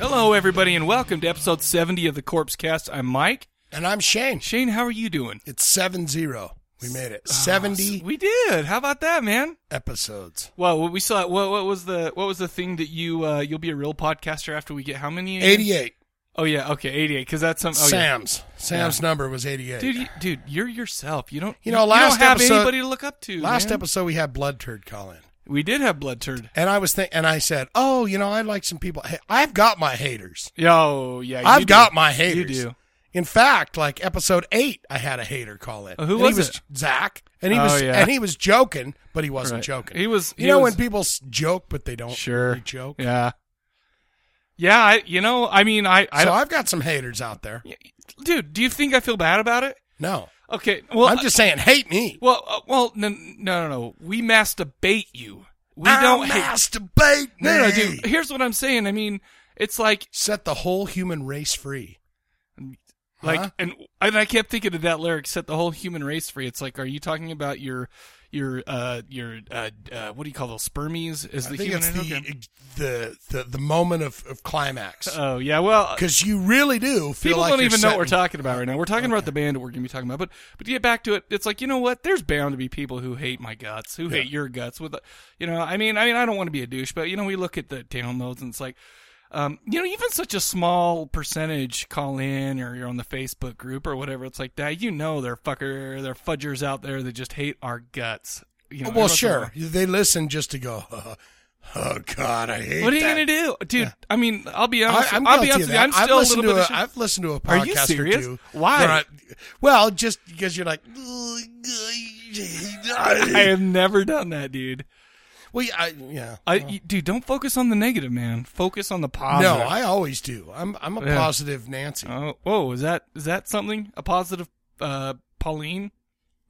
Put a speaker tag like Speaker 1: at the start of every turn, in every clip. Speaker 1: Hello, everybody, and welcome to episode 70 of the Corpse Cast. I'm Mike.
Speaker 2: And I'm Shane.
Speaker 1: Shane, how are you doing?
Speaker 2: It's 7 0. We made it.
Speaker 1: Oh,
Speaker 2: 70
Speaker 1: so- we did. How about that, man?
Speaker 2: episodes.
Speaker 1: Well, what we saw. What, what was the what was the thing that you uh, you'll be a real podcaster after we get how many? again?
Speaker 2: 88.
Speaker 1: Oh yeah, okay, 88. Because that's some. Oh,
Speaker 2: Sam's. Sam's
Speaker 1: Yeah.
Speaker 2: number was 88.
Speaker 1: yeah. dude, you, dude, you're yourself. You don't.
Speaker 2: You know, last
Speaker 1: don't have
Speaker 2: episode-
Speaker 1: anybody to look up to.
Speaker 2: Last
Speaker 1: man.
Speaker 2: episode, we had Blood Turd call in.
Speaker 1: we did have blood turd.
Speaker 2: And I was think, and I said, oh, you know, I like some people. Hey, I've got my haters.
Speaker 1: Oh yeah, you
Speaker 2: I've
Speaker 1: do.
Speaker 2: got my haters.
Speaker 1: You do.
Speaker 2: In fact, like episode eight, I had a hater call in.
Speaker 1: Oh, who
Speaker 2: And
Speaker 1: was
Speaker 2: he was
Speaker 1: it?
Speaker 2: Zach, and he
Speaker 1: Oh,
Speaker 2: was
Speaker 1: yeah.
Speaker 2: and he was joking, but he wasn't
Speaker 1: Right.
Speaker 2: joking.
Speaker 1: He was-
Speaker 2: You
Speaker 1: he
Speaker 2: know
Speaker 1: was-
Speaker 2: when people s- joke, but they don't
Speaker 1: Sure.
Speaker 2: really joke.
Speaker 1: Yeah. Yeah, I, you know, I mean, I, I,
Speaker 2: so
Speaker 1: don't-
Speaker 2: I've got some haters out there.
Speaker 1: dude, do you think I feel bad about it?
Speaker 2: No,
Speaker 1: Okay, well,
Speaker 2: I'm just saying, hate me.
Speaker 1: Well, uh, well, no, no, no, no. We masturbate you. We don't
Speaker 2: I
Speaker 1: hate.
Speaker 2: masturbate me.
Speaker 1: No, no, dude. Here's what I'm saying. I mean, it's like,
Speaker 2: Set the whole human race free.
Speaker 1: like,
Speaker 2: Huh?
Speaker 1: and and I kept thinking of that lyric. Set the whole human race free. It's like, are you talking about your, your, uh, your, uh, uh what do you call those spermies? Is
Speaker 2: I
Speaker 1: the
Speaker 2: think
Speaker 1: human?
Speaker 2: it's the,
Speaker 1: okay.
Speaker 2: the the the moment of, of climax
Speaker 1: Oh yeah. Well,
Speaker 2: because you really do feel
Speaker 1: people
Speaker 2: like
Speaker 1: don't
Speaker 2: you're
Speaker 1: even know what we're
Speaker 2: setting-
Speaker 1: talking about right now. We're talking about the band that we're going to be talking about, but but to get back to it, it's like you know what? There's bound to be people who hate my guts, who hate your guts. With you know, I mean, I mean, I don't want to be a douche, but you know, we look at the downloads and it's like. Um, you know, even such a small percentage call in or you're on the Facebook group or whatever, it's like that. You know, they're fucker, they're fudgers out there that just hate our guts. You know,
Speaker 2: well,
Speaker 1: everyone's like,
Speaker 2: sure. They listen just to go. Oh God, I hate.
Speaker 1: What are you
Speaker 2: that.
Speaker 1: gonna do, dude? I mean, I'll be honest.
Speaker 2: I,
Speaker 1: I,
Speaker 2: am
Speaker 1: will be honest. With you. I'm
Speaker 2: I've
Speaker 1: still a
Speaker 2: listened
Speaker 1: little bit.
Speaker 2: to
Speaker 1: of
Speaker 2: a,
Speaker 1: shit.
Speaker 2: I've listened to a podcast
Speaker 1: Are you
Speaker 2: or
Speaker 1: serious?
Speaker 2: two.
Speaker 1: Why?
Speaker 2: where I- well, just because you're like. I
Speaker 1: I have never done that, dude.
Speaker 2: well, yeah, I, yeah.
Speaker 1: I, you- dude, don't focus on the negative, man. Focus on the
Speaker 2: no,
Speaker 1: positive.
Speaker 2: I always do. I'm I'm a
Speaker 1: Yeah.
Speaker 2: positive Nancy.
Speaker 1: Oh, whoa, is that is that something? A positive, uh, Pauline.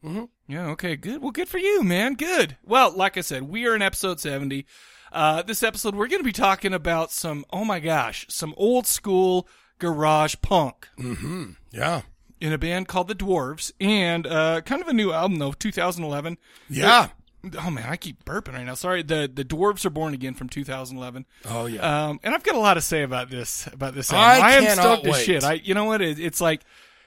Speaker 2: Mhm.
Speaker 1: Yeah. Okay. Good. Well, good for you, man. Good. Well, like I said, we are in episode seventy. Uh, this episode, we're going to be talking about some. Oh my gosh, some old school garage punk
Speaker 2: Mm-hmm. Yeah.
Speaker 1: in a band called the Dwarves, and uh, kind of a new album though, 2011.
Speaker 2: Yeah.
Speaker 1: Oh man, I keep burping right now. Sorry. The the Dwarves are born again from 2011.
Speaker 2: Oh yeah.
Speaker 1: Um, and I've got a lot to say about this about this.
Speaker 2: I
Speaker 1: album. I am
Speaker 2: cannot
Speaker 1: stoked as
Speaker 2: wait.
Speaker 1: shit. I you know what? It, it's like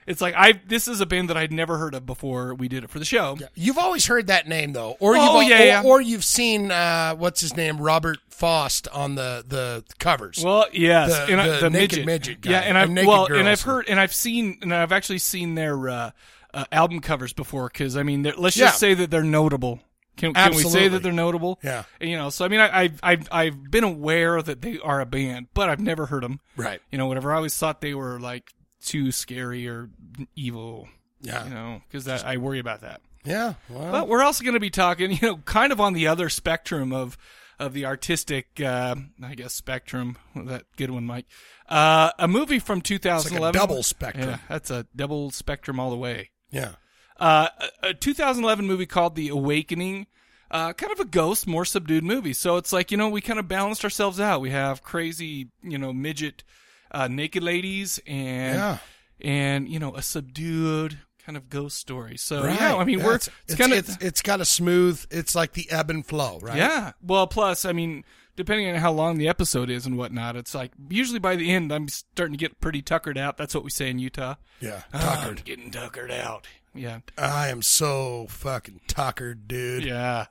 Speaker 1: it's like I this is a band that I'd never heard of before we did it for the show.
Speaker 2: You've always heard that name though, or
Speaker 1: Oh,
Speaker 2: you've
Speaker 1: yeah,
Speaker 2: or,
Speaker 1: yeah.
Speaker 2: or you've seen uh, what's his name Robert Faust on the the covers.
Speaker 1: Well, yes,
Speaker 2: The-
Speaker 1: and I,
Speaker 2: the naked midget guy.
Speaker 1: Yeah, and
Speaker 2: Or
Speaker 1: I've
Speaker 2: naked
Speaker 1: well,
Speaker 2: girl,
Speaker 1: and I've
Speaker 2: sorry.
Speaker 1: heard and I've seen and I've actually seen their uh, uh, album covers before. Because I mean, they're- let's
Speaker 2: Yeah.
Speaker 1: just say that they're notable. Can, can we say
Speaker 2: Absolutely.
Speaker 1: that they're notable?
Speaker 2: Yeah.
Speaker 1: You know, so I mean, I, I've I've I've been aware that they are a band, but I've never heard them.
Speaker 2: right.
Speaker 1: You know, whatever. I always thought they were like too scary or evil.
Speaker 2: Yeah.
Speaker 1: you know, because I worry about that.
Speaker 2: Yeah. Well,
Speaker 1: But we're also going to be talking, you know, kind of on the other spectrum of of the artistic, uh, I guess, spectrum. Well, that good one, Mike. Uh, a movie from 2011.
Speaker 2: double spectrum.
Speaker 1: Yeah, that's a double spectrum all the way.
Speaker 2: yeah.
Speaker 1: Uh, a, a 2011 movie called The Awakening. Uh, kind of a ghost, more subdued movie. So it's like, you know, we kind of balanced ourselves out. We have crazy, you know, midget, uh, naked ladies and,
Speaker 2: Yeah.
Speaker 1: and, you know, a subdued kind of ghost story. So,
Speaker 2: right.
Speaker 1: yeah, I mean, we're,
Speaker 2: Yeah,
Speaker 1: it's, kind of,
Speaker 2: it's, it's got a smooth. It's like the ebb and flow, right?
Speaker 1: yeah. Well, plus, I mean, depending on how long the episode is and whatnot, it's like usually by the end, I'm starting to get pretty tuckered out. That's what we say in Utah.
Speaker 2: Yeah.
Speaker 1: Ah, I'm
Speaker 2: Tuckered.
Speaker 1: getting tuckered out. Yeah.
Speaker 2: I am so fucking tuckered, dude.
Speaker 1: Yeah.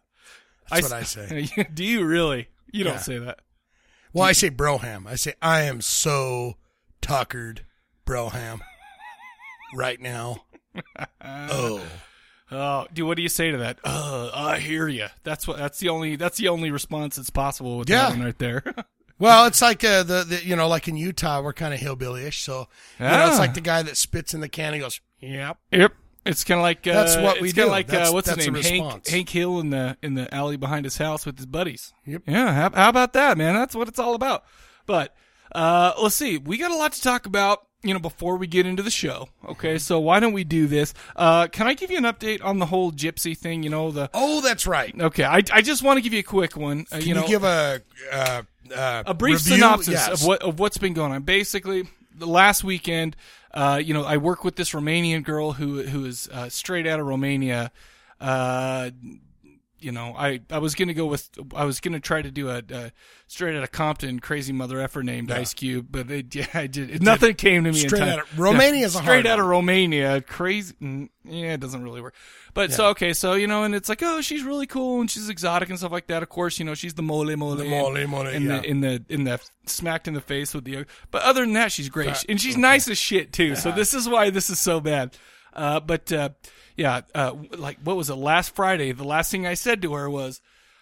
Speaker 2: That's
Speaker 1: s-
Speaker 2: what I
Speaker 1: Do you really? You
Speaker 2: Yeah.
Speaker 1: don't say that.
Speaker 2: Well, I say broham. I say I am so tuckered, broham. right now. oh.
Speaker 1: Oh, do what do you say to that? Uh, I hear you. That's what. That's the only. That's the only response that's possible with
Speaker 2: Yeah.
Speaker 1: that one right there.
Speaker 2: Well, it's like uh, the, the you know like in Utah we're kind of hillbillyish, so you know
Speaker 1: Ah.
Speaker 2: it's like the guy that spits in the can and goes, "Yep."
Speaker 1: Yep. It's kind of like uh,
Speaker 2: That's what we
Speaker 1: it's kinda
Speaker 2: do.
Speaker 1: Like
Speaker 2: That's-
Speaker 1: uh, what's
Speaker 2: that's
Speaker 1: his
Speaker 2: a
Speaker 1: name? Hank,
Speaker 2: response.
Speaker 1: Hank Hill in the in the alley behind his house with his buddies.
Speaker 2: Yep.
Speaker 1: Yeah. How, how about that, man? That's what it's all about. But uh, let's see. We got a lot to talk about. You know, before we get into the show. Okay. So why don't we do this? Uh, can I give you an update on the whole gypsy thing? You know the.
Speaker 2: Oh, that's right.
Speaker 1: Okay. I I just want to give you a quick one. Uh,
Speaker 2: Can
Speaker 1: you know,
Speaker 2: give a uh, uh,
Speaker 1: a brief
Speaker 2: review?
Speaker 1: synopsis
Speaker 2: Yes.
Speaker 1: of what of what's been going on. Basically, the last weekend, uh, you know, I work with this Romanian girl who who is uh, straight out of Romania. Uh, you know, I, I was gonna go with I was gonna try to do a, a straight out of Compton crazy mother effer named Ice Cube, but it, yeah, I did nothing came to me.
Speaker 2: Straight
Speaker 1: in time.
Speaker 2: outta- Romania's a
Speaker 1: straight
Speaker 2: hard
Speaker 1: out of
Speaker 2: one.
Speaker 1: Romania, crazy. mm, Yeah, it doesn't really work. But so okay, so you know, and it's like, oh, she's really cool and she's exotic and stuff like that. Of course, you know, she's the mole mole
Speaker 2: The mole, mole,
Speaker 1: in
Speaker 2: yeah.
Speaker 1: the in the in the smacked in the face with the. But other than that, she's great and she's nice as shit too.
Speaker 2: Uh-huh.
Speaker 1: So this is why this is so bad. Uh, but uh, yeah, uh, like what was it last Friday? The last thing I said to her was,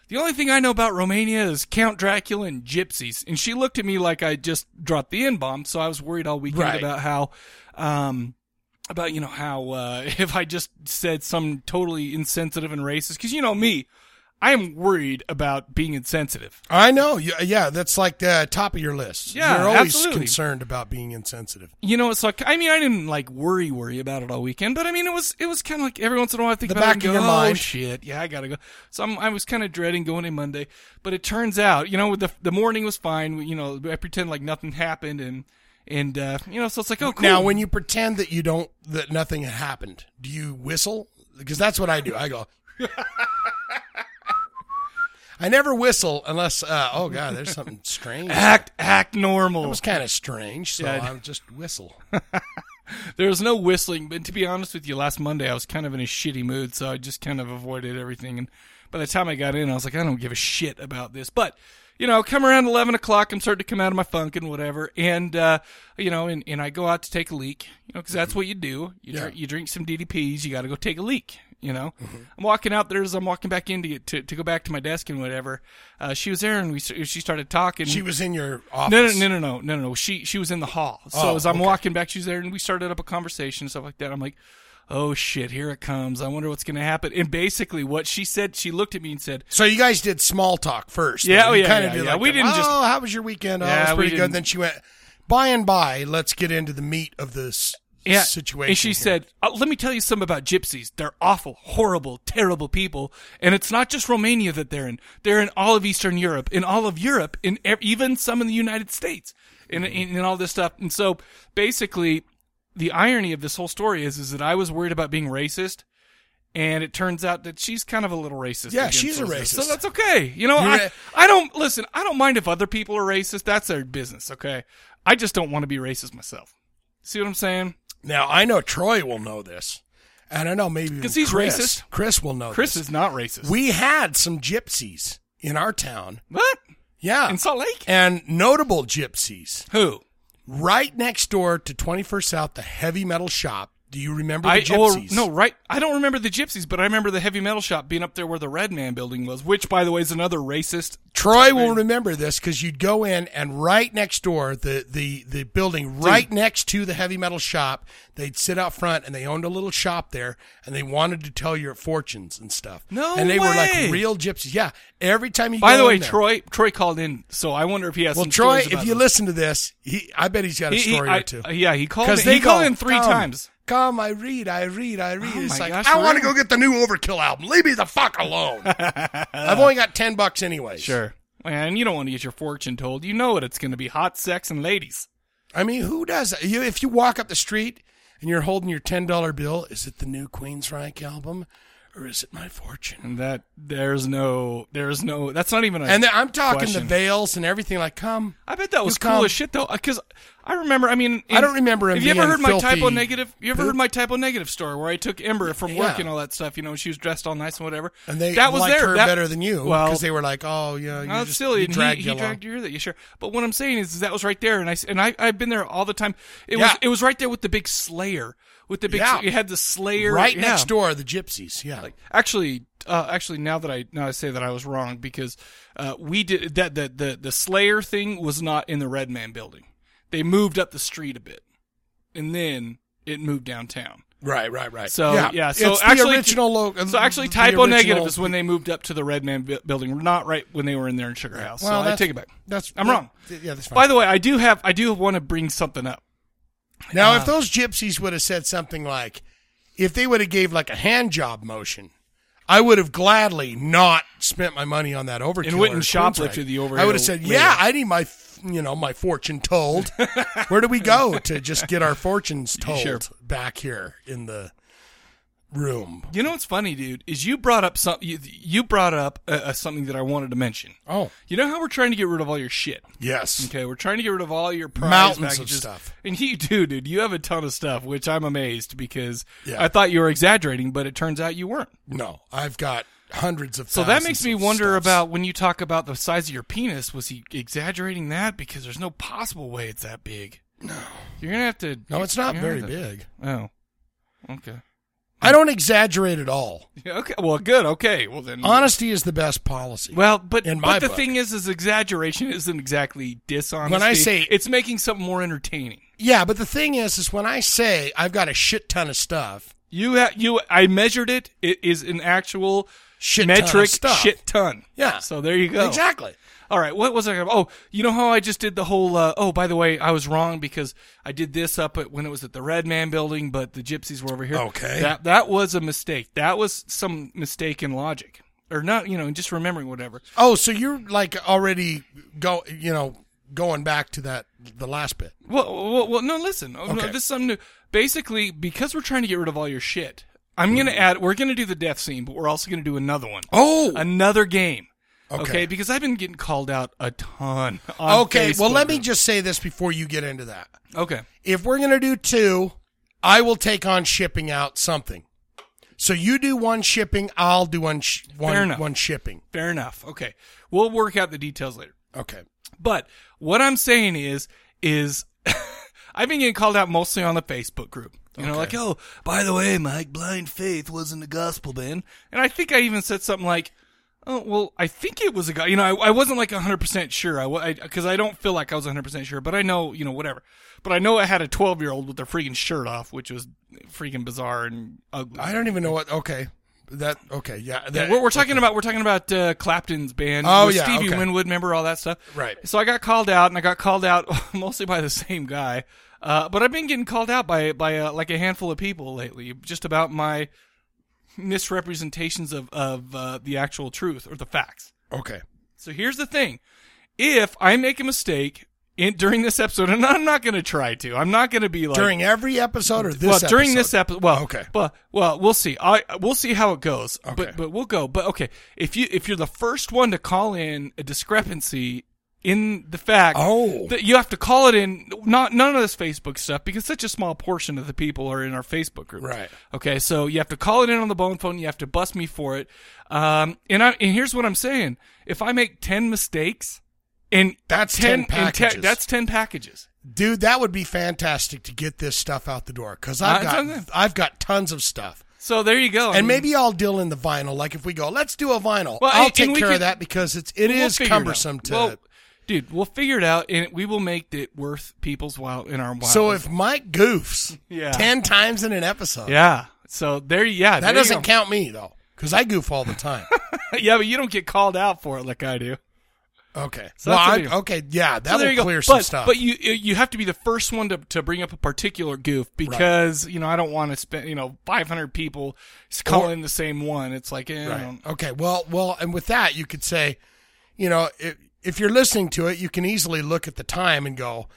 Speaker 1: "The only thing I know about Romania is Count Dracula and gypsies." And she looked at me like I just dropped the n bomb. So I was worried all weekend
Speaker 2: Right.
Speaker 1: about how. Um, about you know how uh, if I just said some totally insensitive and racist because you know me, I am worried about being insensitive.
Speaker 2: I know. Yeah, yeah, that's like uh, top of your list.
Speaker 1: Yeah,
Speaker 2: You're always
Speaker 1: absolutely.
Speaker 2: concerned about being insensitive.
Speaker 1: You know, it's like I mean, I didn't like worry worry about it all weekend, but I mean, it was it was kind of like every once in a while I think
Speaker 2: The
Speaker 1: about
Speaker 2: back
Speaker 1: it and
Speaker 2: of
Speaker 1: go,
Speaker 2: your
Speaker 1: "Oh,
Speaker 2: mind."
Speaker 1: shit, yeah, I gotta go. So I'm, I was kind of dreading going in Monday, but it turns out, you know, the the morning was fine. You know, I pretend like nothing happened, and and uh, you know, so it's like, oh, cool.
Speaker 2: Now, when you pretend that you don't, that nothing happened, do you whistle? Because that's what I do. I go. I never whistle unless, uh, oh god, there's something strange. It
Speaker 1: act act normal.
Speaker 2: was kind of strange, so
Speaker 1: Yeah.
Speaker 2: I just whistle.
Speaker 1: There was no whistling, but to be honest with you, last Monday I was kind of in a shitty mood, so I just kind of avoided everything. And by the time I got in, I was like, I don't give a shit about this. But you know, come around eleven o'clock, I'm starting to come out of my funk and whatever, and uh, you know, and, and I go out to take a leak, you know, because that's what you do. You drink, you drink some DDPs, you got to go take a leak. You know,
Speaker 2: Mm-hmm.
Speaker 1: I'm walking out there as I'm walking back in to, get- to, to go back to my desk and whatever. Uh, she was there and we she started talking.
Speaker 2: She was in your office.
Speaker 1: No, no, no, no, no, no, no. She she was in the hall. So
Speaker 2: Oh,
Speaker 1: as I'm
Speaker 2: okay.
Speaker 1: walking back, she's there, and we started up a conversation and stuff like that. I'm like, oh shit, here it comes. I wonder what's gonna happen. And basically, what she said, she looked at me and said,
Speaker 2: So you guys did small talk first.
Speaker 1: Yeah,
Speaker 2: though.
Speaker 1: oh,
Speaker 2: You
Speaker 1: yeah,
Speaker 2: kinda
Speaker 1: yeah,
Speaker 2: did
Speaker 1: yeah.
Speaker 2: like
Speaker 1: We
Speaker 2: the,
Speaker 1: didn't just-
Speaker 2: Oh, how was your weekend? Oh,
Speaker 1: Yeah,
Speaker 2: it
Speaker 1: we
Speaker 2: was pretty
Speaker 1: didn't-
Speaker 2: good. Then she went. By and by, let's get into the meat of this
Speaker 1: yeah.
Speaker 2: situation.
Speaker 1: And she
Speaker 2: here."
Speaker 1: said, uh, let me tell you something about gypsies. They're awful, horrible, terrible people, and it's not just Romania that they're in. They're in all of Eastern Europe, in all of Europe, in ev- even some in the United States, and
Speaker 2: Mm-hmm.
Speaker 1: and, and all this stuff. And so basically, the irony of this whole story is is that I was worried about being racist. and it turns out that she's kind of a little racist.
Speaker 2: Yeah,
Speaker 1: against
Speaker 2: she's a
Speaker 1: those guys. So
Speaker 2: racist.
Speaker 1: that's okay. You know,
Speaker 2: You're
Speaker 1: I,
Speaker 2: a-
Speaker 1: I don't listen. I don't mind if other people are racist. That's their business. Okay, I just don't want to be racist myself. See what I'm saying?
Speaker 2: Now I know Troy will know this, and I know maybe because
Speaker 1: he's
Speaker 2: Mm, Chris.
Speaker 1: racist.
Speaker 2: Chris will know.
Speaker 1: Chris
Speaker 2: this.
Speaker 1: is not racist.
Speaker 2: We had some gypsies in our town.
Speaker 1: what
Speaker 2: Yeah,
Speaker 1: in Salt Lake?
Speaker 2: and notable gypsies
Speaker 1: Who?
Speaker 2: right next door to 21st South, the heavy metal shop. Do you remember the
Speaker 1: I or,
Speaker 2: gypsies?
Speaker 1: no right. I don't remember the gypsies, but I remember the heavy metal shop being up there where the Red Man building was, which by the way is another racist.
Speaker 2: Troy will remember this because you'd go in and right next door, the the the building right next to the heavy metal shop, they'd sit out front and they owned a little shop there and they wanted to tell your fortunes and stuff.
Speaker 1: No
Speaker 2: and they were
Speaker 1: way.
Speaker 2: like real gypsies. Yeah, every time you. go
Speaker 1: By the
Speaker 2: in
Speaker 1: way,
Speaker 2: there-
Speaker 1: Troy Troy called in, so I wonder if he has
Speaker 2: Well,
Speaker 1: some
Speaker 2: Troy,
Speaker 1: stories
Speaker 2: if
Speaker 1: about
Speaker 2: you
Speaker 1: this.
Speaker 2: listen to this, he, I bet he's got a
Speaker 1: He- he-
Speaker 2: story
Speaker 1: I- uh,
Speaker 2: or two.
Speaker 1: yeah, he called. In,
Speaker 2: Because
Speaker 1: he called in three
Speaker 2: come,
Speaker 1: times.
Speaker 2: Come, I read, I read, I read.
Speaker 1: Oh my
Speaker 2: it's like
Speaker 1: gosh,
Speaker 2: I want to
Speaker 1: Lorraine.
Speaker 2: go get the new Overkill album. Leave me the fuck alone. I've only got ten bucks anyway.
Speaker 1: Sure. And you don't want to get your fortune told. You know it. It's going to be hot sex and ladies.
Speaker 2: I mean, who does that? You, if you walk up the street and you're holding your ten dollar bill, is it the new Queensryche album, or is it my fortune?
Speaker 1: And that there's no, there's no. That's not even. A
Speaker 2: And then I'm talking
Speaker 1: question.
Speaker 2: the veils and everything. Like, come.
Speaker 1: I bet that was
Speaker 2: You
Speaker 1: cool
Speaker 2: come.
Speaker 1: as shit though, because I remember. I mean,
Speaker 2: I don't remember him
Speaker 1: Have you ever
Speaker 2: being
Speaker 1: heard my
Speaker 2: filthy
Speaker 1: typo negative? You ever
Speaker 2: poop.
Speaker 1: heard my typo negative story where I took Ember from work
Speaker 2: Yeah.
Speaker 1: and all that stuff? You know, she was dressed all nice and whatever.
Speaker 2: And they
Speaker 1: that was
Speaker 2: liked
Speaker 1: there
Speaker 2: her
Speaker 1: That-
Speaker 2: better than you because
Speaker 1: Well,
Speaker 2: they were like, oh, yeah, you
Speaker 1: no, it's
Speaker 2: just
Speaker 1: silly.
Speaker 2: you
Speaker 1: and
Speaker 2: dragged
Speaker 1: he,
Speaker 2: you
Speaker 1: he dragged
Speaker 2: along.
Speaker 1: you that. Yeah, sure. But what I'm saying is, is that was right there, and I s- and I I've been there all the time. It
Speaker 2: Yeah.
Speaker 1: was it was right there with the big Slayer, with the big.
Speaker 2: Yeah.
Speaker 1: You had the Slayer
Speaker 2: right
Speaker 1: yeah.
Speaker 2: next door, the gypsies. Yeah,
Speaker 1: Actually, uh, actually, now that I now I say that I was wrong because uh, we did that the, the the Slayer thing was not in the Red Man building. They moved up the street a bit, and then it moved downtown.
Speaker 2: right, right, right.
Speaker 1: So yeah, so
Speaker 2: it's
Speaker 1: actually,
Speaker 2: the original. Lo-
Speaker 1: so actually,
Speaker 2: the
Speaker 1: typo negative
Speaker 2: original-
Speaker 1: is when they moved up to the Red Man bu- building, not right when they were in there in Sugar House.
Speaker 2: Well,
Speaker 1: so I
Speaker 2: that's-
Speaker 1: take it back.
Speaker 2: That's
Speaker 1: I'm
Speaker 2: that-
Speaker 1: wrong.
Speaker 2: Yeah, that's fine.
Speaker 1: By the way, I do have I do want to bring something up. Um,
Speaker 2: Now, if those gypsies would have said something like, if they would have gave like a hand job motion, I would have gladly not spent my money on that overkill.
Speaker 1: And went and
Speaker 2: or Queens
Speaker 1: shoplifted
Speaker 2: ride.
Speaker 1: the over-
Speaker 2: I would have said,
Speaker 1: later.
Speaker 2: yeah, I need my, f- you know, my fortune told. Where do we go to just get our fortunes told
Speaker 1: Sure.
Speaker 2: back here in the room?
Speaker 1: You know what's funny, dude, is you brought up some you, you brought up uh, uh, something that I wanted to mention.
Speaker 2: Oh,
Speaker 1: You know how we're trying to get rid of all your shit.
Speaker 2: yes.
Speaker 1: Okay, we're trying to get rid of all your prize
Speaker 2: Mountains of
Speaker 1: packages.
Speaker 2: stuff.
Speaker 1: and you do, dude. You have a ton of stuff, which I'm amazed because
Speaker 2: Yeah.
Speaker 1: I thought you were exaggerating, but it turns out you weren't.
Speaker 2: No, I've got hundreds of
Speaker 1: So that
Speaker 2: thousands
Speaker 1: makes me
Speaker 2: of
Speaker 1: wonder
Speaker 2: stuffs.
Speaker 1: about when you talk about the size of your penis. Was he exaggerating that? Because there's no possible way it's that big. No, you're gonna have to.
Speaker 2: No, it's not
Speaker 1: you're
Speaker 2: very
Speaker 1: gonna have
Speaker 2: big.
Speaker 1: to- Oh, okay.
Speaker 2: I don't exaggerate at all.
Speaker 1: Yeah, Okay. Well, good. Okay. Well then,
Speaker 2: Honesty is the best policy.
Speaker 1: Well, but
Speaker 2: In my
Speaker 1: but the
Speaker 2: book.
Speaker 1: thing is, is exaggeration isn't exactly dishonesty.
Speaker 2: When I say-
Speaker 1: it's making something more entertaining.
Speaker 2: Yeah, but the thing is, is when I say I've got a shit ton of stuff,
Speaker 1: You ha- you I measured it. It is an actual
Speaker 2: Shit ton of
Speaker 1: metric
Speaker 2: stuff.
Speaker 1: shit ton.
Speaker 2: Yeah.
Speaker 1: So there you go.
Speaker 2: exactly.
Speaker 1: All right. What was I? Gonna, oh, you know how I just did the whole. Uh, oh, by the way, I was wrong because I did this up at, when it was at the Red Man Building, but the Gypsies were over here.
Speaker 2: Okay.
Speaker 1: That that was a mistake. That was some mistake in logic, or not? You know, just remembering whatever.
Speaker 2: Oh, so you're like already go, you know, going back to that the last bit.
Speaker 1: Well, well, well no, listen. Oh, no,
Speaker 2: Okay.
Speaker 1: this is something new. Basically, because we're trying to get rid of all your shit, I'm going to add, we're going to do the death scene, but we're also going to do another one.
Speaker 2: Mm-hmm. Oh,
Speaker 1: Another game.
Speaker 2: Okay.
Speaker 1: Okay. Because I've been getting called out a ton. On
Speaker 2: okay. Well,
Speaker 1: Facebook.
Speaker 2: let me just say this before you get into that.
Speaker 1: Okay.
Speaker 2: If we're gonna do two, I will take on shipping out something. So you do one shipping, I'll do one sh-
Speaker 1: Fair
Speaker 2: one,
Speaker 1: enough.
Speaker 2: one shipping.
Speaker 1: Fair enough. Okay. We'll work out the details later.
Speaker 2: Okay.
Speaker 1: But what I'm saying is, is I've been getting called out mostly on the Facebook group. You know, like, oh, by the way, Mike, blind faith wasn't a gospel band. And I think I even said something like, oh, well, I think it was a guy. You know, I, I wasn't like 100% sure. I, because I, don't feel like I was 100% sure, but I know, you know, whatever. But I know I had a 12 year old with their freaking shirt off, which was freaking bizarre and ugly.
Speaker 2: I don't even know what. Okay. That okay. Yeah.
Speaker 1: Yeah,
Speaker 2: That,
Speaker 1: we're, we're talking about we're talking about uh, Clapton's band.
Speaker 2: Oh,
Speaker 1: with
Speaker 2: yeah,
Speaker 1: Stevie
Speaker 2: okay.
Speaker 1: Winwood, remember all that stuff?
Speaker 2: Right.
Speaker 1: So I got called out, and I got called out mostly by the same guy. Uh, but I've been getting called out by by uh, like a handful of people lately, just about my misrepresentations of of uh, the actual truth or the facts.
Speaker 2: okay.
Speaker 1: So here's the thing: if I make a mistake in during this episode, and I'm not going to try to, I'm not going to be like
Speaker 2: during every episode or this
Speaker 1: well, during this
Speaker 2: episode?
Speaker 1: episode, well,
Speaker 2: Okay.
Speaker 1: okay, well, well, we'll see. I we'll see how it goes.
Speaker 2: Okay.
Speaker 1: But but we'll go. But okay, if you if you're the first one to call in a discrepancy in the fact,
Speaker 2: Oh.
Speaker 1: that you have to call it in. Not none of this Facebook stuff because such a small portion of the people are in our Facebook group.
Speaker 2: Right.
Speaker 1: Okay, so you have to call it in on the bone phone. You have to bust me for it. Um, and I and here's what I'm saying: if I make ten mistakes, and
Speaker 2: That's 10
Speaker 1: and
Speaker 2: packages.
Speaker 1: that's ten packages.
Speaker 2: dude that would be fantastic to get this stuff out the door because i've
Speaker 1: Uh,
Speaker 2: got
Speaker 1: it's okay.
Speaker 2: i've got tons of stuff
Speaker 1: So there Oh, you go. I
Speaker 2: and
Speaker 1: mean-
Speaker 2: maybe i'll deal in the vinyl like if we go let's do a vinyl
Speaker 1: Well,
Speaker 2: i'll
Speaker 1: and-
Speaker 2: take
Speaker 1: and we
Speaker 2: care of
Speaker 1: could-
Speaker 2: that because it's it is
Speaker 1: We'll figure it out.
Speaker 2: cumbersome to
Speaker 1: Well, dude, we'll figure it out, and we will make it worth people's while in our while.
Speaker 2: so if mike goofs
Speaker 1: Yeah.
Speaker 2: 10 times in an episode
Speaker 1: yeah, so there, yeah,
Speaker 2: that
Speaker 1: there you
Speaker 2: doesn't
Speaker 1: go.
Speaker 2: count me though because i goof all the time
Speaker 1: yeah, but you don't get called out for it like I do.
Speaker 2: okay
Speaker 1: So
Speaker 2: well
Speaker 1: that's
Speaker 2: I,
Speaker 1: what we-
Speaker 2: okay yeah
Speaker 1: so
Speaker 2: that
Speaker 1: there
Speaker 2: will
Speaker 1: you go.
Speaker 2: clear
Speaker 1: but,
Speaker 2: some stuff
Speaker 1: But you you have to be the first one to, to bring up a particular goof because you know I don't want to spend you know 500 people s- calling the same one. It's like eh, I
Speaker 2: Right.
Speaker 1: don't-
Speaker 2: Okay. Well, well, and with that, you could say, you know, if, if you're listening to it, you can easily look at the time and go,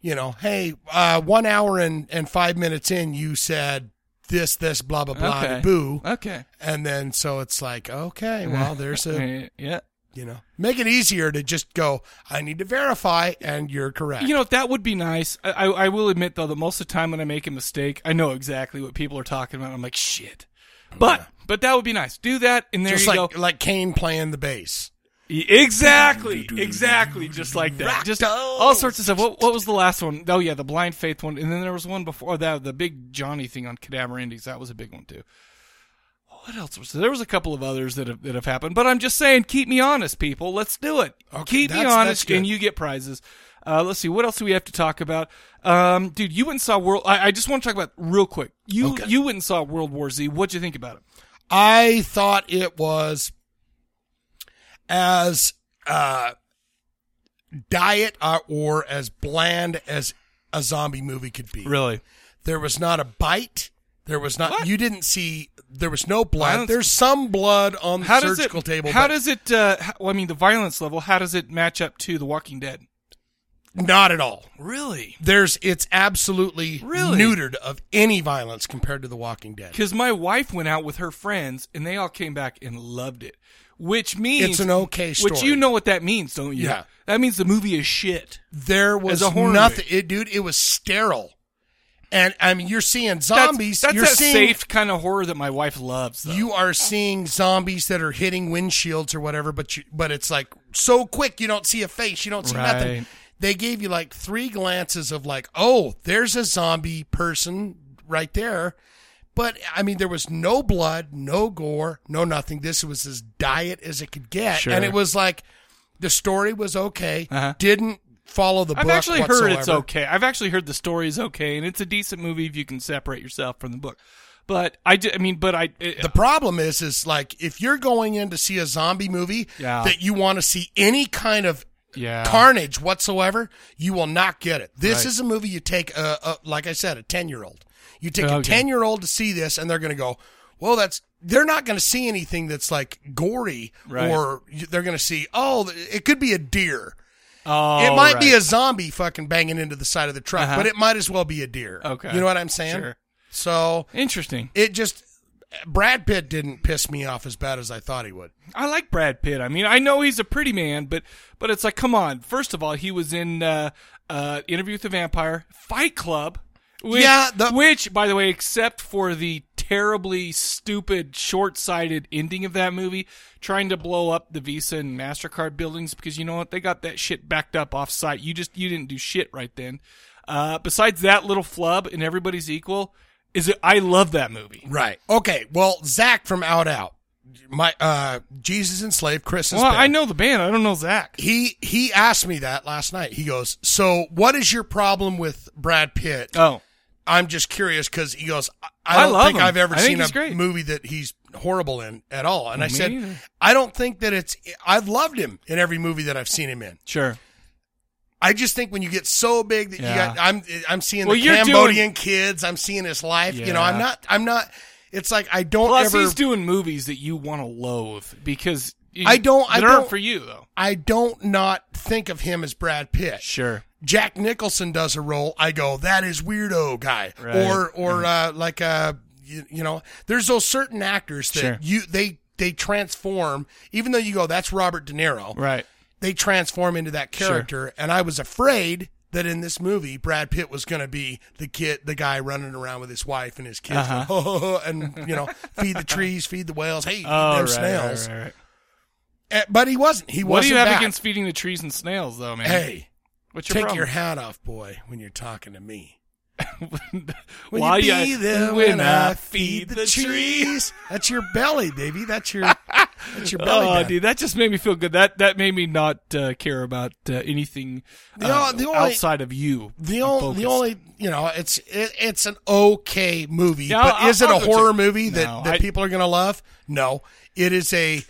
Speaker 2: you know, hey, uh, one hour and, and five minutes in, you said this, this, blah, blah, blah,
Speaker 1: okay,
Speaker 2: boo.
Speaker 1: okay.
Speaker 2: And then so it's like, okay, well, there's a,
Speaker 1: Eh, yeah.
Speaker 2: You know, make it easier to just go. I need to verify, and you're correct.
Speaker 1: You know, that would be nice. I, I, I will admit though that most of the time when I make a mistake, I know exactly what people are talking about. I'm like, shit. But but that would be nice. Do that, and there
Speaker 2: just
Speaker 1: you
Speaker 2: like
Speaker 1: go. E,
Speaker 2: like Kane playing the bass.
Speaker 1: Exactly, exactly, just like that. Just all sorts of stuff. What, what was the last one? Oh yeah, the Blind Faith one, and then there was one before that, the big Johnny thing on Cadaver Indies. That was a big one too. What else was there? There was a couple of others that have that have happened, but I'm just saying, keep me honest, people. Let's do it. keep me
Speaker 2: that's- that's
Speaker 1: honest,
Speaker 2: good.
Speaker 1: and you get prizes. Uh, let's see, what else do we have to talk about? Um, dude, you went and saw World. I, I just want to talk about real quick. You you went and saw World War Z. What'd you think about it?
Speaker 2: I thought it was as uh, diet uh, or as bland as a zombie movie could be.
Speaker 1: Really?
Speaker 2: There was not a bite. There was not. You didn't see. There was no blood.
Speaker 1: Violence-
Speaker 2: There's some blood on the
Speaker 1: how does
Speaker 2: surgical
Speaker 1: it,
Speaker 2: table.
Speaker 1: How
Speaker 2: but
Speaker 1: does it? Uh, how, well, I mean, the violence level. How does it match up to The Walking Dead?
Speaker 2: not at all.
Speaker 1: Really?
Speaker 2: There's. It's absolutely
Speaker 1: Really?
Speaker 2: neutered of any violence compared to The Walking Dead.
Speaker 1: Because my wife went out with her friends, and they all came back and loved it, which means
Speaker 2: It's an okay
Speaker 1: Which
Speaker 2: story.
Speaker 1: you know what that means, don't you?
Speaker 2: Yeah.
Speaker 1: That means the movie is shit.
Speaker 2: There was
Speaker 1: a horror
Speaker 2: nothing, it, dude. It was sterile, and I mean, you're seeing
Speaker 1: That's-
Speaker 2: zombies.
Speaker 1: That's,
Speaker 2: you're
Speaker 1: that
Speaker 2: seeing
Speaker 1: safe kind of horror that my wife loves. Though.
Speaker 2: you are seeing zombies that are hitting windshields or whatever, but you, but it's like so quick you don't see a face, you don't see nothing.
Speaker 1: Right.
Speaker 2: They gave you like three glances of like, oh, there's a zombie person right there. But I mean, there was no blood, no gore, no nothing. This was as diet as it could get,
Speaker 1: Sure.
Speaker 2: and it was like the story was okay,
Speaker 1: Uh-huh.
Speaker 2: didn't follow the
Speaker 1: I've
Speaker 2: book.
Speaker 1: actually heard it's
Speaker 2: whatsoever.
Speaker 1: okay. I've actually heard the story is okay, and it's a decent movie if you can separate yourself from the book. But I, ju- I mean, but I, it,
Speaker 2: The problem is, is like if you're going in to see a zombie movie
Speaker 1: Yeah.
Speaker 2: that you want to see any kind of
Speaker 1: yeah,
Speaker 2: carnage whatsoever, you will not get it. This
Speaker 1: Right.
Speaker 2: is a movie you take a, a like I said, a ten year old. You take a
Speaker 1: Okay.
Speaker 2: ten year old to see this, and they're going to go, "Well, that's." They're not going to see anything that's like gory,
Speaker 1: Right.
Speaker 2: or they're going to see, "Oh, it could be a deer."
Speaker 1: Oh,
Speaker 2: it might be
Speaker 1: right.
Speaker 2: a zombie fucking banging into the side of the truck,
Speaker 1: Uh-huh.
Speaker 2: but it might as well be a deer.
Speaker 1: Okay.
Speaker 2: you know what I'm saying?
Speaker 1: Sure.
Speaker 2: So
Speaker 1: interesting.
Speaker 2: it just Brad Pitt didn't piss me off as bad as I thought he would.
Speaker 1: I like Brad Pitt. I mean, I know he's a pretty man, but but it's like, come on. First of all, he was in uh, uh, Interview with the Vampire, Fight Club. Which,
Speaker 2: Yeah, the-
Speaker 1: which, by the way, except for the terribly stupid, short-sighted ending of that movie, trying to blow up the Visa and Mastercard buildings because you know what? They got that shit backed up off-site. You just you didn't do shit right then. Uh, besides that little flub and everybody's equal, is it? I love that movie.
Speaker 2: Right. Okay. Well, Zach from Out Out, my uh, Jesus enslaved Chris.
Speaker 1: Well, I know the band. I don't know Zach.
Speaker 2: He he asked me that last night. He goes, "So what is your problem with Brad Pitt?"
Speaker 1: Oh.
Speaker 2: I'm just curious because he goes, "I, I
Speaker 1: I
Speaker 2: don't
Speaker 1: love
Speaker 2: think
Speaker 1: him.
Speaker 2: I've ever
Speaker 1: I think
Speaker 2: seen a
Speaker 1: he's great."
Speaker 2: movie that he's horrible in at all." And I
Speaker 1: Me
Speaker 2: said,
Speaker 1: either.
Speaker 2: "I don't think that it's. I've loved him in every movie that I've seen him in.
Speaker 1: Sure.
Speaker 2: I just think when you get so big that
Speaker 1: Yeah.
Speaker 2: you got, I'm I'm seeing
Speaker 1: Well,
Speaker 2: the
Speaker 1: you're
Speaker 2: Cambodian kids. I'm seeing his life. You know, I'm
Speaker 1: Yeah.
Speaker 2: not. I'm not. It's like I don't
Speaker 1: Plus,
Speaker 2: ever.
Speaker 1: he's doing movies that you want to loathe because you,
Speaker 2: I don't- I
Speaker 1: they aren't
Speaker 2: don't-
Speaker 1: for you though.
Speaker 2: I don't not think of him as Brad Pitt.
Speaker 1: Sure.
Speaker 2: Jack Nicholson does a role, I go, that is weirdo guy,
Speaker 1: Right. Mm-hmm.
Speaker 2: or or uh, like uh, you, you know, there's those certain actors that
Speaker 1: Sure.
Speaker 2: you they they transform, even though you go, that's Robert De Niro,
Speaker 1: Right.
Speaker 2: they transform into that
Speaker 1: Sure.
Speaker 2: character, and I was afraid that in this movie Brad Pitt was going to be the kid, the guy running around with his wife and his kids,
Speaker 1: Uh-huh.
Speaker 2: going, and you know, feed the trees, feed the whales, hey, feed
Speaker 1: Oh,
Speaker 2: them
Speaker 1: right,
Speaker 2: snails,
Speaker 1: right, right, right.
Speaker 2: Eh, but he wasn't. He
Speaker 1: What do
Speaker 2: wasn't.
Speaker 1: you have
Speaker 2: that.
Speaker 1: against feeding the trees and snails, though, man?
Speaker 2: Hey,
Speaker 1: what's your
Speaker 2: take
Speaker 1: problem?
Speaker 2: your hat off, boy, when you're talking to me. Will
Speaker 1: Why
Speaker 2: you be
Speaker 1: ya-
Speaker 2: there when I feed the trees? That's your belly, baby. That's your that's your belly.
Speaker 1: Oh,
Speaker 2: button.
Speaker 1: dude, that just made me feel good. That that made me not uh, care about uh, anything
Speaker 2: The
Speaker 1: uh,
Speaker 2: o- the only-
Speaker 1: outside of you.
Speaker 2: The
Speaker 1: I'm
Speaker 2: only,
Speaker 1: focused.
Speaker 2: the only, you know, it's it, it's an okay movie,
Speaker 1: Yeah,
Speaker 2: but
Speaker 1: I'll-
Speaker 2: is it
Speaker 1: I'll
Speaker 2: a
Speaker 1: go to-
Speaker 2: horror movie that,
Speaker 1: No,
Speaker 2: that
Speaker 1: I-
Speaker 2: people are gonna love? No, it is a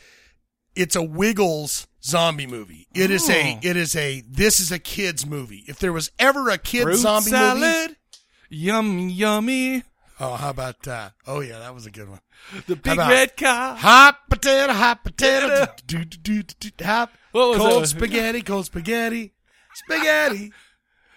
Speaker 2: it's a Wiggles zombie movie. It is a
Speaker 1: Oh.
Speaker 2: it is a this is a kids movie. If there was ever a kid
Speaker 1: Fruit
Speaker 2: zombie movie,
Speaker 1: salad. Yum yummy.
Speaker 2: oh, how about that? Oh yeah, that was a good one.
Speaker 1: The big
Speaker 2: about-
Speaker 1: red car.
Speaker 2: Hot potato, hot potato, do, do, do, do, do, hot,
Speaker 1: What was
Speaker 2: cold
Speaker 1: that?
Speaker 2: spaghetti, cold spaghetti, spaghetti.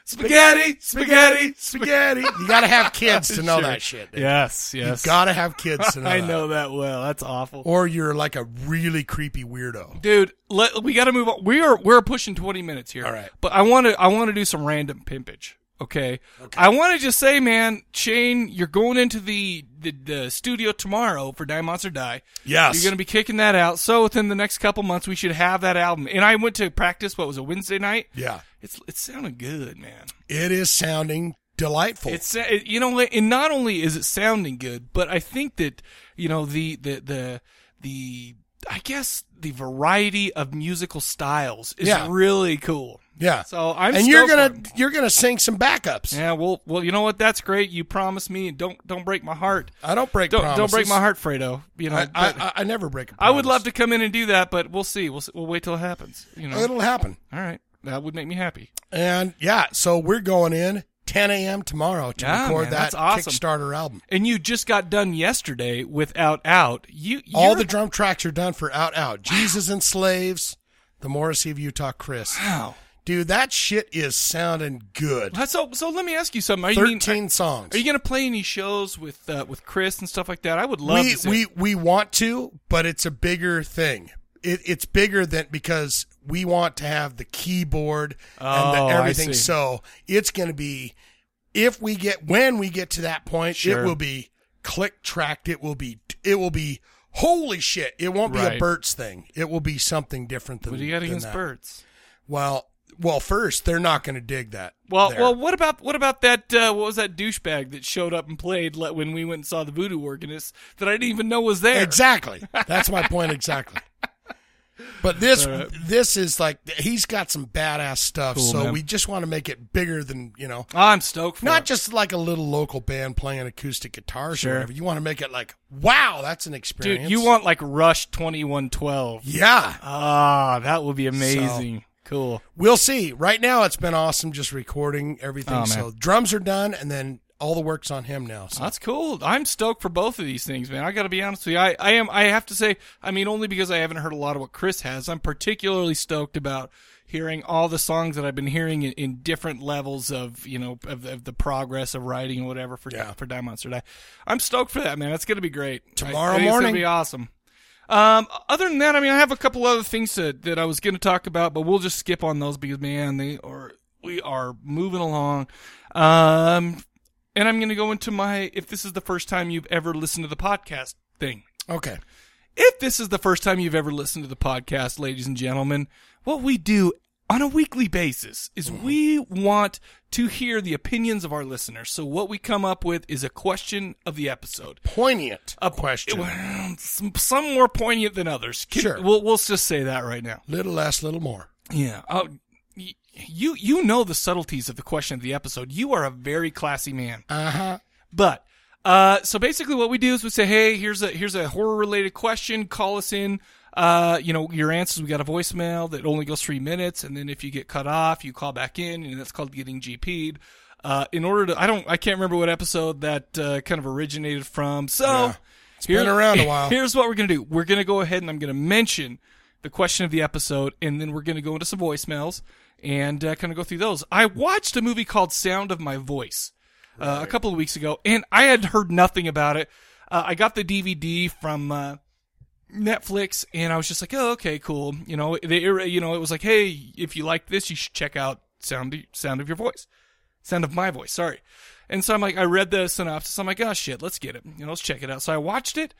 Speaker 1: spaghetti, spaghetti, spaghetti.
Speaker 2: You got to have kids to know that shit. dude.
Speaker 1: Yes, yes.
Speaker 2: You got to have kids to know
Speaker 1: I
Speaker 2: that.
Speaker 1: know that well. That's awful.
Speaker 2: Or you're like a really creepy weirdo.
Speaker 1: Dude, let, we got to move on. We are we're pushing 20 minutes here. All right. But I want to I want to do some random pimpage. Okay. I want to just say, man, Shane, you're going into the, the the studio tomorrow for Die Monster Die.
Speaker 2: Yes.
Speaker 1: You're going to be kicking that out. So within the next couple months, we should have that album. And I went to practice. What was it Wednesday night?
Speaker 2: Yeah.
Speaker 1: It's it's sounding good, man.
Speaker 2: It is sounding delightful.
Speaker 1: It's uh, it, you know, what, and not only is it sounding good, but I think that you know the the the the I guess the variety of musical styles is
Speaker 2: Yeah.
Speaker 1: really cool.
Speaker 2: yeah.
Speaker 1: So I'm
Speaker 2: and you're
Speaker 1: stoked
Speaker 2: gonna
Speaker 1: for
Speaker 2: you're gonna sing some backups.
Speaker 1: Yeah, well, well, you know what? That's great. You promised me, and don't don't break my heart.
Speaker 2: I don't break.
Speaker 1: Don't
Speaker 2: promises.
Speaker 1: don't break my heart, Fredo. You know,
Speaker 2: I, I,
Speaker 1: but-
Speaker 2: I, I never break.
Speaker 1: I would love to come in and do that, but we'll see. We'll see. we'll wait till it happens. You know,
Speaker 2: It'll happen.
Speaker 1: all right. That would make me happy.
Speaker 2: And yeah, so we're going in 10 a.m. tomorrow to
Speaker 1: Yeah,
Speaker 2: record
Speaker 1: man,
Speaker 2: that
Speaker 1: that's awesome.
Speaker 2: Kickstarter album.
Speaker 1: And you just got done yesterday without out. You
Speaker 2: All
Speaker 1: you're-
Speaker 2: the drum tracks are done for Out Out, Jesus and Slaves, The Morrissey of Utah, Chris.
Speaker 1: wow.
Speaker 2: Dude, that shit is sounding good.
Speaker 1: So, so let me ask you something. Are you, mean-
Speaker 2: 13 songs.
Speaker 1: are you going to play any shows with uh, with Chris and stuff like that? I would love
Speaker 2: we,
Speaker 1: to. See
Speaker 2: we, we want to, but it's a bigger thing. It, it's bigger than because we want to have the keyboard
Speaker 1: Oh,
Speaker 2: and
Speaker 1: I
Speaker 2: the everything.
Speaker 1: see.
Speaker 2: So it's going to be, if we get, when we get to that point,
Speaker 1: Sure.
Speaker 2: it will be click tracked. It will be, it will be, holy shit. It won't be
Speaker 1: Right.
Speaker 2: a Burt's thing. It will be something different than
Speaker 1: What do you got
Speaker 2: than
Speaker 1: against
Speaker 2: that.
Speaker 1: birds?
Speaker 2: Well, well, first, they're not going to dig that.
Speaker 1: Well,
Speaker 2: there.
Speaker 1: well, what about what about that? Uh, what was that douchebag that showed up and played le- when we went and saw the Voodoo Organist that I didn't even know was there?
Speaker 2: Exactly. That's my point exactly. But this
Speaker 1: All right.
Speaker 2: this is like he's got some badass stuff,
Speaker 1: Cool,
Speaker 2: so
Speaker 1: man.
Speaker 2: we just want to make it bigger than you know,
Speaker 1: I'm stoked for
Speaker 2: not
Speaker 1: it.
Speaker 2: just like a little local band playing acoustic guitars
Speaker 1: Sure.
Speaker 2: or whatever. You want to make it like, wow, that's an experience,
Speaker 1: dude. You want like Rush twenty one twelve?
Speaker 2: Yeah,
Speaker 1: Ah, that would be amazing. cool.
Speaker 2: we'll see. Right now, it's been awesome just recording everything.
Speaker 1: Oh, man.
Speaker 2: so drums are done, and then all the work's on him now. So
Speaker 1: That's cool. I'm stoked for both of these things, man. I got to be honest with you. I, I am. I have to say. I mean, only because I haven't heard a lot of what Chris has. I'm particularly stoked about hearing all the songs that I've been hearing in, in different levels of you know of, of the progress of writing and whatever for
Speaker 2: Yeah.
Speaker 1: for Die Monster Die. I'm stoked for that, man. That's gonna be great. I-
Speaker 2: Tomorrow
Speaker 1: I think it's
Speaker 2: morning.
Speaker 1: gonna be awesome. Um, other than that, I mean, I have a couple other things to, that I was going to talk about, but we'll just skip on those because man, they are we are moving along. Um, and I'm going to go into my if this is the first time you've ever listened to the podcast thing.
Speaker 2: okay,
Speaker 1: If this is the first time you've ever listened to the podcast, ladies and gentlemen, what we do on a weekly basis is we want to hear the opinions of our listeners. So what we come up with is a question of the episode.
Speaker 2: poignant
Speaker 1: A
Speaker 2: question.
Speaker 1: Well, some, some more poignant than others. Can-
Speaker 2: Sure.
Speaker 1: We'll, we'll just say that right now.
Speaker 2: little less, little more.
Speaker 1: Yeah. Oh, y- you you know the subtleties of the question of the episode. You are a very classy man.
Speaker 2: Uh huh.
Speaker 1: But uh, so basically, what we do is we say, "Hey, here's a here's a horror related question. Call us in. Uh, you know your answers. We got a voicemail that only goes three minutes, and then if you get cut off, you call back in, and that's called getting GP'd. Uh, in order to, I don't, I can't remember what episode that uh, kind of originated from. So
Speaker 2: Yeah. It's been around a while.
Speaker 1: Here's what we're gonna do. We're gonna go ahead and I'm gonna mention the question of the episode, and then we're gonna go into some voicemails and uh, kind of go through those. I watched a movie called Sound of My Voice uh, a couple of weeks ago, and I had heard nothing about it. Uh, I got the DVD from uh, Netflix, and I was just like, "Oh, okay, cool." You know, they, you know, it was like, "Hey, if you like this, you should check out Sound Sound of Your Voice, Sound of My Voice." Sorry. And so I'm like, I read the synopsis. I'm like, "Oh shit, let's get it. You know, let's check it out." So I watched it,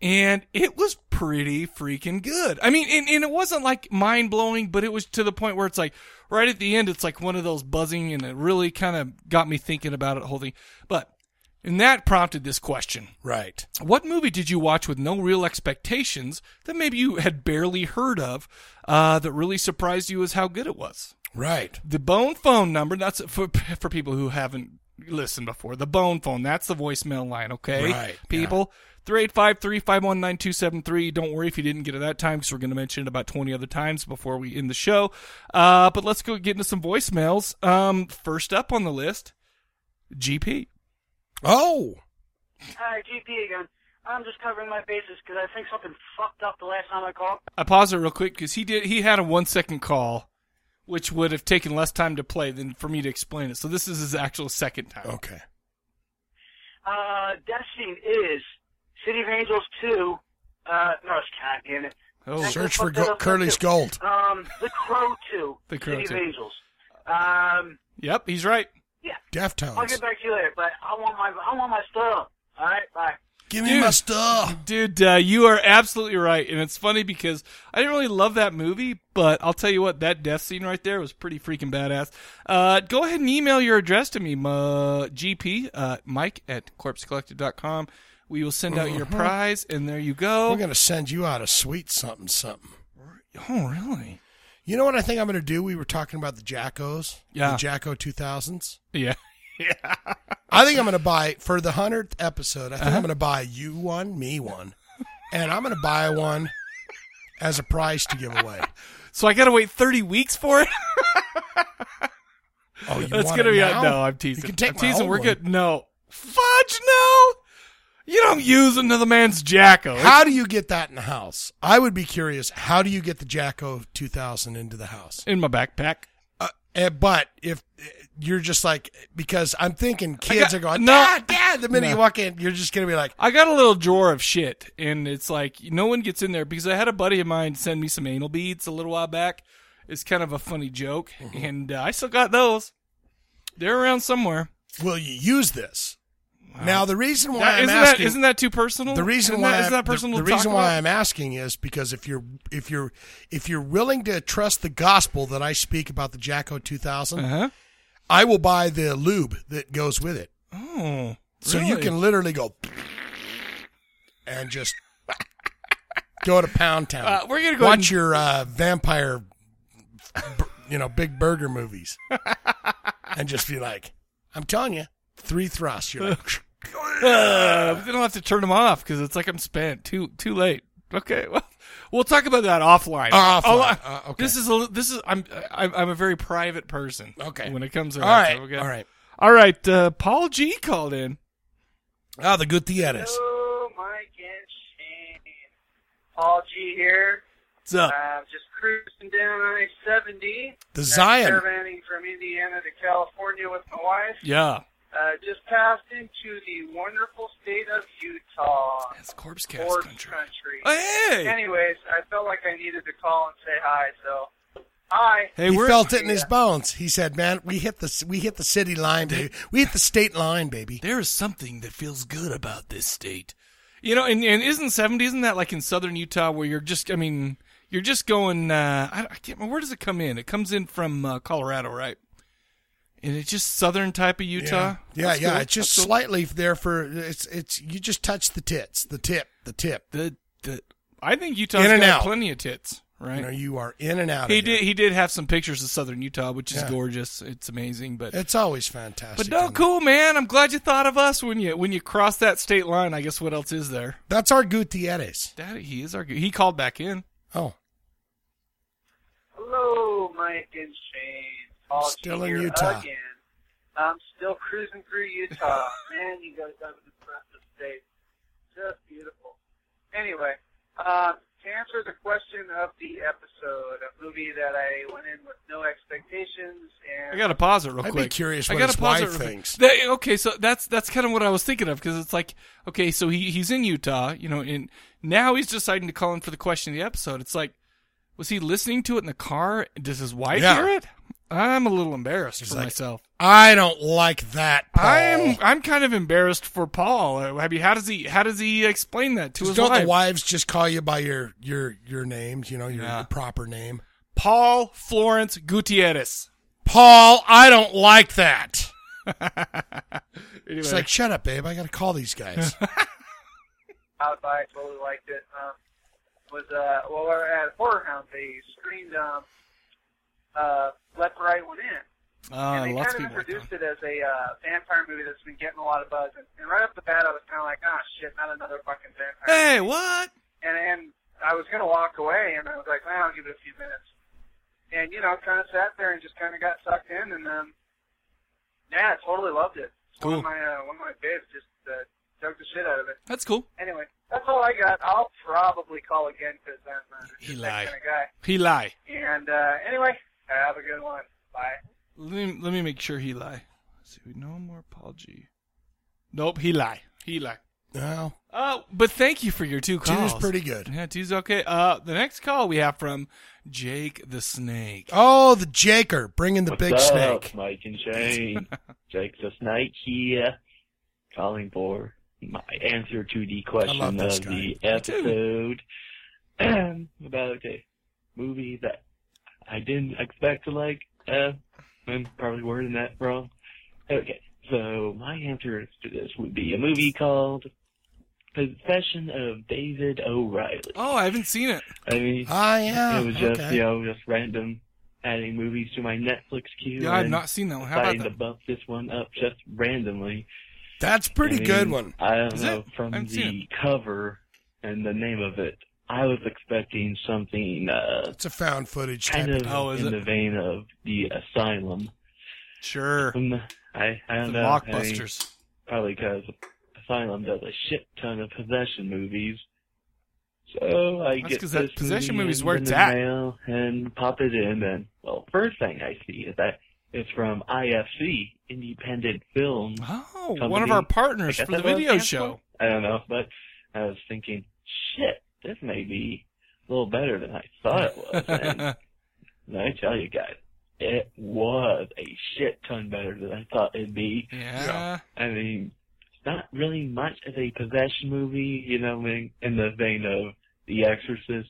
Speaker 1: and it was pretty freaking good. I mean, and, and it wasn't like mind blowing, but it was to the point where it's like right at the end, it's like one of those buzzing, and it really kind of got me thinking about it, the whole thing. But and that prompted this question.
Speaker 2: Right.
Speaker 1: What movie did you watch with no real expectations that maybe you had barely heard of uh, that really surprised you as how good it was?
Speaker 2: Right.
Speaker 1: The Bone Phone number, that's for, for people who haven't listened before. The Bone Phone, that's the voicemail line, okay?
Speaker 2: Right,
Speaker 1: People, 385 351 9273. Don't worry if you didn't get it that time because we're going to mention it about 20 other times before we end the show. Uh, but let's go get into some voicemails. Um, first up on the list, GP.
Speaker 2: Oh.
Speaker 3: Hi, GP again. I'm just covering my bases because I think something fucked up the last time I called.
Speaker 1: I pause it real quick because he did. He had a one second call which would have taken less time to play than for me to explain it. So this is his actual second time.
Speaker 2: Okay.
Speaker 3: Uh, Death Scene is City of Angels 2. Uh, no, it's God damn it.
Speaker 1: Oh,
Speaker 3: That
Speaker 2: Search
Speaker 3: goes
Speaker 2: for
Speaker 3: fucked that
Speaker 2: go-
Speaker 3: up,
Speaker 2: Curly's
Speaker 3: too.
Speaker 2: Gold.
Speaker 3: Um, The Crow 2.
Speaker 1: The Crow
Speaker 3: City
Speaker 1: 2.
Speaker 3: of Angels. Um,
Speaker 1: Yep, he's right.
Speaker 3: yeah. I'll
Speaker 2: Deftones.
Speaker 3: get back to you later, but I want my, I want my stuff. Alright, bye.
Speaker 2: Give me
Speaker 1: Dude.
Speaker 2: my stuff.
Speaker 1: Dude, uh, you are absolutely right. And it's funny because I didn't really love that movie, but I'll tell you what, that death scene right there was pretty freaking badass. Uh, go ahead and email your address to me, uh, GP, uh, Mike at corpsecollective.com. We will send out
Speaker 2: Mm-hmm.
Speaker 1: your prize, and there you
Speaker 2: We're
Speaker 1: go.
Speaker 2: gonna send you out a sweet something something.
Speaker 1: Oh, really?
Speaker 2: You know what I think I'm gonna do? We were talking about the Jackos.
Speaker 1: Yeah.
Speaker 2: The Jacko 2000s.
Speaker 1: Yeah.
Speaker 2: I think I'm gonna buy for the hundredth episode. I think
Speaker 1: Uh-huh.
Speaker 2: I'm gonna buy you one, me one, and I'm gonna buy one as a prize to give away.
Speaker 1: So I got to wait 30 weeks for it?
Speaker 2: Oh, you
Speaker 1: That's
Speaker 2: want
Speaker 1: gonna
Speaker 2: it
Speaker 1: be
Speaker 2: now?
Speaker 1: no. I'm teasing.
Speaker 2: You can take
Speaker 1: I'm
Speaker 2: my
Speaker 1: teasing.
Speaker 2: old
Speaker 1: We're
Speaker 2: one.
Speaker 1: good. No fudge. No, you don't use another man's jacko.
Speaker 2: How do you get that in the house? I would be curious. How do you get the Jacko 2000 into the house?
Speaker 1: in my backpack.
Speaker 2: Uh, eh, but if eh, you're just like, because I'm thinking kids
Speaker 1: got-
Speaker 2: are going,
Speaker 1: no.
Speaker 2: dad, dad, the minute
Speaker 1: No.
Speaker 2: you walk in, you're just going to be like,
Speaker 1: I got a little drawer of shit, and it's like no one gets in there because I had a buddy of mine send me some anal beads a little while back. It's kind of a funny joke,
Speaker 2: Mm-hmm.
Speaker 1: and uh, I still got those. They're around somewhere.
Speaker 2: will you use this? Now, the reason why
Speaker 1: That,
Speaker 2: I'm
Speaker 1: isn't
Speaker 2: asking.
Speaker 1: that isn't that too personal?
Speaker 2: the reason
Speaker 1: isn't
Speaker 2: why
Speaker 1: that,
Speaker 2: I-
Speaker 1: isn't that
Speaker 2: the-
Speaker 1: personal
Speaker 2: the,
Speaker 1: to talk
Speaker 2: reason why
Speaker 1: about?
Speaker 2: I'm asking is because if you're if you're if you're willing to trust the gospel that I speak about the Jacko 2000,
Speaker 1: Uh-huh.
Speaker 2: I will buy the lube that goes with it.
Speaker 1: Oh,
Speaker 2: So you
Speaker 1: really?
Speaker 2: can literally go and just go to Pound Town.
Speaker 1: Uh, we're gonna go
Speaker 2: watch
Speaker 1: ahead and-
Speaker 2: your uh, vampire, b- you know, big burger movies, and just be like, "I'm telling you, three thrusts." You're like,
Speaker 1: Uh, but then I'll have to turn them off because it's like I'm spent. Too too late. Okay, well, we'll talk about that offline.
Speaker 2: Uh, offline.
Speaker 1: I'll- I-
Speaker 2: Uh, okay.
Speaker 1: This is a li- this is I'm I'm, I'm a very private person.
Speaker 2: Okay.
Speaker 1: When it comes to
Speaker 2: "All
Speaker 1: that,
Speaker 2: right,
Speaker 1: so okay.
Speaker 2: all right."
Speaker 1: all right. Uh, Paul G called in.
Speaker 2: Ah, the Gutierrez.
Speaker 3: Oh, Mike and Shane. Paul G here.
Speaker 1: What's up?
Speaker 3: Uh, just cruising down I 70.
Speaker 2: The Zion.
Speaker 3: Caravanning from Indiana to California with my wife.
Speaker 1: Yeah,
Speaker 3: Uh, just passed into the wonderful state of Utah.
Speaker 1: that's Corpse Cast
Speaker 3: Horse
Speaker 1: country.
Speaker 3: country.
Speaker 1: Oh, hey,
Speaker 3: Anyways, I felt like I needed to call and say hi, so. Hi.
Speaker 1: hey,
Speaker 2: he
Speaker 1: we're uh,
Speaker 2: felt it in his bones. He said, "Man, we hit the we hit the city line, baby. We hit the state line, baby."
Speaker 1: there is something that feels good about this state. You know, and, and isn't seventy? Isn't that like in southern Utah where you're just? I mean, you're just going. Uh, I, I can't remember where does it come in. It comes in from uh, Colorado, right? And it's just southern type of Utah.
Speaker 2: Yeah,
Speaker 1: That's
Speaker 2: yeah.
Speaker 1: cool.
Speaker 2: It's just
Speaker 1: That's cool.
Speaker 2: slightly there for it's it's you just touch the tits, the tip, the tip.
Speaker 1: the the. I think Utah's
Speaker 2: In and
Speaker 1: got
Speaker 2: out.
Speaker 1: plenty of tits, right?
Speaker 2: You know, you are in and out.
Speaker 1: he
Speaker 2: of here.
Speaker 1: did. He did have some pictures of southern Utah, which is
Speaker 2: Yeah.
Speaker 1: gorgeous. It's amazing, but
Speaker 2: It's always fantastic.
Speaker 1: But no,
Speaker 2: isn't it?
Speaker 1: cool man. I'm glad you thought of us when you when you crossed that state line. I guess what else is there?
Speaker 2: That's our Gutierrez.
Speaker 1: That he is our he called back in.
Speaker 2: Oh,
Speaker 3: Hello, Mike and Shane. Paul G
Speaker 2: Still in
Speaker 3: here
Speaker 2: Utah.
Speaker 3: Again. I'm still cruising through Utah. Man, you guys have an impressive state. Just beautiful. Anyway, uh, to answer the question of the episode, a movie that I went in with no expectations and
Speaker 1: I gotta pause it real
Speaker 2: I'd be
Speaker 1: quick.
Speaker 2: curious
Speaker 1: I
Speaker 2: what
Speaker 1: gotta
Speaker 2: his
Speaker 1: pause
Speaker 2: wife
Speaker 1: it real
Speaker 2: thinks.
Speaker 1: quick. That- okay, so that's that's kind of what I was thinking of because it's like okay, so he he's in Utah, you know, and now he's deciding to call in for the question of the episode. It's like, was he listening to it in the car? Does his wife
Speaker 2: Yeah.
Speaker 1: hear it? I'm a little embarrassed for
Speaker 2: like,
Speaker 1: myself.
Speaker 2: I don't like that. Paul.
Speaker 1: I'm I'm kind of embarrassed for Paul. I mean, how does he how does he explain that to his
Speaker 2: Don't
Speaker 1: wife?
Speaker 2: the wives just call you by your your your names? You know, your,
Speaker 1: Yeah.
Speaker 2: your proper name.
Speaker 1: Paul Florence Gutierrez.
Speaker 2: Paul, I don't like that.
Speaker 1: Anyway.
Speaker 2: It's like, shut up, babe. I got to call these guys.
Speaker 3: out by. I totally liked it. Um, was uh, well, we were at Horror Hound, they screened um, uh, Let the Right One In.
Speaker 1: Ah,
Speaker 3: and they
Speaker 1: lots of
Speaker 3: kind
Speaker 1: people.
Speaker 3: of
Speaker 1: like
Speaker 3: introduced
Speaker 1: that.
Speaker 3: it as a uh, vampire movie that's been getting a lot of buzz. And, and right off the bat, I was kind of like, ah, shit, not another fucking vampire.
Speaker 1: Hey, what?
Speaker 3: And and I was gonna walk away, and I was like, well, I'll give it a few minutes. And you know, kind of sat there and just kind of got sucked in, and um, yeah, I totally loved it. It's
Speaker 1: Cool.
Speaker 3: One of my uh, one of my faves just uh, dug the shit out of it.
Speaker 1: That's cool.
Speaker 3: Anyway, that's all I got. I'll probably call again because I'm uh, just
Speaker 1: Eli.
Speaker 3: that kind of guy.
Speaker 1: He lie.
Speaker 3: And uh, anyway, Have a good one. Bye.
Speaker 1: Let me, let me make sure he lie. Let's see, no more Paul G. Nope, he lie. He lie.
Speaker 2: No.
Speaker 1: Oh, but thank you for your two
Speaker 2: Two's
Speaker 1: calls.
Speaker 2: pretty good.
Speaker 1: Yeah, two's okay. Uh, the next call we have from Jake the Snake.
Speaker 2: Oh, the Jaker bringing the big
Speaker 4: What's up,
Speaker 2: snake.
Speaker 4: Mike and Shane. Jake the Snake here, calling for my answer to the
Speaker 2: love
Speaker 4: question
Speaker 2: this
Speaker 4: of
Speaker 2: guy.
Speaker 4: the
Speaker 1: too.
Speaker 4: episode um, about a movie that I didn't expect to like. Uh, I'm probably wording that wrong. Okay, so my answer to this would be a movie called Possession of David O'Reilly.
Speaker 1: Oh, I haven't seen it.
Speaker 4: I mean,
Speaker 2: Ah, yeah.
Speaker 4: it was just,
Speaker 2: okay.
Speaker 4: you know, just random adding movies to my Netflix queue.
Speaker 1: Yeah, I've
Speaker 4: and
Speaker 1: not seen that one. How about
Speaker 4: deciding to
Speaker 1: that?
Speaker 4: bump this one up just randomly.
Speaker 2: That's pretty
Speaker 4: I mean,
Speaker 2: good one.
Speaker 4: I don't
Speaker 1: Is
Speaker 4: know,
Speaker 1: it?
Speaker 4: from
Speaker 1: I haven't seen
Speaker 4: the cover and the name of it, I was expecting something uh,
Speaker 2: It's a found footage type
Speaker 4: kind
Speaker 2: of
Speaker 4: of
Speaker 2: deal.
Speaker 1: Oh, is
Speaker 4: in
Speaker 1: it?
Speaker 4: the vein of The Asylum.
Speaker 1: Sure.
Speaker 4: Um, I, I
Speaker 1: The
Speaker 4: don't know. I mean,
Speaker 1: Mockbusters.
Speaker 4: probably because Asylum does a shit ton of possession movies. So I
Speaker 1: That's
Speaker 4: get
Speaker 1: 'cause
Speaker 4: this
Speaker 1: that possession
Speaker 4: movie
Speaker 1: movie's
Speaker 4: in
Speaker 1: where
Speaker 4: the
Speaker 1: it's at.
Speaker 4: mail and pop it in. And well, first thing I see is that it's from IFC, Independent Film.
Speaker 1: Oh, one of
Speaker 4: Company.
Speaker 1: our
Speaker 4: I
Speaker 1: partners
Speaker 4: guess
Speaker 1: for the
Speaker 4: that was
Speaker 1: video
Speaker 4: canceled.
Speaker 1: show.
Speaker 4: I don't know, but I was thinking, shit, this may be a little better than I thought it was. and let me tell you guys, it was a shit ton better than I thought it'd be.
Speaker 1: yeah.
Speaker 4: I mean, it's not really much of a possession movie, you know, in, in the vein of The Exorcist.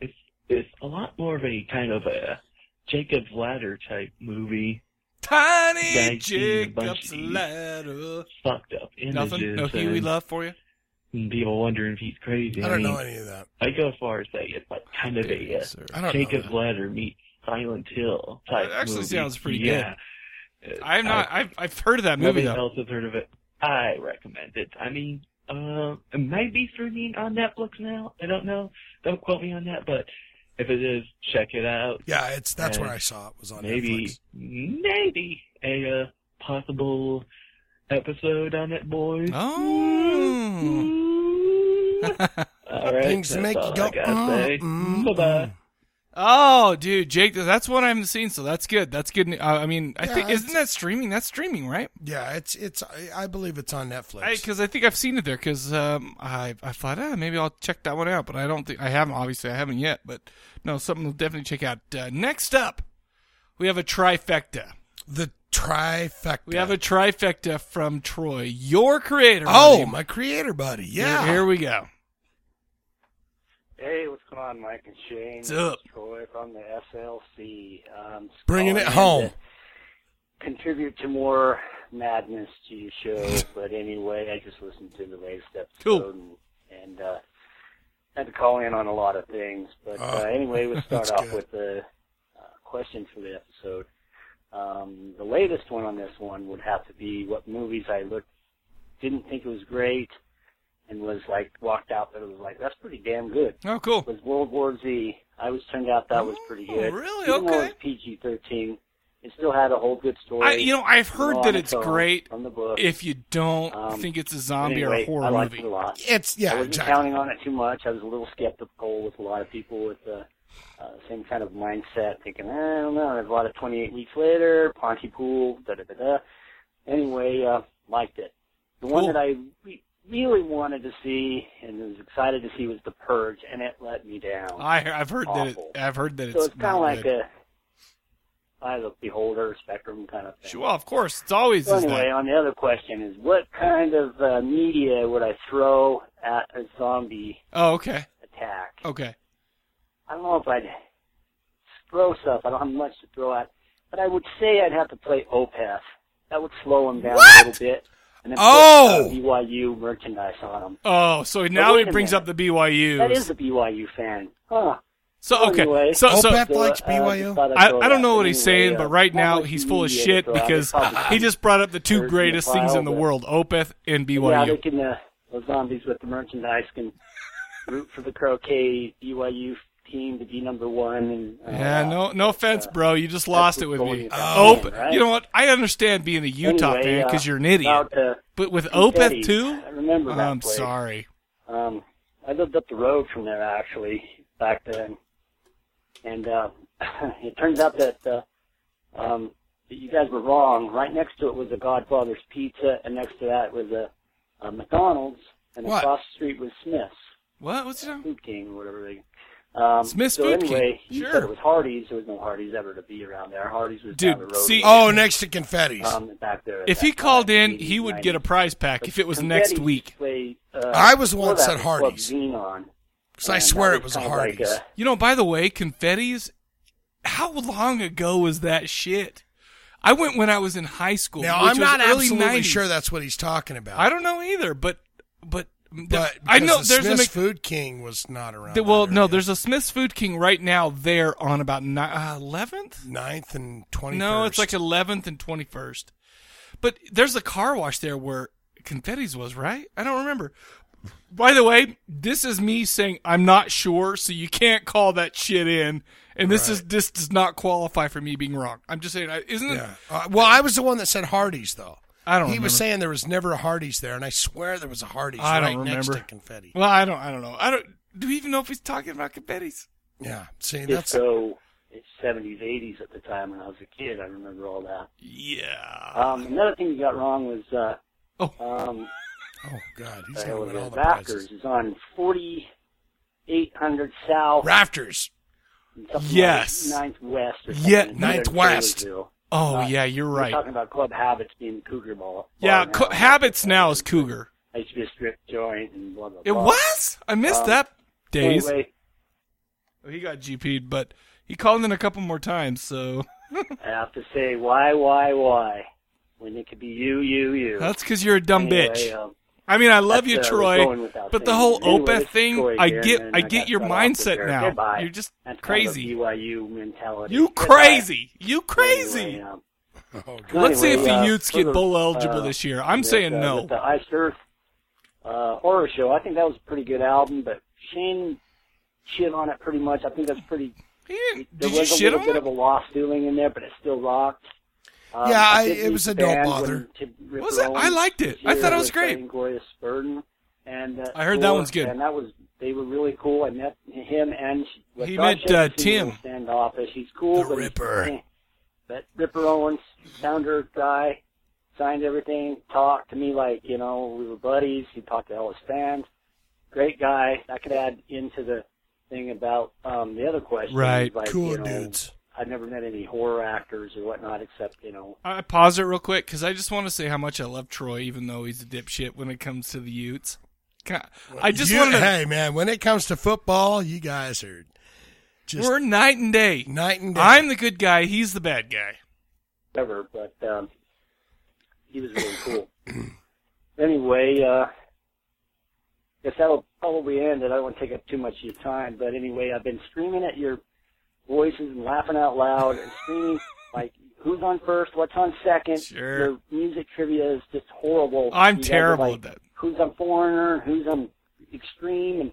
Speaker 4: It's it's a lot more of a kind of a Jacob's Ladder type movie, Yeah,
Speaker 1: Tiny
Speaker 4: I've seen a bunch of
Speaker 1: Jacob's
Speaker 4: these.
Speaker 1: ladder.
Speaker 4: fucked up images,
Speaker 1: Nothing. No Huey
Speaker 4: and,
Speaker 1: love for you.
Speaker 4: and people wondering if he's crazy.
Speaker 2: I don't know
Speaker 4: mean,
Speaker 2: any of that.
Speaker 4: I go as far as say it's like kind of a uh,
Speaker 2: I don't
Speaker 4: Jacob's
Speaker 2: know.
Speaker 4: Ladder meets Silent Hill type.
Speaker 1: That actually
Speaker 4: movie.
Speaker 1: sounds pretty
Speaker 4: yeah. good.
Speaker 1: I've not. I've I've heard of that movie
Speaker 4: Nobody
Speaker 1: though.
Speaker 4: else has heard of it. I recommend it. I mean, uh, it might be streaming on Netflix now. I don't know. Don't quote me on that, but if it is, check it out.
Speaker 2: that. Yeah, it's that's where
Speaker 4: And
Speaker 2: I saw it was on
Speaker 4: maybe,
Speaker 2: Netflix.
Speaker 4: mm, maybe a uh, possible episode on it, boys.
Speaker 1: Oh.
Speaker 4: All right,
Speaker 2: Things to
Speaker 4: that's
Speaker 2: make you
Speaker 4: all
Speaker 2: go,
Speaker 4: I gotta say.
Speaker 2: mm, mm,
Speaker 4: Bye-bye.
Speaker 1: Oh, dude, Jake, that's one I haven't seen, so that's good. That's good. ne- Uh, I mean, I
Speaker 2: Yeah,
Speaker 1: think
Speaker 2: it's-
Speaker 1: isn't that streaming? That's streaming, right?
Speaker 2: Yeah, it's it's uh, I, I believe it's on Netflix.
Speaker 1: Because I, think I've seen it there. Because um, I I thought ah, maybe I'll check that one out, but I don't think I haven't. Obviously, I haven't yet. But no, something we'll definitely check out. Uh, next up, we have a trifecta.
Speaker 2: the trifecta.
Speaker 1: We have a trifecta from Troy, your creator.
Speaker 2: Oh,
Speaker 1: buddy.
Speaker 2: my creator buddy.
Speaker 1: Here-
Speaker 2: Yeah.
Speaker 1: Here, we go.
Speaker 5: Hey, what's going on, Mike and Shane?
Speaker 1: What's up?
Speaker 5: It's Troy from the SLC. Um, just
Speaker 2: Bringing
Speaker 6: Oh,
Speaker 5: calling
Speaker 2: it
Speaker 5: in
Speaker 2: home.
Speaker 5: to Contribute to more madness to your show, but anyway, I just listened to the latest episode
Speaker 1: Cool.
Speaker 5: and, and uh, had to call in on a lot of things. But
Speaker 2: Oh,
Speaker 5: uh, anyway, we'll start
Speaker 2: that's
Speaker 5: off
Speaker 2: good.
Speaker 5: with the uh, question for the episode. Um, the latest one on this one would have to be what movies I looked didn't think it was great and was like walked out, but it was like that's pretty damn good
Speaker 1: Oh, cool.
Speaker 5: was World War Z. I was turned out that was pretty
Speaker 1: Oh,
Speaker 5: good.
Speaker 1: really?
Speaker 5: Even though it was
Speaker 1: Okay.
Speaker 5: PG thirteen, it still had a whole good story.
Speaker 1: I, you know, I've heard
Speaker 5: Law
Speaker 1: that
Speaker 5: and
Speaker 1: it's
Speaker 5: Code
Speaker 1: great
Speaker 5: from the book.
Speaker 1: if you don't
Speaker 5: Um,
Speaker 1: think it's a zombie
Speaker 5: anyway,
Speaker 1: or a horror
Speaker 5: I liked
Speaker 1: movie.
Speaker 5: It a lot.
Speaker 2: It's
Speaker 5: I
Speaker 2: yeah,
Speaker 5: wasn't
Speaker 2: exactly.
Speaker 5: counting on it too much. I was a little skeptical with a lot of people with the uh, same kind of mindset, thinking, eh, I don't know. There's a lot of 28 weeks later, Pontypool, da da da da. Anyway, uh, liked it. The one
Speaker 1: Cool.
Speaker 5: that I re- really wanted to see and was excited to see was The Purge, and it let me down.
Speaker 1: I, I've heard that. It,
Speaker 5: Awful.
Speaker 1: I've heard that it's.
Speaker 5: So it's kind
Speaker 1: not
Speaker 5: of like
Speaker 1: good.
Speaker 5: a eye of the beholder spectrum kind of thing.
Speaker 1: Sure, of course, it's always
Speaker 5: So
Speaker 1: is
Speaker 5: anyway,
Speaker 1: that.
Speaker 5: on the other question is, what kind of uh, media would I throw at a zombie
Speaker 1: Oh, okay,
Speaker 5: attack?
Speaker 1: okay.
Speaker 5: I don't know if I'd throw stuff. I don't have much to throw at, but I would say I'd have to play Opeth. That would slow them down a little bit. And then
Speaker 2: Oh!
Speaker 5: put, uh, BYU merchandise on them.
Speaker 1: Oh, so now
Speaker 5: wait
Speaker 1: he
Speaker 5: a
Speaker 1: brings up the
Speaker 5: minute.
Speaker 1: BYU.
Speaker 5: That is a BYU fan, huh?
Speaker 1: so okay.
Speaker 5: anyway.
Speaker 1: so so
Speaker 2: Opeth likes
Speaker 5: uh, just
Speaker 2: BYU?
Speaker 5: thought I'd
Speaker 1: I,
Speaker 5: throw
Speaker 1: I
Speaker 5: that
Speaker 1: don't know
Speaker 5: in
Speaker 1: what he's
Speaker 5: anyway,
Speaker 1: saying,
Speaker 5: uh,
Speaker 1: but right
Speaker 5: not
Speaker 1: now
Speaker 5: much
Speaker 1: he's full of
Speaker 5: media to
Speaker 1: shit
Speaker 5: throw out. They
Speaker 1: because
Speaker 5: probably
Speaker 1: he
Speaker 5: couldn't
Speaker 1: just brought up the two
Speaker 5: Thursday
Speaker 1: greatest things in the
Speaker 5: Friday.
Speaker 1: world: Opeth and
Speaker 5: Yeah, they
Speaker 1: BYU.
Speaker 5: can. Uh, those zombies with the merchandise can root for the croquet BYU team to be number one. And uh,
Speaker 1: Yeah, no, no offense, bro. You just lost it with
Speaker 5: what's going
Speaker 1: me.
Speaker 5: with that Oh.
Speaker 1: Opeth-
Speaker 5: man, right?
Speaker 1: you know what? I understand being a Utah
Speaker 5: anyway,
Speaker 1: fan because
Speaker 5: uh,
Speaker 1: you're an idiot,
Speaker 5: About, uh,
Speaker 1: but with
Speaker 5: confetti.
Speaker 1: Opeth too,
Speaker 5: I remember that
Speaker 1: I'm
Speaker 5: place.
Speaker 1: sorry.
Speaker 5: Um, I lived up the road from there actually back then, and uh, it turns out that uh, um, that you guys were wrong. Right next to it was a Godfather's Pizza, and next to that was a, a McDonald's, and
Speaker 1: What?
Speaker 5: across the street was Smith's
Speaker 1: What? What's that?
Speaker 5: Food King or whatever they. Um,
Speaker 1: Smith's
Speaker 5: so
Speaker 1: Food
Speaker 5: anyway,
Speaker 1: King.
Speaker 5: you
Speaker 1: Sure.
Speaker 5: said it was Hardee's. There was no Hardee's ever to be around there. Hardee's was down the
Speaker 1: Dude,
Speaker 5: road.
Speaker 1: see-
Speaker 2: Oh, next to confetti's.
Speaker 5: um, back there. at
Speaker 1: If
Speaker 5: that
Speaker 1: he called
Speaker 5: time,
Speaker 1: in,
Speaker 5: 80s,
Speaker 1: he would
Speaker 5: 90s.
Speaker 1: get a prize pack if it was
Speaker 5: Some
Speaker 1: next
Speaker 5: Yetis
Speaker 1: week.
Speaker 5: play, uh,
Speaker 2: I was the
Speaker 5: before
Speaker 2: one that said
Speaker 5: was Club
Speaker 2: Hardee's.
Speaker 5: Xenon,
Speaker 2: Because I
Speaker 5: and
Speaker 2: swear
Speaker 5: that
Speaker 2: it was a
Speaker 5: kinda
Speaker 2: Hardee's.
Speaker 5: Like
Speaker 1: You know, by the way, confetti's. How long ago was that shit? I went when I was in high school.
Speaker 2: now,
Speaker 1: which
Speaker 2: I'm not
Speaker 1: was early
Speaker 2: absolutely
Speaker 1: 90s.
Speaker 2: sure that's what he's talking about.
Speaker 1: I don't know either, but but, the-
Speaker 2: but
Speaker 1: I know
Speaker 2: because the
Speaker 1: there's
Speaker 2: Smith's
Speaker 1: a Mc-
Speaker 2: Food King was not around.
Speaker 1: the- well
Speaker 2: that
Speaker 1: no
Speaker 2: area.
Speaker 1: there's a Smith's Food King right now there on about uh, eleventh.
Speaker 2: ninth and twenty.
Speaker 1: no, it's like eleventh and twenty first. But there's a car wash there where confetti's was right. I don't remember. By the way, this is me saying I'm not sure, so you can't call that shit in. And this is
Speaker 2: Right.
Speaker 1: this does not qualify for me being wrong. I'm just saying, I- isn't it?
Speaker 2: Yeah. Uh, well, I was the one that said Hardee's though.
Speaker 1: I don't.
Speaker 2: He was
Speaker 1: remember.
Speaker 2: saying there was never a Hardee's there, and I swear there was a Hardee's
Speaker 1: I
Speaker 2: right
Speaker 1: don't
Speaker 2: next to
Speaker 1: remember.
Speaker 2: confetti.
Speaker 1: Well, I don't. I don't know. I don't. Do we even know if he's talking about confetti's?
Speaker 2: Yeah. See,
Speaker 5: a
Speaker 2: that's
Speaker 5: disco, seventies, eighties at the time when I was a kid. I remember all that.
Speaker 1: Yeah.
Speaker 5: Um, another thing you got wrong was uh,
Speaker 1: Oh.
Speaker 5: um,
Speaker 2: oh god, he's
Speaker 5: the hell
Speaker 2: going
Speaker 5: was
Speaker 2: with all
Speaker 5: it?
Speaker 2: the
Speaker 5: Backers
Speaker 2: prizes.
Speaker 5: is on forty eight hundred South,
Speaker 2: Rafters.
Speaker 5: and something
Speaker 1: Yes.
Speaker 5: like Ninth West, or something.
Speaker 1: Yeah,
Speaker 5: It's
Speaker 2: Ninth
Speaker 5: in
Speaker 2: West.
Speaker 5: Taylorsville.
Speaker 1: oh
Speaker 5: uh,
Speaker 1: yeah, you're
Speaker 5: We're
Speaker 1: right.
Speaker 5: talking about Club Habits being Cougar Ball.
Speaker 1: yeah,
Speaker 5: Bar
Speaker 1: co- habits now is cougar.
Speaker 5: I used to be a strip joint and blah blah.
Speaker 1: It
Speaker 5: blah.
Speaker 1: was. I missed
Speaker 5: Um,
Speaker 1: that days.
Speaker 5: Anyway,
Speaker 1: Oh, he got GP'd, but he called in a couple more times, so
Speaker 5: I have to say, why, why, why? When it could be you, you, you.
Speaker 1: that's because you're a dumb
Speaker 5: Anyway,
Speaker 1: bitch.
Speaker 5: um,
Speaker 1: I mean, I love you,
Speaker 5: that's, uh, going
Speaker 1: Troy,
Speaker 5: without
Speaker 1: but the
Speaker 5: saying.
Speaker 1: whole
Speaker 5: Anyway,
Speaker 1: OPA
Speaker 5: this is
Speaker 1: thing,
Speaker 5: Troy
Speaker 1: I
Speaker 5: here,
Speaker 1: get,
Speaker 5: and
Speaker 1: I
Speaker 5: got
Speaker 1: get your
Speaker 5: cut off with
Speaker 1: mindset
Speaker 5: her.
Speaker 1: now.
Speaker 5: Goodbye.
Speaker 1: You're just
Speaker 5: That's
Speaker 1: crazy.
Speaker 5: Kind of a BYU mentality.
Speaker 1: You
Speaker 5: Goodbye.
Speaker 1: crazy. You crazy.
Speaker 5: Anyway, um,
Speaker 2: Oh, God.
Speaker 1: Let's see if
Speaker 5: anyway,
Speaker 1: the
Speaker 5: uh,
Speaker 1: Utes
Speaker 5: sort
Speaker 1: get
Speaker 5: of,
Speaker 1: bowl eligible
Speaker 5: uh,
Speaker 1: this year. I'm
Speaker 5: with,
Speaker 1: saying
Speaker 5: uh,
Speaker 1: no.
Speaker 5: With the Ice Earth uh, horror show, I think that was a pretty good album, but Shane shit on it pretty much. I think that's pretty.
Speaker 1: He didn't-
Speaker 5: There
Speaker 1: Did you
Speaker 5: was a
Speaker 1: shit
Speaker 5: little
Speaker 1: on
Speaker 5: bit
Speaker 1: it?
Speaker 5: of a lost feeling in there, but it still rocked. Um,
Speaker 2: Yeah, I-
Speaker 5: did
Speaker 2: it
Speaker 5: meet
Speaker 2: was a
Speaker 5: the
Speaker 2: don't
Speaker 5: band
Speaker 2: bother.
Speaker 5: when Tim Ripper
Speaker 1: Was it? I
Speaker 5: Owens
Speaker 1: liked it. I
Speaker 5: here
Speaker 1: thought it was great.
Speaker 5: playing Glorious Burden, and uh,
Speaker 1: I heard that
Speaker 5: Thor,
Speaker 1: one's good.
Speaker 5: And that was they were really cool. I met him and she- what
Speaker 1: He
Speaker 5: Don
Speaker 1: met, uh,
Speaker 5: Shepard seemed
Speaker 1: Tim.
Speaker 5: Standoffish. He's cool,
Speaker 2: The
Speaker 5: but he's-
Speaker 2: Ripper.
Speaker 5: eh. But Ripper Owens, founder guy, signed everything, talked to me like you know we were buddies. He talked to all his fans. Great guy. I could add into the thing about um, the other question.
Speaker 1: Right.
Speaker 5: Like,
Speaker 2: Cooler
Speaker 5: you know,
Speaker 2: dudes.
Speaker 5: I've never met any horror actors or whatnot, except you know.
Speaker 1: I pause it real quick because I just want to say how much I love Troy, even though he's a dipshit when it comes to the Utes. Ca- I just
Speaker 2: You-
Speaker 1: wanted to.
Speaker 2: Hey man, when it comes to football, you guys are just
Speaker 1: we're night and day.
Speaker 2: night and day.
Speaker 1: I'm the good guy. He's the bad guy.
Speaker 5: ever, but um, he was really cool. anyway, uh, guess that'll probably end it. I don't want to take up too much of your time, but anyway, I've been screaming at your voices and laughing out loud and screaming like, "Who's on first? What's on second?
Speaker 1: Sure.
Speaker 5: Your music trivia is just horrible.
Speaker 1: I'm
Speaker 5: You guys are
Speaker 1: terrible
Speaker 5: like,
Speaker 1: at that.
Speaker 5: Who's on foreigner? Who's on extreme? And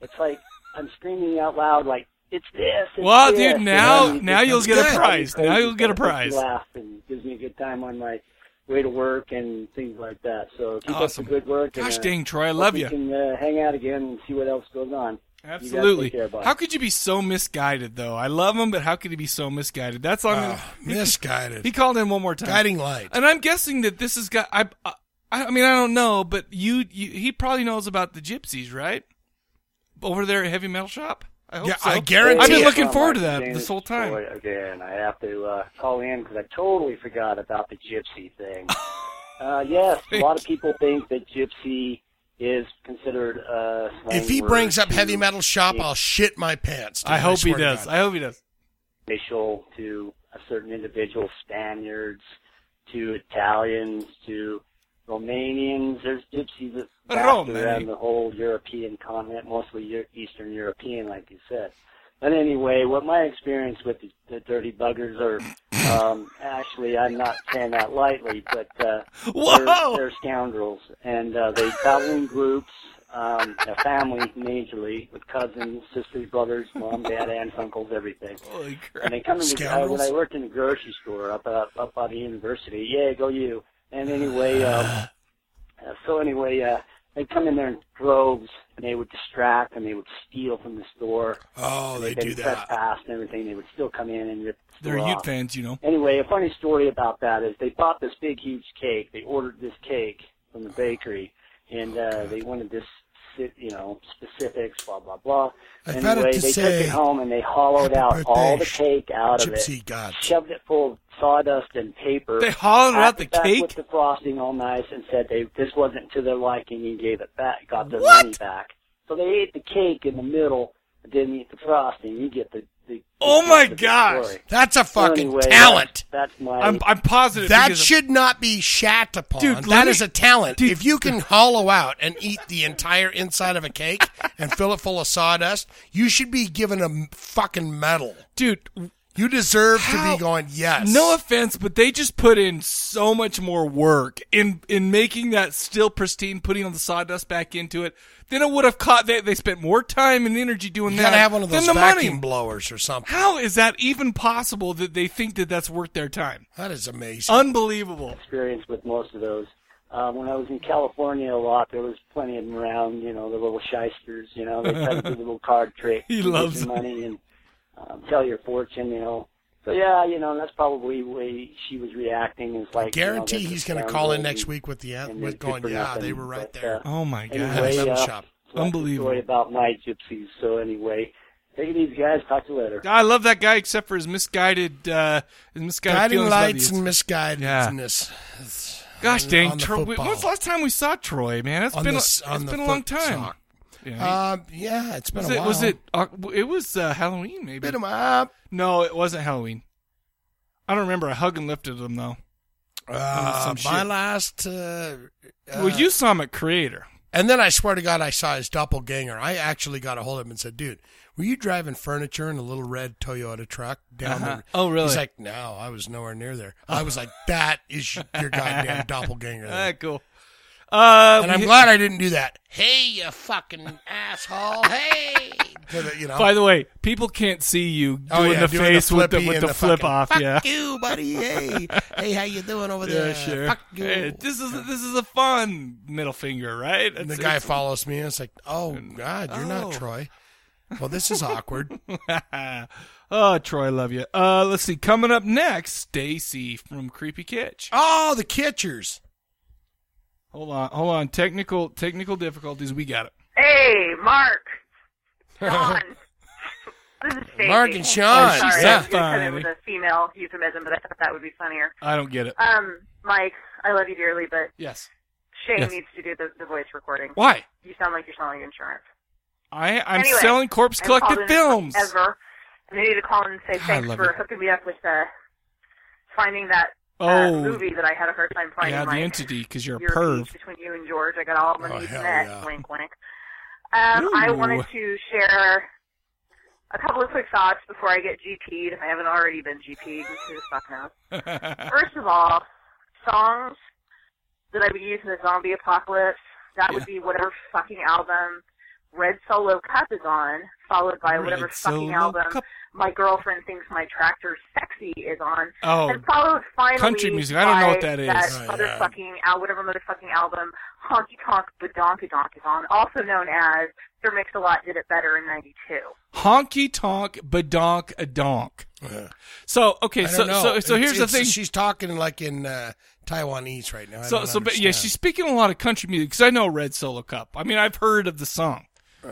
Speaker 5: it's like I'm screaming out loud like. It's this. It's
Speaker 1: Well,
Speaker 5: this,"
Speaker 1: dude,
Speaker 5: and
Speaker 1: now
Speaker 5: I'm
Speaker 1: now you'll
Speaker 2: That's
Speaker 1: get a
Speaker 2: good.
Speaker 1: prize. Now you'll get a
Speaker 5: Makes me
Speaker 1: prize.
Speaker 5: Laugh and gives me a good time on my way to work and things like that. So keep
Speaker 1: Awesome.
Speaker 5: up the good work.
Speaker 1: Gosh
Speaker 5: and, uh,
Speaker 1: dang, Troy, I
Speaker 5: hope
Speaker 1: love
Speaker 5: we
Speaker 1: you.
Speaker 5: Can uh, hang out again and see what else goes on.
Speaker 1: Absolutely.
Speaker 5: care, bud.
Speaker 1: How could you be so misguided, though? I love him, but how could he be so misguided? That's on.
Speaker 2: Oh, misguided.
Speaker 1: He called in one more time.
Speaker 2: Guiding light.
Speaker 1: And I'm guessing that this has got. I, I, I mean, I don't know, but you, you, he probably knows about the gypsies, right? Over there at Heavy Metal Shop. I hope
Speaker 2: Yeah,
Speaker 1: so.
Speaker 2: I guarantee
Speaker 1: I've been
Speaker 2: it.
Speaker 1: looking
Speaker 5: Um,
Speaker 1: forward to
Speaker 5: I'm
Speaker 1: that
Speaker 5: saying
Speaker 1: this
Speaker 5: it's
Speaker 1: whole time.
Speaker 5: Troy Again, I have to uh, call in because I totally forgot about the gypsy thing. uh, yes, a lot of people think that gypsy is considered. Uh, slang
Speaker 2: If he
Speaker 5: word
Speaker 2: brings up
Speaker 5: to
Speaker 2: heavy metal shop,
Speaker 5: be
Speaker 2: I'll shit my pants. dude.
Speaker 1: I hope he
Speaker 2: swear to
Speaker 1: does.
Speaker 2: God.
Speaker 1: I hope he does.
Speaker 5: racial to a certain individual, Spaniards to Italians to Romanians. There's gypsies that
Speaker 1: Romani.
Speaker 5: wrapped around the whole European continent, mostly Eu- Eastern European, like you said. But anyway, what my experience with the, the dirty buggers are, um, actually, I'm not saying that lightly, but uh,
Speaker 1: Whoa!
Speaker 5: they're, they're scoundrels, and uh, they travel in groups, um, a family majorly, with cousins, sisters, brothers, mom, dad, aunts, uncles, everything.
Speaker 1: Holy crap.
Speaker 5: And they come into uh,
Speaker 2: Scoundrels.
Speaker 5: when I worked in the grocery store up up up
Speaker 2: Ah.
Speaker 5: by the university. Yeah, go you. And anyway, um, uh, so anyway, uh, They'd come in there in droves, and they would distract, and they would steal from the store.
Speaker 2: Oh, they
Speaker 5: They'd
Speaker 2: do that.
Speaker 5: trespass and everything. They would still come in and rip the
Speaker 1: They're
Speaker 5: store
Speaker 1: Ute
Speaker 5: off.
Speaker 1: fans, you know.
Speaker 5: Anyway, a funny story about that is they bought this big, huge cake. They ordered this cake from the bakery, and uh,
Speaker 1: Mm-hmm.
Speaker 5: they wanted this, si- you know, specifics, blah blah blah.
Speaker 2: I've had it
Speaker 5: anyway,
Speaker 2: to
Speaker 5: they
Speaker 2: say,
Speaker 5: took it home and they hollowed
Speaker 2: "Happy
Speaker 5: out all
Speaker 2: birthday,
Speaker 5: the cake out of
Speaker 2: Gypsy
Speaker 5: it,
Speaker 2: God.
Speaker 5: shoved it full of sawdust and paper.
Speaker 1: They hollowed out
Speaker 5: wrapped
Speaker 1: the
Speaker 5: it back
Speaker 1: cake.
Speaker 5: with the frosting all nice, and said they this wasn't to their liking, and gave it back, got their
Speaker 1: What?
Speaker 5: money back. So they ate the cake in the middle, and didn't eat the frosting. You get the. the
Speaker 1: Oh
Speaker 5: the
Speaker 1: my
Speaker 5: gist of the
Speaker 1: gosh.
Speaker 5: story.
Speaker 2: That's a fucking
Speaker 5: Anyway,
Speaker 2: talent.
Speaker 5: That's, that's my.
Speaker 1: I'm I'm positive
Speaker 2: That
Speaker 1: because of-
Speaker 2: should not be shat upon.
Speaker 1: Dude,
Speaker 2: That is
Speaker 1: let
Speaker 2: a
Speaker 1: me-
Speaker 2: talent.
Speaker 1: Dude.
Speaker 2: if you can hollow out and eat the entire inside of a cake and fill it full of sawdust, you should be given a m- fucking medal.
Speaker 1: dude.
Speaker 2: You deserve to
Speaker 1: How-
Speaker 2: be going, yes.
Speaker 1: No offense, but they just put in so much more work in in making that still pristine, putting all the sawdust back into it. Then it would have caught. They, they spent more time and energy doing
Speaker 2: you
Speaker 1: that
Speaker 2: gotta have one of those
Speaker 1: than the
Speaker 2: vacuum
Speaker 1: money.
Speaker 2: blowers or something.
Speaker 1: How is that even possible that they think that that's worth their time?
Speaker 2: That is amazing.
Speaker 1: Unbelievable.
Speaker 5: experience with most of those. Uh, when I was in California a lot, there was plenty of them around. You know, the little shysters. You know, they try to do the little card trick.
Speaker 1: He
Speaker 5: and get
Speaker 1: loves
Speaker 5: your money and um, tell your fortune. You know. So yeah, you know that's probably the way she was reacting. Is like you know,
Speaker 2: Guarantee
Speaker 5: this
Speaker 2: he's
Speaker 5: is
Speaker 2: going to call in
Speaker 5: scoundrel
Speaker 2: next
Speaker 5: and-
Speaker 2: week with the an-
Speaker 5: and
Speaker 2: with
Speaker 5: it's
Speaker 2: going,
Speaker 5: good for
Speaker 2: yeah,
Speaker 5: nothing,"
Speaker 2: they were right
Speaker 5: but,
Speaker 2: there.
Speaker 5: uh,
Speaker 1: Oh my
Speaker 5: Anyway,
Speaker 1: gosh.
Speaker 2: metal
Speaker 5: uh,
Speaker 2: shop.
Speaker 5: that's the
Speaker 1: Unbelievable.
Speaker 5: Story about my gypsies. So anyway, take it easy, guys. Talk to you later.
Speaker 1: I love that guy except for his misguided, uh, his misguided
Speaker 2: Guiding
Speaker 1: feelings about
Speaker 2: lights
Speaker 1: the-
Speaker 2: and misguidedness.
Speaker 1: Gosh
Speaker 2: on-
Speaker 1: dang,
Speaker 2: on the
Speaker 1: Troy, when's
Speaker 2: football.
Speaker 1: the last time we saw Troy, man? It's
Speaker 2: On
Speaker 1: been
Speaker 2: the
Speaker 1: a,
Speaker 2: s-
Speaker 1: it's
Speaker 2: on the
Speaker 1: been a long
Speaker 2: foot
Speaker 1: time.
Speaker 2: sock.
Speaker 1: Yeah.
Speaker 2: Uh, yeah, it's been
Speaker 1: was
Speaker 2: a
Speaker 1: it
Speaker 2: while.
Speaker 1: was it uh, it was uh, Halloween maybe?
Speaker 2: Bit of my, uh,
Speaker 1: No, it wasn't Halloween. I don't remember. I hug and lifted him though.
Speaker 2: uh,
Speaker 1: some shit.
Speaker 2: my last. Uh,
Speaker 1: well, you saw him at Creator.
Speaker 2: And then I swear to God, I saw his doppelganger. I actually got a hold of him and said, "Dude, were you driving furniture in a little red Toyota truck down
Speaker 1: Uh-huh.
Speaker 2: the?"
Speaker 1: Oh, really?
Speaker 2: He's like, "No, I was nowhere near there." I was like, "That is your goddamn doppelganger."
Speaker 1: Ah,
Speaker 2: there."
Speaker 1: cool. Uh,
Speaker 2: And
Speaker 1: we
Speaker 2: I'm
Speaker 1: hit-
Speaker 2: glad I didn't do that. Hey, you fucking asshole! Hey, To the- you know.
Speaker 1: By the way, people can't see you doing
Speaker 2: Oh, yeah,
Speaker 1: the
Speaker 2: doing
Speaker 1: face with the
Speaker 2: flippy
Speaker 1: with
Speaker 2: and
Speaker 1: the, flip
Speaker 2: fucking,
Speaker 1: off.
Speaker 2: Fuck
Speaker 1: yeah.
Speaker 2: you, buddy. Hey, hey, how you doing over there?
Speaker 1: Yeah, sure.
Speaker 2: Fuck you.
Speaker 1: Hey, this is this is a fun middle finger, right?
Speaker 2: And the
Speaker 1: It's-
Speaker 2: guy follows me and it's like, oh, God, you're
Speaker 1: Oh.
Speaker 2: not Troy. Well, this is awkward.
Speaker 1: it's- oh, Troy, love you. Uh, let's see. Coming up next, Stacy from Creepy Kitch.
Speaker 2: oh, the Kitchers.
Speaker 1: Hold on, hold on. Technical technical difficulties. We got it.
Speaker 7: Hey, Mark. Sean. this is Stacy.
Speaker 2: Mark and Sean,
Speaker 7: I'm Sorry,
Speaker 1: yeah.
Speaker 7: I just said it was
Speaker 1: Fine.
Speaker 7: a female euphemism, but I thought that would be funnier.
Speaker 1: I don't get it.
Speaker 7: Um, Mike, I love you dearly, but
Speaker 1: Yes.
Speaker 7: Shane
Speaker 1: Yes.
Speaker 7: needs to do the, the voice recording.
Speaker 1: Why?
Speaker 7: You sound like you're selling insurance.
Speaker 1: I I'm
Speaker 7: Anyway,
Speaker 1: selling corpse
Speaker 7: I haven't called
Speaker 1: collected
Speaker 7: in
Speaker 1: films.
Speaker 7: Ever. And they need to call in and say
Speaker 1: God, I
Speaker 7: thanks
Speaker 1: love
Speaker 7: for
Speaker 1: you.
Speaker 7: hooking me up with uh, finding that uh,
Speaker 1: Oh.
Speaker 7: movie that I had a hard time finding.
Speaker 1: Yeah, the
Speaker 7: Mike.
Speaker 1: entity because you're a
Speaker 7: your
Speaker 1: perv.
Speaker 7: beef between you and George. I got all my
Speaker 2: Oh,
Speaker 7: needs
Speaker 2: hell
Speaker 7: met.
Speaker 2: yeah.
Speaker 7: Wink, wink. Um, I
Speaker 1: Ooh.
Speaker 7: wanted to share a couple of quick thoughts before I get GP'd. If I haven't already been GP'd, who the fuck knows? First of all, songs that I would use in the zombie apocalypse. That would be whatever fucking album Red Solo Cup is on, followed by whatever
Speaker 1: Red
Speaker 7: fucking
Speaker 1: Solo
Speaker 7: album
Speaker 1: Cup.
Speaker 7: My Girlfriend Thinks My Tractor's Sexy is on,
Speaker 1: Oh,
Speaker 7: and followed finally
Speaker 1: Country music. I don't know
Speaker 7: by
Speaker 1: what that is.
Speaker 7: That
Speaker 2: Oh, yeah.
Speaker 7: motherfucking al- whatever motherfucking album Honky Tonk Badonky Donk is on, also known as Sir Mix a Lot did it better in '92.
Speaker 1: honky tonk, badonk, a donk.
Speaker 2: Yeah.
Speaker 1: So
Speaker 2: I
Speaker 1: Oh, okay,
Speaker 2: don't
Speaker 1: so
Speaker 2: know.
Speaker 1: so so
Speaker 2: It's-
Speaker 1: here's the
Speaker 2: it's-
Speaker 1: thing.
Speaker 2: She's talking like in uh, Taiwanese right now. I
Speaker 1: so
Speaker 2: don't
Speaker 1: so but yeah,
Speaker 2: understand.
Speaker 1: she's speaking a lot of country music because I know Red Solo Cup. I mean, I've heard of the song,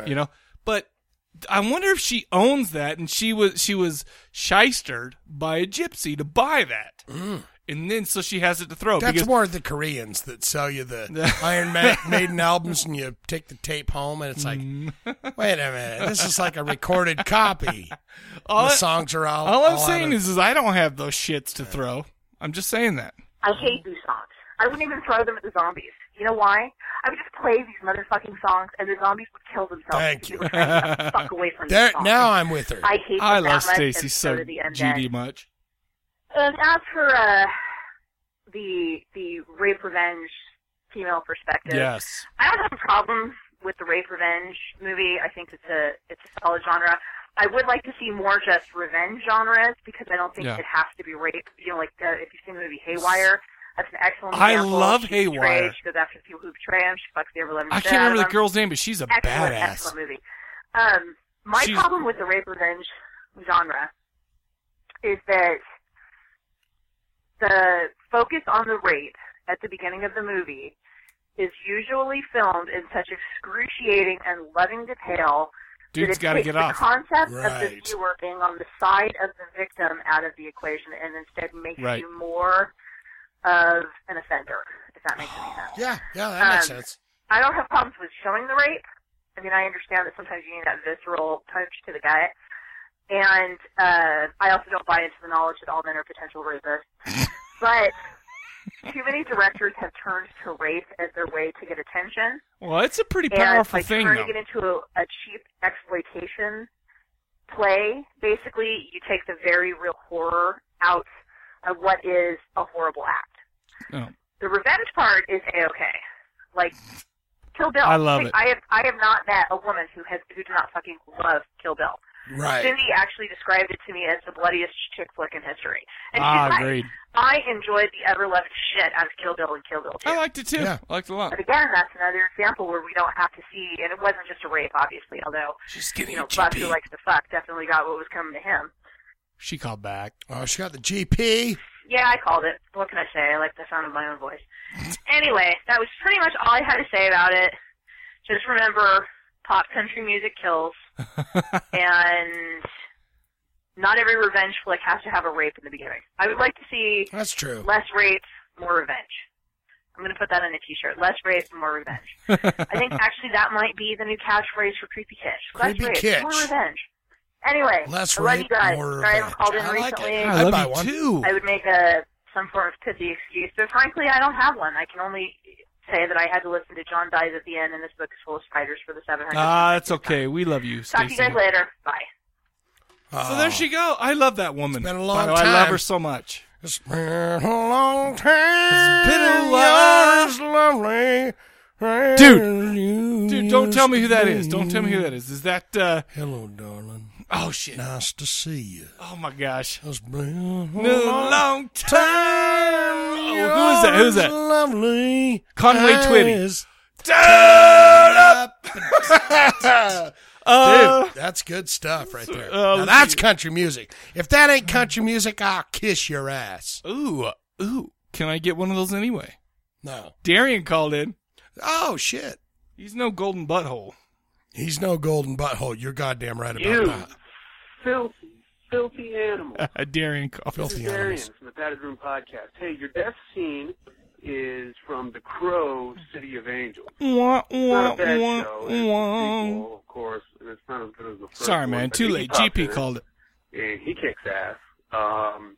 Speaker 1: you know, but I wonder if she owns that and she was she was shystered by a gypsy to buy that, and then so she has it to throw
Speaker 2: Mm. That's
Speaker 1: because
Speaker 2: more of the Koreans that sell you the Iron Ma- Maiden albums and you take the tape home and it's like,
Speaker 1: Mm.
Speaker 2: wait a minute, this is like a recorded copy.
Speaker 1: all,
Speaker 2: the
Speaker 1: I,
Speaker 2: songs are all.
Speaker 1: all I'm
Speaker 2: all out
Speaker 1: saying
Speaker 2: of-
Speaker 1: is is I don't have those shits to throw. I'm just saying that.
Speaker 7: I hate these songs. I wouldn't even throw them at the zombies. You know why? I would just play these motherfucking songs, and the zombies would kill themselves.
Speaker 2: Thank
Speaker 7: because
Speaker 2: you.
Speaker 7: They were trying to get the fuck away from
Speaker 2: there.
Speaker 7: these songs.
Speaker 2: Now I'm with her.
Speaker 7: I hate.
Speaker 1: I
Speaker 7: them that
Speaker 1: love
Speaker 7: much,
Speaker 1: Stacy
Speaker 7: and
Speaker 1: so
Speaker 7: do the undead.
Speaker 1: GD much.
Speaker 7: And as for uh, the the rape revenge female perspective,
Speaker 1: Yes.
Speaker 7: I don't have a problem with the rape revenge movie. I think it's a it's a solid genre. I would like to see more just revenge genres because I don't think
Speaker 1: Yeah.
Speaker 7: it has to be rape. You know, like uh, if you've seen the movie Haywire, That's an excellent
Speaker 1: I
Speaker 7: example.
Speaker 1: love
Speaker 7: She's
Speaker 1: Haywire.
Speaker 7: Betrayed. She goes after people who betray him. She fucks the ever living
Speaker 1: I
Speaker 7: shit
Speaker 1: can't
Speaker 7: out
Speaker 1: remember
Speaker 7: of
Speaker 1: the
Speaker 7: him.
Speaker 1: girl's name, but she's a
Speaker 7: excellent,
Speaker 1: badass.
Speaker 7: excellent movie. Um, my
Speaker 1: She's-
Speaker 7: problem with the rape revenge genre is that the focus on the rape at the beginning of the movie is usually filmed in such excruciating and loving detail
Speaker 1: Dude's
Speaker 7: got
Speaker 1: got to get
Speaker 7: the
Speaker 1: off.
Speaker 7: concept of the
Speaker 2: Right.
Speaker 7: viewer being on the side of the victim out of the equation and instead makes
Speaker 1: Right.
Speaker 7: you more of an offender, if that makes any sense.
Speaker 2: Yeah, yeah, that makes
Speaker 7: Um,
Speaker 2: sense.
Speaker 7: I don't have problems with showing the rape. I mean, I understand that sometimes you need that visceral touch to the gut. And uh, I also don't buy into the knowledge that all men are potential rapists. but too many directors have turned to rape as their way to get attention.
Speaker 1: Well, it's a pretty
Speaker 7: and
Speaker 1: powerful
Speaker 7: like
Speaker 1: thing,
Speaker 7: turning
Speaker 1: though.
Speaker 7: it into a, a cheap exploitation play. Basically, you take the very real horror out of what is a horrible act.
Speaker 1: Oh.
Speaker 7: The revenge part is a okay. Like Kill Bill.
Speaker 1: I love
Speaker 7: Like,
Speaker 1: it.
Speaker 7: I have I have not met a woman who has who did not fucking love Kill Bill.
Speaker 2: Right.
Speaker 7: Cindy actually described it to me as the bloodiest chick flick in history. And she's
Speaker 1: Ah,
Speaker 7: right.
Speaker 1: agreed.
Speaker 7: I enjoyed the ever loving shit out of Kill Bill and Kill Bill 2.
Speaker 1: I liked it too.
Speaker 2: Yeah.
Speaker 1: I liked it a lot.
Speaker 7: But again, that's another example where we don't have to see, and it wasn't just a rape, obviously, although,
Speaker 1: She's getting
Speaker 7: you know,
Speaker 1: a
Speaker 7: Buck, who
Speaker 1: GP.
Speaker 7: likes to fuck, definitely got what was coming to him.
Speaker 1: She called back.
Speaker 2: Oh, she got the GP.
Speaker 7: Yeah, I called it. What can I say? I like the sound of my own voice. anyway, that was pretty much all I had to say about it. Just remember, pop country music kills, and not every revenge flick has to have a rape in the beginning. I would like to see
Speaker 2: That's true.
Speaker 7: less rape, more revenge. I'm going to put that on a t-shirt. Less rape, more revenge. I think actually that might be the new catchphrase for Creepy Kitch. Less
Speaker 2: Creepy
Speaker 7: rape,
Speaker 2: Kitch.
Speaker 7: more revenge. Anyway,
Speaker 2: Less
Speaker 7: I love you
Speaker 2: rape,
Speaker 7: guys.
Speaker 2: more
Speaker 7: Sorry I haven't
Speaker 2: revenge.
Speaker 7: called in
Speaker 2: I like it.
Speaker 7: recently.
Speaker 2: I
Speaker 1: I love
Speaker 2: buy
Speaker 1: you
Speaker 2: one.
Speaker 1: too.
Speaker 7: I would make a some form of pithy excuse, but frankly, I don't have one. I can only say that I had to listen to John dies at the end, and this book is full of spiders for the 700.
Speaker 1: Ah, that's okay. We love you,
Speaker 7: Talk to you
Speaker 1: Stacy.
Speaker 7: guys later. Bye.
Speaker 1: So there she go. I love that woman.
Speaker 2: It's been a
Speaker 1: By
Speaker 2: long
Speaker 1: the way, I love
Speaker 2: time.
Speaker 1: her so much.
Speaker 2: It's been a long time.
Speaker 1: It's been a
Speaker 2: You're as lovely. as
Speaker 1: Dude.
Speaker 2: you
Speaker 1: Dude, don't tell me who that is.
Speaker 2: used to
Speaker 1: Don't tell me who that is. Is that uh
Speaker 2: be. Hello, darling.
Speaker 1: oh shit.
Speaker 2: Nice to see you.
Speaker 1: Oh my gosh.
Speaker 2: It's been a
Speaker 1: No
Speaker 2: long
Speaker 1: long oh,
Speaker 2: time.
Speaker 1: who is that? Who is
Speaker 2: You're
Speaker 1: that?
Speaker 2: as Lovely.
Speaker 1: Conway Twitty.
Speaker 2: as-
Speaker 1: Uh,
Speaker 2: Dude, that's good stuff right there.
Speaker 1: uh,
Speaker 2: now
Speaker 1: let's
Speaker 2: that's
Speaker 1: see.
Speaker 2: country music. If that ain't country music, I'll kiss your ass.
Speaker 1: ooh, ooh. Can I get one of those anyway?
Speaker 2: No.
Speaker 1: Darian called in.
Speaker 2: Oh shit.
Speaker 1: He's no golden butthole.
Speaker 2: He's no golden butthole. You're goddamn right about
Speaker 3: You.
Speaker 2: that.
Speaker 3: Filthy, filthy animal.
Speaker 1: Darian called.
Speaker 3: This
Speaker 2: Filthy
Speaker 3: is Darian
Speaker 2: animals.
Speaker 3: from the Padded Room Podcast. Hey, your death scene is from The Crow, City of Angels.
Speaker 1: Wah,
Speaker 3: It's
Speaker 1: wah,
Speaker 3: not a bad
Speaker 1: wah,
Speaker 3: show. It's a
Speaker 1: wah.
Speaker 3: sequel, of course, and it's not as good as the first
Speaker 1: Sorry,
Speaker 3: one,
Speaker 1: man.
Speaker 3: but
Speaker 1: Too
Speaker 3: Iggy
Speaker 1: late.
Speaker 3: Pop's in
Speaker 1: GP
Speaker 3: it,
Speaker 1: called it.
Speaker 3: And he kicks ass. Um,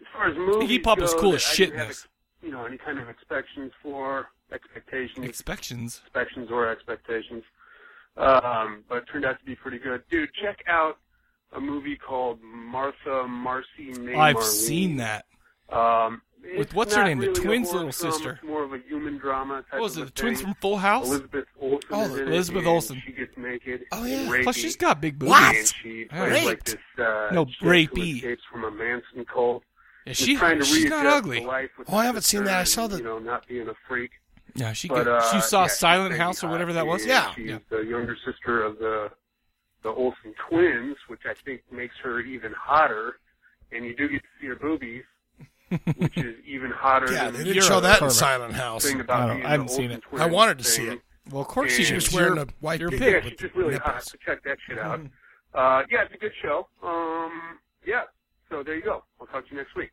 Speaker 3: as far as movies
Speaker 1: Iggy Pop was
Speaker 3: go
Speaker 1: cool
Speaker 3: that
Speaker 1: as
Speaker 3: I didn't
Speaker 1: shit in
Speaker 3: have
Speaker 1: this.
Speaker 3: ex- You know, any kind of expectations for, expectations,
Speaker 1: Expections.
Speaker 3: expectations or expectations. Um, but it turned out to be pretty good. Dude, check out a movie called Martha Marcy May
Speaker 1: I've
Speaker 3: Marlene.
Speaker 1: seen that.
Speaker 3: Um, it's
Speaker 1: With what's her
Speaker 3: not
Speaker 1: name, the
Speaker 3: really a
Speaker 1: twins'
Speaker 3: horror
Speaker 1: little
Speaker 3: film,
Speaker 1: sister.
Speaker 3: It's more of a human drama type
Speaker 1: What was it?
Speaker 3: of a
Speaker 1: The twins
Speaker 3: thing.
Speaker 1: from Full House?
Speaker 3: Elizabeth Olsen.
Speaker 2: Oh,
Speaker 3: is in it,
Speaker 1: Elizabeth
Speaker 3: and
Speaker 1: Olsen.
Speaker 3: She gets naked.
Speaker 2: Oh, yeah.
Speaker 3: and
Speaker 1: Plus,
Speaker 3: rapey,
Speaker 1: she's got big boobs.
Speaker 2: What?
Speaker 3: And she
Speaker 1: Yeah.
Speaker 3: plays like
Speaker 2: Raped.
Speaker 3: this. Uh,
Speaker 1: No,
Speaker 3: chick
Speaker 1: rapey.
Speaker 3: Who escapes from a Manson cult.
Speaker 1: Yeah,
Speaker 3: Is
Speaker 1: she,
Speaker 3: trying to
Speaker 1: she's not
Speaker 3: readjust
Speaker 1: ugly.
Speaker 3: To life with
Speaker 2: Oh, I
Speaker 3: the
Speaker 2: haven't seen
Speaker 3: sister
Speaker 2: that. I
Speaker 3: and,
Speaker 2: saw the-
Speaker 3: You know, not being a freak.
Speaker 1: Yeah, she
Speaker 3: But,
Speaker 1: good.
Speaker 3: uh,
Speaker 1: she saw
Speaker 3: yeah, uh, she's
Speaker 1: Silent
Speaker 3: pretty
Speaker 1: House or
Speaker 3: hot.
Speaker 1: whatever that was.
Speaker 3: And
Speaker 2: Yeah.
Speaker 3: She's
Speaker 1: Yeah.
Speaker 3: the younger sister of the the Olsen twins, which I think makes her even hotter. And you do get to see her boobies, which is even hotter
Speaker 2: Yeah,
Speaker 3: than
Speaker 2: they
Speaker 3: the
Speaker 2: didn't
Speaker 1: You're
Speaker 2: show
Speaker 1: a
Speaker 2: that in
Speaker 1: pervert.
Speaker 2: Silent House.
Speaker 3: thing about
Speaker 1: I don't-
Speaker 3: being
Speaker 1: Oh, I haven't
Speaker 3: the
Speaker 1: seen
Speaker 3: Olsen
Speaker 2: I wanted to see
Speaker 3: twins
Speaker 2: it.
Speaker 1: Well, of course
Speaker 3: And
Speaker 1: she
Speaker 3: she was
Speaker 1: was
Speaker 2: wearing
Speaker 1: You're-
Speaker 2: a white
Speaker 1: you're
Speaker 2: pig.
Speaker 3: thing. Yeah,
Speaker 1: pig.
Speaker 3: she's just really hot.
Speaker 2: nipples.
Speaker 3: So check that shit
Speaker 1: Mm-hmm.
Speaker 3: out. Uh, yeah, it's a good show. Um, yeah. So there you go. I'll talk to you next week.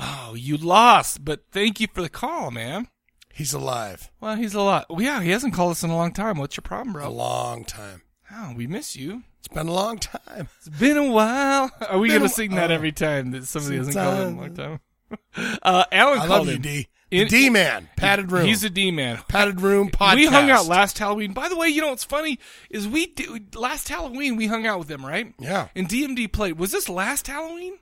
Speaker 1: Oh, you lost, but thank you for the call, man.
Speaker 2: He's alive.
Speaker 1: Well, he's a lot. Well, yeah, he hasn't called us in a long time. What's your problem,
Speaker 2: A
Speaker 1: bro?
Speaker 2: long time.
Speaker 1: Oh, we miss you.
Speaker 2: It's been a long time.
Speaker 1: It's been a while. Are we
Speaker 2: been
Speaker 1: gonna
Speaker 2: a-
Speaker 1: sing that
Speaker 2: oh.
Speaker 1: every time that somebody hasn't
Speaker 2: Sometime.
Speaker 1: called in a long time? Uh, Alan
Speaker 2: I
Speaker 1: called
Speaker 2: love you,
Speaker 1: in.
Speaker 2: D.
Speaker 1: In-
Speaker 2: D man, padded room.
Speaker 1: He's a D man.
Speaker 2: padded room podcast.
Speaker 1: We hung out last Halloween. By the way, you know what's funny is we did, last Halloween we hung out with them, right?
Speaker 2: Yeah,
Speaker 1: And DMD played. Was this last Halloween?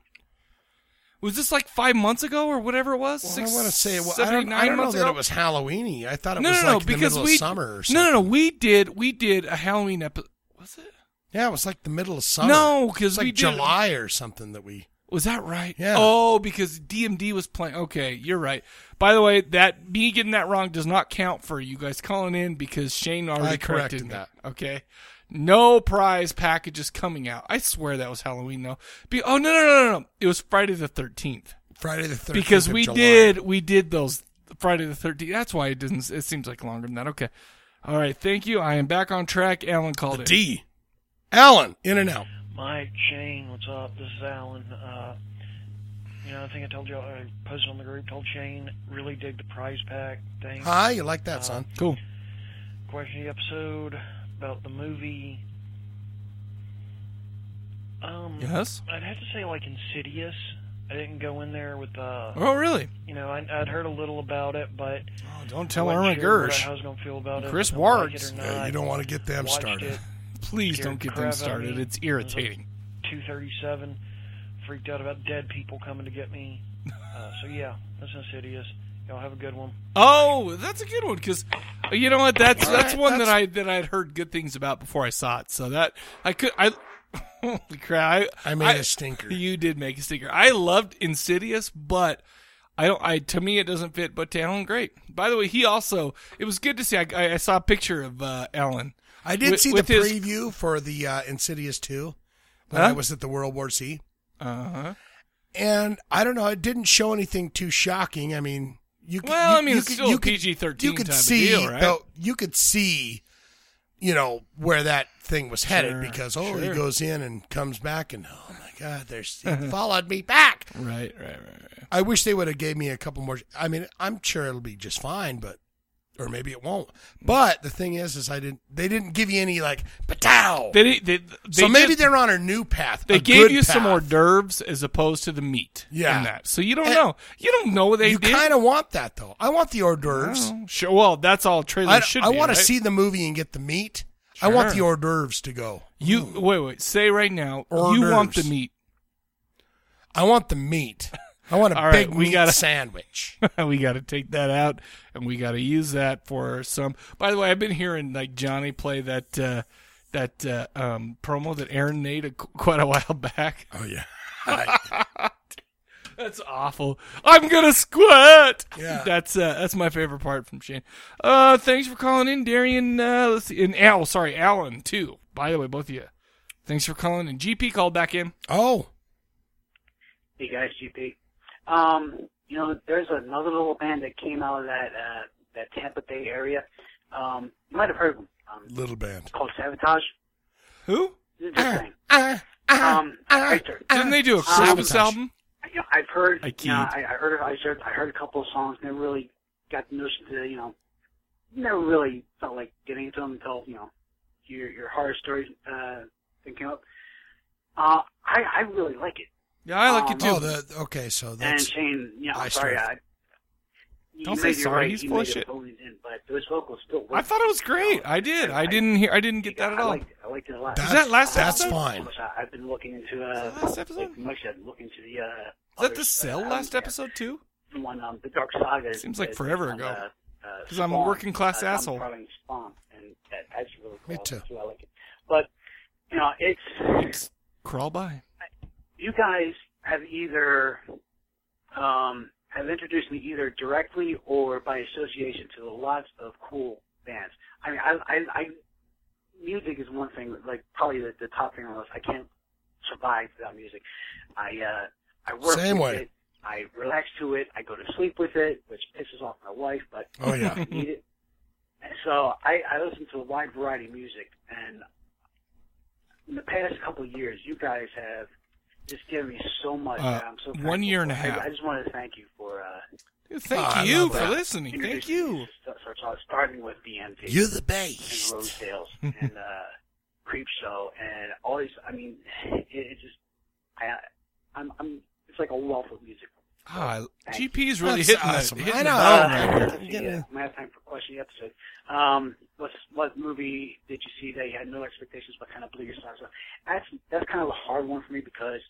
Speaker 1: Was this like five months ago or whatever it was?
Speaker 2: well,
Speaker 1: Six,
Speaker 2: I want to say well, I
Speaker 1: seven, eight,
Speaker 2: don't, I
Speaker 1: nine
Speaker 2: don't know
Speaker 1: months
Speaker 2: that
Speaker 1: ago?
Speaker 2: it was Halloweeny. I thought it
Speaker 1: no,
Speaker 2: was
Speaker 1: no, no,
Speaker 2: like the
Speaker 1: because
Speaker 2: middle
Speaker 1: we
Speaker 2: of summer or
Speaker 1: no,
Speaker 2: something.
Speaker 1: no, no. We did we did a Halloween episode. Was it?
Speaker 2: Yeah, it was like the middle of summer.
Speaker 1: No,
Speaker 2: It
Speaker 1: because
Speaker 2: was
Speaker 1: we
Speaker 2: like
Speaker 1: did.
Speaker 2: July or something that we.
Speaker 1: Was that right?
Speaker 2: Yeah.
Speaker 1: Oh, because DMD was playing. Okay, you're right. By the way, that me getting that wrong does not count for you guys calling in because Shane already
Speaker 2: I corrected
Speaker 1: corrected that. Okay. No prize packages coming out. I swear that was Halloween though. Be- oh no no no no no! It was Friday the thirteenth.
Speaker 2: Friday the 13th
Speaker 1: Because
Speaker 2: of
Speaker 1: we
Speaker 2: July.
Speaker 1: did we did those Friday the thirteenth. That's why it didn't. It seems like longer than that. Okay. All right. Thank you. I am back on track. Alan called it.
Speaker 2: D. Alan, in and out.
Speaker 8: Mike, Shane, what's up? This is Alan. Uh, you know, I think I told you, I posted on the group, told Shane, really dig the prize pack thing.
Speaker 2: Hi, you like that, son?
Speaker 1: Cool.
Speaker 8: Question of the episode about the movie. Um,
Speaker 1: Yes.
Speaker 8: I'd have to say, like, Insidious. I didn't go in there with, uh,
Speaker 1: Oh really?
Speaker 8: you know, I, I'd heard a little about it, but.
Speaker 1: Oh, don't tell
Speaker 8: I
Speaker 1: Irma
Speaker 8: wasn't sure
Speaker 1: Gersh.
Speaker 8: How I was going to feel about it.
Speaker 1: Chris
Speaker 8: if I like it
Speaker 1: Wards.
Speaker 8: or
Speaker 2: Yeah,
Speaker 8: not.
Speaker 2: you don't want to get them
Speaker 8: Watched
Speaker 2: started.
Speaker 8: it.
Speaker 1: Please
Speaker 8: Scared
Speaker 1: don't get
Speaker 8: the
Speaker 1: them
Speaker 8: crap out of
Speaker 1: started.
Speaker 8: me.
Speaker 1: It's irritating.
Speaker 8: 237. Freaked out about dead people coming to get me. Uh, so yeah, that's insidious. Y'all have a good one.
Speaker 1: Oh, that's a good one because you know what? That's
Speaker 2: All
Speaker 1: that's
Speaker 2: right,
Speaker 1: one that
Speaker 2: that's-
Speaker 1: I that I'd heard good things about before I saw it. So that I could I. Holy crap! I,
Speaker 2: I made
Speaker 1: a
Speaker 2: a stinker.
Speaker 1: You did make a stinker. I loved Insidious, but I don't. I to me it doesn't fit. But to Alan, great. By the way, he also it was good to see. I, I, I saw a picture of uh, Alan.
Speaker 2: I did
Speaker 1: With-
Speaker 2: see the
Speaker 1: with his-
Speaker 2: preview for the uh, Insidious 2 when
Speaker 1: Huh?
Speaker 2: I was at the World War Z.
Speaker 1: Uh huh.
Speaker 2: And I don't know, it didn't show anything too shocking. I mean, you could,
Speaker 1: Well,
Speaker 2: you,
Speaker 1: I mean,
Speaker 2: you
Speaker 1: it's
Speaker 2: could-
Speaker 1: still
Speaker 2: you
Speaker 1: a
Speaker 2: could-
Speaker 1: PG-13
Speaker 2: you could
Speaker 1: type of
Speaker 2: see,
Speaker 1: deal, right?
Speaker 2: though- you could see, you know, where that thing was headed
Speaker 1: Sure,
Speaker 2: because, oh, he
Speaker 1: sure.
Speaker 2: goes in and comes back and, oh my God, there's, he followed me back.
Speaker 1: Right. Right. Right. right.
Speaker 2: I wish they would have gave me a couple more. I mean, I'm sure it'll be just fine, but or maybe it won't. But the thing is, is I didn't. They didn't give you any like patow.
Speaker 1: They, didn't- they, they
Speaker 2: so maybe
Speaker 1: just-
Speaker 2: they're on a new path.
Speaker 1: They
Speaker 2: a
Speaker 1: gave
Speaker 2: good
Speaker 1: you some hors
Speaker 2: path.
Speaker 1: d'oeuvres as opposed to the meat.
Speaker 2: Yeah.
Speaker 1: In that. So you don't
Speaker 2: And-
Speaker 1: know. You don't know what they
Speaker 2: Eh, you
Speaker 1: did.
Speaker 2: kind of want that though. I want the hors d'oeuvres.
Speaker 1: Oh, Sure. Well, that's all trailers
Speaker 2: I,
Speaker 1: should
Speaker 2: I
Speaker 1: be.
Speaker 2: want
Speaker 1: right?
Speaker 2: to see the movie and get the meat. I want
Speaker 1: Sure.
Speaker 2: the hors d'oeuvres to go.
Speaker 1: you. Wait, wait. Say right now.
Speaker 2: Hors
Speaker 1: you want the
Speaker 2: d'oeuvres.
Speaker 1: meat.
Speaker 2: I want the meat. I want a
Speaker 1: All right,
Speaker 2: big
Speaker 1: we
Speaker 2: meat
Speaker 1: gotta-
Speaker 2: sandwich.
Speaker 1: we got to take that out, and we got to use that for some. By the way, I've been hearing like Johnny play that uh, that uh, um, promo that Aaron made a, quite a while back.
Speaker 2: Oh yeah.
Speaker 1: That's awful. I'm gonna squirt.
Speaker 2: Yeah.
Speaker 1: That's uh, that's my favorite part from Shane. Uh, thanks for calling in, Darian. Uh, let's see, and Al. Sorry, Alan too. By the way, both of you. Thanks for calling. And GP called back in.
Speaker 2: Oh,
Speaker 9: Hey guys, GP. Um, you know, there's another little band that came out of that uh, that Tampa Bay area. Um, you might have heard of them. Um,
Speaker 2: little band.
Speaker 9: called Sabotage.
Speaker 1: Who?
Speaker 9: This is the thing.
Speaker 2: Ah, ah,
Speaker 9: Um,
Speaker 2: ah,
Speaker 9: Victor.
Speaker 2: ah.
Speaker 1: Didn't they do a
Speaker 9: Sabotage.
Speaker 1: Christmas album?
Speaker 9: Um, You know, I've heard.
Speaker 1: I
Speaker 9: You know,
Speaker 1: keyed.
Speaker 9: I, I heard. I heard. I heard a couple of songs. Never really got the notion to. You know, never really felt like getting into them until you know your your horror story uh, thing came up. Uh, I I really like it.
Speaker 1: Yeah, I like
Speaker 9: Um,
Speaker 1: it too.
Speaker 2: Oh, the, okay. So
Speaker 9: and
Speaker 2: that's
Speaker 9: Shane, you know,
Speaker 2: I
Speaker 9: I'm sorry.
Speaker 2: started.
Speaker 9: I, you
Speaker 1: Don't
Speaker 9: may
Speaker 1: say
Speaker 9: be
Speaker 1: sorry,
Speaker 9: Right.
Speaker 1: he's
Speaker 9: you
Speaker 1: full
Speaker 9: may
Speaker 1: of
Speaker 9: have
Speaker 1: shit.
Speaker 9: totally didn't, but those vocals still.
Speaker 1: I thought it was great. I did. I didn't hear. I didn't get that at
Speaker 9: I
Speaker 1: all.
Speaker 9: liked it. I liked it a lot.
Speaker 2: That's-
Speaker 1: Is that last
Speaker 2: That's
Speaker 1: episode?
Speaker 2: fine.
Speaker 9: I- I've been looking into uh,
Speaker 1: Is that last episode?
Speaker 9: Like, much I've been looking into the. Uh,
Speaker 1: Is that
Speaker 9: others,
Speaker 1: the
Speaker 9: uh,
Speaker 1: Cell
Speaker 9: um,
Speaker 1: last
Speaker 9: yeah,
Speaker 1: episode too?
Speaker 9: the one, um, the Dark Saga. is-
Speaker 1: Seems like
Speaker 9: is
Speaker 1: forever
Speaker 9: on,
Speaker 1: ago.
Speaker 9: uh, uh,
Speaker 1: 'Cause I'm a
Speaker 9: Spawn,
Speaker 1: working class
Speaker 9: uh, Tom
Speaker 1: asshole.
Speaker 9: Carlin's Spawn, and that, that's really cool.
Speaker 2: Me too.
Speaker 9: That's why I like it. But you know, it's
Speaker 1: Crawl by.
Speaker 9: you guys have either um, have introduced me either directly or by association to lots of cool bands. I mean, I, I, I music is one thing, like probably the, the top thing on the list. I can't survive without music. I uh, I work
Speaker 2: Same
Speaker 9: with
Speaker 2: way.
Speaker 9: it. I relax to it. I go to sleep with it, which pisses off my wife, but
Speaker 2: Oh, yeah.
Speaker 9: I need it. And so I, I listen to a wide variety of music, and in the past couple of years, you guys have just given me so much.
Speaker 1: Uh,
Speaker 9: and I'm so
Speaker 1: one
Speaker 9: thankful
Speaker 1: year and a
Speaker 9: for.
Speaker 1: half.
Speaker 9: I, I just want to thank you for uh,
Speaker 2: Oh, I
Speaker 1: Dude, thank you
Speaker 2: love
Speaker 1: for
Speaker 2: that.
Speaker 1: listening. Thank
Speaker 9: introducing me
Speaker 1: you.
Speaker 9: to such- such- starting with BMT
Speaker 2: you're the
Speaker 9: and
Speaker 2: best.
Speaker 9: Rosedales and uh, Creepshow and all these. I mean, it, it just I I'm I'm it's like a wealth of music.
Speaker 1: Ah, GP's really
Speaker 2: That's
Speaker 1: hitting
Speaker 2: awesome.
Speaker 1: the hitting
Speaker 2: I
Speaker 1: the
Speaker 2: know.
Speaker 1: button
Speaker 2: Uh,
Speaker 9: let's
Speaker 1: right here.
Speaker 9: see, uh, we have time for question of the episode. Um, what's, what movie did you see that you had no expectations but kind of blew your socks off? That's that's kind of a hard one for me because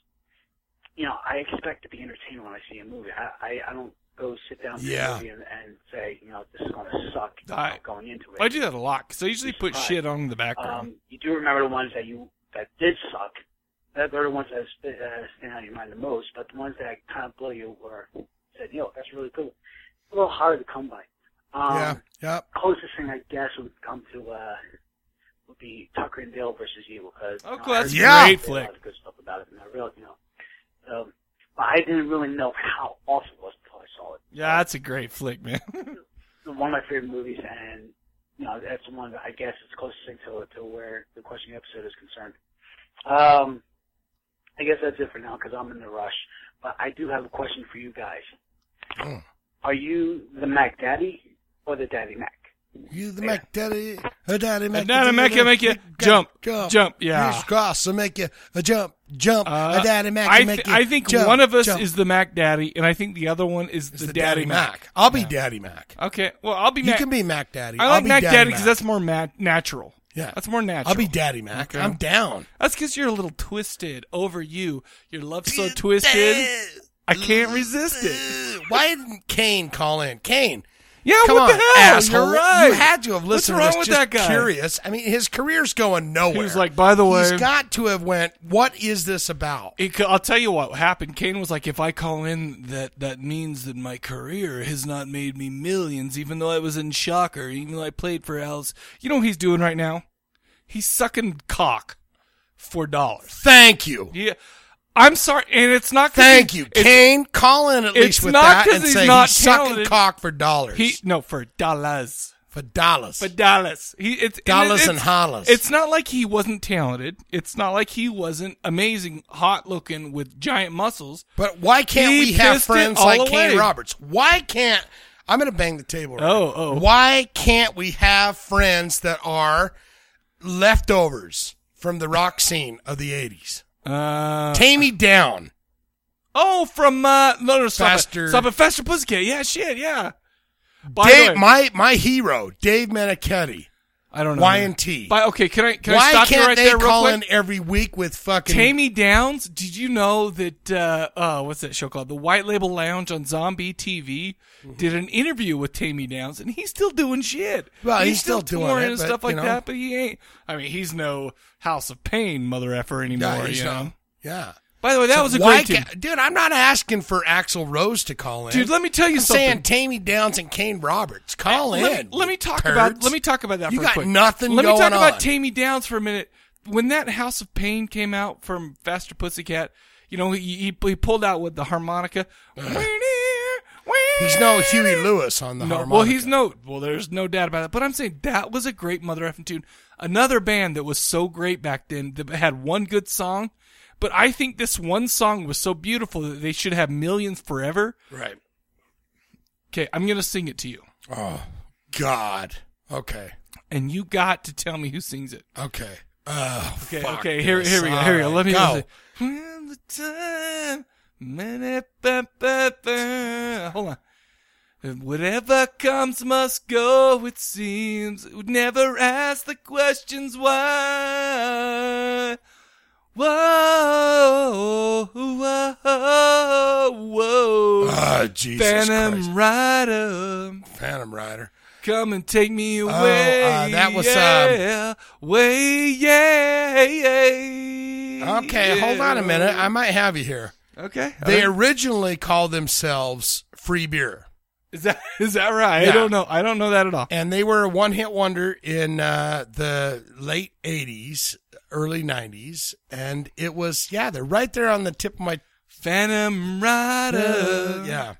Speaker 9: you know I expect to be entertained when I see a movie. I I, I don't go sit down to
Speaker 2: Yeah.
Speaker 9: a movie and, and say you know this is going to suck you know,
Speaker 1: I-
Speaker 9: going into it.
Speaker 1: I do that a
Speaker 5: Um,
Speaker 1: lot because I usually put shit on in the background.
Speaker 9: Um, you do remember the ones that you that did suck,
Speaker 5: that they're the ones that st- uh, stand out in your mind the most. But the ones that kind of blow you were said, "Yo, that's really cool." A little hard to come by. Um,
Speaker 2: yeah. Yep.
Speaker 5: Closest thing I guess would come to uh, would be Tucker and Dale versus Evil because
Speaker 1: Oh,
Speaker 5: you know,
Speaker 1: cool,
Speaker 5: I
Speaker 1: that's
Speaker 5: heard
Speaker 2: Yeah.
Speaker 1: great
Speaker 5: a lot
Speaker 1: flick.
Speaker 5: of good stuff about it, and I really, you know, um, but I didn't really know how awesome it was until I saw it.
Speaker 1: Yeah, that's a great flick, man.
Speaker 5: It's one of my favorite movies, and you know, that's the one that I guess is closest thing to to where the question episode is concerned. Um, I guess that's it for now because I'm in the rush. But I do have a question for you guys.
Speaker 2: Mm.
Speaker 5: Are you the Mac Daddy or the Daddy Mac?
Speaker 2: You the Mac Daddy, a Daddy Mac.
Speaker 1: A Daddy Mac can make you jump, jump, yeah.
Speaker 2: Here's cross will make you a jump, jump.
Speaker 1: Uh,
Speaker 2: a Daddy Mac
Speaker 1: I,
Speaker 2: can
Speaker 1: thi-
Speaker 2: make you
Speaker 1: I think
Speaker 2: jump,
Speaker 1: one of us
Speaker 2: jump.
Speaker 1: is the Mac Daddy, and I think the other one is
Speaker 2: It's
Speaker 1: the, Daddy, Mac.
Speaker 2: I'll be Daddy Mac.
Speaker 1: Okay, well, I'll be
Speaker 2: You
Speaker 1: Mac.
Speaker 2: can be Mac Daddy.
Speaker 1: I
Speaker 2: I'll
Speaker 1: like
Speaker 2: be
Speaker 1: Mac Daddy because
Speaker 2: Mac.
Speaker 1: that's more ma- natural.
Speaker 2: yeah.
Speaker 1: That's more natural.
Speaker 2: I'll be Daddy Mac.
Speaker 1: Okay.
Speaker 2: I'm down.
Speaker 1: That's because you're a little twisted over you. Your love's so twisted. I can't resist it.
Speaker 2: Why didn't Kane call in? Kane,
Speaker 1: Yeah,
Speaker 2: come
Speaker 1: what
Speaker 2: on,
Speaker 1: the hell?
Speaker 2: asshole!
Speaker 1: You're right.
Speaker 2: You had to have
Speaker 1: What's
Speaker 2: listened.
Speaker 1: wrong
Speaker 2: to this,
Speaker 1: with
Speaker 2: just
Speaker 1: that guy?
Speaker 2: Curious. I mean, his career's going nowhere.
Speaker 1: He was like, by the way,
Speaker 2: he's got to have went. What is this about?
Speaker 1: It, I'll tell you what happened. Kane was like, "If I call in, that that means that my career has not made me millions, even though I was in Shocker, even though I played for Al's. You know what he's doing right now? He's sucking cock for dollars.
Speaker 2: Thank you.
Speaker 1: Yeah, I'm sorry, and it's not. 'cause
Speaker 2: Thank
Speaker 1: he-
Speaker 2: you,
Speaker 1: it's-
Speaker 2: Kane. Call in at
Speaker 1: it's
Speaker 2: least with
Speaker 1: not
Speaker 2: that
Speaker 1: 'cause
Speaker 2: and
Speaker 1: he's
Speaker 2: say
Speaker 1: not
Speaker 2: he's sucking
Speaker 1: talented.
Speaker 2: cock for dollars,
Speaker 1: He no for dollars.
Speaker 2: for dollars,
Speaker 1: For dollars. He it's and
Speaker 2: dollars
Speaker 1: it's-
Speaker 2: and hollers.
Speaker 1: It's not like he wasn't talented. It's not like he wasn't amazing, hot looking with giant muscles.
Speaker 2: But why can't
Speaker 1: He
Speaker 2: we have
Speaker 1: pissed it
Speaker 2: friends
Speaker 1: all
Speaker 2: like
Speaker 1: away.
Speaker 2: Kane Roberts? Why can't I'm going to bang the table? Right
Speaker 1: Oh,
Speaker 2: now.
Speaker 1: oh.
Speaker 2: Why can't we have friends that are leftovers from the rock scene of the '80s?
Speaker 1: Uh,
Speaker 2: Tame me down.
Speaker 1: Oh, from uh, no, no, stop
Speaker 2: Faster.
Speaker 1: it, stop it, faster pussycat. Yeah, shit, yeah. By the way,
Speaker 2: Dave, my my hero, Dave Menichetti.
Speaker 1: I don't know.
Speaker 2: Y and T.
Speaker 1: By, okay, can I can I
Speaker 2: Why
Speaker 1: stop you
Speaker 2: can't
Speaker 1: right
Speaker 2: they
Speaker 1: there real
Speaker 2: call
Speaker 1: quick?
Speaker 2: in every week with fucking
Speaker 1: Tammy Downs, did you know that uh, uh what's that show called? The White Label Lounge on Zombie TV
Speaker 2: Mm-hmm.
Speaker 1: did an interview with Tammy Downs and he's still doing shit.
Speaker 2: Well, he's still doing
Speaker 1: touring
Speaker 2: it,
Speaker 1: and
Speaker 2: but,
Speaker 1: stuff like
Speaker 2: you know.
Speaker 1: that, but he ain't I mean, he's no House of Pain mother effer anymore,
Speaker 2: Yeah, he's
Speaker 1: you
Speaker 2: not-
Speaker 1: know.
Speaker 2: Yeah.
Speaker 1: By the way, that was a
Speaker 2: Why
Speaker 1: great team.
Speaker 2: ca- dude. I'm not asking for Axl Rose to call in,
Speaker 1: Dude, let me tell you
Speaker 2: I'm
Speaker 1: something.
Speaker 2: saying Tammy Downs and Kane Roberts call
Speaker 1: let,
Speaker 2: in.
Speaker 1: me- let me talk
Speaker 2: turds.
Speaker 1: about let me talk about that.
Speaker 2: You
Speaker 1: for
Speaker 2: got
Speaker 1: quick.
Speaker 2: nothing
Speaker 1: Let me
Speaker 2: going
Speaker 1: talk about
Speaker 2: on.
Speaker 1: Tammy Downs for a minute. When that House of Pain came out from Faster Pussycat, you know he, he, he pulled out with the harmonica.
Speaker 2: He's no Huey Lewis on the
Speaker 1: No,
Speaker 2: harmonica.
Speaker 1: well, he's no. Well, there's no doubt about it. But I'm saying that was a great mother effing tune. Another band that was so great back then that had one good song, but I think this one song was so beautiful that they should have millions forever.
Speaker 2: right.
Speaker 1: Okay, I'm gonna sing it to you,
Speaker 2: Oh God. Okay.
Speaker 1: and you got to tell me who sings it.
Speaker 2: Okay. Oh,
Speaker 1: Okay,
Speaker 2: fuck
Speaker 1: okay, here,
Speaker 2: this.
Speaker 1: here we go, here we go.
Speaker 2: All
Speaker 1: Let me
Speaker 2: right,
Speaker 1: listen. When the time, minute, ba, ba, ba. hold on. And Whatever comes must go, it seems. Would never ask the questions why. Whoa, whoa,
Speaker 2: go.
Speaker 1: whoa.
Speaker 2: Oh, Jesus
Speaker 1: Phantom
Speaker 2: Christ.
Speaker 1: Rider.
Speaker 2: Phantom Rider.
Speaker 1: Come and take me away.
Speaker 2: uh, that was, um,
Speaker 1: yeah, way, yeah, yeah.
Speaker 2: Okay, hold on a minute. I might have you here.
Speaker 1: okay. all
Speaker 2: They
Speaker 1: right.
Speaker 2: originally called themselves Free Beer,
Speaker 1: is that is that right?
Speaker 2: Yeah.
Speaker 1: I don't know. I don't know that at all.
Speaker 2: and they were a one-hit wonder in uh, the late '80s, early '90s, and it was yeah, they're right there on the tip of my
Speaker 1: Phantom Rider.
Speaker 2: yeah.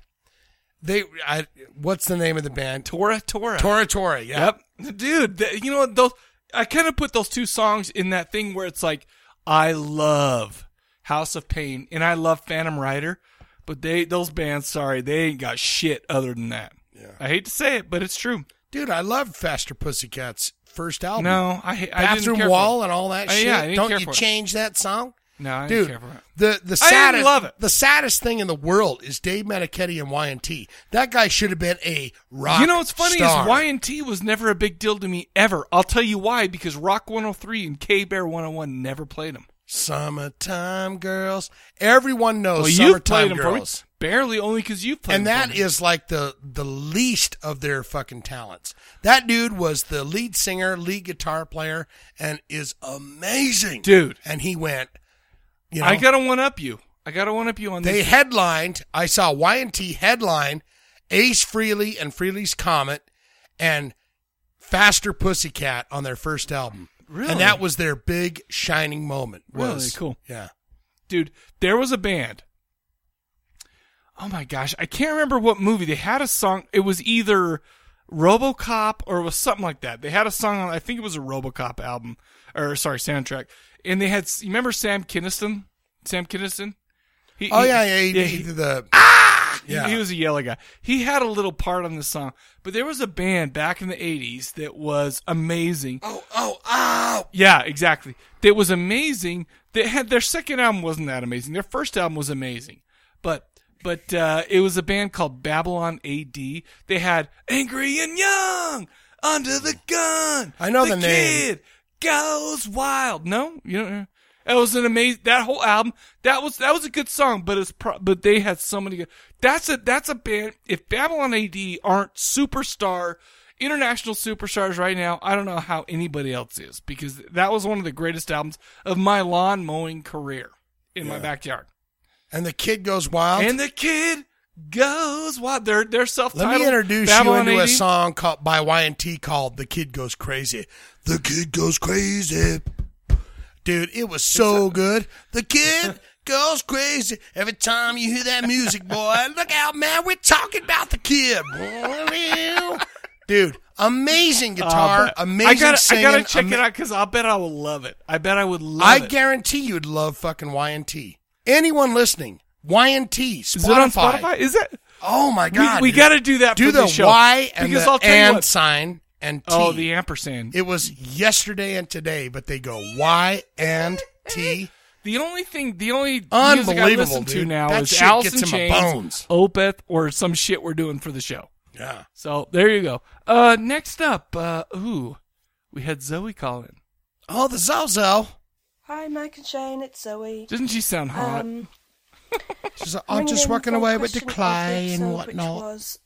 Speaker 2: They, I, what's the name of the band?
Speaker 1: Tora Tora.
Speaker 2: Tora Tora. Yeah.
Speaker 1: Yep. Dude, th- you know what? Those I kind of put those two songs in that thing where it's like I love House of Pain and I love Phantom Rider, but they those bands, sorry, they ain't got shit other than that.
Speaker 2: Yeah.
Speaker 1: I hate to say it, but it's true.
Speaker 2: Dude, I love Faster Pussycat's first album.
Speaker 1: No, I ha- I didn't care
Speaker 2: Um, Bathroom
Speaker 1: for
Speaker 2: Wall
Speaker 1: it.
Speaker 2: and all that
Speaker 1: Uh,
Speaker 2: shit.
Speaker 1: yeah, I didn't
Speaker 2: Don't
Speaker 1: care
Speaker 2: you
Speaker 1: for it.
Speaker 2: change that song?
Speaker 1: No, I
Speaker 2: Dude,
Speaker 1: didn't care for it.
Speaker 2: the the
Speaker 1: I didn't
Speaker 2: saddest
Speaker 1: love it.
Speaker 2: the saddest thing in the world is Dave Menichetti and Y&T. That guy should have been a rock.
Speaker 1: you know what's funny
Speaker 2: star.
Speaker 1: is Y and T was never a big deal to me ever. I'll tell you why because Rock 103 and K Bear 101 never played them.
Speaker 2: Summertime Girls. Everyone knows
Speaker 1: well, you
Speaker 2: Summertime
Speaker 1: played them
Speaker 2: Girls.
Speaker 1: for me barely, only because you played.
Speaker 2: and
Speaker 1: them
Speaker 2: that
Speaker 1: for me.
Speaker 2: is like the the least of their fucking talents. That dude was the lead singer, lead guitar player, and is amazing,
Speaker 1: Dude.
Speaker 2: And he went You know,
Speaker 1: I gotta one up you. I gotta one up you on
Speaker 2: they
Speaker 1: this.
Speaker 2: headlined. I saw Y&T headline Ace Freely and Freely's Comet and Faster Pussycat on their first album.
Speaker 1: Really?
Speaker 2: And that was their big shining moment.
Speaker 1: Really?
Speaker 2: was-
Speaker 1: Cool.
Speaker 2: Yeah.
Speaker 1: dude, there was a band. Oh my gosh, I can't remember what movie they had a song. It was either RoboCop or it was something like that. They had a song on. I think it was a RoboCop album or sorry soundtrack, and they had. You remember Sam Kinison? Sam Kinison. He,
Speaker 2: Oh
Speaker 1: he-
Speaker 2: yeah, yeah. He,
Speaker 1: he-
Speaker 2: he did the ah,
Speaker 1: he-
Speaker 2: yeah.
Speaker 1: He was a yellow guy. He had a little part on the song, but there was a band back in the 80s that was amazing.
Speaker 2: oh, oh, oh.
Speaker 1: Yeah, exactly. That was amazing. They had their second album wasn't that amazing. Their first album was amazing, but but uh, it was a band called Babylon A.D. They had Angry and Young, Under the Gun.
Speaker 2: I know
Speaker 1: the
Speaker 2: the name.
Speaker 1: Kid goes wild. No, you don't. That was an amazing. That whole album. That was that was a good song, but it's pro- but they had so many good. That's a that's a band. If Babylon AD aren't superstar, international superstars right now, I don't know how anybody else is because that was one of the greatest albums of my lawn mowing career in my backyard.
Speaker 2: And the kid goes wild.
Speaker 1: And the kid goes wild. They're they're self
Speaker 2: Let
Speaker 1: titled.
Speaker 2: me introduce you into a song called by Y&T called "The Kid Goes Crazy." The kid goes crazy, dude. It was so good. The kid goes crazy every time you hear that music, boy. Look out, man! We're talking about the kid, boy. dude. Amazing guitar, amazing
Speaker 1: Uh, I gotta,
Speaker 2: singing.
Speaker 1: I gotta check
Speaker 2: ama-
Speaker 1: it out because I'll bet I will love it. I bet I would love
Speaker 2: I
Speaker 1: it.
Speaker 2: guarantee you'd love fucking Y&T. Anyone listening, Y&T, Spotify.
Speaker 1: Is it on Spotify? Is it?
Speaker 2: Oh my
Speaker 1: We-
Speaker 2: god.
Speaker 1: we
Speaker 2: dude.
Speaker 1: gotta do that
Speaker 2: Do
Speaker 1: for
Speaker 2: the
Speaker 1: this show.
Speaker 2: Y and
Speaker 1: Because
Speaker 2: the
Speaker 1: I'll tell you
Speaker 2: and
Speaker 1: what-
Speaker 2: sign and T.
Speaker 1: Oh, the ampersand.
Speaker 2: it was yesterday and today, but they go Y and T.
Speaker 1: the only thing, the only music I
Speaker 2: Unbelievable,
Speaker 1: listen to
Speaker 2: dude.
Speaker 1: now
Speaker 2: That
Speaker 1: is
Speaker 2: shit
Speaker 1: Alice
Speaker 2: gets
Speaker 1: in
Speaker 2: in my
Speaker 1: Chains,
Speaker 2: bones.
Speaker 1: Opeth, or some shit we're doing for the show.
Speaker 2: Yeah.
Speaker 1: So there you go. Uh, next up, uh, ooh, we had Zoe call in.
Speaker 2: Oh, the Zozo.
Speaker 10: Hi, Mike and Shane, it's Zoe.
Speaker 1: Doesn't she sound hot?
Speaker 10: Um,
Speaker 2: She's like, I'm
Speaker 10: ringing
Speaker 2: just
Speaker 10: in
Speaker 2: working
Speaker 10: for a
Speaker 2: away with the
Speaker 10: question of
Speaker 2: clay and
Speaker 10: episode, Which
Speaker 2: whatnot.
Speaker 10: was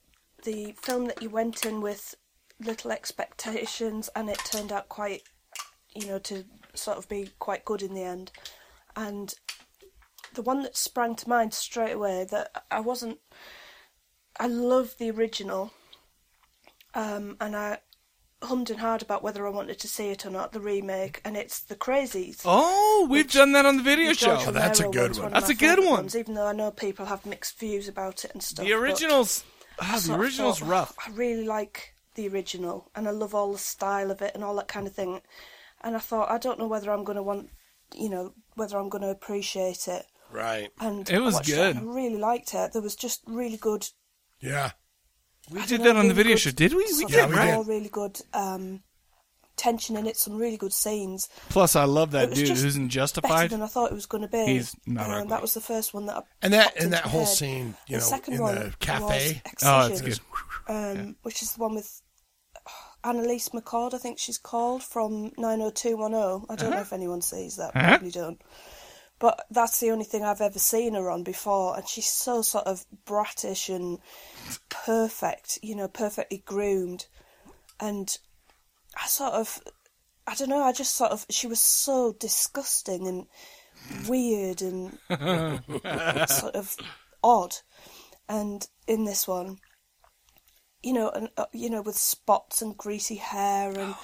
Speaker 10: the film that you went in with little expectations, and it turned out quite, you know, to sort of be quite good in the end. And the one that sprang to mind straight away that I wasn't. I love the original, um, and I hummed and hard about whether I wanted to see it or not. The remake, and it's The Crazies.
Speaker 1: oh, we've done that on the video
Speaker 10: George
Speaker 1: show.
Speaker 10: Romero
Speaker 2: that's a
Speaker 10: one's
Speaker 2: good
Speaker 10: of
Speaker 2: one.
Speaker 10: my
Speaker 1: That's a good
Speaker 10: favourite
Speaker 1: one.
Speaker 10: ones, even though I know people have mixed views about it and stuff.
Speaker 1: The
Speaker 10: but
Speaker 1: originals, ah,
Speaker 10: I
Speaker 1: the
Speaker 10: sort of
Speaker 1: originals
Speaker 10: thought,
Speaker 1: rough.
Speaker 10: I really like the original, and I love all the style of it and all that kind of thing. And I thought, I don't know whether I'm going to want, you know, whether I'm going to appreciate it.
Speaker 2: Right.
Speaker 10: And
Speaker 1: It
Speaker 10: I
Speaker 1: was
Speaker 10: watched it and
Speaker 1: good.
Speaker 10: I really liked it. There was just really good.
Speaker 2: Yeah.
Speaker 1: We
Speaker 10: I
Speaker 1: did
Speaker 10: don't
Speaker 1: that
Speaker 10: know,
Speaker 1: on the
Speaker 10: really
Speaker 1: video
Speaker 10: good
Speaker 1: show, did we? We
Speaker 10: sort
Speaker 1: did,
Speaker 10: of
Speaker 2: we
Speaker 1: right?
Speaker 10: all Really good um, tension in it. Some really good scenes.
Speaker 1: Plus, I love
Speaker 10: It
Speaker 1: that
Speaker 10: was
Speaker 1: dude
Speaker 10: just
Speaker 1: who's in
Speaker 10: better
Speaker 1: Justified.
Speaker 10: than I thought it was going to be.
Speaker 1: He's not
Speaker 10: Um,
Speaker 1: ugly.
Speaker 10: That was the first one that I
Speaker 2: And that-
Speaker 10: popped
Speaker 2: and
Speaker 10: into
Speaker 2: that
Speaker 10: my
Speaker 2: whole
Speaker 10: head.
Speaker 2: scene, you
Speaker 10: the
Speaker 2: know,
Speaker 10: second
Speaker 2: in
Speaker 10: one
Speaker 2: the
Speaker 10: was
Speaker 2: cafe.
Speaker 1: Oh, it's
Speaker 10: Excision, Um, Which is the one with uh, Annalise McCord, I think she's called from 90210. I don't know if anyone sees that,
Speaker 1: Uh-huh.
Speaker 10: probably don't. But that's the only thing I've ever seen her on before, and she's so sort of bratish and perfect, you know, perfectly groomed. And I sort of, I don't know, I just sort of, she was so disgusting and weird and sort of odd. And in this one, you know, and uh, you know, with spots and greasy hair, and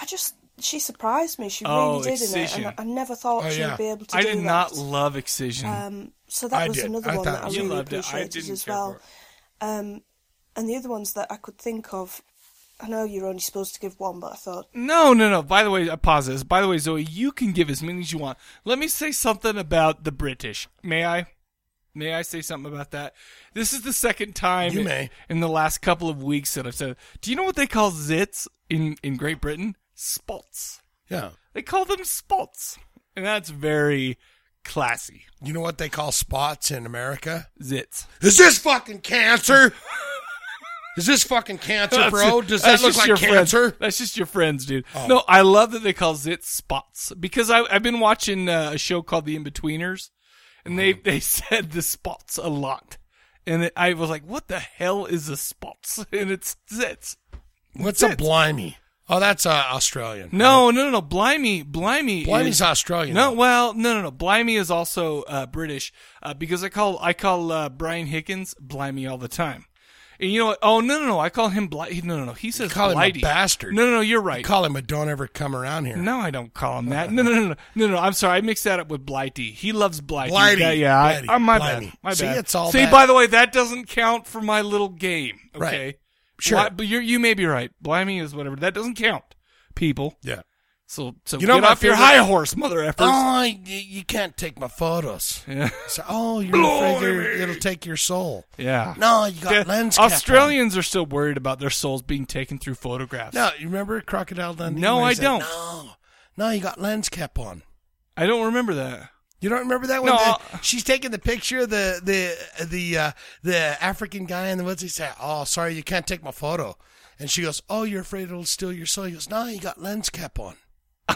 Speaker 10: I just she surprised me. She
Speaker 1: Oh,
Speaker 10: really did in
Speaker 1: Excision.
Speaker 10: it, and I, I never thought
Speaker 2: Oh,
Speaker 10: she'd
Speaker 2: yeah.
Speaker 10: be able to
Speaker 1: I
Speaker 10: do
Speaker 1: did
Speaker 10: that.
Speaker 1: not love Excision.
Speaker 10: Um, so that
Speaker 2: I
Speaker 10: was
Speaker 2: did.
Speaker 10: another
Speaker 2: I
Speaker 10: one
Speaker 2: thought
Speaker 10: that I
Speaker 2: it was
Speaker 1: you
Speaker 10: really
Speaker 1: loved it. I
Speaker 10: appreciated
Speaker 1: didn't
Speaker 10: as
Speaker 1: care
Speaker 10: well.
Speaker 1: for it.
Speaker 10: Um, and the other ones that I could think of, I know you're only supposed to give one, but I thought
Speaker 1: No, no, no. By the way, I pause this. By the way, Zoe, you can give as many as you want. Let me say something about the British. May I? May I say something about that? This is the second time
Speaker 2: You
Speaker 1: in,
Speaker 2: may.
Speaker 1: in the last couple of weeks that I've said. Do you know what they call zits in in Great Britain? Spots.
Speaker 2: Yeah.
Speaker 1: They call them spots, and that's very classy.
Speaker 2: You know what they call spots in America?
Speaker 1: Zits.
Speaker 2: Is this fucking cancer? Is this fucking cancer,
Speaker 1: That's
Speaker 2: bro?
Speaker 1: ju-
Speaker 2: Does
Speaker 1: that's
Speaker 2: that look
Speaker 1: just
Speaker 2: like
Speaker 1: your friends.
Speaker 2: cancer? Oh.
Speaker 1: That's just your friends, dude. No, I love that they call zit spots because I, I've been watching uh, a show called The Inbetweeners, and they
Speaker 2: Uh-huh.
Speaker 1: they said the spots a lot, and it, I was like, what the hell is the spots? And it's zits.
Speaker 2: What's a blimey? Oh, that's uh, Australian.
Speaker 1: No, no, no, no. Blimey, Blimey.
Speaker 2: Blimey's
Speaker 1: is,
Speaker 2: Australian,
Speaker 1: No,
Speaker 2: though.
Speaker 1: well, no, no, no. Blimey is also uh, British uh, because I call I call uh, Brian Hickens Blimey all the time. And you know what? Oh no, no, no. I call him Blimey. No, no, no. He says
Speaker 2: call him a
Speaker 1: Blighty.
Speaker 2: bastard.
Speaker 1: No, no, no. You're right.
Speaker 2: Call him, but don't ever come around here.
Speaker 1: No, I don't call him that. No, no, no, no, no, no. I'm sorry, I mixed that up with Blighty. He loves Blighty.
Speaker 2: Blighty,
Speaker 1: Yeah, yeah. I,
Speaker 2: Blighty,
Speaker 1: oh, my
Speaker 2: Blimey.
Speaker 1: bad. My
Speaker 2: See,
Speaker 1: bad.
Speaker 2: it's all
Speaker 1: See,
Speaker 2: bad.
Speaker 1: by the way, that doesn't count for my little game. Okay,
Speaker 2: Right. Sure.
Speaker 1: Bli- but you're, you may be right. Blimey is whatever. That doesn't count. People.
Speaker 2: Yeah.
Speaker 1: So, so
Speaker 2: You know
Speaker 1: get
Speaker 2: my
Speaker 1: off your
Speaker 2: favorite-
Speaker 1: high horse, mother effers.
Speaker 2: Oh, you, you can't take my photos.
Speaker 1: Yeah.
Speaker 2: So, oh, you're afraid you're, it'll take your soul.
Speaker 1: Yeah.
Speaker 2: No, you got
Speaker 1: Yeah.
Speaker 2: lens cap on.
Speaker 1: Australians are still worried about their souls being taken through photographs.
Speaker 2: No, you remember Crocodile Dundee?
Speaker 1: No,
Speaker 2: when he
Speaker 1: I
Speaker 2: said,
Speaker 1: don't.
Speaker 2: No, no, you got lens cap on.
Speaker 1: I don't remember that.
Speaker 2: You don't remember that one?
Speaker 1: No,
Speaker 2: The- she's taking the picture of the the the uh, the African guy in the woods. He said, "Oh, sorry, you can't take my photo." And she goes, "Oh, you're afraid it'll steal your soul." He goes, "No, you got lens cap on."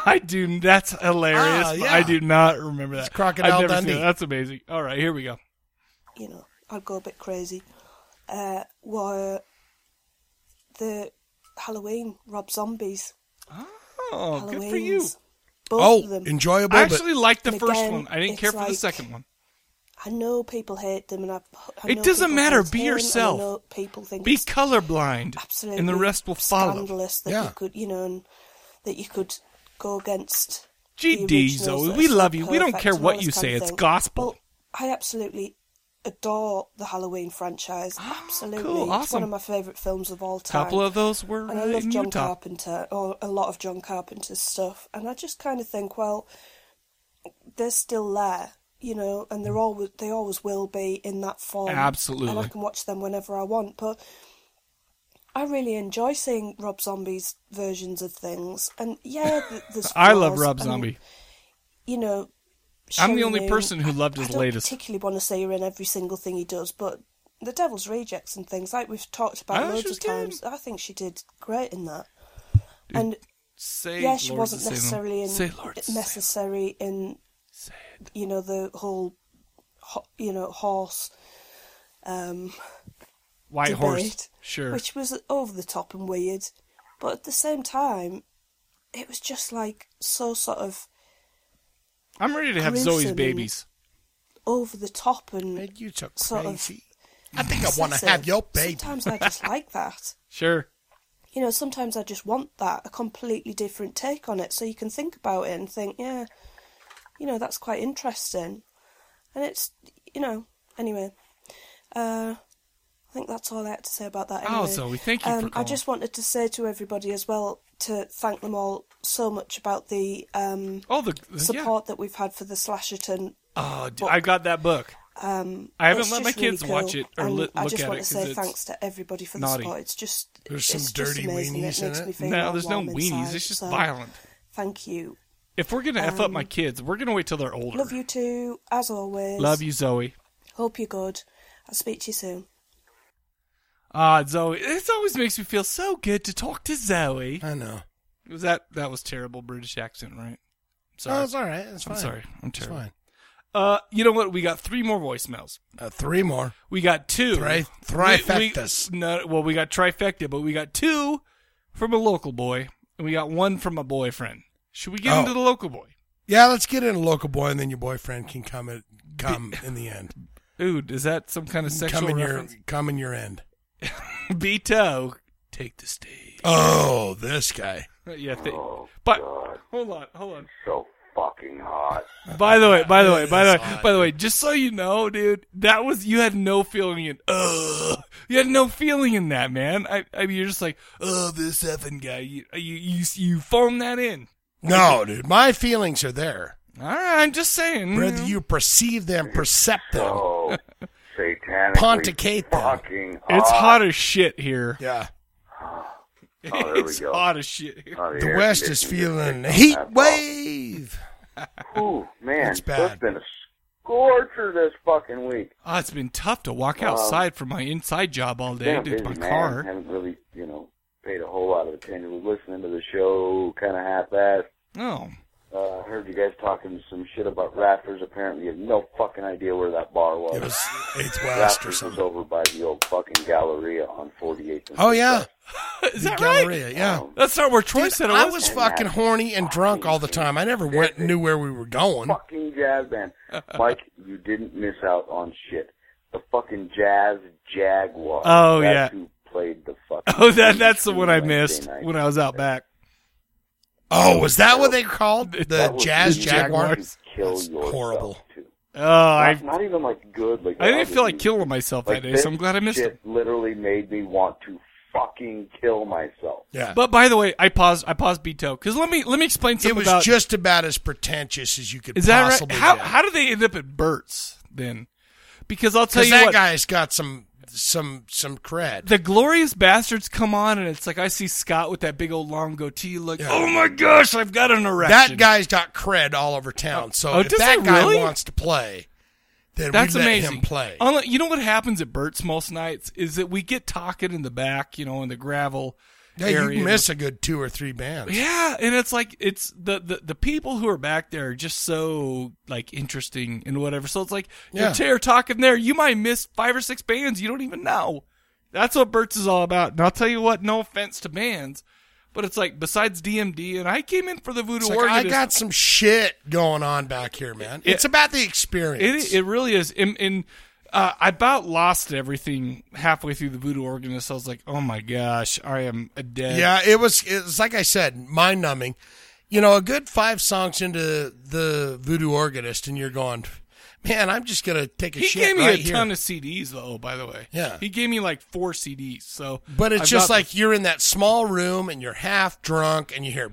Speaker 1: I do. That's hilarious.
Speaker 2: Ah,
Speaker 1: but
Speaker 2: yeah.
Speaker 1: I do not remember that.
Speaker 2: It's Crocodile
Speaker 1: I've never seen
Speaker 2: Dundee.
Speaker 1: it. That's amazing. All right, here we go.
Speaker 10: you know, I'd go a bit crazy. Uh, were the Halloween Rob Zombies.
Speaker 1: Oh, good for you.
Speaker 10: Halloweens, Both
Speaker 1: Oh,
Speaker 10: of them.
Speaker 2: Oh, enjoyable.
Speaker 1: I actually liked the
Speaker 10: And
Speaker 1: first
Speaker 10: again,
Speaker 1: one. I didn't
Speaker 10: it's
Speaker 1: care for the
Speaker 10: like-
Speaker 1: second one.
Speaker 10: I know people hate them, and I. I
Speaker 1: It
Speaker 10: know
Speaker 1: doesn't
Speaker 10: people
Speaker 1: matter.
Speaker 10: hate
Speaker 1: Be
Speaker 10: him, and I
Speaker 1: yourself.
Speaker 10: know people think
Speaker 1: Be
Speaker 10: it's
Speaker 1: colorblind,
Speaker 10: absolutely
Speaker 1: and the rest will follow.
Speaker 10: Scandalous that
Speaker 2: Yeah.
Speaker 10: you could, you know, and that you could go against. the
Speaker 1: GD,
Speaker 10: originals
Speaker 1: Zoe,
Speaker 10: that
Speaker 1: we
Speaker 10: are so
Speaker 1: love you. We don't
Speaker 10: perfect
Speaker 1: care
Speaker 10: and
Speaker 1: what
Speaker 10: all this
Speaker 1: you
Speaker 10: kind
Speaker 1: say.
Speaker 10: of
Speaker 1: It's
Speaker 10: thing.
Speaker 1: gospel.
Speaker 10: Well, I absolutely adore the Halloween franchise. Absolutely, it's
Speaker 1: awesome.
Speaker 10: one of my favourite films of all time.
Speaker 1: couple of those were
Speaker 10: and I
Speaker 1: uh,
Speaker 10: love
Speaker 1: in
Speaker 10: John
Speaker 1: Utah.
Speaker 10: Carpenter, or a lot of John Carpenter's stuff. And I just kind of think, well, they're still there, you know, and they're always they always will be in that form. and
Speaker 1: Mm. Absolutely.
Speaker 10: I can watch them whenever I want. But I really enjoy seeing Rob Zombie's versions of things. And yeah, th- there's
Speaker 1: I love
Speaker 10: flaws
Speaker 1: Rob
Speaker 10: and,
Speaker 1: Zombie.
Speaker 10: You know,
Speaker 1: I'm the
Speaker 10: Shane
Speaker 1: only
Speaker 10: Moon.
Speaker 1: person who loved
Speaker 10: I
Speaker 1: his
Speaker 10: don't
Speaker 1: latest.
Speaker 10: particularly want to say you're in every single thing he does, but the Devil's Rejects and things like we've talked about
Speaker 1: Oh, she
Speaker 10: loads
Speaker 1: was
Speaker 10: of
Speaker 1: good.
Speaker 10: times. I think she did great in that. And
Speaker 1: Say,
Speaker 10: yeah, she
Speaker 1: Lord,
Speaker 10: wasn't
Speaker 1: say them.
Speaker 10: necessarily in
Speaker 1: Say, Lord, say them.
Speaker 10: necessary in
Speaker 1: Say it.
Speaker 10: you know the whole ho- you know horse um,
Speaker 1: White
Speaker 10: debate,
Speaker 1: horse. Sure.
Speaker 10: which was over the top and weird, but at the same time, it was just like so sort of
Speaker 1: I'm ready to have
Speaker 10: gruesome
Speaker 1: Zoe's
Speaker 10: and-
Speaker 1: babies.
Speaker 10: over the top and
Speaker 2: Made you so
Speaker 10: Sort of
Speaker 2: crazy. I think I want to
Speaker 10: excessive.
Speaker 2: have your baby.
Speaker 10: Sometimes I just like that.
Speaker 1: Sure.
Speaker 10: you know, sometimes I just want that, a completely different take on it. So you can think about it and think, yeah, you know, that's quite interesting. And it's, you know, anyway. Uh, I think that's all I had to say about that. Anyway.
Speaker 1: Oh, Zoe, thank you for
Speaker 10: Um, I
Speaker 1: calling.
Speaker 10: just wanted to say to everybody as well to thank them all so much about the um,
Speaker 1: Oh, the, the yeah.
Speaker 10: support that we've had for the Slasherton.
Speaker 1: Oh, dude, I got that book.
Speaker 10: Um,
Speaker 1: I haven't
Speaker 10: it's
Speaker 1: let
Speaker 10: just
Speaker 1: my kids
Speaker 10: really cool.
Speaker 1: watch it or
Speaker 10: and
Speaker 1: li-
Speaker 10: I
Speaker 1: look
Speaker 10: just
Speaker 1: at
Speaker 10: want
Speaker 1: it
Speaker 10: to
Speaker 1: 'cause
Speaker 10: say
Speaker 1: it's
Speaker 10: thanks to everybody for
Speaker 1: naughty.
Speaker 10: the support. It's just
Speaker 2: There's
Speaker 10: it's
Speaker 2: some
Speaker 10: just
Speaker 2: dirty
Speaker 10: amazing.
Speaker 2: weenies
Speaker 10: It
Speaker 2: in
Speaker 10: makes
Speaker 2: it.
Speaker 10: me feel
Speaker 1: No,
Speaker 10: all
Speaker 1: there's no
Speaker 10: warm
Speaker 1: weenies.
Speaker 10: inside,
Speaker 1: It's just
Speaker 10: so
Speaker 1: violent.
Speaker 10: Thank you.
Speaker 1: If we're gonna f up my
Speaker 10: Um,
Speaker 1: kids, we're gonna wait till they're older.
Speaker 10: Love you too, as always.
Speaker 1: Love you, Zoe.
Speaker 10: Hope you're good. I'll speak to you soon.
Speaker 1: Ah, Zoe. It always makes me feel so good to talk to Zoe.
Speaker 2: I know.
Speaker 1: Was that that was terrible British accent, right?
Speaker 2: Oh,
Speaker 1: Sorry.
Speaker 2: it's all right. It's
Speaker 1: I'm
Speaker 2: fine.
Speaker 1: sorry. I'm
Speaker 2: It's
Speaker 1: terrible.
Speaker 2: fine.
Speaker 1: Uh, you know what? We got three more voicemails.
Speaker 2: Uh, three more.
Speaker 1: We got two.
Speaker 2: Thri-
Speaker 1: We-
Speaker 2: trifectas.
Speaker 1: we- no, well, we got trifecta, but we got two from a local boy, and we got one from a boyfriend. Should we get
Speaker 2: Oh.
Speaker 1: into the local boy?
Speaker 2: Yeah, let's get in a local boy, and then your boyfriend can come at, come in the end.
Speaker 1: Ooh, is that some kind of sexual
Speaker 2: come in
Speaker 1: reference?
Speaker 2: your come in your end.
Speaker 1: Beto, take the stage. Uh,
Speaker 2: Oh, this guy.
Speaker 1: Yeah, th- but hold on, hold on.
Speaker 5: So fucking hot.
Speaker 1: By the way, by the
Speaker 2: It
Speaker 1: way, by the
Speaker 2: is
Speaker 1: way,
Speaker 2: hot,
Speaker 1: by the way, just so you know, dude, that was you had no feeling in. Ugh, you had no feeling in that, man. I, I mean, you're just like, oh, this effing guy. You, you, you, you phoned that in.
Speaker 2: No, dude, my feelings are there.
Speaker 1: All right, I'm just saying.
Speaker 2: Whether you perceive them, percept them,
Speaker 5: Oh, satanic.
Speaker 2: ponticate them.
Speaker 5: Fucking hot.
Speaker 1: It's hot as shit here.
Speaker 2: Yeah,
Speaker 5: there we
Speaker 1: it's
Speaker 5: go.
Speaker 1: hot as shit here.
Speaker 5: Oh,
Speaker 2: the
Speaker 5: air
Speaker 2: West
Speaker 5: conditioning
Speaker 2: is
Speaker 5: just
Speaker 2: feeling
Speaker 5: picked
Speaker 2: a
Speaker 5: up
Speaker 2: heat
Speaker 5: that ball.
Speaker 2: wave.
Speaker 5: Ooh, man.
Speaker 2: That's bad.
Speaker 5: It's been a scorcher this fucking week.
Speaker 1: Oh, it's been tough to walk outside for my inside job all
Speaker 5: Been
Speaker 1: day
Speaker 5: a
Speaker 1: due to my
Speaker 5: busy man.
Speaker 1: car.
Speaker 5: Haven't really, you know, paid a whole lot of attention. Was listening to the show kind of half-assed.
Speaker 1: Oh,
Speaker 5: Uh, heard
Speaker 6: heard you guys talking some shit about Rafters. Apparently, you had no fucking idea where that bar was.
Speaker 2: It was Eighth
Speaker 6: West or something. was over by the old fucking Galleria on 48th. And
Speaker 2: Oh yeah,
Speaker 1: is that
Speaker 2: Galleria,
Speaker 1: right?
Speaker 2: Yeah,
Speaker 5: Oh.
Speaker 1: that's not where Troy said it
Speaker 2: I
Speaker 1: was.
Speaker 2: was fucking horny and drunk all the time. I never went and knew where we were going.
Speaker 6: Fucking jazz band. Mike, you didn't miss out on shit. The fucking Jazz Jaguar.
Speaker 1: Oh,
Speaker 6: That's
Speaker 1: yeah.
Speaker 6: who played the fucking.
Speaker 1: Oh, that that's the one I missed when I was out back.
Speaker 2: Oh, was that what they called
Speaker 6: That
Speaker 2: the
Speaker 6: was
Speaker 2: Jazz
Speaker 6: the
Speaker 2: Jaguar?
Speaker 6: Jaguars Kill yourself.
Speaker 2: Horrible.
Speaker 1: Oh, I
Speaker 6: Not, not even like good. Like
Speaker 1: I didn't feel like
Speaker 6: obviously,
Speaker 1: killing myself that
Speaker 6: like,
Speaker 1: day, so I'm glad I missed
Speaker 6: shit
Speaker 1: it.
Speaker 6: Literally made me want to fucking kill myself.
Speaker 2: Yeah,
Speaker 1: But by the way, I paused. I paused Beto because let me let me explain
Speaker 2: it
Speaker 1: something
Speaker 2: was
Speaker 1: about.
Speaker 2: just about as pretentious as you could
Speaker 1: is that right?
Speaker 2: possibly
Speaker 1: How
Speaker 2: get.
Speaker 1: how did they end up at Burt's then? Because I'll tell
Speaker 2: Because
Speaker 1: you
Speaker 2: that
Speaker 1: what,
Speaker 2: guy's got some some some cred.
Speaker 1: the glorious bastards come on, and it's like I see Scott with that big old long goatee, like,
Speaker 2: Yeah.
Speaker 1: oh my gosh, I've got an erection.
Speaker 2: That guy's got cred all over town. So
Speaker 1: Oh,
Speaker 2: if
Speaker 1: does
Speaker 2: that
Speaker 1: he
Speaker 2: guy
Speaker 1: really?
Speaker 2: wants to play, then
Speaker 1: That's
Speaker 2: we let
Speaker 1: amazing.
Speaker 2: him play.
Speaker 1: Unlike- you know what happens at Burt's most nights is that we get talking in the back, you know, in the gravel.
Speaker 2: Yeah,
Speaker 1: area.
Speaker 2: you miss a good two or three bands.
Speaker 1: Yeah, and it's like it's the, the the people who are back there are just so like interesting and whatever. So it's like
Speaker 2: Yeah.
Speaker 1: you're tear talking there. You might miss five or six bands you don't even know. That's what Burt's is all about. And I'll tell you what, no offense to bands, but it's like besides DMD and I came in for the Voodoo
Speaker 2: It's like, I
Speaker 1: Organist.
Speaker 2: got some shit going on back here, man.
Speaker 1: It-
Speaker 2: it's about the experience.
Speaker 1: It, it really is. And, and uh, I about lost everything halfway through the Voodoo Organist. I was like, oh my gosh, I am a dead.
Speaker 2: yeah, it was. It was like I said, mind numbing. You know, a good five songs into the Voodoo Organist, and you're going, man, I'm just gonna take a
Speaker 1: He
Speaker 2: shit
Speaker 1: gave me
Speaker 2: right
Speaker 1: a
Speaker 2: here.
Speaker 1: ton of CDs though. By the way,
Speaker 2: Yeah.
Speaker 1: he gave me like four CDs. So,
Speaker 2: but it's
Speaker 1: I've
Speaker 2: just
Speaker 1: got-
Speaker 2: like you're in that small room and you're half drunk and you hear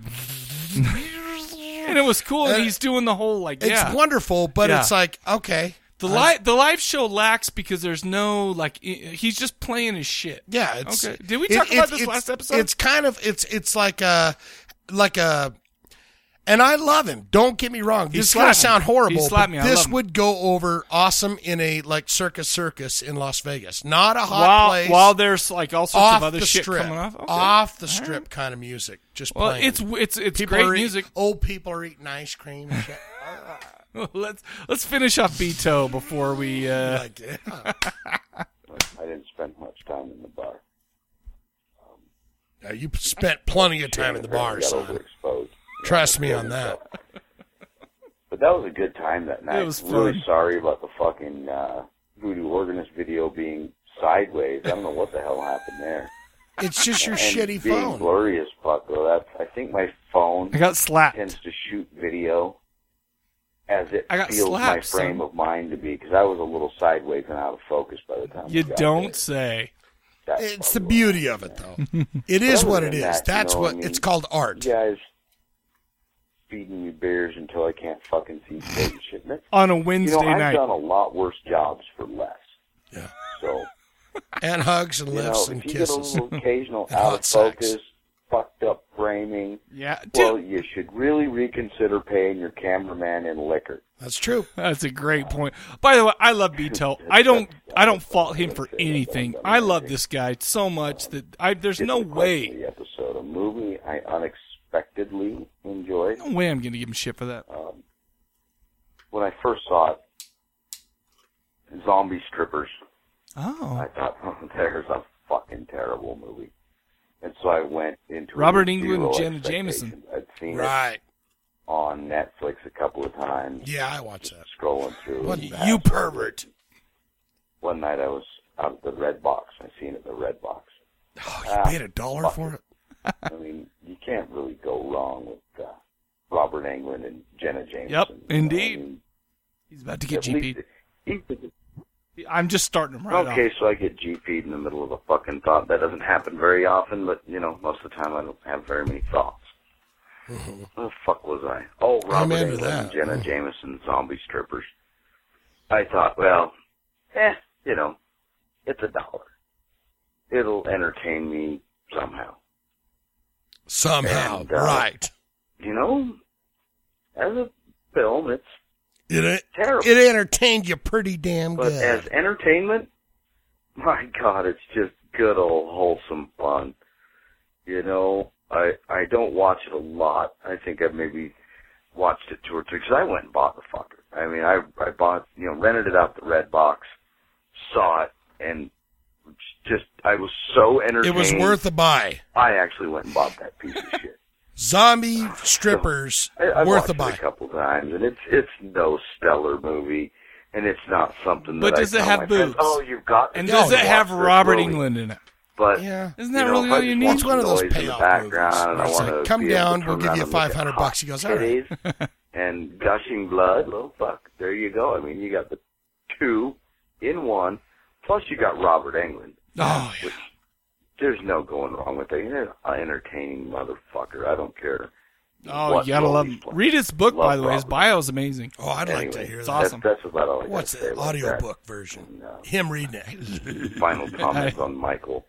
Speaker 1: and it was cool.
Speaker 2: Uh,
Speaker 1: And he's doing the whole like,
Speaker 2: it's
Speaker 1: yeah,
Speaker 2: wonderful, but
Speaker 1: Yeah.
Speaker 2: it's like okay,
Speaker 1: the
Speaker 2: I-
Speaker 1: live the live show lacks because there's no like, i- he's just playing his shit.
Speaker 2: Yeah, it's
Speaker 1: Okay. Did we
Speaker 2: it-
Speaker 1: talk
Speaker 2: it-
Speaker 1: about this
Speaker 2: it's-
Speaker 1: last episode?
Speaker 2: It's kind of it's it's like a like a and I love him. Don't get me wrong. This is
Speaker 1: slapped
Speaker 2: gonna
Speaker 1: me.
Speaker 2: sound horrible.
Speaker 1: He slapped
Speaker 2: but
Speaker 1: me. I
Speaker 2: this
Speaker 1: love him.
Speaker 2: would go over awesome in a like circus circus in Las Vegas. Not a hot
Speaker 1: while
Speaker 2: place.
Speaker 1: while there's like all sorts
Speaker 2: off
Speaker 1: of other
Speaker 2: the
Speaker 1: shit
Speaker 2: strip,
Speaker 1: coming off. Okay.
Speaker 2: off the strip kind of music. Just
Speaker 1: Well,
Speaker 2: playing.
Speaker 1: it's it's it's
Speaker 2: people
Speaker 1: great
Speaker 2: are eat-
Speaker 1: music.
Speaker 2: old people are eating ice cream. And shit.
Speaker 1: let's let's finish off Beto before we. Uh,
Speaker 2: like, yeah.
Speaker 6: I didn't spend much time in the bar.
Speaker 2: Now, you spent plenty of time in the bar,
Speaker 6: Got
Speaker 2: son.
Speaker 6: overexposed.
Speaker 2: Trust me on that.
Speaker 6: But that was a good time that night.
Speaker 1: It was
Speaker 6: Really
Speaker 1: fun.
Speaker 6: sorry about the fucking uh, voodoo organist video being sideways. I don't know what the hell happened there.
Speaker 2: It's just your
Speaker 6: and
Speaker 2: shitty
Speaker 6: being
Speaker 2: phone.
Speaker 6: blurry as fuck though. That's I think my phone
Speaker 1: I got slapped.
Speaker 6: tends to shoot video as it
Speaker 1: I got
Speaker 6: feels my
Speaker 1: slapped, son.
Speaker 6: frame of mind to be because I was a little sideways and out of focus by the time we
Speaker 1: You
Speaker 6: got
Speaker 1: don't
Speaker 6: there.
Speaker 1: say.
Speaker 6: That's
Speaker 2: It's the
Speaker 6: probably
Speaker 2: beauty of it, though. It is what it is. That's what it's called art.
Speaker 6: You guys feeding me beers until I can't fucking see straight and shit. That's,
Speaker 1: On a
Speaker 6: you
Speaker 1: Wednesday
Speaker 6: know, I've
Speaker 1: night.
Speaker 6: done a lot worse jobs for less.
Speaker 2: Yeah.
Speaker 6: So
Speaker 2: And hugs and
Speaker 6: you
Speaker 2: lifts
Speaker 6: know,
Speaker 2: and
Speaker 6: if you
Speaker 2: kisses.
Speaker 6: get a little occasional
Speaker 2: And
Speaker 6: out
Speaker 2: hot
Speaker 6: of
Speaker 2: sex.
Speaker 6: focus, fucked up framing,
Speaker 1: Yeah, dude,
Speaker 6: well, you should really reconsider paying your cameraman in liquor.
Speaker 2: That's true.
Speaker 1: that's a great point. By the way, I love Beto. I don't. I don't fault him for anything. I love this guy so much that I. There's
Speaker 6: Get
Speaker 1: no
Speaker 6: the clip of
Speaker 1: way.
Speaker 6: The episode, a movie I unexpectedly enjoyed.
Speaker 1: No way I'm gonna give him shit for that.
Speaker 6: Um, when I first saw it, zombie strippers. I
Speaker 1: Oh,
Speaker 6: thought, oh, there's a fucking terrible movie. And so I went into it
Speaker 1: Robert
Speaker 6: with
Speaker 1: Englund and
Speaker 6: zero
Speaker 1: Jenna
Speaker 6: expectations.
Speaker 1: Jameson.
Speaker 6: I'd seen
Speaker 2: Right.
Speaker 6: it on Netflix a couple of times,
Speaker 2: Yeah, I watch that.
Speaker 6: scrolling through.
Speaker 2: What,
Speaker 6: and
Speaker 2: you pervert.
Speaker 6: One night I was out at the Red Box. I seen it at the Red Box.
Speaker 2: Oh,
Speaker 6: Ah,
Speaker 2: you paid a dollar
Speaker 6: fuck
Speaker 2: for it?
Speaker 6: I mean, you can't really go wrong with uh, Robert Englund and Jenna Jameson.
Speaker 1: Yep,
Speaker 6: You know,
Speaker 1: indeed.
Speaker 6: I mean,
Speaker 1: he's about to get
Speaker 6: at least
Speaker 1: GP.
Speaker 6: it-
Speaker 1: I'm just starting him right
Speaker 6: okay, so I get GP'd in the middle of a fucking thought. That doesn't happen very often, but you know, most of the time I don't have very many thoughts. Where the fuck was I? Oh, Robert
Speaker 2: Mm-hmm. into
Speaker 6: Englund and
Speaker 2: that.
Speaker 6: Jenna
Speaker 2: Mhm.
Speaker 6: Jameson, zombie strippers. I thought, well, eh, you know, it's a dollar. It'll entertain me somehow.
Speaker 2: Somehow.
Speaker 6: And, uh,
Speaker 2: right.
Speaker 6: You know, as a film, it's
Speaker 2: It,
Speaker 6: terrible.
Speaker 2: it entertained you pretty damn
Speaker 6: But
Speaker 2: good.
Speaker 6: as entertainment, my God, it's just good old wholesome fun. You know, I I don't watch it a lot. I think I've maybe watched it two or three because I went and bought the fucker. I mean, I I bought you know rented it out the red box, saw it, and just I was so entertained.
Speaker 2: It was worth the buy.
Speaker 6: I actually went and bought that piece of shit.
Speaker 2: Zombie strippers
Speaker 6: I, I've
Speaker 2: worth
Speaker 6: watched
Speaker 2: the buy.
Speaker 6: it a couple times, and it's it's no stellar movie, and it's not something.
Speaker 1: But
Speaker 6: that I
Speaker 1: does it
Speaker 6: tell
Speaker 1: have
Speaker 6: my friends,
Speaker 1: boobs?
Speaker 6: Oh, you've got. to
Speaker 1: And
Speaker 6: go
Speaker 1: does it
Speaker 6: watch
Speaker 1: have
Speaker 6: this
Speaker 1: Robert
Speaker 6: movie."
Speaker 1: England in it?
Speaker 6: But
Speaker 2: Yeah.
Speaker 1: Isn't that
Speaker 6: you know,
Speaker 1: really
Speaker 6: if I
Speaker 1: all
Speaker 6: just
Speaker 1: you
Speaker 6: want
Speaker 1: need?
Speaker 2: It's one of
Speaker 6: some
Speaker 2: those
Speaker 6: noise in the
Speaker 2: payoff
Speaker 6: background,
Speaker 2: movies
Speaker 6: and
Speaker 2: where
Speaker 6: I
Speaker 2: it's
Speaker 6: want
Speaker 2: like,
Speaker 6: to
Speaker 2: come
Speaker 6: be able to
Speaker 2: down,
Speaker 6: turn
Speaker 2: we'll give
Speaker 6: around
Speaker 2: you
Speaker 6: and look at
Speaker 2: 500
Speaker 6: hot
Speaker 2: bucks. He goes, all right.
Speaker 6: titties and gushing blood. Well, fuck, there you go. I mean, you got the two in one. Plus, you got Robert Englund.
Speaker 1: Oh, yeah.
Speaker 6: There's no going wrong with it. He's an entertaining motherfucker. I don't care.
Speaker 1: Oh,
Speaker 6: what
Speaker 1: you gotta
Speaker 6: role
Speaker 1: love
Speaker 6: he's
Speaker 1: him.
Speaker 6: playing.
Speaker 1: Read his book,
Speaker 6: Love
Speaker 1: by the way. His
Speaker 6: Robert.
Speaker 1: bio is amazing.
Speaker 2: Oh, I'd like to
Speaker 6: Anyway,
Speaker 2: hear
Speaker 6: that's,
Speaker 2: that.
Speaker 1: awesome.
Speaker 6: That's about all I got
Speaker 2: What's
Speaker 6: to
Speaker 2: the
Speaker 6: say about that.
Speaker 2: audiobook version?
Speaker 6: No.
Speaker 2: Him reading it.
Speaker 6: Final comments on Michael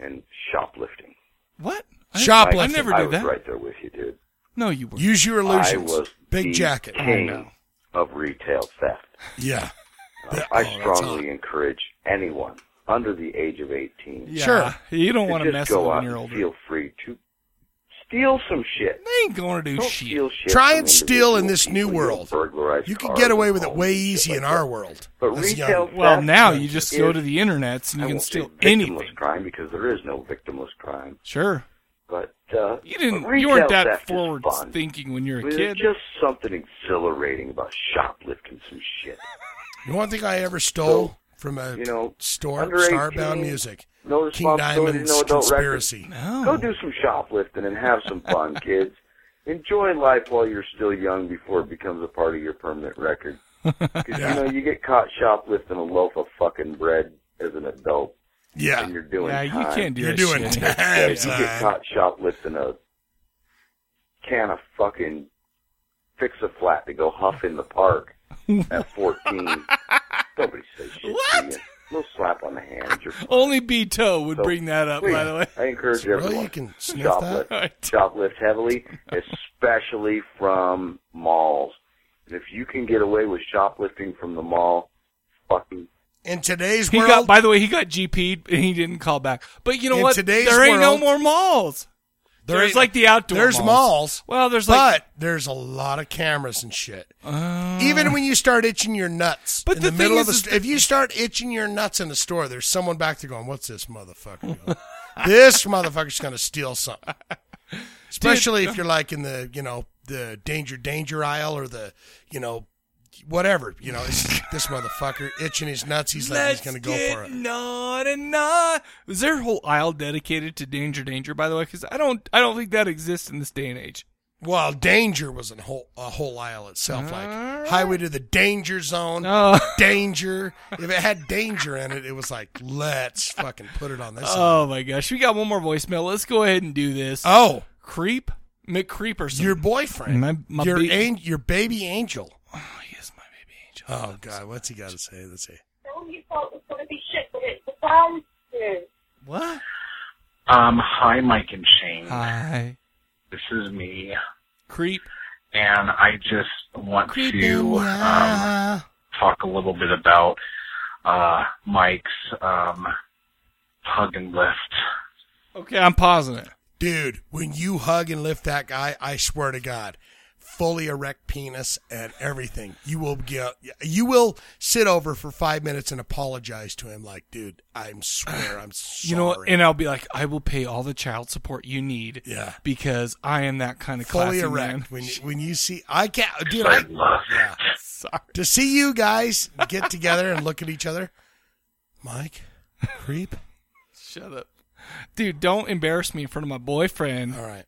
Speaker 6: and shoplifting.
Speaker 1: What? I-
Speaker 2: Shoplifting.
Speaker 1: I never
Speaker 6: I
Speaker 1: do
Speaker 6: was
Speaker 1: that.
Speaker 6: right there with you, dude.
Speaker 1: No, you weren't.
Speaker 2: Use your
Speaker 6: I
Speaker 2: illusions.
Speaker 6: was the
Speaker 2: Big jacket.
Speaker 6: king
Speaker 1: Oh, no.
Speaker 6: of retail theft.
Speaker 2: Yeah.
Speaker 6: I
Speaker 2: Oh, that's
Speaker 6: strongly encourage anyone under the age of 18
Speaker 1: Yeah,
Speaker 2: Sure.
Speaker 1: You don't
Speaker 6: to
Speaker 1: want to
Speaker 6: just
Speaker 1: mess with
Speaker 6: go
Speaker 1: when
Speaker 6: out
Speaker 1: you're
Speaker 6: and
Speaker 1: older.
Speaker 6: feel free to steal some shit.
Speaker 1: They ain't gonna do
Speaker 6: Don't
Speaker 1: shit.
Speaker 6: steal shit.
Speaker 2: Try
Speaker 6: from
Speaker 2: and steal in
Speaker 6: individual
Speaker 2: this new
Speaker 6: people. You'll
Speaker 2: world.
Speaker 6: burglarize
Speaker 2: You can
Speaker 6: cars
Speaker 2: get away
Speaker 6: and
Speaker 2: with it
Speaker 6: homes
Speaker 2: way
Speaker 6: and shit
Speaker 2: easy
Speaker 6: like
Speaker 2: in
Speaker 6: that.
Speaker 2: our world.
Speaker 6: But
Speaker 2: As a young-
Speaker 6: retail
Speaker 1: Well,
Speaker 6: theft
Speaker 1: now you just go
Speaker 6: is-
Speaker 1: to the internets and
Speaker 6: I
Speaker 1: you can
Speaker 6: won't say
Speaker 1: steal
Speaker 6: victimless
Speaker 1: anything.
Speaker 6: crime because there is no victimless crime.
Speaker 1: Sure.
Speaker 6: But uh,
Speaker 1: You didn't.
Speaker 6: but
Speaker 1: You
Speaker 6: retail
Speaker 1: weren't that
Speaker 6: theft is
Speaker 1: forward
Speaker 6: fun.
Speaker 1: thinking when you were a
Speaker 6: There's
Speaker 1: kid.
Speaker 6: just something exhilarating about shoplifting some shit.
Speaker 2: You know one thing I ever stole from a
Speaker 6: You know,
Speaker 2: store,
Speaker 6: under
Speaker 2: Starbound
Speaker 6: 18,
Speaker 2: Music,
Speaker 6: No
Speaker 2: King
Speaker 6: responsibility,
Speaker 2: Diamond's
Speaker 6: no adult record.
Speaker 2: Conspiracy. Oh.
Speaker 6: Go
Speaker 1: No.
Speaker 6: do some shoplifting and have some fun, kids. Enjoy life while you're still young before it becomes a part of your permanent record. Because you know you get caught shoplifting a loaf of fucking bread as an adult,
Speaker 2: Yeah.
Speaker 6: and you're doing
Speaker 1: Yeah, you
Speaker 6: time.
Speaker 1: can't do
Speaker 2: You're
Speaker 1: that
Speaker 2: doing
Speaker 1: shit.
Speaker 6: Yeah,
Speaker 2: time.
Speaker 6: you get caught shoplifting a can of fucking fix a flat to go huff in the park at 14. Nobody says shit
Speaker 1: What?
Speaker 6: to you. Little slap on the hand. You're fine.
Speaker 1: Only B Toe would
Speaker 6: So,
Speaker 1: bring that up, by the way.
Speaker 6: I encourage
Speaker 2: Really?
Speaker 6: everyone
Speaker 2: You can sniff
Speaker 6: shoplift.
Speaker 1: that?
Speaker 6: Shoplift heavily, especially from malls. And if you can get away with shoplifting from the mall, fucking
Speaker 2: In today's
Speaker 1: He
Speaker 2: world,
Speaker 1: got. By the way, he got GP'd and he didn't call back. But you know
Speaker 2: In
Speaker 1: what?
Speaker 2: today's
Speaker 1: There ain't no
Speaker 2: world-
Speaker 1: more malls.
Speaker 2: there
Speaker 1: there's
Speaker 2: ain't-
Speaker 1: like the outdoor.
Speaker 2: There's malls.
Speaker 1: Well, there's like.
Speaker 2: but there's a lot of cameras and shit.
Speaker 1: Uh,
Speaker 2: Even when you start itching your nuts
Speaker 1: But
Speaker 2: in
Speaker 1: the
Speaker 2: the, middle
Speaker 1: thing
Speaker 2: of a
Speaker 1: is-
Speaker 2: st- if you start itching your nuts in the store, there's someone back there going, "What's this motherfucker doing? this motherfucker's going to steal something." Especially
Speaker 1: uh,
Speaker 2: if you're like in the you know the danger danger aisle or the you know whatever you know it's, this motherfucker itching his nuts. He's like
Speaker 1: Let's
Speaker 2: he's going to go
Speaker 1: get
Speaker 2: for it.
Speaker 1: Not and not. Was there a whole aisle dedicated to danger, danger? By the way, because I don't, I don't think that exists in this day and age.
Speaker 2: Well, danger was a whole a whole aisle itself, like highway to the danger zone.
Speaker 1: Oh,
Speaker 2: danger. If it had danger in it, it was like, let's fucking put it on this. side.
Speaker 1: oh my gosh, we got one more voicemail. Let's go ahead and do this.
Speaker 2: oh,
Speaker 1: Creep McCreeperson.
Speaker 2: your boyfriend,
Speaker 1: My- my
Speaker 2: your
Speaker 1: ba-
Speaker 2: an- your baby angel.
Speaker 1: oh, he is my baby angel.
Speaker 2: Oh God, what's he got to say? Let's see.
Speaker 7: You thought it was going to be shit, but it's a disaster.
Speaker 1: What?
Speaker 8: Um, hi, Mike and Shane.
Speaker 1: Hi,
Speaker 8: This is me,
Speaker 1: Creep.
Speaker 8: and I just want to um,
Speaker 2: Yeah.
Speaker 8: talk a little bit about uh, Mike's um, hug and lift.
Speaker 1: Okay, I'm pausing it.
Speaker 2: Dude, when you hug and lift that guy, I swear to God, fully erect penis and everything, you will get, you will sit over for five minutes and apologize to him, like, dude, I'm swear, I'm sorry.
Speaker 1: You know, what? and I'll be like, I will pay all the child support you need.
Speaker 2: Yeah.
Speaker 1: because I am that kind of
Speaker 2: fully
Speaker 1: classy
Speaker 2: erect
Speaker 1: man.
Speaker 2: when you, when you see, I can't, dude, I,
Speaker 8: Love.
Speaker 2: yeah.
Speaker 1: Sorry.
Speaker 2: to see you guys get together and look at each other. Mike, creep.
Speaker 1: Shut up. Dude, don't embarrass me in front of my boyfriend.
Speaker 2: All right.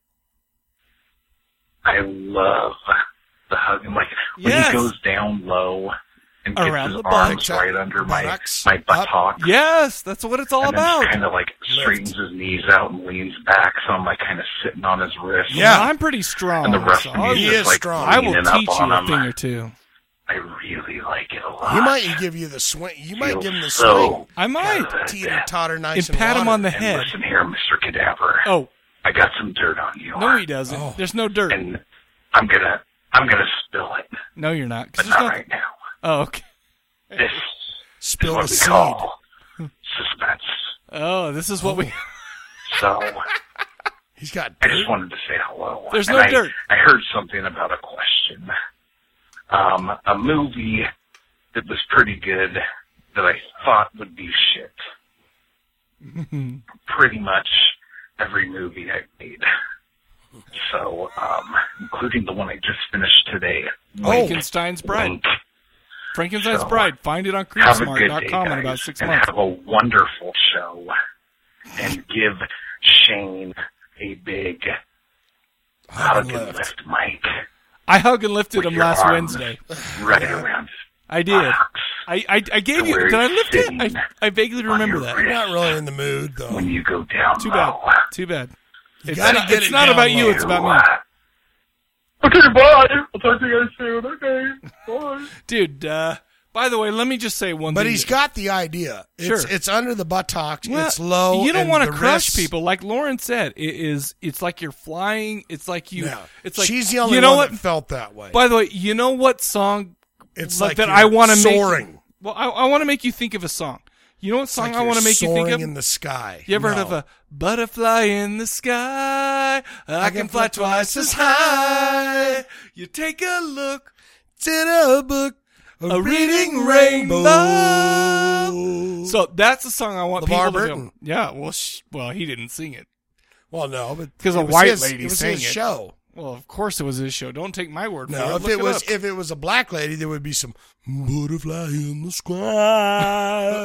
Speaker 8: I love the hug and like when
Speaker 1: Yes.
Speaker 8: he goes down low and gets
Speaker 1: Around
Speaker 8: his
Speaker 1: the
Speaker 8: arms
Speaker 2: buttocks,
Speaker 8: right
Speaker 2: up,
Speaker 8: under my
Speaker 2: buttocks,
Speaker 8: my
Speaker 2: up.
Speaker 8: buttock.
Speaker 1: Yes, that's what it's all
Speaker 8: and then
Speaker 1: about.
Speaker 8: kind of like straightens his knees out and leans back, so I'm like kind of sitting on his wrist.
Speaker 2: Yeah.
Speaker 1: I'm pretty strong.
Speaker 8: and the rest
Speaker 1: so
Speaker 8: of me
Speaker 1: I'll-
Speaker 2: He
Speaker 8: is just
Speaker 2: is
Speaker 8: like
Speaker 2: strong.
Speaker 1: I will
Speaker 8: leaning up
Speaker 1: teach you a
Speaker 8: on
Speaker 1: thing
Speaker 8: him.
Speaker 1: or two.
Speaker 8: I really like it a lot.
Speaker 2: He might give you the swing. You might
Speaker 8: Feels
Speaker 2: give him the
Speaker 8: so-
Speaker 2: swing.
Speaker 1: I might.
Speaker 2: Teeter totter, nice
Speaker 1: and pat
Speaker 2: and
Speaker 1: him on the
Speaker 2: water.
Speaker 8: and
Speaker 1: head.
Speaker 8: listen here, Mr. Cadaver.
Speaker 1: Oh,
Speaker 8: I got some dirt on you.
Speaker 1: no, he doesn't.
Speaker 2: Oh.
Speaker 1: There's no dirt.
Speaker 8: And I'm gonna I'm gonna spill it,
Speaker 1: No, you're not. 'cause
Speaker 8: but
Speaker 1: there's
Speaker 8: not
Speaker 1: nothing-
Speaker 8: right now.
Speaker 1: Oh, okay.
Speaker 8: This is
Speaker 2: Spill the
Speaker 8: what we
Speaker 2: seed.
Speaker 8: call suspense.
Speaker 1: Oh, this is what we.
Speaker 8: So
Speaker 2: Oh. He's got.
Speaker 11: I just wanted to say hello.
Speaker 2: There's
Speaker 11: And
Speaker 2: no
Speaker 11: I,
Speaker 2: dirt.
Speaker 11: I heard something about a question. Um, a movie that was pretty good that I thought would be shit. Pretty much every movie I've made. So, um, including the one I just finished today.
Speaker 1: Oh. Frankenstein's Bride. Frankenstein's Bride. Find it on
Speaker 11: Have a good day,
Speaker 1: Creepsmart.com in
Speaker 11: guys,
Speaker 1: about six
Speaker 11: and
Speaker 1: months.
Speaker 11: have a wonderful show. And give Shane a big hug and lift, Mike.
Speaker 1: I hug and lifted
Speaker 11: with
Speaker 1: him
Speaker 11: your
Speaker 1: last
Speaker 11: arms
Speaker 1: Wednesday.
Speaker 11: Right around
Speaker 1: I did. I, I, I gave you.
Speaker 11: Where
Speaker 1: Did I
Speaker 11: he's
Speaker 1: lift it?
Speaker 11: sitting
Speaker 1: I, I vaguely remember that.
Speaker 11: wrist.
Speaker 2: Not really in the mood though.
Speaker 11: when you go down
Speaker 1: Too bad.
Speaker 11: low.
Speaker 1: Too bad.
Speaker 2: You
Speaker 1: it's
Speaker 2: gotta
Speaker 1: not,
Speaker 2: get
Speaker 1: it's
Speaker 2: it
Speaker 1: not
Speaker 2: down
Speaker 1: about you.
Speaker 2: low.
Speaker 1: It's about me.
Speaker 11: Okay, bye. I'll talk to you guys soon. Okay, bye.
Speaker 1: Dude, uh, by the way, let me just say one
Speaker 2: But
Speaker 1: thing.
Speaker 2: he's got the idea. It's,
Speaker 1: Sure.
Speaker 2: it's under the buttocks.
Speaker 1: Well,
Speaker 2: it's low.
Speaker 1: You don't
Speaker 2: and
Speaker 1: want to
Speaker 2: the
Speaker 1: crush
Speaker 2: wrists-
Speaker 1: people, like Lauren said. It is. It's like you're flying. It's like you.
Speaker 2: No.
Speaker 1: It's like
Speaker 2: She's the only
Speaker 1: you know
Speaker 2: one
Speaker 1: what?
Speaker 2: that felt that way.
Speaker 1: By the way, you know what song?
Speaker 2: It's
Speaker 1: lo-
Speaker 2: like
Speaker 1: that
Speaker 2: you're
Speaker 1: I want to
Speaker 2: soaring.
Speaker 1: Make, well, I, I want to make you think of a song. You know what song
Speaker 2: like
Speaker 1: I
Speaker 2: you're
Speaker 1: want to make you think
Speaker 2: soaring
Speaker 1: of?
Speaker 2: in the sky.
Speaker 1: You ever heard of
Speaker 2: No.
Speaker 1: a butterfly in the sky? I, can,
Speaker 2: can fly
Speaker 1: fly twice as high. You take a look to the book, a reading rainbow. So that's the song I want
Speaker 2: LeVar
Speaker 1: people to
Speaker 2: Burton.
Speaker 1: do. Yeah, well, sh- well, he didn't sing it
Speaker 2: Well, no, but
Speaker 1: because a
Speaker 2: it was
Speaker 1: white
Speaker 2: his-
Speaker 1: lady
Speaker 2: it was
Speaker 1: sang
Speaker 2: his
Speaker 1: it.
Speaker 2: show.
Speaker 1: Well, of course it was his show. Don't take my word for
Speaker 2: No,
Speaker 1: it.
Speaker 2: if
Speaker 1: Look
Speaker 2: it was
Speaker 1: up.
Speaker 2: if it was a black lady, there would be some butterfly in the sky.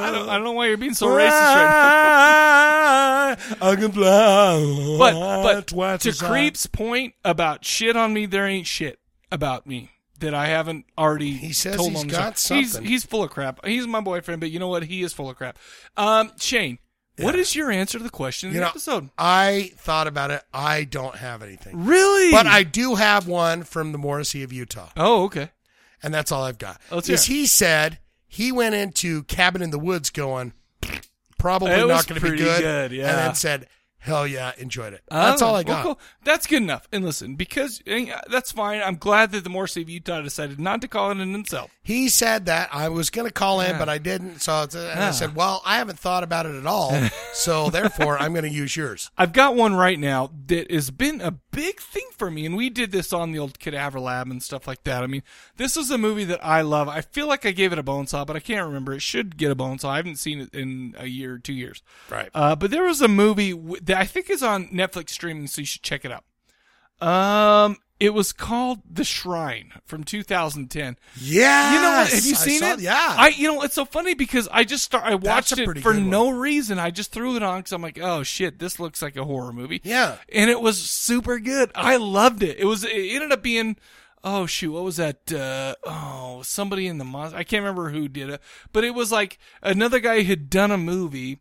Speaker 1: I don't, I don't know why you're being so racist right now.
Speaker 2: I can fly.
Speaker 1: but but
Speaker 2: twice
Speaker 1: to
Speaker 2: as high.
Speaker 1: Creep's point about shit on me, there ain't shit about me that I haven't already.
Speaker 2: He says
Speaker 1: told
Speaker 2: he's
Speaker 1: on
Speaker 2: got
Speaker 1: the show. He's-
Speaker 2: something.
Speaker 1: He's, full of crap. He's my boyfriend, but you know what? He is full of crap. Um, Shane, what is your answer to the question in
Speaker 2: You
Speaker 1: the
Speaker 2: know,
Speaker 1: episode?
Speaker 2: I thought about it. I don't have anything,
Speaker 1: Really?
Speaker 2: but I do have one from the Morrissey of Utah,
Speaker 1: Oh, okay. Oh,
Speaker 2: and that's all I've got.
Speaker 1: Let's hear
Speaker 2: Is
Speaker 1: it.
Speaker 2: he said he went into Cabin in the Woods going probably
Speaker 1: It was
Speaker 2: not going to be
Speaker 1: pretty
Speaker 2: good,
Speaker 1: good, yeah.
Speaker 2: and then said hell yeah, enjoyed it. that's
Speaker 1: Oh,
Speaker 2: all I
Speaker 1: well,
Speaker 2: got.
Speaker 1: cool. That's good enough. And listen, because and, uh, that's fine. I'm glad that the Morrissey of Utah decided not to call it an insult.
Speaker 2: He said that I was going to call in,
Speaker 1: Yeah.
Speaker 2: but I didn't. So it's, uh, and
Speaker 1: Yeah.
Speaker 2: I said, "Well, I haven't thought about it at all, so therefore I'm going to use yours."
Speaker 1: I've got one right now that has been a big thing for me, and we did this on the old Cadaver Lab and stuff like that. I mean, this is a movie that I love. I feel like I gave it a bone saw, but I can't remember. It should get a bone saw. I haven't seen it in a year or two years.
Speaker 2: Right.
Speaker 1: Uh, but there was a movie w- that I think is on Netflix streaming, so you should check it out. Um, it was called The Shrine from 2010.
Speaker 2: Yeah.
Speaker 1: You know what? Have you seen it?
Speaker 2: Yeah.
Speaker 1: I you know it's so funny because I just start I watched
Speaker 2: a
Speaker 1: it
Speaker 2: pretty
Speaker 1: for
Speaker 2: good one.
Speaker 1: no reason. I just threw it on because I'm like, oh shit, this looks like a horror movie.
Speaker 2: Yeah.
Speaker 1: and it was super good. I loved it. It was it ended up being. Oh shoot! What was that? Uh, oh, somebody in the monster. I can't remember who did it, but it was like another guy had done a movie,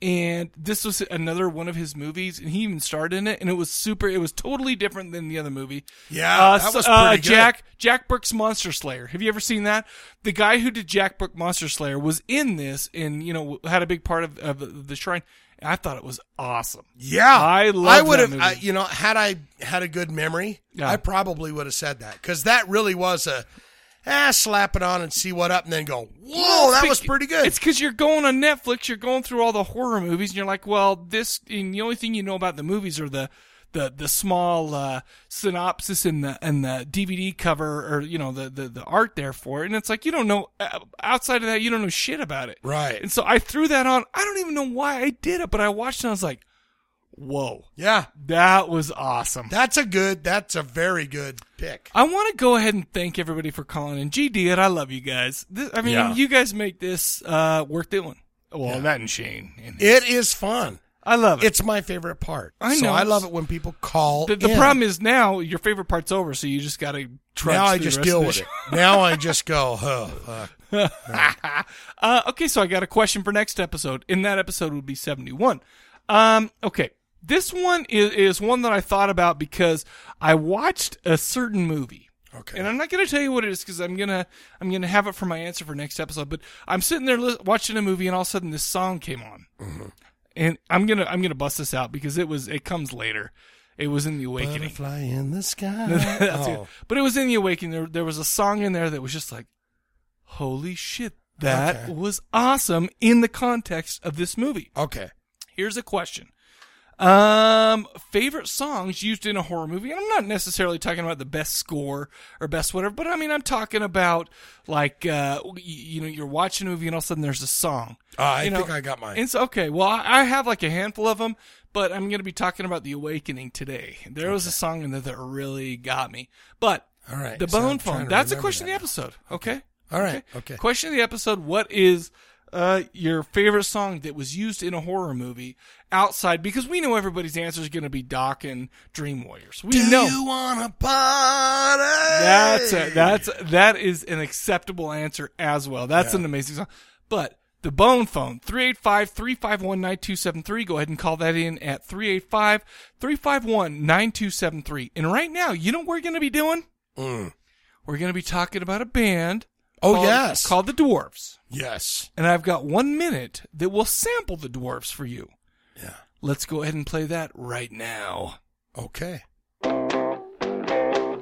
Speaker 1: and this was another one of his movies, and he even starred in it, and it was super. It was totally different than the other movie.
Speaker 2: Yeah, that
Speaker 1: so-
Speaker 2: was pretty
Speaker 1: uh,
Speaker 2: good.
Speaker 1: Jack Jack Brooks Monster Slayer. Have you ever seen that? The guy who did Jack Brook Monster Slayer was in this and, you know, had a big part of, of the shrine. I thought it was awesome.
Speaker 2: Yeah.
Speaker 1: I love
Speaker 2: I would
Speaker 1: that
Speaker 2: have.
Speaker 1: movie.
Speaker 2: I, you know, had I had a good memory,
Speaker 1: Yeah.
Speaker 2: I probably would have said that because that really was a. Ah, slap it on and see what up, and then go. Whoa, that
Speaker 1: It's
Speaker 2: was
Speaker 1: bec-
Speaker 2: pretty good.
Speaker 1: It's because you're going on Netflix, you're going through all the horror movies, and you're like, well, this, and the only thing you know about the movies are the, the, the small uh, synopsis and the and the DVD cover or you know the, the, the art there for it and it's like you don't know uh, outside of that you don't know shit about it
Speaker 2: Right.
Speaker 1: and so I threw that on I don't even know why I did it but I watched it and I was like whoa
Speaker 2: Yeah,
Speaker 1: That was awesome.
Speaker 2: that's a good. That's a very good pick.
Speaker 1: I want to go ahead and thank everybody for calling in. GD, and I love you guys. This, I mean,
Speaker 2: Yeah.
Speaker 1: you guys make this uh, worth doing. Well, that and Shane. And
Speaker 2: It is fun.
Speaker 1: I love it.
Speaker 2: It's my favorite part.
Speaker 1: I
Speaker 2: So
Speaker 1: know.
Speaker 2: I love it when people call.
Speaker 1: the the
Speaker 2: in.
Speaker 1: problem is now your favorite part's over, so you just got to trudge
Speaker 2: now I
Speaker 1: through the
Speaker 2: just
Speaker 1: rest
Speaker 2: deal
Speaker 1: of the
Speaker 2: with
Speaker 1: show.
Speaker 2: it. Now I just go, oh, fuck.
Speaker 1: uh, okay, so I got a question for next episode, and that episode would be 71. Um, okay, this one is, is one that I thought about because I watched a certain movie.
Speaker 2: Okay.
Speaker 1: And I'm not gonna tell you what it is because I'm gonna I'm gonna have it for my answer for next episode. But I'm sitting there li- watching a movie, and all of a sudden this song came on,
Speaker 12: Mm-hmm.
Speaker 1: and I'm gonna I'm gonna bust this out because it was it comes later. It was in the awakening.
Speaker 2: Butterfly in the sky.
Speaker 1: That's it.
Speaker 2: Oh,
Speaker 1: But it was in the awakening. There, there was a song in there that was just like, "Holy shit, that
Speaker 2: Okay.
Speaker 1: was awesome!" In the context of this movie.
Speaker 2: okay.
Speaker 1: Here's a question: Um, favorite songs used in a horror movie, and I'm not necessarily talking about the best score or best whatever, but I mean I'm talking about like uh, y- you know you're watching a movie and all of a sudden there's a song.
Speaker 2: Uh, I
Speaker 1: You know,
Speaker 2: think I got mine.
Speaker 1: It's okay. Well, I, I have like a handful of them, but I'm going to be talking about The Awakening today. There was a song in there that really got me. But
Speaker 2: All right,
Speaker 1: the
Speaker 2: so I'm
Speaker 1: Bone
Speaker 2: trying
Speaker 1: Phone.
Speaker 2: to
Speaker 1: That's the
Speaker 2: remember
Speaker 1: question
Speaker 2: that
Speaker 1: of the episode. Okay.
Speaker 2: All right. Okay.
Speaker 1: Question of the episode: What is uh, your favorite song that was used in a horror movie outside? Because we know everybody's answer is going to be Doc and Dream Warriors. We know
Speaker 2: wanna party?
Speaker 1: that's a, that's that is an acceptable answer as well. That's an amazing song. But the bone phone 385-351-9273 go ahead and call that in at 385-351-9273 and right now you know what we're going to be doing we're going to be talking about a band
Speaker 2: Mm. Oh,
Speaker 1: called-
Speaker 2: yes.
Speaker 1: called the dwarfs
Speaker 2: Yes.
Speaker 1: and i've got one minute that will sample the dwarfs for you yeah let's go ahead and play that right now
Speaker 2: okay
Speaker 13: to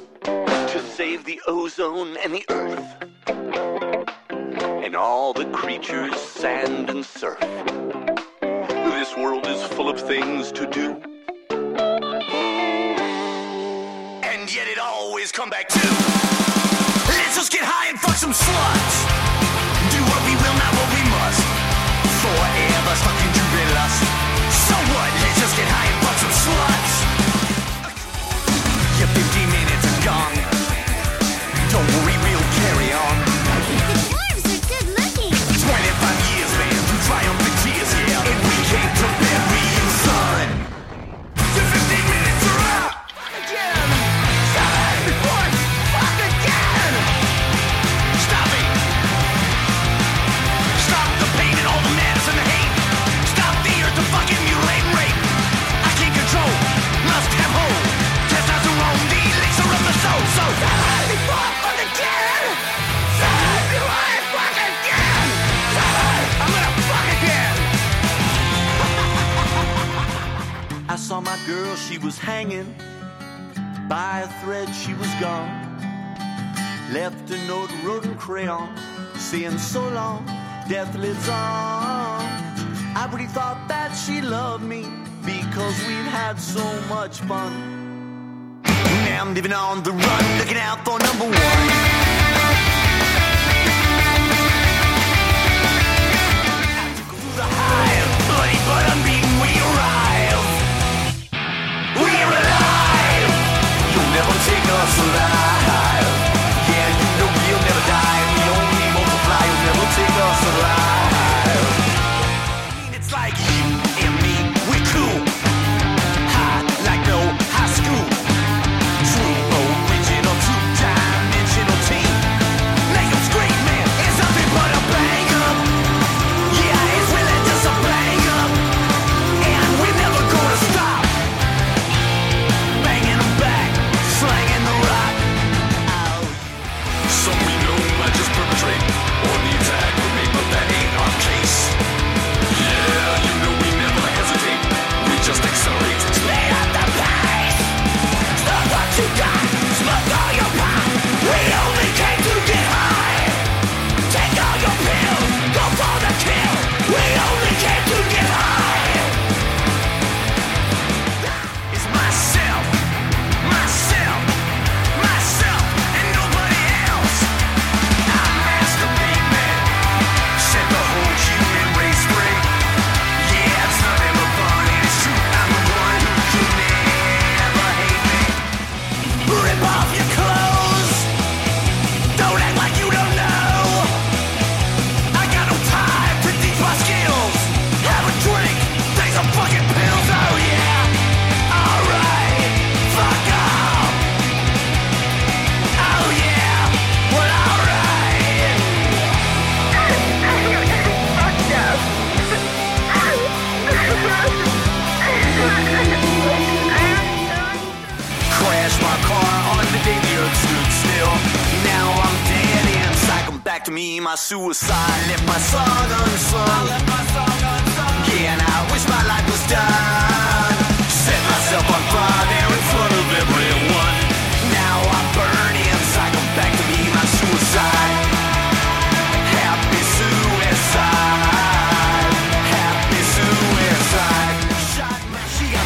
Speaker 13: save the ozone and the earth and all the creatures, sand and surf. This world is full of things to do, and yet it always come back to. Let's just get high and fuck some sluts. Do what we will, not what we must. Forever stuck in jubilee lust. So what? Let's just get high and fuck some sluts. Your 15 minutes are gone. Don't worry, we'll carry on. The dwarves are good looking. 25 years, man, through triumphant tears, yeah. And we came to bury you, son. Your 15 minutes are up. Fuck again. Stop it. What? Fuck again. Stop it. Stop the pain and all the madness and the hate. Stop the urge to fucking mutilate and rape. I can't control. Must have hope. Testosterone, the elixir of the soul. So die before I fuck again. Die before I fuck again. Die. I'm gonna fuck again. I saw my girl, she was hanging by a thread. She was gone. Left a note, wrote in crayon, saying so long, death lives on. I really thought that she loved me because we'd had so much fun. Now I'm living on the run, looking out for number one. Bloody but unbeaten, we arrive. We're alive. You'll never take us alive. Yeah, you know we'll never die. We only multiply. You'll never take us alive. It's like you and me, we're cool. High like no high school. True original, two-dimensional team. Make 'em scream, man. It's nothing but a bang up. Yeah, it's really just a bang up. And we're never gonna stop. Banging 'em back, slanging the rock. Some we know might just perpetrate or the attack would make, but that ain't our case. Yeah, you know we never hesitate. We just accelerate. Speed up the pace. Stop what you got. Smoke all your pot. We only came to get high. Take all your pills. Go for the kill. We only came to get high. It's myself, myself, myself, and nobody else. I masturbate, man. Set the whole human race free. Yeah, it's nothing but fun, and it's true. I'm the one who could never hate me. Rip off your clothes. Don't act like you don't know. I got no time to teach my skills. Have a drink, take some fucking pills. Oh yeah, alright, fuck off. Oh yeah, well alright. Crash my car on the day the earth stood still. Now I'm dead inside. Come back to me, my suicide. Left my song unsung. I left my song unsung. Yeah, and I wish my life was done. Set myself on fire there in front of everyone. Now I burn inside. Come back to me, my suicide. Happy suicide. Happy suicide. Shot my, she got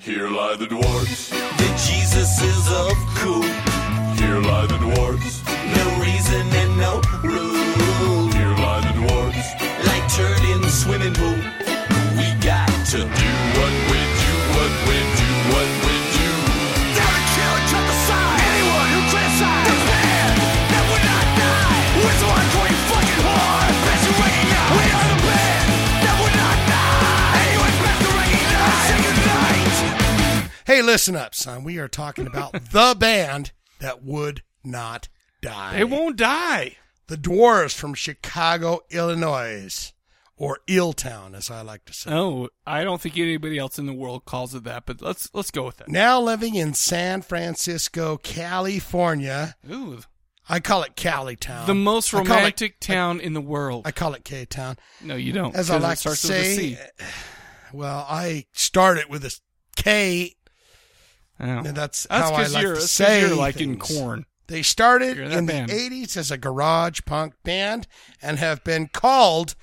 Speaker 13: warts. The Jesus is of cool. Here lie the dwarves. No reason and no rule. Here lie the dwarves. Like turd in swimming pool. We got to do what we do, what we do, what we do. Never kill and aside. Anyone who criticizes this man that would not die. We're the one going fucking hard. Best you recognize. We are the band that would not die. Anyone best to recognize. Say goodnight.
Speaker 2: Hey, listen up, son. We are talking about the band that would not die. They
Speaker 1: won't die.
Speaker 2: The Dwarves from Chicago, Illinois, or Illtown, as I like to say.
Speaker 1: Oh, I don't think anybody else in the world calls it that, but let's let's go with it.
Speaker 2: Now living in San Francisco, California.
Speaker 1: Ooh.
Speaker 2: I call it Cali Town.
Speaker 1: The most
Speaker 2: I call it-
Speaker 1: romantic town in the world.
Speaker 2: I call it K Town.
Speaker 1: No, you don't.
Speaker 2: As I
Speaker 1: 'cause it
Speaker 2: like to
Speaker 1: starts with a
Speaker 2: say,
Speaker 1: C.
Speaker 2: well, I start it with a K, and that's,
Speaker 1: That's
Speaker 2: how I
Speaker 1: 'cause
Speaker 2: like
Speaker 1: you're-
Speaker 2: to
Speaker 1: that's 'cause
Speaker 2: say
Speaker 1: you're like in
Speaker 2: things.
Speaker 1: corn.
Speaker 2: They started
Speaker 1: You're that
Speaker 2: in
Speaker 1: band.
Speaker 2: the '80s as a garage punk band and have been called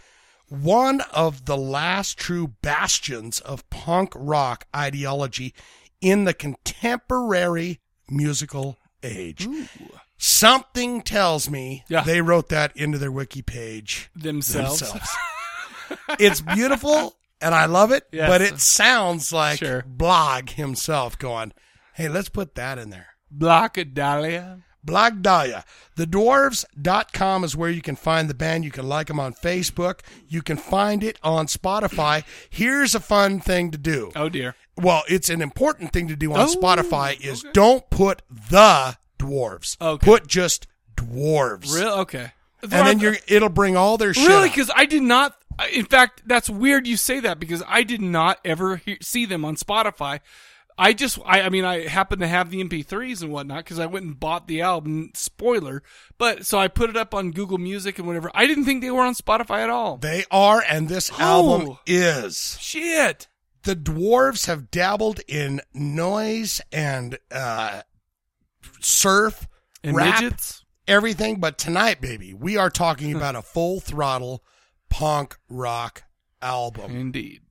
Speaker 2: one of the last true bastions of punk rock ideology in the contemporary musical age. Something tells me they wrote that into their wiki page
Speaker 1: Themselves.
Speaker 2: it's beautiful and I love it,
Speaker 1: Yes.
Speaker 2: but it sounds like Blog himself going, hey, let's put that in there.
Speaker 1: Blockadalia.
Speaker 2: Blogdalia. Thedwarves.com is where you can find the band. You can like them on Facebook. You can find it on Spotify. Here's a fun thing to do.
Speaker 1: Oh, dear.
Speaker 2: Well, it's an important thing to do on
Speaker 1: Oh,
Speaker 2: Spotify is don't put the dwarves.
Speaker 1: Okay.
Speaker 2: Put just dwarves.
Speaker 1: Real okay.
Speaker 2: And then you're, it'll bring all their shit.
Speaker 1: Really?
Speaker 2: up.
Speaker 1: Because I did not. I- In fact, that's weird you say that because I did not ever hear, see them on Spotify. I just, I, I mean, I happened to have the MP3s and whatnot because I went and bought the album. Spoiler, but so I put it up on Google Music and whatever. I didn't think they were on Spotify at all.
Speaker 2: They are, and this album is.
Speaker 1: Shit.
Speaker 2: The dwarves have dabbled in noise and uh, surf
Speaker 1: And
Speaker 2: rap,
Speaker 1: midgets?
Speaker 2: everything. But tonight, baby, we are talking about a full throttle punk rock album.
Speaker 1: Indeed.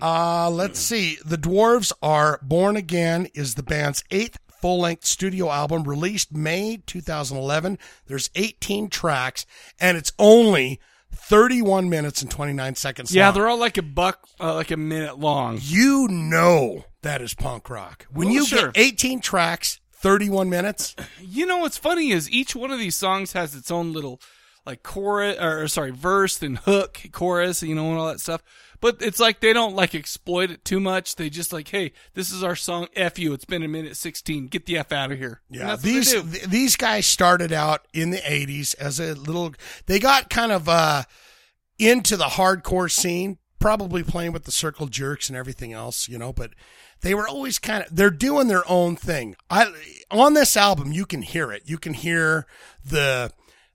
Speaker 2: Uh, let's see. The Dwarves Are Born Again is the band's eighth full length studio album released May 2011. There's 18 tracks, and it's only 31 minutes and 29 seconds
Speaker 1: yeah,
Speaker 2: long.
Speaker 1: they're all like a buck, uh, like a minute long.
Speaker 2: You know that is punk rock. When
Speaker 1: Well,
Speaker 2: you
Speaker 1: sure.
Speaker 2: get 18 tracks, 31 minutes,
Speaker 1: You know what's funny is each one of these songs has its own little like chorus or sorry verse then hook chorus you know and all that stuff but it's like they don't like exploit it too much they just like hey this is our song f you it's been a minute 16 get the f out of here And
Speaker 2: Yeah,
Speaker 1: that's what they
Speaker 2: these
Speaker 1: do.
Speaker 2: th- these guys started out in the '80s as a little. They got kind of uh, into the hardcore scene, probably playing with the Circle Jerks and everything else, you know. But they were always kind of they're doing their own thing. I on this album you can hear it. You can hear the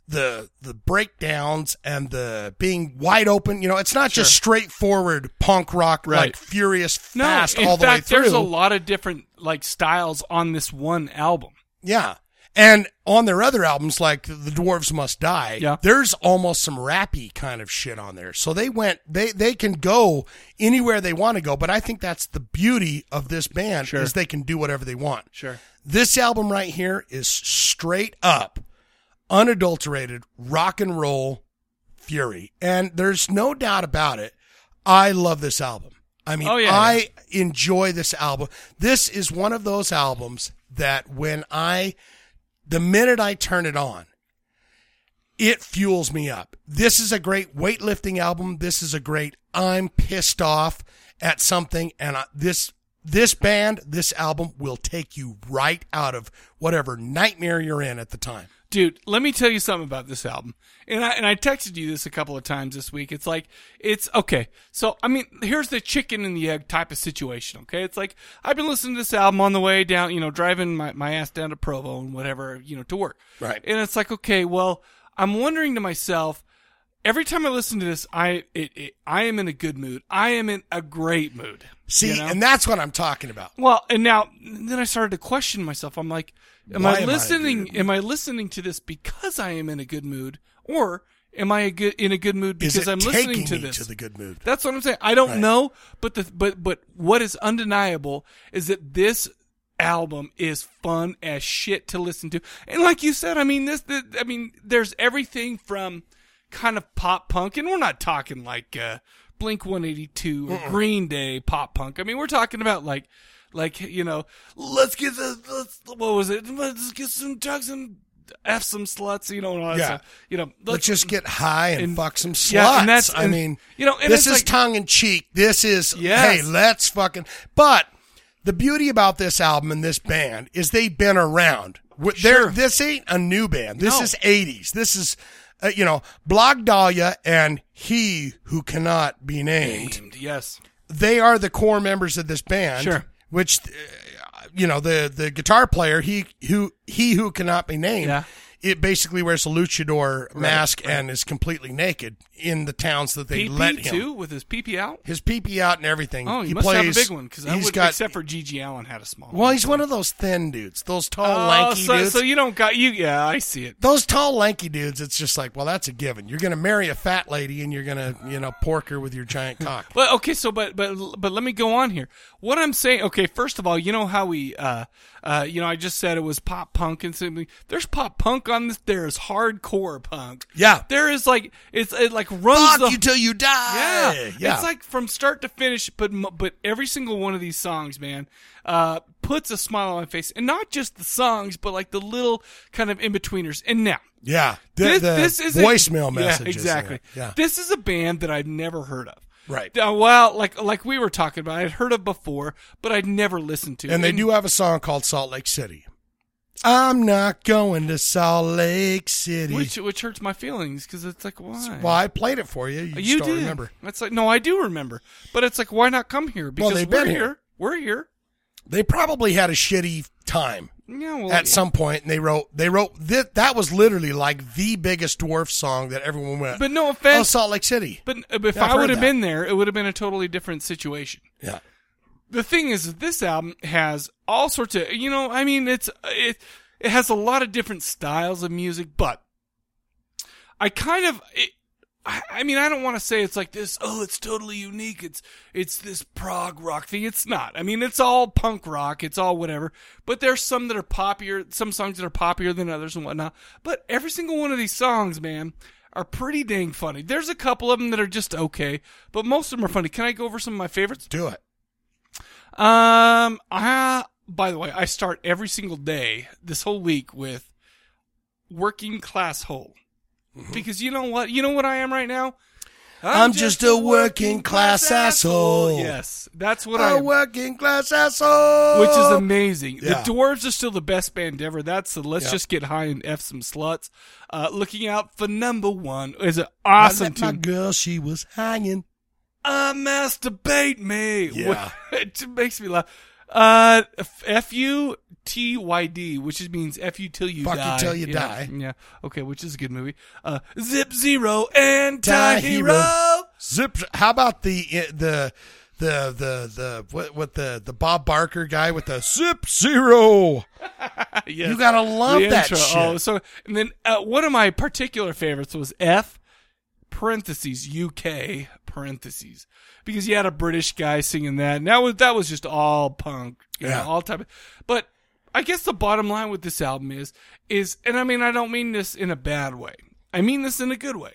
Speaker 2: the the breakdowns and the being wide open. You know, it's not just straightforward punk rock like
Speaker 1: Right.
Speaker 2: furious
Speaker 1: no
Speaker 2: fast
Speaker 1: in
Speaker 2: all the
Speaker 1: fact
Speaker 2: way through.
Speaker 1: there's a lot of different like styles on this one album
Speaker 2: Yeah. And on their other albums, like The Dwarves Must Die,
Speaker 1: Yeah.
Speaker 2: there's almost some rappy kind of shit on there. So they went, they, they can go anywhere they want to go. But I think that's the beauty of this band
Speaker 1: Sure.
Speaker 2: is they can do whatever they want.
Speaker 1: sure
Speaker 2: This album right here is straight up unadulterated rock and roll fury. And there's no doubt about it. I love this album. I mean,
Speaker 1: Oh, yeah.
Speaker 2: I enjoy this album. This is one of those albums that when I, the minute I turn it on, it fuels me up. This is a great weightlifting album. This is a great I'm pissed off at something and I, this this band, this album will take you right out of whatever nightmare you're in at the time.
Speaker 1: Dude, let me tell you something about this album. And I and I texted you this a couple of times this week. It's like it's okay. So I mean, here's the chicken and the egg type of situation, okay? It's like I've been listening to this album on the way down, you know, driving my, my ass down to Provo and whatever, you know, to work.
Speaker 2: Right.
Speaker 1: And it's like, okay, well, I'm wondering to myself, every time I listen to this, I it, it I am in a good mood. I am in a great mood.
Speaker 2: See,
Speaker 1: you know?
Speaker 2: and that's what I'm talking about.
Speaker 1: Well, and now then I started to question myself. I'm like, am
Speaker 2: Why am I
Speaker 1: I
Speaker 2: in a
Speaker 1: listening? am I listening to this because I am in a good mood, or Am I a good in a good mood
Speaker 2: Is
Speaker 1: because
Speaker 2: it
Speaker 1: I'm listening
Speaker 2: taking
Speaker 1: to
Speaker 2: me
Speaker 1: this?
Speaker 2: to the good mood?
Speaker 1: That's what I'm saying. I don't
Speaker 2: Right.
Speaker 1: know, but the but but what is undeniable is that this album is fun as shit to listen to. And like you said, I mean this. The, I mean, there's everything from kind of pop punk, and we're not talking like uh, Blink 182 or
Speaker 13: Mm-mm.
Speaker 1: Green Day pop punk. I mean, we're talking about like like you know, let's get the let's what was it? Let's get some drugs and f some sluts. You know, and all that
Speaker 2: Yeah.
Speaker 1: stuff. You know,
Speaker 2: Let's, just get high and, fuck some sluts.
Speaker 1: yeah, and that's-
Speaker 2: I
Speaker 1: and,
Speaker 2: mean,
Speaker 1: you know, and
Speaker 2: this
Speaker 1: it's
Speaker 2: is
Speaker 1: like-
Speaker 2: tongue in cheek. This is hey,
Speaker 1: Yes.
Speaker 2: let's fucking. But the beauty about this album and this band is they've been around. Wh- They're, This ain't a new band. This
Speaker 13: No.
Speaker 2: is '80s. This is. Uh, you know, Blog Dahlia and he who cannot be named.
Speaker 1: Yes.
Speaker 2: They are the core members of this band.
Speaker 1: Sure.
Speaker 2: Which, uh, you know, the the guitar player he who he who cannot be named.
Speaker 1: Yeah.
Speaker 2: It basically wears a luchador
Speaker 1: Right,
Speaker 2: mask and is completely naked in the towns that they
Speaker 1: PP
Speaker 2: let him.
Speaker 1: too with his PP out.
Speaker 2: His PP out and everything.
Speaker 1: Oh, he,
Speaker 2: he
Speaker 1: must
Speaker 2: plays,
Speaker 1: have a big one because
Speaker 2: he's
Speaker 1: would,
Speaker 2: got.
Speaker 1: except for Gigi Allen had a small.
Speaker 2: well, he's one of those thin dudes. Those tall,
Speaker 1: Oh,
Speaker 2: lanky
Speaker 1: so,
Speaker 2: dudes.
Speaker 1: so you don't got you. Yeah, I see it.
Speaker 2: those tall, lanky dudes. It's just like, well, that's a given. You're going to marry a fat lady and you're going to, you know, pork her with your giant cock.
Speaker 1: Well, okay, so but but but let me go on here. What I'm saying, okay, first of all, you know how we, uh, uh, you know, I just said it was pop punk and something. There's pop punk on this. There is hardcore punk.
Speaker 2: Yeah.
Speaker 1: there is like it's it like runs
Speaker 2: Fuck
Speaker 1: the,
Speaker 2: you till you die.
Speaker 1: Yeah,
Speaker 2: Yeah.
Speaker 1: it's like from start to finish. But mo- but every single one of these songs, man, uh, puts a smile on my face, and not just the songs, but like the little kind of in betweeners. And now,
Speaker 2: Yeah. The,
Speaker 1: this,
Speaker 2: the
Speaker 1: this is a-
Speaker 2: voicemail
Speaker 1: yeah,
Speaker 2: messages.
Speaker 1: exactly.
Speaker 2: Yeah.
Speaker 1: This is a band that I've never heard of.
Speaker 2: Right.
Speaker 1: Uh, well, like like we were talking about, I'd heard of before, but I'd never listened to.
Speaker 2: And they do have a song called Salt Lake City. I'm not going to Salt Lake City.
Speaker 1: which which hurts my feelings because it's like why?
Speaker 2: well, I played it for you. You, just don't
Speaker 1: did.
Speaker 2: remember.
Speaker 1: It's like no, I do remember, but it's like why not come here?
Speaker 2: Well,
Speaker 1: Because
Speaker 2: they've
Speaker 1: we're
Speaker 2: been
Speaker 1: here.
Speaker 2: here.
Speaker 1: We're here.
Speaker 2: They probably had a shitty time.
Speaker 1: Yeah, well,
Speaker 2: at some point, and they wrote they wrote that that was literally like the biggest dwarf song that everyone went.
Speaker 1: But no offense,
Speaker 2: oh, Salt Lake City.
Speaker 1: But uh, if
Speaker 2: Yeah, I've
Speaker 1: I would
Speaker 2: heard
Speaker 1: have
Speaker 2: that.
Speaker 1: been there, it would have been a totally different situation.
Speaker 2: Yeah.
Speaker 1: The thing is, that this album has all sorts of, you know, I mean, it's it it has a lot of different styles of music, but I kind of. It, I I mean, I don't want to say it's like this. Oh, it's totally unique. It's it's this prog rock thing. It's not. I mean, it's all punk rock. It's all whatever. But there's some that are popular. Some songs that are popular than others and whatnot. But every single one of these songs, man, are pretty dang funny. There's a couple of them that are just okay, but most of them are funny. Can I go over some of my favorites?
Speaker 2: Do it.
Speaker 1: Um. I, by the way, I start every single day this whole week with working class hole. Because you know what? You know what I am right now?
Speaker 2: Mm-hmm. I'm, just, a working class asshole.
Speaker 1: Yes, that's what
Speaker 2: a
Speaker 1: I am.
Speaker 2: working class asshole.
Speaker 1: Which is amazing.
Speaker 2: Yeah.
Speaker 1: The Dwarves are still the best band ever. That's the Let's
Speaker 2: Yeah.
Speaker 1: Just Get High and F Some Sluts. Uh, looking out for number one is an awesome
Speaker 2: I met my
Speaker 1: tune.
Speaker 2: girl, she was hanging.
Speaker 1: I uh, masturbate me.
Speaker 2: Yeah.
Speaker 1: it makes me laugh. Uh, F U T Y D, which is- means F you till you
Speaker 2: Fuck you
Speaker 1: die.
Speaker 2: till you
Speaker 1: Yeah.
Speaker 2: die.
Speaker 1: Yeah. Okay, which is a good movie. Uh, Zip Zero Anti Hero.
Speaker 2: Zip. How about the eh, the the the the what, what the the Bob Barker guy with the zip zero?
Speaker 1: Yes.
Speaker 2: You gotta love
Speaker 1: The
Speaker 2: that
Speaker 1: intro.
Speaker 2: shit.
Speaker 1: Oh, so and then uh, one of my particular favorites was F parentheses UK parentheses because you had a British guy singing that. And that was that was just all punk, you know,
Speaker 13: Yeah.
Speaker 1: all type. Of, but I guess the bottom line with this album is is, and I mean I don't mean this in a bad way. I mean this in a good way.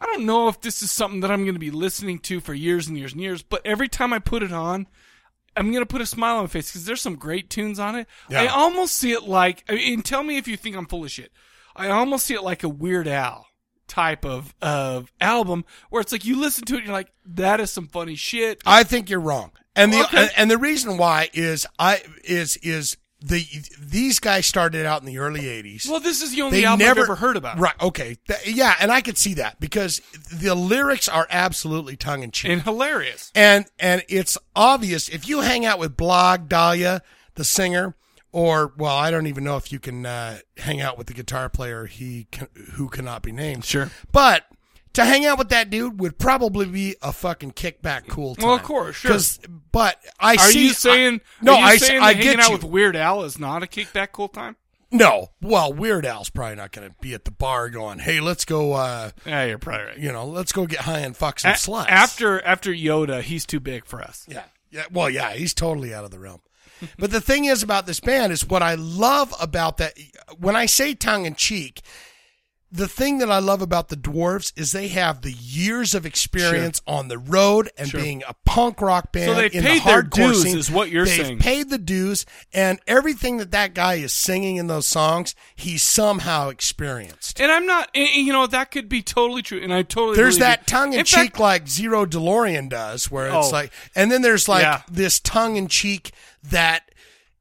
Speaker 1: I don't know if this is something that I'm going to be listening to for years and years and years, but every time I put it on, I'm going to put a smile on my face because there's some great tunes on it.
Speaker 13: Yeah.
Speaker 1: I almost see it like, I mean, and tell me if you think I'm full of shit. I almost see it like a Weird Al type of, of album where it's like you listen to it and you're like, that is some funny shit.
Speaker 2: I think you're wrong. And the
Speaker 1: Okay.
Speaker 2: and the reason why is I is is the these guys started out in the early 80s.
Speaker 1: Well, this is the only album I've ever heard about.
Speaker 2: Right. Okay. Th- yeah, and I could see that because the lyrics are absolutely tongue in cheek.
Speaker 1: And hilarious.
Speaker 2: And and it's obvious if you hang out with Blog Dahlia, the singer, or well, I don't even know if you can uh, hang out with the guitar player he can, who cannot be named.
Speaker 1: Sure.
Speaker 2: But to hang out with that dude would probably be a fucking kickback cool time.
Speaker 1: Well, of course, sure.
Speaker 2: 'Cause- But I
Speaker 1: are
Speaker 2: see.
Speaker 1: you saying
Speaker 2: I, no?
Speaker 1: Are you
Speaker 2: I
Speaker 1: saying
Speaker 2: I
Speaker 1: that
Speaker 2: get
Speaker 1: hanging out
Speaker 2: you.
Speaker 1: with Weird Al is not a kickback cool time?
Speaker 2: No. Well, Weird Al's probably not going to be at the bar going, "Hey, let's go." Uh,
Speaker 1: yeah, you're probably right.
Speaker 2: You know, let's go get high and fuck some
Speaker 1: A-
Speaker 2: sluts.
Speaker 1: After after Yoda, he's too big for us.
Speaker 2: Yeah. Yeah. Well, yeah, he's totally out of the realm. but the thing is about this band is what I love about that. When I say tongue in cheek, the thing that I love about the dwarves is they have the years of experience on the road and
Speaker 1: Sure.
Speaker 2: being a punk rock band.
Speaker 1: So they
Speaker 2: in
Speaker 1: paid
Speaker 2: the
Speaker 1: their
Speaker 2: hardcore
Speaker 1: dues
Speaker 2: scene.
Speaker 1: is what you're
Speaker 2: They've
Speaker 1: saying.
Speaker 2: Paid the dues, and everything that that guy is singing in those songs, he somehow experienced.
Speaker 1: And I'm not, and- and, you know, that could be totally true. And I totally
Speaker 2: There's
Speaker 1: believe you.
Speaker 2: that tongue in
Speaker 1: In fact,
Speaker 2: cheek like Zero DeLorean does, where it's
Speaker 1: Oh.
Speaker 2: like, and then there's like
Speaker 1: Yeah.
Speaker 2: this tongue in cheek that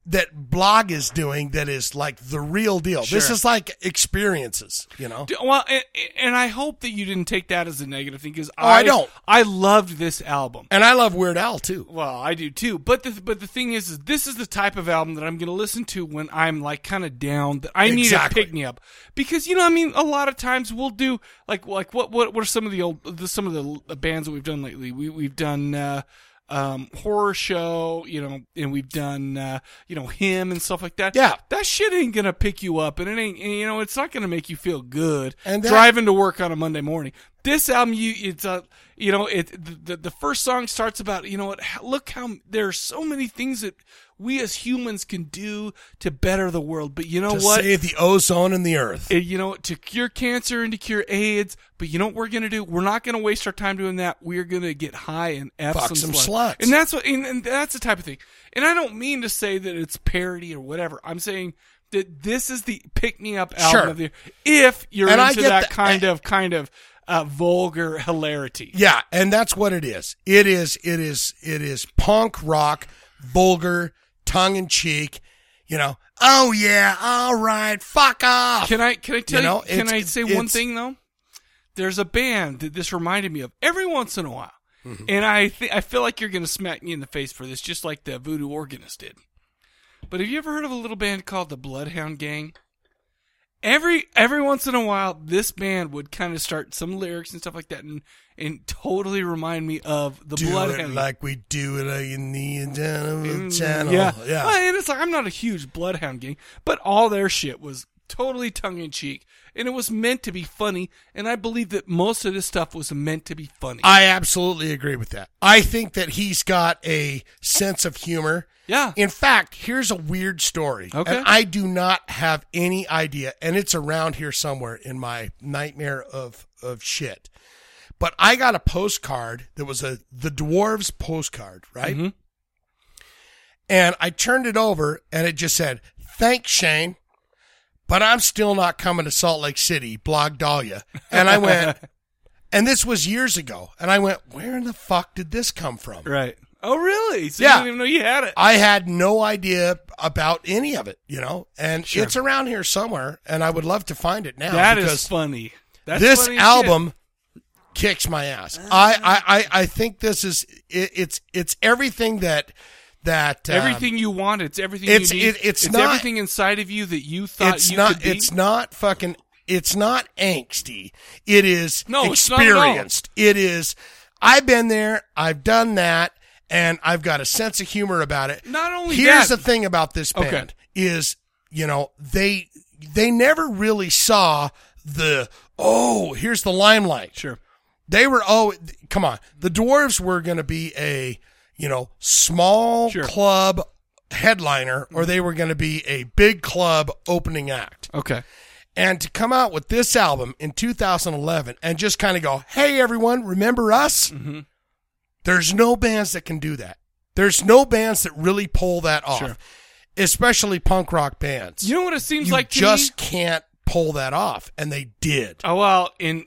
Speaker 2: that blog is doing that is like the real deal. This
Speaker 1: Sure.
Speaker 2: is like experiences, you know.
Speaker 1: D- Well, and, and I hope that you didn't take that as a negative thing because
Speaker 2: Oh, I don't.
Speaker 1: I loved this album,
Speaker 2: and I love Weird Al too.
Speaker 1: Well, I do too. But the but the thing is, is this is the type of album that I'm going to listen to when I'm like kind of down. That I need
Speaker 2: Exactly.
Speaker 1: to pick me up because you know, I mean, a lot of times we'll do like like what what what are some of the old the, some of the l- bands that we've done lately? We we've done. uh um, horror show, you know, and we've done, uh, you know, him and stuff like that. Yeah, that shit ain't gonna pick you up, and it ain't, and, you know, it's not gonna make you feel good.
Speaker 2: And that-
Speaker 1: driving to work on a Monday morning. This album, you it's a you know it the, the first song starts about you know what how- look how there are so many things that we as humans can do to better the world, but you know
Speaker 2: to
Speaker 1: what?
Speaker 2: save the ozone and the earth.
Speaker 1: Uh, you know, to cure cancer and to cure AIDS. But you know what we're gonna do? We're not gonna waste our time doing that. We're gonna get high and F
Speaker 2: Fuck some sluts.
Speaker 1: And that's what, and, and that's the type of thing. And I don't mean to say that it's parody or whatever. I'm saying that this is the pick me up album
Speaker 2: Sure.
Speaker 1: of the year. If you're
Speaker 2: And I
Speaker 1: into
Speaker 2: get
Speaker 1: that
Speaker 2: the- eh.
Speaker 1: kind of kind of uh, vulgar hilarity.
Speaker 2: Yeah, and that's what it is. It is it is it is punk rock, vulgar, tongue in cheek, you know. Oh yeah, all right, fuck off.
Speaker 1: Can I can I tell you?
Speaker 2: know,
Speaker 1: can
Speaker 2: it's-
Speaker 1: I say one
Speaker 2: it's-
Speaker 1: thing though? There's a band that this reminded me of every once in a while,
Speaker 2: Mm-hmm.
Speaker 1: and I th- I feel like you're gonna smack me in the face for this, just like the Voodoo Organist did. But have you ever heard of a little band called the Bloodhound Gang? Every every once in a while, this band would kind of start some lyrics and stuff like that, and and totally remind me of the
Speaker 2: do it
Speaker 1: Bloodhound.
Speaker 2: like we do it in the Channel.
Speaker 1: Mm,
Speaker 2: channel.
Speaker 1: Yeah,
Speaker 2: yeah.
Speaker 1: Well, and it's like I'm not a huge Bloodhound gang, but all their shit was totally tongue in cheek, and it was meant to be funny. And I believe that most of this stuff was meant to be funny.
Speaker 2: I absolutely agree with that. I think that he's got a sense of humor.
Speaker 1: Yeah.
Speaker 2: In fact, here's a weird story.
Speaker 1: Okay.
Speaker 2: And I do not have any idea, and it's around here somewhere in my nightmare of, of shit. But I got a postcard that was a the dwarves postcard, right?
Speaker 1: Mm-hmm.
Speaker 2: And I turned it over and it just said, Thanks, Shane. But I'm still not coming to Salt Lake City, blog Dahlia. And I went, and this was years ago. And I went, where in the fuck did this come from?
Speaker 1: Right. Oh, really? So
Speaker 2: Yeah.
Speaker 1: you didn't even know you had it.
Speaker 2: I had no idea about any of it, you know? And
Speaker 1: Sure.
Speaker 2: it's around here somewhere, and I would love to find it now.
Speaker 1: That is
Speaker 2: because
Speaker 1: funny. That's
Speaker 2: this
Speaker 1: funny as Uh,
Speaker 2: album kicks my ass. I, I, I, I think this is, it, it's, it's everything that, that,
Speaker 1: shit.
Speaker 2: um,
Speaker 1: everything you want. It's everything
Speaker 2: it's-
Speaker 1: you need.
Speaker 2: it- it's not-
Speaker 1: everything inside of you that you thought
Speaker 2: it's
Speaker 1: you
Speaker 2: not,
Speaker 1: could be.
Speaker 2: it's not fucking, it's not angsty. It is
Speaker 1: No, it's not at all.
Speaker 2: experienced. It is, I've been there, I've done that, and I've got a sense of humor about it.
Speaker 1: Not only
Speaker 2: Here's
Speaker 1: that-
Speaker 2: the thing about this
Speaker 1: Okay.
Speaker 2: band is, you know, they they never really saw the oh, here's the limelight.
Speaker 1: Sure.
Speaker 2: They were oh, come on. The dwarves were going to be a, you know, small club headliner or they were going to be a big club opening act.
Speaker 1: Okay.
Speaker 2: And to come out with this album in 2011 and just kind of go, "Hey everyone, remember us?"
Speaker 1: Mm-hmm.
Speaker 2: There's no bands that can do that. There's no bands that really pull that off,
Speaker 1: Sure.
Speaker 2: especially punk rock bands.
Speaker 1: You know what it seems
Speaker 2: You
Speaker 1: like to
Speaker 2: just
Speaker 1: me?
Speaker 2: can't pull that off, and they did.
Speaker 1: Oh well, and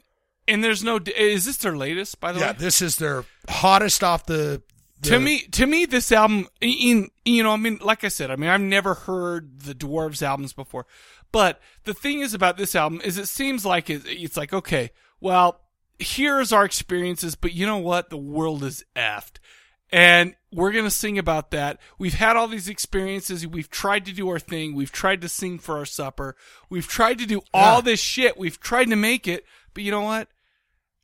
Speaker 1: and there's no. Is this their latest? By the
Speaker 2: Yeah,
Speaker 1: way,
Speaker 2: this is their hottest off the. the-
Speaker 1: to me to me this album in you know i mean like i said i mean i've never heard the dwarves albums before but the thing is about this album is it seems like it, it's like okay well here's our experiences but you know what the world is effed and we're going to sing about that. We've had all these experiences. We've tried to do our thing. We've tried to sing for our supper. We've tried to do all
Speaker 2: Yeah.
Speaker 1: this shit. We've tried to make it. But you know what?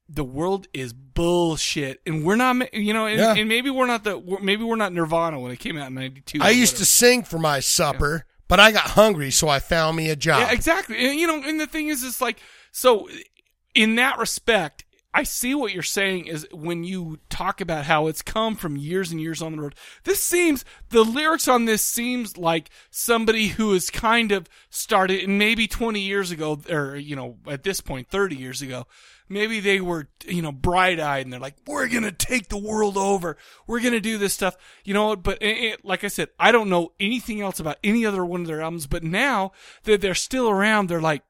Speaker 1: The world is bullshit. And we're not, ma- you know, and,
Speaker 2: Yeah.
Speaker 1: and maybe we're not the, we're- maybe we're not Nirvana when it came out in 92.
Speaker 2: I
Speaker 1: or
Speaker 2: used
Speaker 1: whatever.
Speaker 2: to sing for my supper, But I got hungry, so I found me a job.
Speaker 1: Yeah, exactly. And you know, and the thing is, it's like so. In that respect, I see what you're saying is when you talk about how it's come from years and years on the road. This seems the lyrics on this seems like somebody who has kind of started maybe 20 years ago, or you know, at this point 30 years ago. Maybe they were, you know, bright eyed and they're like, we're going to take the world over. We're going to do this stuff. You know, but it, it- like I said, I don't know anything else about any other one of their albums, but now that they're still around, they're like,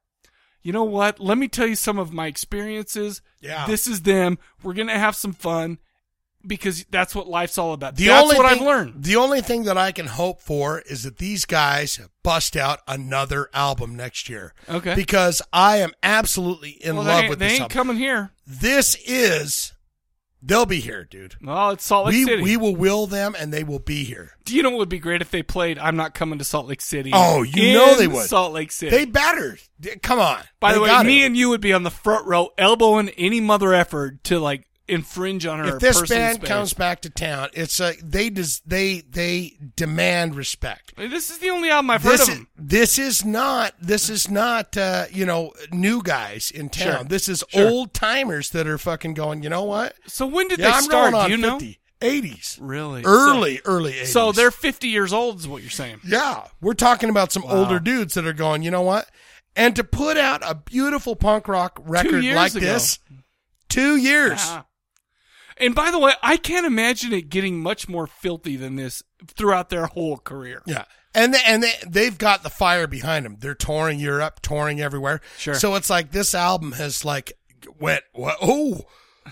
Speaker 1: you know what? Let me tell you some of my experiences.
Speaker 2: Yeah.
Speaker 1: This is them. We're going to have some fun because that's what life's all about.
Speaker 2: The
Speaker 1: that's
Speaker 2: only
Speaker 1: what
Speaker 2: thing,
Speaker 1: I've learned.
Speaker 2: The only thing that I can hope for is that these guys bust out another album next year.
Speaker 1: Okay.
Speaker 2: Because I am absolutely in
Speaker 1: Well, they
Speaker 2: love
Speaker 1: ain't-
Speaker 2: with
Speaker 1: they
Speaker 2: this
Speaker 1: ain't
Speaker 2: album.
Speaker 1: coming here.
Speaker 2: This is. They'll be here, dude.
Speaker 1: Well, it's Salt Lake
Speaker 2: we,
Speaker 1: City.
Speaker 2: We will will them, and they will be here.
Speaker 1: Do you know what would be great if they played I'm Not Coming to Salt Lake City?
Speaker 2: Oh, you know
Speaker 1: in
Speaker 2: they would.
Speaker 1: Salt Lake City.
Speaker 2: They battered. Come on.
Speaker 1: By
Speaker 2: They
Speaker 1: the way,
Speaker 2: got
Speaker 1: me and you would be on the front row elbowing any mother effort to like infringe on her
Speaker 2: if this
Speaker 1: person's
Speaker 2: band
Speaker 1: space.
Speaker 2: comes back to town, it's a they des, they they demand respect.
Speaker 1: This is the only album I've
Speaker 2: this
Speaker 1: heard of
Speaker 2: is,
Speaker 1: them.
Speaker 2: This is not this is not uh, you know new guys in town.
Speaker 1: Sure.
Speaker 2: This is
Speaker 1: Sure.
Speaker 2: old timers that are fucking going. You know what?
Speaker 1: So when did
Speaker 2: yeah,
Speaker 1: they
Speaker 2: I'm
Speaker 1: start?
Speaker 2: Going on
Speaker 1: Do you know?
Speaker 2: 50, 80s,
Speaker 1: really
Speaker 2: early,
Speaker 1: So-
Speaker 2: early 80s.
Speaker 1: So they're 50 years old, is what you're saying?
Speaker 2: Yeah, we're talking about some older dudes that are going. You know what? And to put out a beautiful punk rock record
Speaker 1: years
Speaker 2: like
Speaker 1: ago. Uh-huh.
Speaker 2: this, two years.
Speaker 1: Yeah. And by the way, I can't imagine it getting much more filthy than this throughout their whole career.
Speaker 2: Yeah. And they, and they, they've got the fire behind them. They're touring Europe, touring everywhere.
Speaker 1: Sure.
Speaker 2: So it's like this album has like went what oh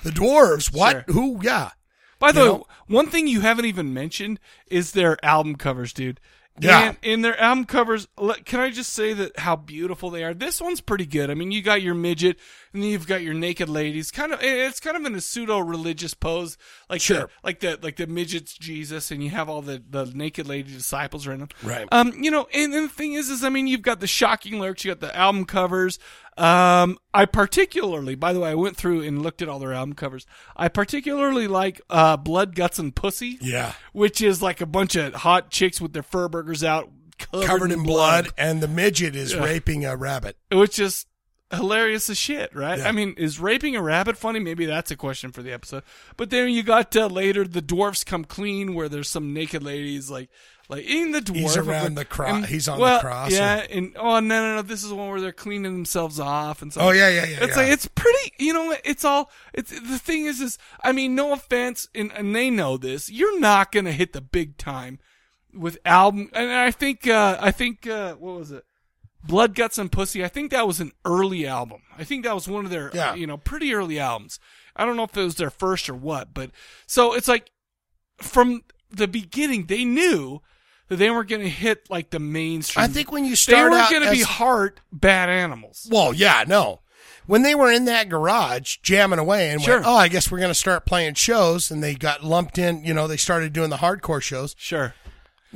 Speaker 2: the dwarves what who yeah.
Speaker 1: By the
Speaker 2: You
Speaker 1: way,
Speaker 2: know?
Speaker 1: one thing you haven't even mentioned is their album covers, dude.
Speaker 2: Yeah.
Speaker 1: And, and their album covers, le- can I just say that how beautiful they are? This one's pretty good. I mean, you got your midget and then you've got your naked ladies. Kind of, and it's kind of in a pseudo religious pose. Like, the,
Speaker 2: Sure.
Speaker 1: like the, like the midget's Jesus and you have all the, the naked lady disciples around them.
Speaker 2: Right.
Speaker 1: Um, you know, and, and the thing is, is I mean, you've got the shocking lyrics, you got the album covers. Um, I particularly, by the way, I went through and looked at all their album covers. I particularly like uh, Blood, Guts, and Pussy.
Speaker 2: Yeah.
Speaker 1: which is like a bunch of hot chicks with their fur burgers out, covered,
Speaker 2: Covered in blood, and the midget is
Speaker 1: Yeah.
Speaker 2: raping a rabbit.
Speaker 1: which is hilarious as shit, right?
Speaker 2: Yeah.
Speaker 1: I mean, is raping a rabbit funny? Maybe that's a question for the episode. But then you got uh, later the dwarfs come clean, where there's some naked ladies like like eating the dwarf.
Speaker 2: He's around the cro-
Speaker 1: and-
Speaker 2: he's on the
Speaker 1: well,
Speaker 2: cross
Speaker 1: Yeah, and oh no no no, this is the one where they're cleaning themselves off and so.
Speaker 2: Oh, yeah, yeah, yeah,
Speaker 1: It's
Speaker 2: yeah.
Speaker 1: like it's pretty. You know, it's all. It's the thing is is I mean, no offense, and, and they know this. You're not gonna hit the big time with album, and I think uh I think uh what was it? Blood, Guts, and Pussy. I think that was an early album. I think that was one of their,
Speaker 2: Yeah.
Speaker 1: you know, pretty early albums. I don't know if it was their first or what, but so it's like from the beginning they knew that they weren't going to hit like the mainstream.
Speaker 2: I think when you start
Speaker 1: they were
Speaker 2: out
Speaker 1: going to be
Speaker 2: as-
Speaker 1: hard bad animals.
Speaker 2: Well, yeah, no. When they were in that garage jamming away and
Speaker 1: Sure.
Speaker 2: went, oh, I guess we're going to start playing shows, and they got lumped in. You know, they started doing the hardcore shows.
Speaker 1: Sure.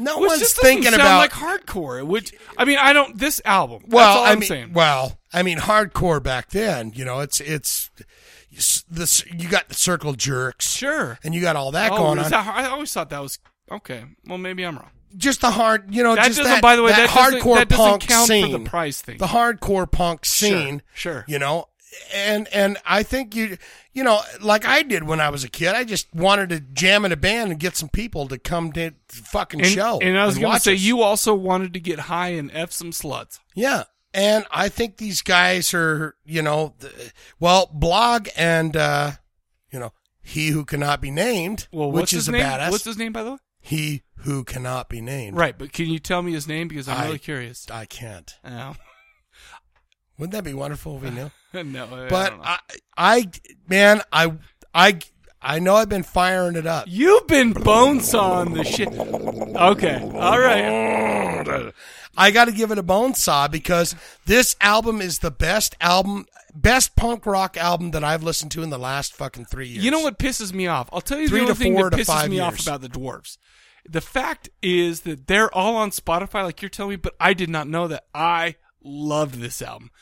Speaker 2: No
Speaker 1: Which
Speaker 2: one's
Speaker 1: just doesn't
Speaker 2: thinking
Speaker 1: sound
Speaker 2: about
Speaker 1: like hardcore. Which I mean, I don't. This album.
Speaker 2: Well,
Speaker 1: that's all
Speaker 2: I
Speaker 1: am
Speaker 2: mean,
Speaker 1: saying.
Speaker 2: well, I mean, hardcore back then. You know, it's it's this. You got the circle jerks,
Speaker 1: sure,
Speaker 2: and you got all that
Speaker 1: Oh,
Speaker 2: going
Speaker 1: is
Speaker 2: on.
Speaker 1: that hard? I always thought that was okay. Well, maybe I'm wrong.
Speaker 2: just the hard, you know,
Speaker 1: That
Speaker 2: just
Speaker 1: doesn't- by the way, that doesn't-
Speaker 2: hardcore
Speaker 1: that doesn't
Speaker 2: punk
Speaker 1: count for the
Speaker 2: scene,
Speaker 1: prize thing.
Speaker 2: the hardcore punk
Speaker 1: Sure,
Speaker 2: scene,
Speaker 1: sure.
Speaker 2: you know, and and I think you, you know, like I did when I was a kid, I just wanted to jam in a band and get some people to come to the fucking
Speaker 1: and,
Speaker 2: show.
Speaker 1: and I was going to
Speaker 2: watch
Speaker 1: say,
Speaker 2: us.
Speaker 1: you also wanted to get high and f some sluts.
Speaker 2: Yeah. And I think these guys are, you know, th- well, Blog and, uh, you know, He Who Cannot Be Named,
Speaker 1: Well,
Speaker 2: which
Speaker 1: what's
Speaker 2: is
Speaker 1: his
Speaker 2: a
Speaker 1: name?
Speaker 2: badass.
Speaker 1: What's his name, by the way?
Speaker 2: He Who Cannot Be Named.
Speaker 1: Right, but can you tell me his name because I'm
Speaker 2: I-
Speaker 1: really curious.
Speaker 2: I can't.
Speaker 1: Oh.
Speaker 2: Wouldn't that be wonderful if we knew?
Speaker 1: no,
Speaker 2: but I, I, man, I, I, I know I've been firing it up.
Speaker 1: You've been bone sawing the shit. Okay, all right.
Speaker 2: I got to give it a bone saw because this album is the best album, best punk rock album that I've listened to in the last fucking three years.
Speaker 1: You know what pisses me off? I'll tell you
Speaker 2: Three
Speaker 1: the
Speaker 2: to
Speaker 1: only thing
Speaker 2: four
Speaker 1: that
Speaker 2: to
Speaker 1: pisses
Speaker 2: five
Speaker 1: me off
Speaker 2: years.
Speaker 1: about the dwarves. The fact is that they're all on Spotify, like you're telling me, but I did not know that. I loved this album.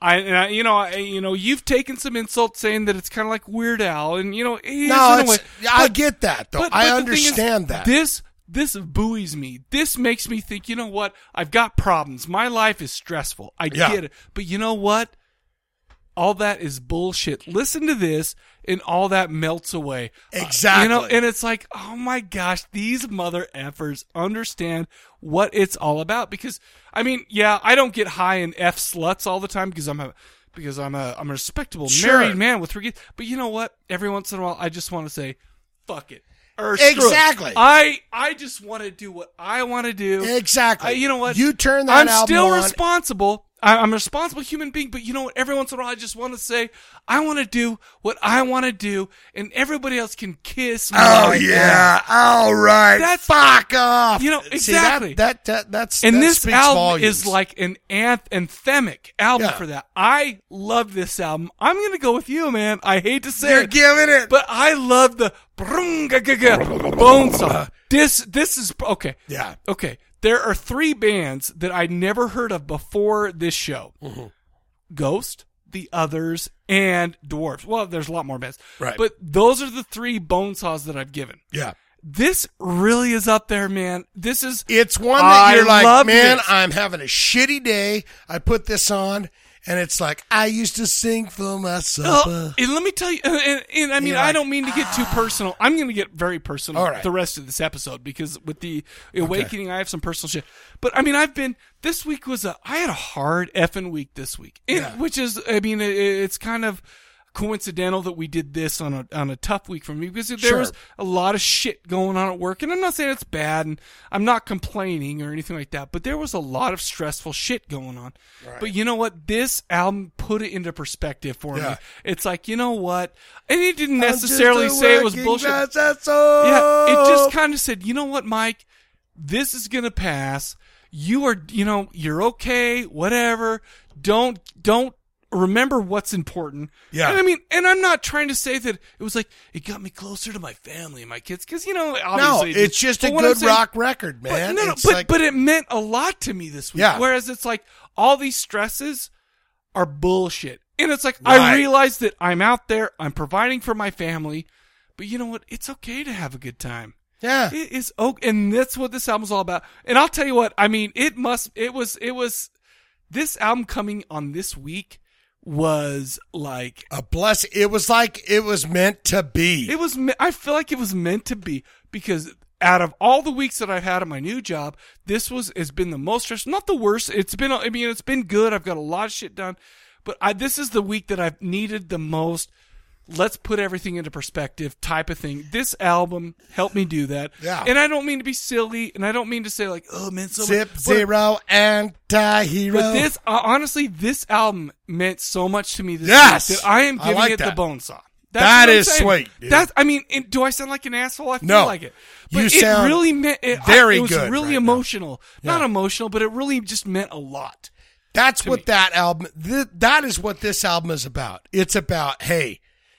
Speaker 1: I, and I you know, I, you know, you've taken some insults saying that it's kind of like Weird Al, and you know, it is
Speaker 2: No,
Speaker 1: in a
Speaker 2: it's,
Speaker 1: way,
Speaker 2: I
Speaker 1: but-
Speaker 2: get that though.
Speaker 1: but-
Speaker 2: I
Speaker 1: but the thing is,
Speaker 2: understand that.
Speaker 1: This This buoys me. This makes me think, you know what? I've got problems. My life is stressful. I
Speaker 2: Yeah.
Speaker 1: get it. But you know what? All that is bullshit. Listen to this, and all that melts away. Uh,
Speaker 2: Exactly.
Speaker 1: you know, and it's like, oh my gosh, these mother effers understand what it's all about. Because I mean, yeah, I don't get high in f sluts all the time because I'm a because I'm a I'm a respectable
Speaker 2: Sure.
Speaker 1: married man with three kids. But you know what? Every once in a while, I just want to say, fuck it. Or screw it.
Speaker 2: Exactly.
Speaker 1: I I just want to do what I want to do.
Speaker 2: Exactly.
Speaker 1: I- you know what?
Speaker 2: You turn that
Speaker 1: I'm
Speaker 2: album
Speaker 1: still
Speaker 2: on-
Speaker 1: responsible. I, I'm a responsible human being, but you know what? Every once in a while, I just want to say, I want to do what I want to do, and everybody else can kiss me.
Speaker 2: Oh yeah. All right.
Speaker 1: That's
Speaker 2: fuck off.
Speaker 1: You know
Speaker 2: See, that-
Speaker 1: exactly.
Speaker 2: that, that that's
Speaker 1: and
Speaker 2: that
Speaker 1: this
Speaker 2: speaks
Speaker 1: album
Speaker 2: volumes.
Speaker 1: is like an anth- anthemic album
Speaker 2: Yeah.
Speaker 1: for that. I love this album. I'm gonna go with you, man. I hate to say
Speaker 2: You're
Speaker 1: it,
Speaker 2: giving it,
Speaker 1: but I love the brung-ga-ga-ga bone saw. This this is okay.
Speaker 2: Yeah.
Speaker 1: Okay. There are three bands that I never heard of before this show.
Speaker 2: Mm-hmm.
Speaker 1: Ghost, The Others, and Dwarfs. Well, there's a lot more bands.
Speaker 2: Right.
Speaker 1: But those are the three bone saws that I've given.
Speaker 2: Yeah.
Speaker 1: This really is up there, man. This is
Speaker 2: it's one that
Speaker 1: I
Speaker 2: you're like,
Speaker 1: love
Speaker 2: man,
Speaker 1: this."
Speaker 2: I'm having a shitty day. I put this on, and it's like I used to sing for my
Speaker 1: Oh,
Speaker 2: supper.
Speaker 1: and let me tell you, and, and I mean,
Speaker 2: You're
Speaker 1: I
Speaker 2: like, "Ah."
Speaker 1: don't mean to get too personal. I'm going to get very personal
Speaker 2: All right.
Speaker 1: the rest of this episode because with the awakening, I have some personal shit. But I mean, I've been this week was a I had a hard effing week this week, And- which is I mean, it, it's kind of coincidental that we did this on a on a tough week for me because there
Speaker 2: Sure.
Speaker 1: was a lot of shit going on at work, and I'm not saying it's bad, and I'm not complaining or anything like that, but there was a lot of stressful shit going on.
Speaker 2: Right.
Speaker 1: But you know what? This album put it into perspective for me.
Speaker 2: Yeah.
Speaker 1: It's like you know what, and it didn't
Speaker 2: I'm just
Speaker 1: necessarily
Speaker 2: a
Speaker 1: say it was
Speaker 2: working
Speaker 1: bullshit.
Speaker 2: class
Speaker 1: Yeah, it
Speaker 2: asshole.
Speaker 1: just kind of said, you know what, Mike, this is gonna pass. You are, you know, you're okay. Whatever. Don't don't remember what's important.
Speaker 2: Yeah.
Speaker 1: and I mean, and I'm not trying to say that it was like it got me closer to my family and my kids because you know Oh, obviously it
Speaker 2: no,
Speaker 1: did.
Speaker 2: it's just a
Speaker 1: But what I'm
Speaker 2: good
Speaker 1: saying-
Speaker 2: rock record, man.
Speaker 1: but, no, no,
Speaker 2: It's
Speaker 1: but,
Speaker 2: like-
Speaker 1: but it meant a lot to me this week.
Speaker 2: Yeah.
Speaker 1: Whereas it's like all these stresses are bullshit. And it's like
Speaker 2: Right.
Speaker 1: I realize that I'm out there, I'm providing for my family, but you know what? It's okay to have a good time.
Speaker 2: Yeah.
Speaker 1: It is okay and that's what this album's all about. And I'll tell you what, I mean, it must it was it was this album coming on this week was like
Speaker 2: a bless. It was like it was meant to be.
Speaker 1: it was. me- I feel like it was meant to be because out of all the weeks that I've had at my new job, this was has been the most stressful. Not the worst. It's been. I mean, it's been good. I've got a lot of shit done, but I, this is the week that I've needed the most. Let's put everything into perspective, type of thing. This album helped me do that.
Speaker 2: Yeah.
Speaker 1: And I don't mean to be silly, and I don't mean to say like, oh man, so
Speaker 2: Zip
Speaker 1: but-
Speaker 2: zero anti-hero.
Speaker 1: But this, uh, honestly, this album meant so much to me this
Speaker 2: Yes!
Speaker 1: week that I am
Speaker 2: I
Speaker 1: giving
Speaker 2: like
Speaker 1: it the
Speaker 2: that.
Speaker 1: bone saw.
Speaker 2: That
Speaker 1: what I'm
Speaker 2: is
Speaker 1: saying.
Speaker 2: sweet, dude.
Speaker 1: That's I mean, and do I sound like an asshole? I feel
Speaker 2: No.
Speaker 1: like it.
Speaker 2: You
Speaker 1: But it
Speaker 2: sound
Speaker 1: really meant it, I-
Speaker 2: very
Speaker 1: it was
Speaker 2: good
Speaker 1: really
Speaker 2: right now.
Speaker 1: emotional. Not
Speaker 2: Yeah.
Speaker 1: emotional, but it really just meant a lot.
Speaker 2: That's
Speaker 1: to
Speaker 2: what
Speaker 1: me.
Speaker 2: that album. Th- that is what this album is about. It's about hey,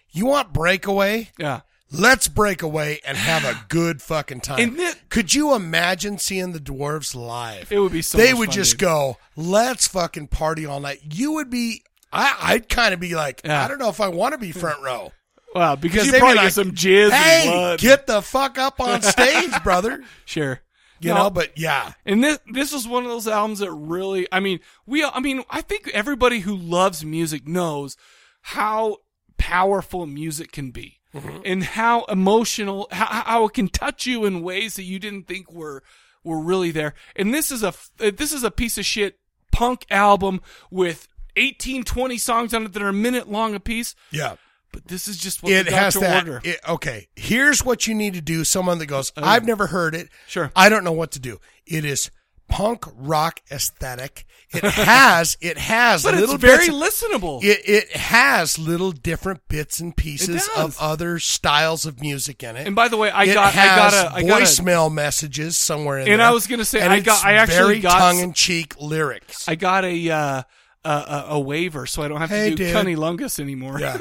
Speaker 2: you want breakaway?
Speaker 1: Yeah.
Speaker 2: Let's break away and have a good fucking time.
Speaker 1: And thi-
Speaker 2: Could you imagine seeing the dwarves live?
Speaker 1: It would be so
Speaker 2: they
Speaker 1: much
Speaker 2: would
Speaker 1: fun,
Speaker 2: just
Speaker 1: dude.
Speaker 2: go, "Let's fucking party all night." You would be. I, I'd kind of be like,
Speaker 1: Yeah.
Speaker 2: I don't know if I want to be front row
Speaker 1: Wow, because you
Speaker 2: they'd be
Speaker 1: probably
Speaker 2: like,
Speaker 1: got some jizz
Speaker 2: Hey,
Speaker 1: and blood.
Speaker 2: get the fuck up on stage, brother.
Speaker 1: sure.
Speaker 2: You
Speaker 1: No,
Speaker 2: know, but yeah,
Speaker 1: And this this was one of those albums that really I mean, we I mean, I think everybody who loves music knows how powerful music can be
Speaker 2: Mm-hmm.
Speaker 1: and how emotional how, how it can touch you in ways that you didn't think were were really there. And this is a f- uh, this is a piece of shit punk album with 18 20 songs on it that are a minute long apiece,
Speaker 2: yeah.
Speaker 1: but this is just what
Speaker 2: It
Speaker 1: the
Speaker 2: has
Speaker 1: doctor
Speaker 2: that.
Speaker 1: order. Uh-huh.
Speaker 2: it- okay, here's what you need to do. Someone that goes, I've never heard it.
Speaker 1: Sure.
Speaker 2: I don't know what to do. It is punk rock aesthetic. It has. It has
Speaker 1: but it's
Speaker 2: little
Speaker 1: very
Speaker 2: bits-
Speaker 1: listenable.
Speaker 2: It it has little different bits and pieces of
Speaker 1: does.
Speaker 2: other styles of music in it.
Speaker 1: And by the way, I
Speaker 2: It
Speaker 1: got- I
Speaker 2: has
Speaker 1: got a- I got a-
Speaker 2: voicemail messages somewhere in there.
Speaker 1: And I was gonna say,
Speaker 2: And
Speaker 1: I got-
Speaker 2: it's
Speaker 1: I actually
Speaker 2: very
Speaker 1: got-
Speaker 2: tongue in cheek lyrics.
Speaker 1: I got a uh, a, a, a waiver, so I don't have
Speaker 2: Hey,
Speaker 1: to do
Speaker 2: dude.
Speaker 1: cunnilingus anymore.
Speaker 2: Yeah.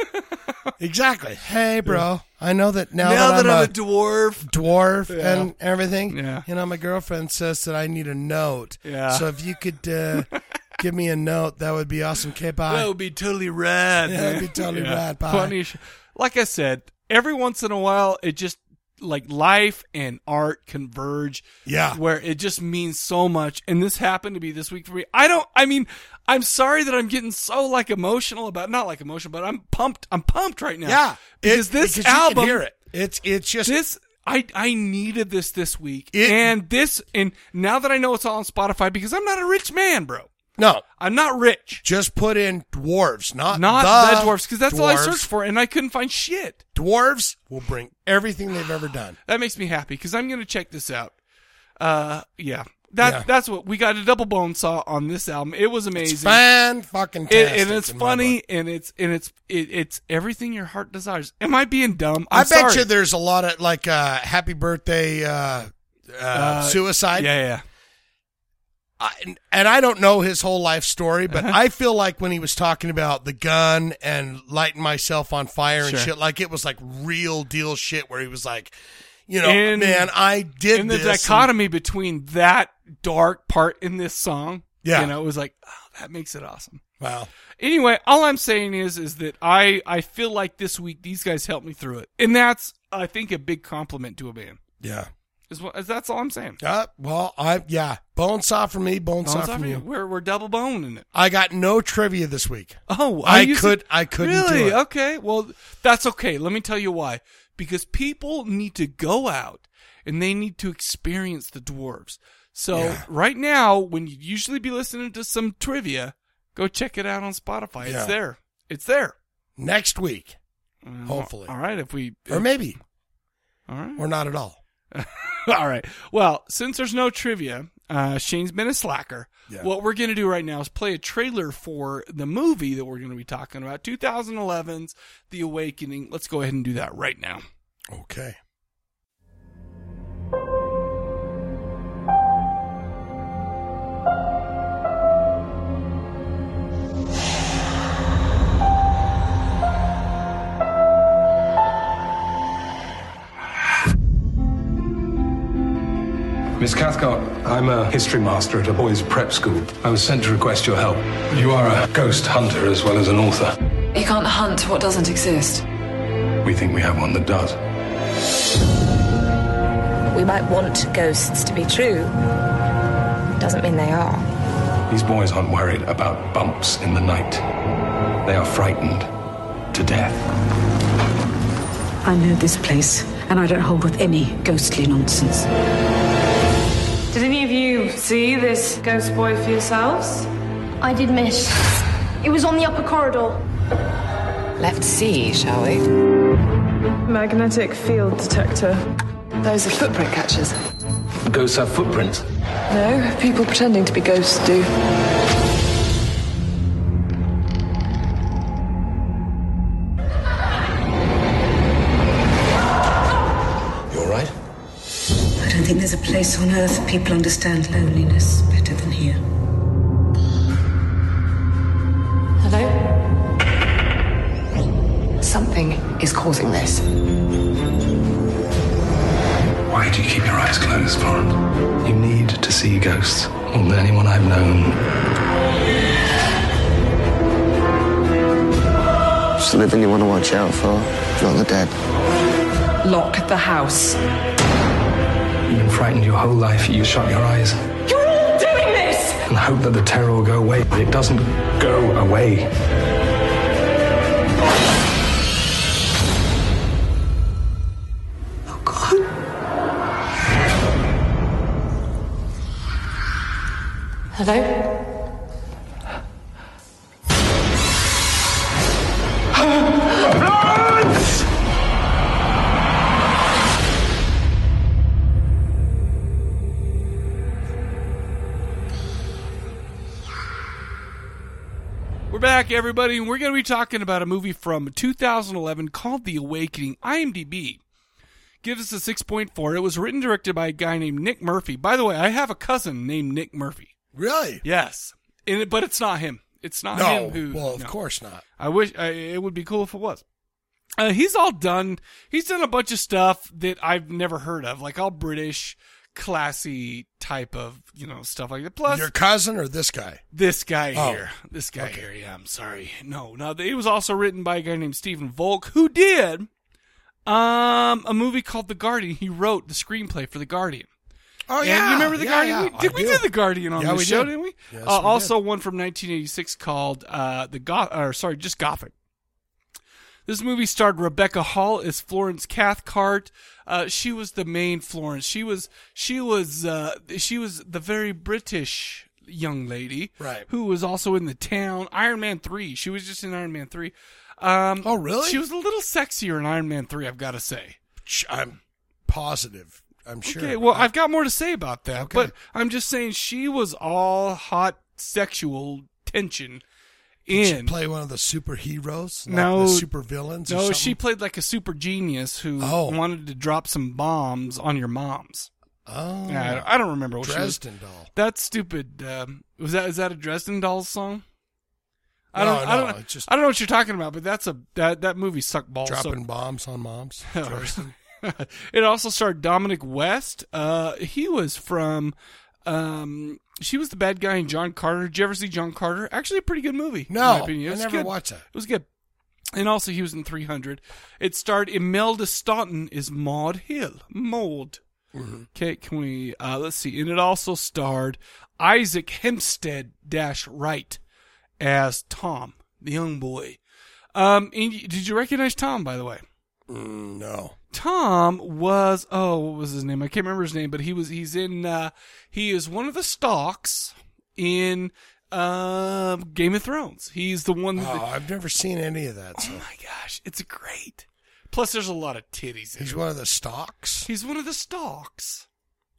Speaker 2: exactly. Hey, bro. I know that now,
Speaker 1: now that, I'm a,
Speaker 2: a
Speaker 1: dwarf,
Speaker 2: dwarf
Speaker 1: Yeah.
Speaker 2: and everything.
Speaker 1: Yeah.
Speaker 2: You know, my girlfriend says that I need a note.
Speaker 1: Yeah.
Speaker 2: So if you could uh, give me a note, that would be awesome. Okay, bye.
Speaker 1: that would be totally rad.
Speaker 2: Yeah,
Speaker 1: man.
Speaker 2: that'd be totally rad, bye.
Speaker 1: Funny. sh- Like I said, every once in a while, it just like life and art converge.
Speaker 2: Yeah.
Speaker 1: Where it just means so much. And this happened to be this week for me. I don't, I mean, I'm sorry that I'm getting so like emotional about, not like emotional, but I'm pumped. I'm pumped right now.
Speaker 2: Yeah.
Speaker 1: Because
Speaker 2: It-
Speaker 1: this
Speaker 2: because you can
Speaker 1: album.
Speaker 2: hear it. It's, it's just.
Speaker 1: This, I, I needed this this week. and this, and now that I know it's all on Spotify, because I'm not a rich man, bro.
Speaker 2: No,
Speaker 1: I'm not rich.
Speaker 2: Just put in dwarves, not
Speaker 1: Not
Speaker 2: the
Speaker 1: the, dwarfs, because that's all I
Speaker 2: dwarves.
Speaker 1: searched for, and I couldn't find shit.
Speaker 2: Dwarves will bring everything they've ever done.
Speaker 1: That makes me happy because I'm going to check this out. Uh, yeah, that
Speaker 2: Yeah.
Speaker 1: that's what we got a double bone saw on this album. It was amazing.
Speaker 2: fan fucking
Speaker 1: It- and it's
Speaker 2: in my
Speaker 1: funny, and it's and it's it, it's everything your heart desires. Am I being dumb?
Speaker 2: i
Speaker 1: I'm
Speaker 2: bet
Speaker 1: sorry.
Speaker 2: you there's a lot of like uh, happy birthday uh, uh,
Speaker 1: Uh,
Speaker 2: suicide.
Speaker 1: yeah, yeah.
Speaker 2: I, and I don't know his whole life story,
Speaker 1: Uh-huh.
Speaker 2: but I feel like when he was talking about the gun and lighting myself on fire and
Speaker 1: Sure.
Speaker 2: shit, like it was like real deal shit where he was like, you know,
Speaker 1: In-
Speaker 2: man, I did
Speaker 1: And the
Speaker 2: this and-
Speaker 1: dichotomy between that dark part in this song,
Speaker 2: Yeah.
Speaker 1: you know, it was like, oh, that makes it awesome.
Speaker 2: Wow.
Speaker 1: Anyway, all I'm saying is is that I I feel like this week these guys helped me through it, and that's I think a big compliment to a band.
Speaker 2: Yeah.
Speaker 1: Is what is that's all I'm saying.
Speaker 2: Uh, well, I yeah, bone saw for me, bone,
Speaker 1: Bones
Speaker 2: saw
Speaker 1: off
Speaker 2: from
Speaker 1: of
Speaker 2: you.
Speaker 1: We're we're double bone in it.
Speaker 2: I got no trivia this week.
Speaker 1: Oh,
Speaker 2: I,
Speaker 1: used to-
Speaker 2: could, I couldn't
Speaker 1: really?
Speaker 2: do it.
Speaker 1: Okay, well that's okay. Let me tell you why. Because people need to go out and they need to experience the dwarves. So
Speaker 2: Yeah.
Speaker 1: right now, when you usually be listening to some trivia, go check it out on Spotify.
Speaker 2: Yeah.
Speaker 1: It's there. It's there.
Speaker 2: Next week,
Speaker 1: Uh,
Speaker 2: hopefully,
Speaker 1: All right, if we
Speaker 2: or maybe,
Speaker 1: all right,
Speaker 2: or not at all.
Speaker 1: all right. Well, since there's no trivia, uh, Shane's been a slacker.
Speaker 2: Yeah.
Speaker 1: What we're going to do right now is play a trailer for the movie that we're going to be talking about 2011's The Awakening. Let's go ahead and do that right now.
Speaker 2: Okay.
Speaker 12: Miss Cathcart, I'm a history master at a boys' prep school. I was sent to request your help. You are a ghost hunter as well as an author.
Speaker 14: You can't hunt what doesn't exist.
Speaker 12: We think we have one that does.
Speaker 15: We might want ghosts to be true, doesn't mean they are.
Speaker 12: These boys aren't worried about bumps in the night. They are frightened to death.
Speaker 16: I know this place, and I don't hold with any ghostly nonsense.
Speaker 17: Did any of you see this ghost boy for yourselves? I did miss. It was on the upper corridor.
Speaker 14: Left sea, shall we?
Speaker 17: Magnetic field detector.
Speaker 14: Those are footprint catchers.
Speaker 12: Ghosts have footprints.
Speaker 14: No, people pretending to be ghosts do.
Speaker 12: You all right?
Speaker 16: I don't think there's a place on earth people understand loneliness better than here.
Speaker 14: Hello? Something is causing this.
Speaker 12: Why do you keep your eyes closed, Florence? You need to see ghosts more than anyone I've known.
Speaker 18: It's the living you want to watch out for, not the dead.
Speaker 14: Lock the house.
Speaker 12: You've been frightened your whole life. You shut your eyes
Speaker 14: You're all doing this!
Speaker 12: and hope that the terror will go away, but it doesn't go away.
Speaker 14: Hello?
Speaker 1: We're back, everybody, and we're going to be talking about a movie from 2011 called The Awakening. IMDb gives us a 6.4. It was written and directed by a guy named Nick Murphy. By the way, I have a cousin named Nick Murphy.
Speaker 2: Really?
Speaker 1: Yes. And it- but it's not him. It's not
Speaker 2: No.
Speaker 1: him who.
Speaker 2: well, of
Speaker 1: no.
Speaker 2: course not.
Speaker 1: I wish I, it would be cool if it was. Uh, he's all done. He's done a bunch of stuff that I've never heard of, like all British, classy type of you know stuff like that. Plus,
Speaker 2: Your cousin or this guy?
Speaker 1: this guy
Speaker 2: Oh.
Speaker 1: here, this guy here. Yeah, I'm sorry. No, no. It was also written by a guy named Stephen Volk, who did Um, a movie called The Guardian. He wrote the screenplay for The Guardian.
Speaker 2: Oh,
Speaker 1: And
Speaker 2: yeah.
Speaker 1: you remember The
Speaker 2: Yeah,
Speaker 1: Guardian?
Speaker 2: yeah,
Speaker 1: We-
Speaker 2: I
Speaker 1: did we
Speaker 2: do.
Speaker 1: do The Guardian on
Speaker 2: Yeah,
Speaker 1: this
Speaker 2: we
Speaker 1: show?
Speaker 2: did.
Speaker 1: not we?
Speaker 2: Yes, we
Speaker 1: Uh,
Speaker 2: did.
Speaker 1: also, one from 1986 called uh, the Goth, or sorry, just Gothic. This movie starred Rebecca Hall as Florence Cathcart. Uh, she was the main Florence. She was she was uh, she was the very British young lady,
Speaker 2: Right.
Speaker 1: Who was also in the town Iron Man three. She was just in Iron Man three. Um,
Speaker 2: oh, really?
Speaker 1: She was a little sexier in Iron Man three. I've got to say.
Speaker 2: I'm positive. I'm sure.
Speaker 1: Okay, well, I've got more to say about that, but I'm just saying she was all hot sexual tension
Speaker 2: Did she
Speaker 1: in.
Speaker 2: play one of the superheroes, not
Speaker 1: no
Speaker 2: the supervillains. or
Speaker 1: No,
Speaker 2: something?
Speaker 1: she played like a super genius who
Speaker 2: Oh.
Speaker 1: wanted to drop some bombs on your moms.
Speaker 2: Oh,
Speaker 1: Yeah, I don't- I don't remember what she was-
Speaker 2: Dresden Doll.
Speaker 1: That stupid um, was that is that a Dresden Dolls song? I
Speaker 2: No,
Speaker 1: don't, I
Speaker 2: no,
Speaker 1: don't,
Speaker 2: it's just-
Speaker 1: I don't know what you're talking about, but that's a that that movie sucked balls. so-
Speaker 2: dropping bombs on moms. Dresden.
Speaker 1: it also starred Dominic West. Uh, he was from. Um, she was the bad guy in John Carter. Did you ever see John Carter? Actually, a pretty good movie.
Speaker 2: No,
Speaker 1: in my opinion. It
Speaker 2: I
Speaker 1: was
Speaker 2: never
Speaker 1: good.
Speaker 2: watched that.
Speaker 1: It was good. And also, he was in 300. It starred Imelda Staunton as Maud Hill. Maud.
Speaker 2: Mm-hmm.
Speaker 1: Okay, can we? Uh, let's see. And it also starred Isaac Hempstead Dash Wright as Tom, the young boy. Um, and y- did you recognize Tom, by the way?
Speaker 2: Mm, no.
Speaker 1: Tom was oh, what was his name? I can't remember his name, but he was he's in uh he is one of the stalks in uh, Game of Thrones. He's the one that
Speaker 2: Oh, I've never seen any of that. So. Oh my
Speaker 1: gosh, it's great. Plus, there's a lot of titties. in
Speaker 2: He's
Speaker 1: it.
Speaker 2: one of the stalks.
Speaker 1: He's one of the stalks.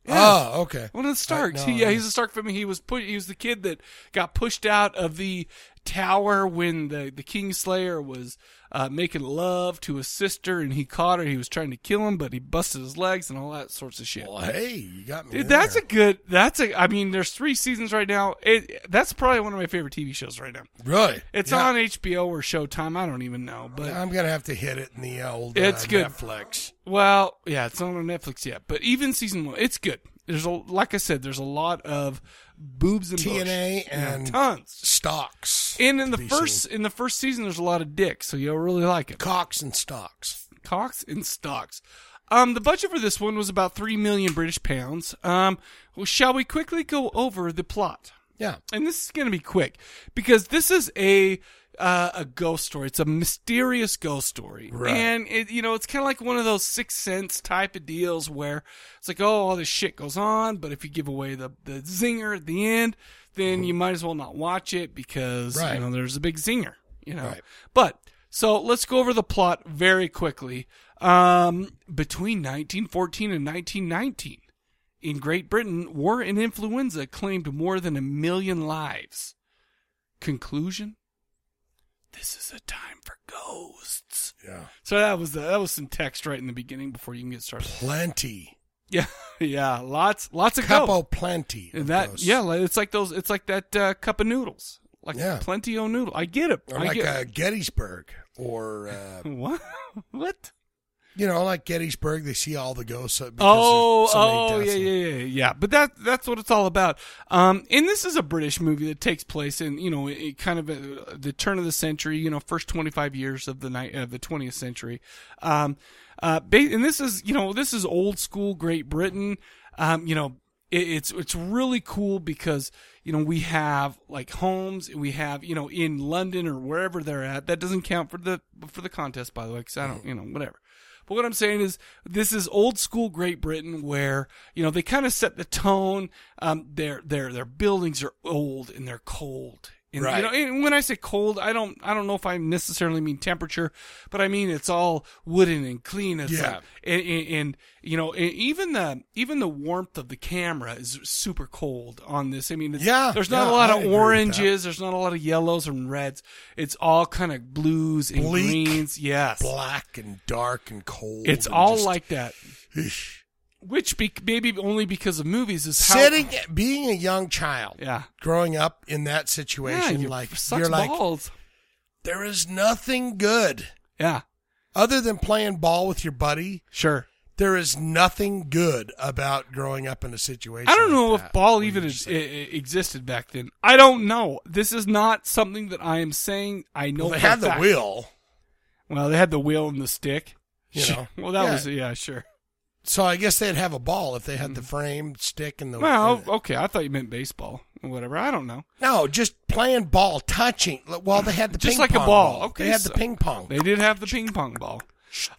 Speaker 2: Oh, okay.
Speaker 1: One of the Starks.
Speaker 2: I-
Speaker 1: He-
Speaker 2: no,
Speaker 1: yeah,
Speaker 2: I-
Speaker 1: he's a Stark family. He was put. He was the kid that got pushed out of the tower when the the Kingslayer was uh, making love to his sister, and he caught her. He was trying to kill him, but he busted his legs and all that sorts of shit.
Speaker 2: Well, hey, you got me.
Speaker 1: Dude,
Speaker 2: in
Speaker 1: that's
Speaker 2: there.
Speaker 1: a good. That's a. I mean, there's three seasons right now. It that's probably one of my favorite TV shows right now.
Speaker 2: Really?
Speaker 1: It's
Speaker 2: Yeah.
Speaker 1: on HBO or Showtime. I don't even know, but
Speaker 2: I'm gonna have to hit it in the uh, old.
Speaker 1: it's
Speaker 2: uh,
Speaker 1: good.
Speaker 2: Netflix.
Speaker 1: Well, yeah, it's not on Netflix yet, but even season one, it's good. There's a like I said, there's a lot of boobs and
Speaker 2: TNA
Speaker 1: bush. Yeah,
Speaker 2: and
Speaker 1: tons.
Speaker 2: stocks.
Speaker 1: And in the
Speaker 2: to be
Speaker 1: first in the first season, there's a lot of dicks, so you'll really like it.
Speaker 2: Cocks and stocks.
Speaker 1: Cocks and stocks. Um, the budget for this one was about three million British pounds. Um, well, shall we quickly go over the plot?
Speaker 2: Yeah.
Speaker 1: And this is going to be quick because this is a uh, a ghost story. It's a mysterious ghost story,
Speaker 2: Right.
Speaker 1: and it you know it's kind of like one of those sixth sense type of deals where it's like oh all this shit goes on, but if you give away the the zinger at the end, then you might as well not watch it because
Speaker 2: Mm-hmm. Right.
Speaker 1: you know there's a big zinger, you know.
Speaker 2: Right.
Speaker 1: But so let's go over the plot very quickly. Um, between 1914 and 1919. In Great Britain, war and influenza claimed more than a million lives. Conclusion? This is a time for ghosts.
Speaker 2: Yeah.
Speaker 1: So that was the, that was some text right in the beginning before you can get started.
Speaker 2: Plenty.
Speaker 1: Yeah, yeah, lots, lots of
Speaker 2: Couple
Speaker 1: ghosts.
Speaker 2: plenty.
Speaker 1: And that yeah, like- it's like those, it's like that uh, cup of noodles, like
Speaker 2: Yeah.
Speaker 1: plenty o noodle. I get it.
Speaker 2: Or
Speaker 1: I
Speaker 2: like
Speaker 1: get,
Speaker 2: uh, Gettysburg or uh,
Speaker 1: what? What?
Speaker 2: You know, like Gettysburg, they see all the ghosts. uh, because
Speaker 1: Oh,
Speaker 2: there's so many
Speaker 1: oh,
Speaker 2: deaths
Speaker 1: yeah,
Speaker 2: and-
Speaker 1: yeah, yeah, yeah. But that that's what it's all about. Um, and this is a British movie that takes place in you know it, it kind of uh, the turn of the century, you know, first twenty five years of the night of the twentieth century. Um, uh, ba- and this is you know this is old school Great Britain. Um, you know, it, it's it's really cool because you know we have like homes we have you know in London or wherever they're at that doesn't count for the for the contest by the way because I don't you know whatever but what I'm saying is this is old school Great Britain where you know they kind of set the tone um their their their buildings are old and they're cold and,
Speaker 2: Right.
Speaker 1: You know, and when I say cold, I don't, I don't know if I necessarily mean temperature, but I mean it's all wooden and clean. It's
Speaker 2: Yeah.
Speaker 1: like- and, and, and you know, and even the even the warmth of the camera is super cold on this. I mean, it's,
Speaker 2: Yeah,
Speaker 1: there's not
Speaker 2: yeah,
Speaker 1: a lot
Speaker 2: I
Speaker 1: of
Speaker 2: agree with
Speaker 1: oranges. There's not a lot of yellows and reds. It's all kind of blues and
Speaker 2: Bleak,
Speaker 1: greens. Yes,
Speaker 2: black and dark and cold.
Speaker 1: It's
Speaker 2: and
Speaker 1: all
Speaker 2: just-
Speaker 1: like that. Which be, maybe only because of movies is how
Speaker 2: Sitting, being a young child,
Speaker 1: yeah,
Speaker 2: growing up in that situation,
Speaker 1: you-
Speaker 2: like
Speaker 1: sucks
Speaker 2: you're like,
Speaker 1: balls.
Speaker 2: there is nothing good.
Speaker 1: Yeah.
Speaker 2: Other than playing ball with your buddy,
Speaker 1: sure.
Speaker 2: There is nothing good about growing up in a situation.
Speaker 1: I don't know if ball even is, i i- existed back then. I don't know. This is not something that I am saying. I know
Speaker 2: Well, they
Speaker 1: for a
Speaker 2: had the
Speaker 1: fact.
Speaker 2: wheel.
Speaker 1: Well, they had the wheel and the stick.
Speaker 2: You know.
Speaker 1: well, that was yeah, sure. Mm.
Speaker 2: So I guess they'd have a ball if they had the frame, stick, and the.
Speaker 1: Well, okay, I thought you meant baseball or whatever. I don't know.
Speaker 2: no, just playing ball, touching. Well, they had the
Speaker 1: Just
Speaker 2: ping
Speaker 1: like
Speaker 2: pong
Speaker 1: a ball.
Speaker 2: ball.
Speaker 1: Okay,
Speaker 2: they had
Speaker 1: so-
Speaker 2: the ping pong.
Speaker 1: They did have the ping pong ball.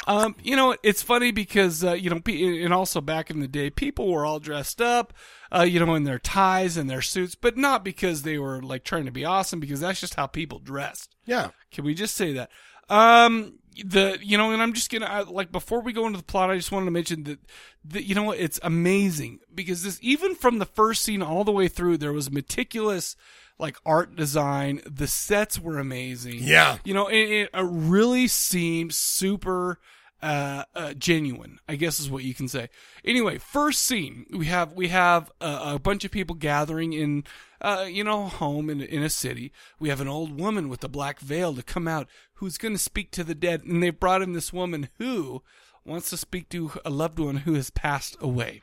Speaker 1: Um, you know, it's funny because uh, you know, pe- and also back in the day, people were all dressed up, uh, you know, in their ties and their suits, but not because they were like trying to be awesome, because that's just how people dressed.
Speaker 2: Yeah.
Speaker 1: Can we just say that? Um, the you know, and I'm just gonna I, like before we go into the plot, I just wanted to mention that, that you know what, it's amazing because this even from the first scene all the way through, there was meticulous like art design. The sets were amazing.
Speaker 2: Yeah.
Speaker 1: you know, it, it uh, really seemed super uh, uh genuine i guess is what you can say anyway first scene we have we have a, a bunch of people gathering in uh you know a home in, in a city we have an old woman with a black veil to come out who's going to speak to the dead and they've brought in this woman who wants to speak to a loved one who has passed away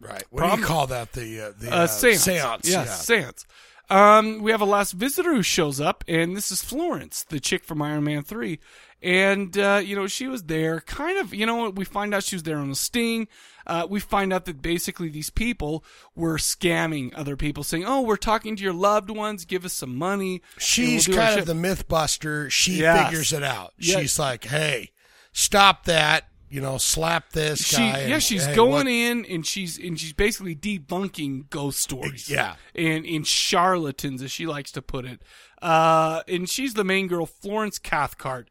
Speaker 2: Right. What do you call that? The uh, the
Speaker 1: uh, seance.
Speaker 2: seance.
Speaker 1: Yeah,
Speaker 2: yeah.
Speaker 1: seance. Um, we have a last visitor who shows up, and this is Florence, the chick from Iron Man 3. And, uh, you know, she was there kind of, you know, we find out she was there on a sting. Uh, we find out that basically these people were scamming other people, saying, oh, we're talking to your loved ones, give us some money. and
Speaker 2: She's
Speaker 1: we'll do our
Speaker 2: kind
Speaker 1: shit."
Speaker 2: of the myth buster. She
Speaker 1: Yes.
Speaker 2: figures it out.
Speaker 1: Yeah.
Speaker 2: She's like, hey, stop that. You know, slap this
Speaker 1: she
Speaker 2: guy. and,
Speaker 1: yeah she's
Speaker 2: hey,
Speaker 1: going
Speaker 2: what-
Speaker 1: in and she's and she's basically debunking ghost stories
Speaker 2: Yeah.
Speaker 1: and in charlatans as she likes to put it uh and she's the main girl florence cathcart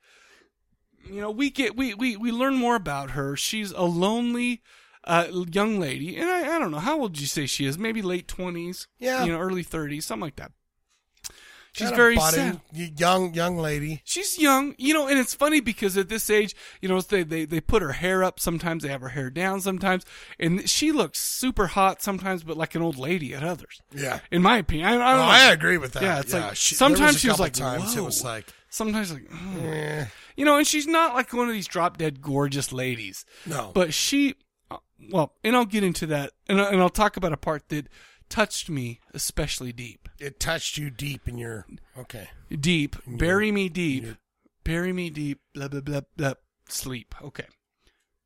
Speaker 1: you know we get we we, we learn more about her she's a lonely uh, young lady and I, I don't know how old did you say she is maybe late 20s
Speaker 2: Yeah.
Speaker 1: you know early 30s something like that she's
Speaker 2: Got a
Speaker 1: very
Speaker 2: body,
Speaker 1: sad
Speaker 2: y- Young young lady.
Speaker 1: She's young, you know, and it's funny because at this age, you know, they, they, they put her hair up sometimes, they have her hair down sometimes, and she looks super hot sometimes, but like an old lady at others.
Speaker 2: Yeah.
Speaker 1: In my opinion, I, I don't
Speaker 2: Oh,
Speaker 1: know.
Speaker 2: I agree with that.
Speaker 1: Yeah, it's
Speaker 2: Yeah,
Speaker 1: like
Speaker 2: she- there was
Speaker 1: sometimes
Speaker 2: a
Speaker 1: she was
Speaker 2: couple
Speaker 1: like,
Speaker 2: times it
Speaker 1: Whoa.
Speaker 2: was like-
Speaker 1: sometimes like, oh.
Speaker 2: Eh.
Speaker 1: you know, and she's not like one of these drop dead gorgeous ladies.
Speaker 2: No.
Speaker 1: but she, uh, well, and I'll get into that, and I- and I'll talk about a part that touched me especially deep
Speaker 2: It touched you deep in your. Okay.
Speaker 1: deep, bury me deep, bury me deep, blah blah blah blah. Sleep. Okay.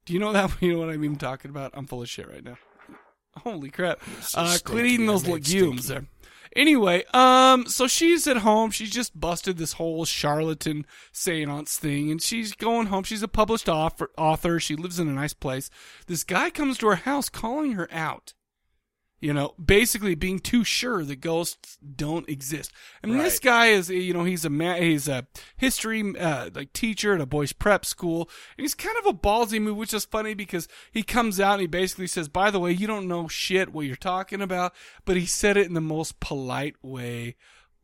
Speaker 1: Do you know that? You know what I'm even talking about? I'm full of shit right now. Holy crap!
Speaker 13: So
Speaker 1: Uh, quit
Speaker 13: stinky,
Speaker 1: eating
Speaker 13: I
Speaker 1: those
Speaker 13: mean,
Speaker 1: legumes there. Anyway, um, so she's at home. She's just busted this whole charlatan seance thing, and she's going home. She's a published auth- author. She lives in a nice place. This guy comes to her house calling her out you know, basically being too sure that ghosts don't exist. And this guy is, you know, he's a ma- he's a history uh, like teacher at a boys prep school, and he's kind of a ballsy move, which is funny because he comes out and he basically says, "By the way, you don't know shit what you're talking about," but he said it in the most polite way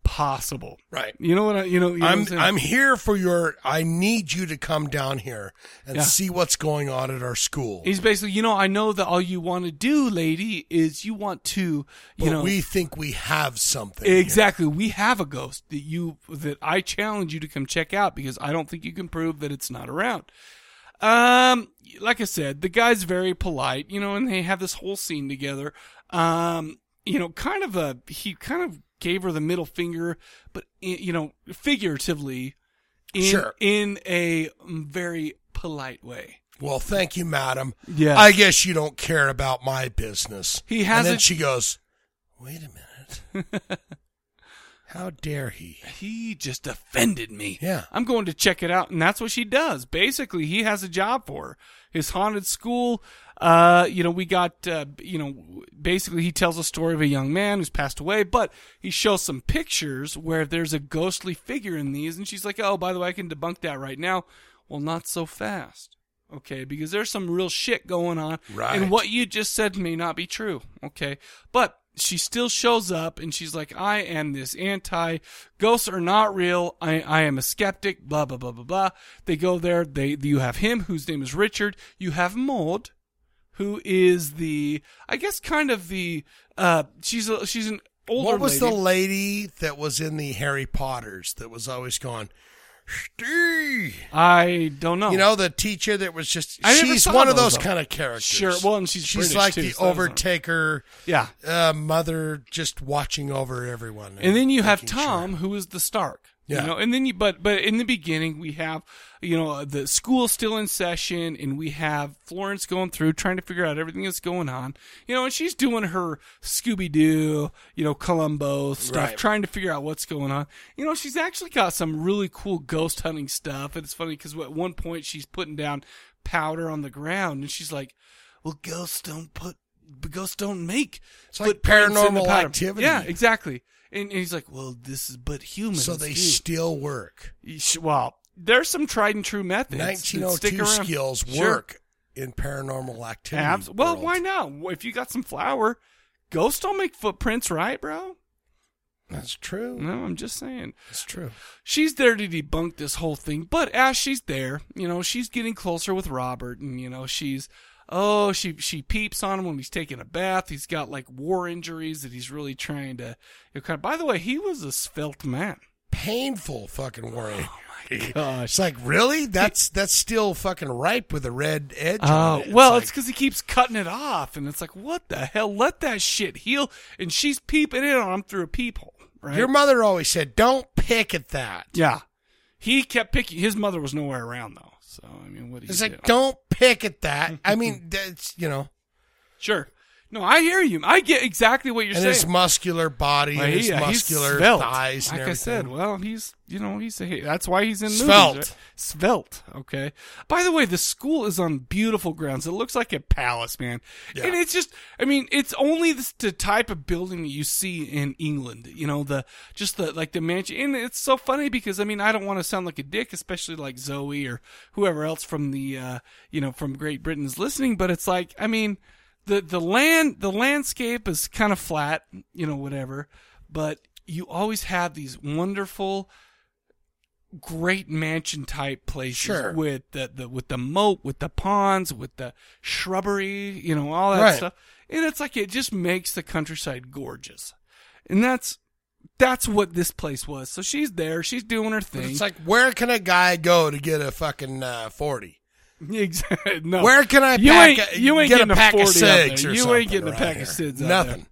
Speaker 1: possible.
Speaker 2: Right.
Speaker 1: You know what I? Uh, You know, you know what
Speaker 2: I'm
Speaker 1: saying?
Speaker 2: I'm here for your. I need you to come down here and
Speaker 1: Yeah.
Speaker 2: see what's going on at our school.
Speaker 1: He's basically, you know, I know that all you want to do, lady, is you want to, you
Speaker 2: But
Speaker 1: know,
Speaker 2: we think we have something. here.
Speaker 1: Exactly. We have a ghost that you that I challenge you to come check out because I don't think you can prove that it's not around. Um, like I said, the guy's very polite, you know, and they have this whole scene together. Um, you know, kind of a he kind of gave her the middle finger, but i- you know, figuratively, in,
Speaker 2: Sure.
Speaker 1: in a very polite way.
Speaker 2: Well, thank you, madam.
Speaker 1: Yeah.
Speaker 2: I guess you don't care about my business.
Speaker 1: He
Speaker 2: And then
Speaker 1: hasn't-
Speaker 2: she goes, wait a minute. How dare he?
Speaker 1: He just offended me.
Speaker 2: Yeah.
Speaker 1: I'm going to check it out. And that's what she does. Basically, he has a job for her. His haunted school. Uh, you know, we got, uh, you know, basically he tells a story of a young man who's passed away, but he shows some pictures where there's a ghostly figure in these. And she's like, oh, by the way, I can debunk that right now. Well, not so fast. Okay. Because there's some real shit going on.
Speaker 2: Right.
Speaker 1: And what you just said may not be true. Okay. But she still shows up and she's like, I am this anti ghosts are not real. I, I am a skeptic, blah, blah, blah, blah, blah. They go there. They, you have him whose name is Richard. You have Maud, who is the, I guess kind of the, uh, she's a, she's an older
Speaker 2: What was
Speaker 1: lady.
Speaker 2: the lady that was in the Harry Potters that was always going, Steve?
Speaker 1: I don't know.
Speaker 2: You know, the teacher that was just,
Speaker 1: I never
Speaker 2: she's
Speaker 1: saw
Speaker 2: one of
Speaker 1: those,
Speaker 2: those
Speaker 1: though.
Speaker 2: kind of characters.
Speaker 1: Sure. Well, and she's
Speaker 2: she's
Speaker 1: British,
Speaker 2: like
Speaker 1: too,
Speaker 2: the
Speaker 1: so that was-
Speaker 2: overtaker,
Speaker 1: Yeah.
Speaker 2: uh, mother just watching over everyone.
Speaker 1: And then you have Tom, who is the Stark, You
Speaker 2: Yeah.
Speaker 1: know, and then you, but but in the beginning we have you know the school still in session, and we have Florence going through trying to figure out everything that's going on. You know, and she's doing her Scooby Doo, you know, Columbo stuff,
Speaker 2: Right.
Speaker 1: trying to figure out what's going on. You know, she's actually got some really cool ghost hunting stuff, and it's funny because at one point she's putting down powder on the ground, and she's like, "Well, ghosts don't put, ghosts don't make." It's
Speaker 2: like paranormal activity.
Speaker 1: Yeah, exactly. And, and he's like, "Well, this is but humans."
Speaker 2: So they
Speaker 1: do."
Speaker 2: still work.
Speaker 1: Well, there's some tried and true methods. that stick
Speaker 2: 1902
Speaker 1: around.
Speaker 2: skills
Speaker 1: Sure.
Speaker 2: work in paranormal activity.
Speaker 1: Abs- well, why not? If you got some flour, ghosts don't make footprints, right, bro?
Speaker 2: That's true.
Speaker 1: No, I'm just saying.
Speaker 2: It's true.
Speaker 1: She's there to debunk this whole thing, but as she's there, you know, she's getting closer with Robert, and you know, she's oh, she she peeps on him when he's taking a bath. He's got like war injuries that he's really trying to. You know, kind of- by the way, he was a svelte man.
Speaker 2: Painful fucking war. Oh my gosh! It's like really? That's that's still fucking ripe with a red edge. on
Speaker 1: Oh,
Speaker 2: it.
Speaker 1: well, it's because he keeps cutting it off, and it's like, what the hell? Let that shit heal. And she's peeping in on him through a peephole, right?
Speaker 2: Your mother always said, "Don't pick at that."
Speaker 1: Yeah. He kept picking. His mother was nowhere around, though. So, I mean, what do you
Speaker 2: It's
Speaker 1: do?
Speaker 2: like, "Don't pick at that." I mean, that's you know,
Speaker 1: Sure. No, I hear you. I get exactly what you're
Speaker 2: and
Speaker 1: saying.
Speaker 2: his muscular body,
Speaker 1: Like,
Speaker 2: and his
Speaker 1: yeah, he's
Speaker 2: muscular
Speaker 1: svelte.
Speaker 2: thighs, and
Speaker 1: like I said, well, he's you know he's a, that's why he's in movies,
Speaker 2: Svelte.
Speaker 1: right? Svelte. Okay. By the way, the school is on beautiful grounds. It looks like a palace, man. And it's just, I mean, it's only the, the type of building that you see in England. You know, the just the like the mansion. And it's so funny because I mean, I don't want to sound like a dick, especially like Zoe or whoever else from the uh, you know from Great Britain is listening. But it's like, I mean. The, the land the landscape is kind of flat you know whatever but you always have these wonderful great mansion type places
Speaker 2: Sure.
Speaker 1: with the, the with the moat with the ponds with the shrubbery you know all that
Speaker 2: Right.
Speaker 1: stuff and it's like it just makes the countryside gorgeous and that's that's what this place was so she's there she's doing her
Speaker 2: But
Speaker 1: thing
Speaker 2: it's like, where can a guy go to get a fucking uh, forty?
Speaker 1: Exactly. No.
Speaker 2: Where can I
Speaker 1: You
Speaker 2: pack
Speaker 1: ain't
Speaker 2: a-
Speaker 1: you ain't
Speaker 2: get a
Speaker 1: getting
Speaker 2: pack of
Speaker 1: 40 out
Speaker 2: cigs
Speaker 1: there.
Speaker 2: or
Speaker 1: You
Speaker 2: something
Speaker 1: ain't getting a
Speaker 2: right
Speaker 1: pack
Speaker 2: here.
Speaker 1: of SIDS.
Speaker 2: Nothing.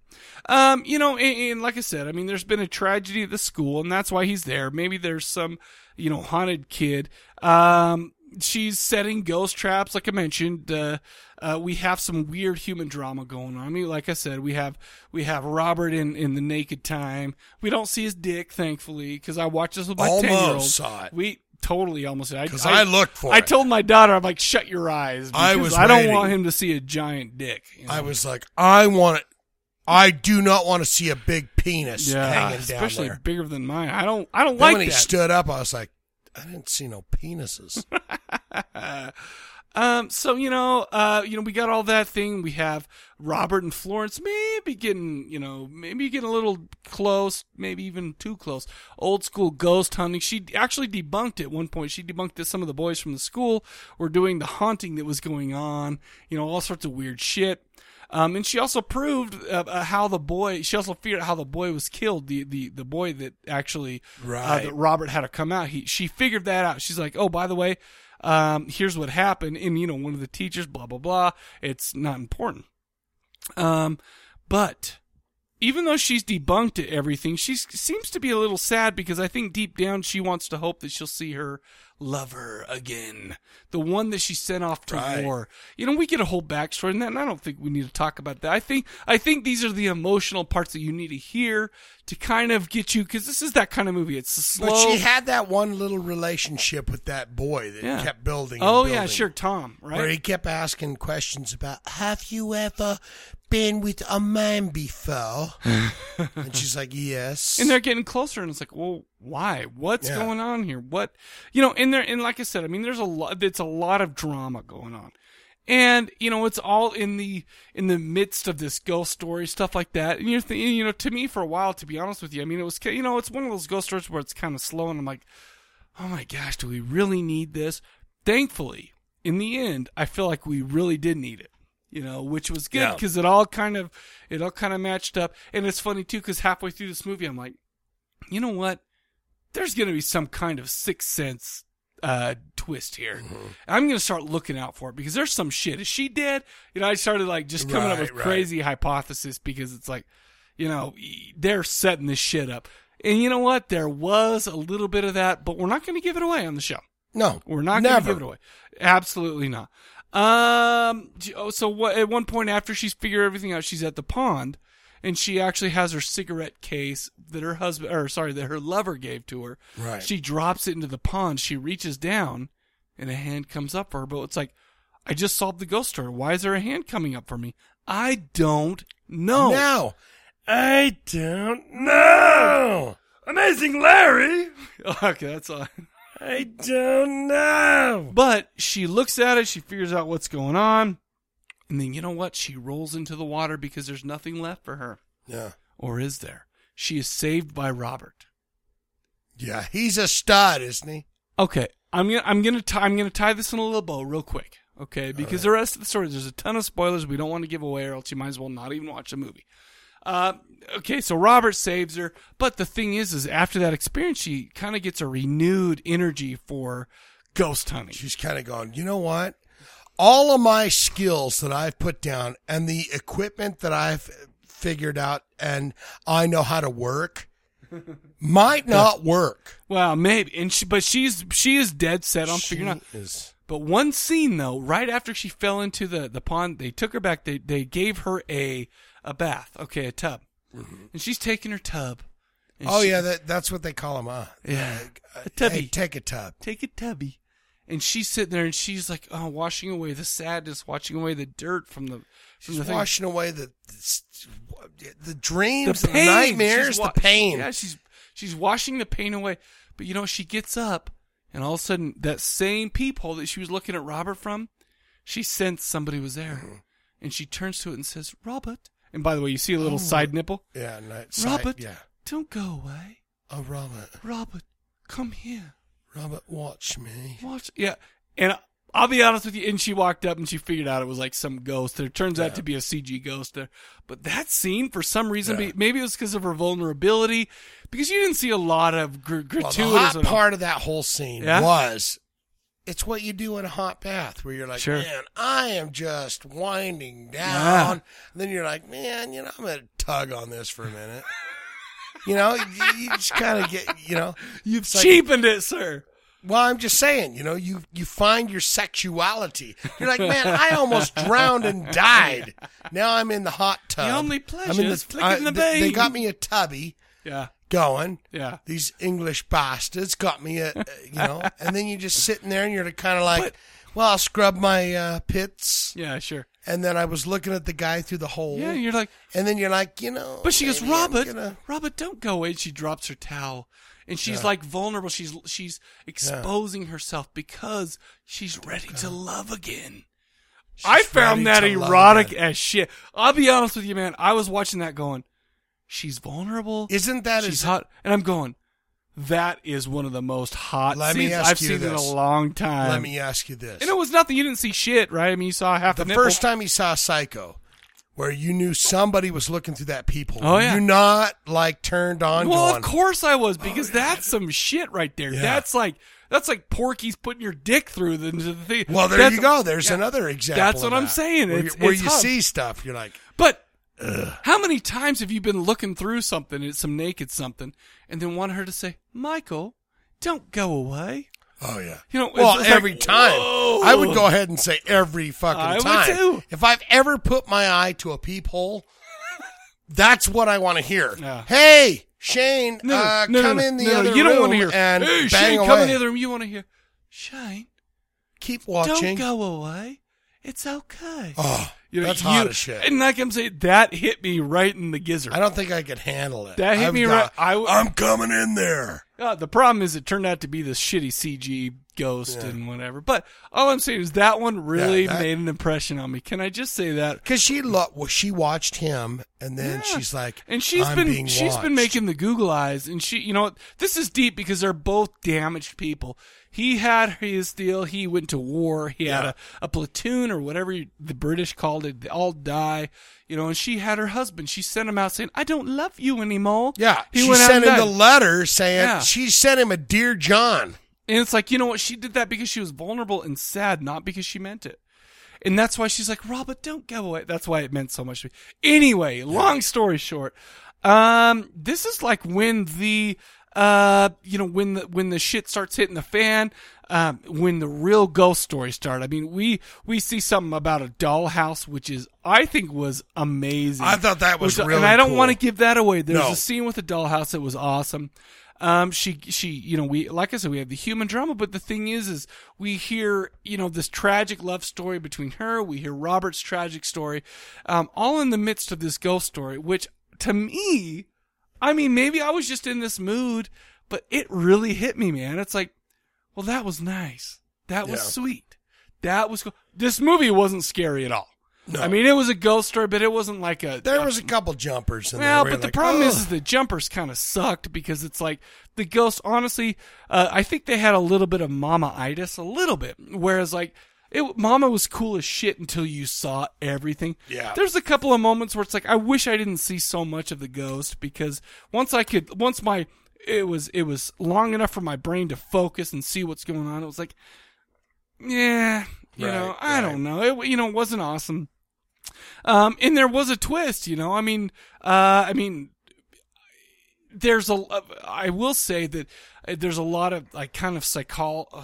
Speaker 1: Um, you know, and, and like I said, I mean, there's been a tragedy at the school, and that's why he's there. Maybe there's some, you know, haunted kid. Um, she's setting ghost traps, like I mentioned. Uh, uh, we have some weird human drama going on. I mean, like I said, we have we have Robert in in the naked time. We don't see his dick, thankfully, because I watched this with my
Speaker 2: Almost
Speaker 1: ten year old.
Speaker 2: saw it.
Speaker 1: We totally almost did.
Speaker 2: 'Cause I looked for
Speaker 1: I
Speaker 2: it.
Speaker 1: told my daughter, I'm like, shut your eyes.
Speaker 2: I
Speaker 1: because
Speaker 2: was
Speaker 1: I don't
Speaker 2: waiting.
Speaker 1: want him to see a giant dick. you know?
Speaker 2: I was like, I want it. I do not want to see a big penis hanging down
Speaker 1: especially
Speaker 2: there.
Speaker 1: bigger than mine. I don't. I don't
Speaker 2: Then
Speaker 1: like
Speaker 2: when he
Speaker 1: that.
Speaker 2: stood up, I was like, I didn't see no penises.
Speaker 1: Um, so you know, uh, you know, we got all that thing. We have Robert and Florence maybe getting, you know, maybe getting a little close, maybe even too close. Old school ghost hunting. She actually debunked at one point. She debunked that some of the boys from the school were doing the haunting that was going on. You know, all sorts of weird shit. Um, and she also proved uh, uh, how the boy. She also figured out how the boy was killed. The the the boy that actually uh,
Speaker 2: Right.
Speaker 1: that Robert had to come out. He she figured that out. She's like, oh, by the way, um, here's what happened, and you know, one of the teachers, blah blah blah. It's not important. Um, but even though she's debunked it, everything, she s- seems to be a little sad because I think deep down she wants to hope that she'll see her lover again, the one that she sent off to
Speaker 2: Right.
Speaker 1: war. You know, we get a whole backstory in that, and I don't think we need to talk about that. I think I think these are the emotional parts that you need to hear to kind of get you because this is that kind of movie. It's a slow.
Speaker 2: But she had that one little relationship with that boy that
Speaker 1: Yeah.
Speaker 2: kept building. and
Speaker 1: Oh yeah,
Speaker 2: building,
Speaker 1: sure, Tom. Right.
Speaker 2: Where he kept asking questions about, have you ever been with a man before? and she's like, yes.
Speaker 1: And they're getting closer, and it's like, well, why? What's
Speaker 2: Yeah.
Speaker 1: going on here? What, you know? And there, and like I said, I mean, there's a lot. It's a lot of drama going on, and you know, it's all in the in the midst of this ghost story stuff like that. And you're, th- you know, to me for a while, to be honest with you, I mean, it was, ki- you know, it's one of those ghost stories where it's kind of slow, and I'm like, oh my gosh, do we really need this? Thankfully, in the end, I feel like we really did need it. You know, which was good
Speaker 2: Yeah.
Speaker 1: because it all kind of it all kind of matched up, and it's funny too because halfway through this movie, I'm like, you know what? There's going to be some kind of sixth sense uh, twist here.
Speaker 2: Mm-hmm.
Speaker 1: I'm going to start looking out for it because there's some shit. Is she dead? You know, I started like just coming up
Speaker 2: Right,
Speaker 1: with
Speaker 2: right.
Speaker 1: crazy hypothesis because it's like, you know, they're e, setting this shit up. And you know what? There was a little bit of that, but we're not going to give it away on the show.
Speaker 2: No,
Speaker 1: we're not going to
Speaker 2: never.
Speaker 1: give it away. Absolutely not. Um. j- Oh, so what? At one point, after she's figured everything out, she's at the pond, and she actually has her cigarette case that her husband, or sorry, that her lover gave to her.
Speaker 2: Right.
Speaker 1: She drops it into the pond. She reaches down, and a hand comes up for her. But it's like, I just solved the ghost story. Why is there a hand coming up for me? I don't know.
Speaker 2: No. I don't know.
Speaker 1: Amazing Larry. okay, that's all. I don't know. But she looks at it, she figures out what's going on, and then you know what? She rolls into the water because there's nothing left for her.
Speaker 2: Yeah.
Speaker 1: Or is there? She is saved by Robert.
Speaker 2: Yeah, he's a stud, isn't he?
Speaker 1: Okay, I'm gonna I'm gonna t- I'm gonna tie this in a little bow real quick. Okay, because the rest of the story there's a ton of spoilers we don't want to give away, or else you might as well not even watch the movie. Uh, okay, so Robert saves her, but the thing is, is after that experience, she kind of gets a renewed energy for ghost hunting.
Speaker 2: She's kind of gone. You know what? All of my skills that I've put down and the equipment that I've figured out and I know how to work might not work.
Speaker 1: Well, maybe, and she, but she's she is dead set on figuring out.
Speaker 2: Is
Speaker 1: But one scene though, right after she fell into the, the pond, they took her back. They they gave her a a bath, okay, a tub, and she's taking her tub. and
Speaker 2: Mm-hmm. oh
Speaker 1: she-
Speaker 2: yeah, that, that's what they call them. Huh?
Speaker 1: Yeah. A
Speaker 2: tubby.
Speaker 1: tubby.
Speaker 2: take a tub.
Speaker 1: Take a tubby. And she's sitting there and she's like, oh, washing away the sadness, washing away the dirt from the from
Speaker 2: She's
Speaker 1: the thing.
Speaker 2: washing away the the dreams, the,
Speaker 1: pain.
Speaker 2: nightmares,
Speaker 1: She's wa-
Speaker 2: the pain.
Speaker 1: Yeah, she's she's washing the pain away. But you know, she gets up and all of a sudden that same peephole that she was looking at Robert from, she sensed somebody was there.
Speaker 2: Mm-hmm.
Speaker 1: And she turns to it and says, Robert and by the way, you see a little
Speaker 2: Oh.
Speaker 1: side nipple?
Speaker 2: Yeah, and that side-
Speaker 1: Robert,
Speaker 2: yeah.
Speaker 1: don't go away.
Speaker 2: Oh, Robert.
Speaker 1: Robert, come here.
Speaker 2: Robert, watch me.
Speaker 1: Watch. Yeah, and I'll be honest with you. And she walked up and she figured out it was like some ghost. There turns out to be a CG ghost there. But that scene, for some reason,
Speaker 2: Yeah.
Speaker 1: be- maybe it was because of her vulnerability, because you didn't see a lot of gr-
Speaker 2: Well,
Speaker 1: gratuitous.
Speaker 2: the hot part of that whole scene
Speaker 1: Yeah?
Speaker 2: was it's what you do in a hot bath where you're like,
Speaker 1: Sure.
Speaker 2: man, I am just winding down.
Speaker 1: Yeah.
Speaker 2: And then you're like, man, you know, I'm going to tug on this for a minute. you know, you, you just kind of get, you know,
Speaker 1: you've
Speaker 2: cheapened
Speaker 1: it, sir.
Speaker 2: Well, I'm just saying, you know, you you find your sexuality. You're like, man, I almost drowned and died. Now I'm in the hot tub.
Speaker 1: The only
Speaker 2: I'm
Speaker 1: pleasure is flicking the
Speaker 2: they- They
Speaker 1: vein.
Speaker 2: got me a tubby
Speaker 1: yeah.
Speaker 2: going.
Speaker 1: Yeah.
Speaker 2: These English bastards got me a, a- you know, and then you're just sitting there and you're kind of like, well, I'll scrub my uh, pits.
Speaker 1: Yeah, sure.
Speaker 2: And then I was looking at the guy through the hole.
Speaker 1: Yeah, you're like,
Speaker 2: and then you're like, you know.
Speaker 1: But she goes,
Speaker 2: maybe I'm
Speaker 1: Robert,
Speaker 2: gonna-
Speaker 1: Robert, don't go away. And she drops her towel, and she's
Speaker 2: Yeah.
Speaker 1: like vulnerable. She's she's exposing herself because she's ready to love again. I found that
Speaker 2: ready to love
Speaker 1: erotic as shit. I'll be honest with you, man. I was watching that going, she's vulnerable.
Speaker 2: Isn't that
Speaker 1: she's hot? And I'm going, that is one of the most hot
Speaker 2: Let me
Speaker 1: scenes
Speaker 2: ask
Speaker 1: I've
Speaker 2: you
Speaker 1: seen in a
Speaker 2: this.
Speaker 1: long time.
Speaker 2: Let me ask you this.
Speaker 1: And it was nothing. You didn't see shit, right? I mean, you saw half
Speaker 2: the
Speaker 1: the nipple.
Speaker 2: first time you saw Psycho, where you knew somebody was looking through that peephole.
Speaker 1: Oh, yeah.
Speaker 2: you not like turned on.
Speaker 1: Well,
Speaker 2: going,
Speaker 1: of course I was because that's some shit right there.
Speaker 2: Yeah.
Speaker 1: That's like that's like Porky's putting your dick through the, the thing.
Speaker 2: Well, there
Speaker 1: That's-
Speaker 2: you go. There's
Speaker 1: yeah.
Speaker 2: another example.
Speaker 1: That's
Speaker 2: of
Speaker 1: what I'm
Speaker 2: that,
Speaker 1: saying.
Speaker 2: Where,
Speaker 1: It's-
Speaker 2: you, where
Speaker 1: it's
Speaker 2: you
Speaker 1: hot.
Speaker 2: see stuff, you're like,
Speaker 1: But how many times have you been looking through something, it's some naked something, and then want her to say, "Michael, don't go away."
Speaker 2: oh yeah.
Speaker 1: You know, it's-
Speaker 2: well,
Speaker 1: it's like,
Speaker 2: every time
Speaker 1: whoa.
Speaker 2: I would go ahead and say every fucking
Speaker 1: I would
Speaker 2: time.
Speaker 1: too.
Speaker 2: If I've ever put my eye to a peephole, that's what I want to hear. Hey, Shane,
Speaker 1: No, no,
Speaker 2: uh,
Speaker 1: no, no,
Speaker 2: come
Speaker 1: no,
Speaker 2: in the
Speaker 1: no, no,
Speaker 2: other
Speaker 1: you
Speaker 2: room
Speaker 1: don't wanna hear,
Speaker 2: and
Speaker 1: "Hey,
Speaker 2: bang
Speaker 1: Shane,
Speaker 2: away.
Speaker 1: come in the other room. You want to hear, Shane?
Speaker 2: Keep watching.
Speaker 1: Don't go away. It's okay.
Speaker 2: Oh,
Speaker 1: You know,
Speaker 2: that's
Speaker 1: you-
Speaker 2: hot as shit.
Speaker 1: And like I'm saying, that hit me right in the gizzard. I
Speaker 2: don't think I could handle it.
Speaker 1: That hit
Speaker 2: I've
Speaker 1: me
Speaker 2: got-
Speaker 1: right. I w-
Speaker 2: I'm coming in there.
Speaker 1: Uh, the problem is, it turned out to be this shitty CG ghost and whatever. But all I'm saying is that one really
Speaker 2: that-
Speaker 1: made an impression on me. Can I just say that?
Speaker 2: Because she lo- well, she watched him, and then
Speaker 1: Yeah.
Speaker 2: she's like,
Speaker 1: and she's
Speaker 2: I'm
Speaker 1: been
Speaker 2: being
Speaker 1: she's been
Speaker 2: watched."
Speaker 1: making the Google eyes, and she, you know, what? this is deep because they're both damaged people. He had his deal. He went to war. He had
Speaker 2: Yeah.
Speaker 1: a, a platoon or whatever you- the British called it. They all die, you know. And she had her husband. She sent him out saying, "I don't love you anymore."
Speaker 2: Yeah,
Speaker 1: he
Speaker 2: she
Speaker 1: went out
Speaker 2: sent
Speaker 1: and
Speaker 2: him the
Speaker 1: died.
Speaker 2: letter saying
Speaker 1: Yeah.
Speaker 2: she sent him a dear John.
Speaker 1: And it's like, you know what? She did that because she was vulnerable and sad, not because she meant it. And that's why she's like, Robert, don't go away. That's why it meant so much to me. Anyway, long story short, Um, this is like when the uh, you know, when the when the shit starts hitting the fan, um, when the real ghost stories start. I mean, we we see something about a dollhouse, which is I think was amazing.
Speaker 2: I thought that was
Speaker 1: Which-
Speaker 2: really
Speaker 1: and I don't
Speaker 2: cool.
Speaker 1: want to give that away. There's
Speaker 2: No.
Speaker 1: a scene with the dollhouse that was awesome. Um, she, she, you know, we, like I said, we have the human drama, but the thing is, is we hear, you know, this tragic love story between her. We hear Robert's tragic story, um, all in the midst of this ghost story, which to me, I mean, maybe I was just in this mood, but it really hit me, man. It's like, well, that was nice. That was
Speaker 2: Yeah.
Speaker 1: sweet. That was, cool. this movie wasn't scary at all. I mean, it was a ghost story, but it wasn't like a.
Speaker 2: There was a couple jumpers in there. where
Speaker 1: well, but
Speaker 2: you're
Speaker 1: the
Speaker 2: like,
Speaker 1: problem is,
Speaker 2: "Ugh."
Speaker 1: is the jumpers kind of sucked because it's like the ghosts. Honestly, uh, I think they had a little bit of mama itis, a little bit. Whereas like, it, mama was cool as shit until you saw everything.
Speaker 2: Yeah.
Speaker 1: There's a couple of moments where it's like, I wish I didn't see so much of the ghost because once I could, once my it was it was long enough for my brain to focus and see what's going on. It was like, yeah, you
Speaker 13: Right,
Speaker 1: know, I don't know. It you know it wasn't awesome. Um, and there was a twist, you know. I mean, uh, I mean, there's a. I will say that uh, there's a lot of like kind of psychol uh,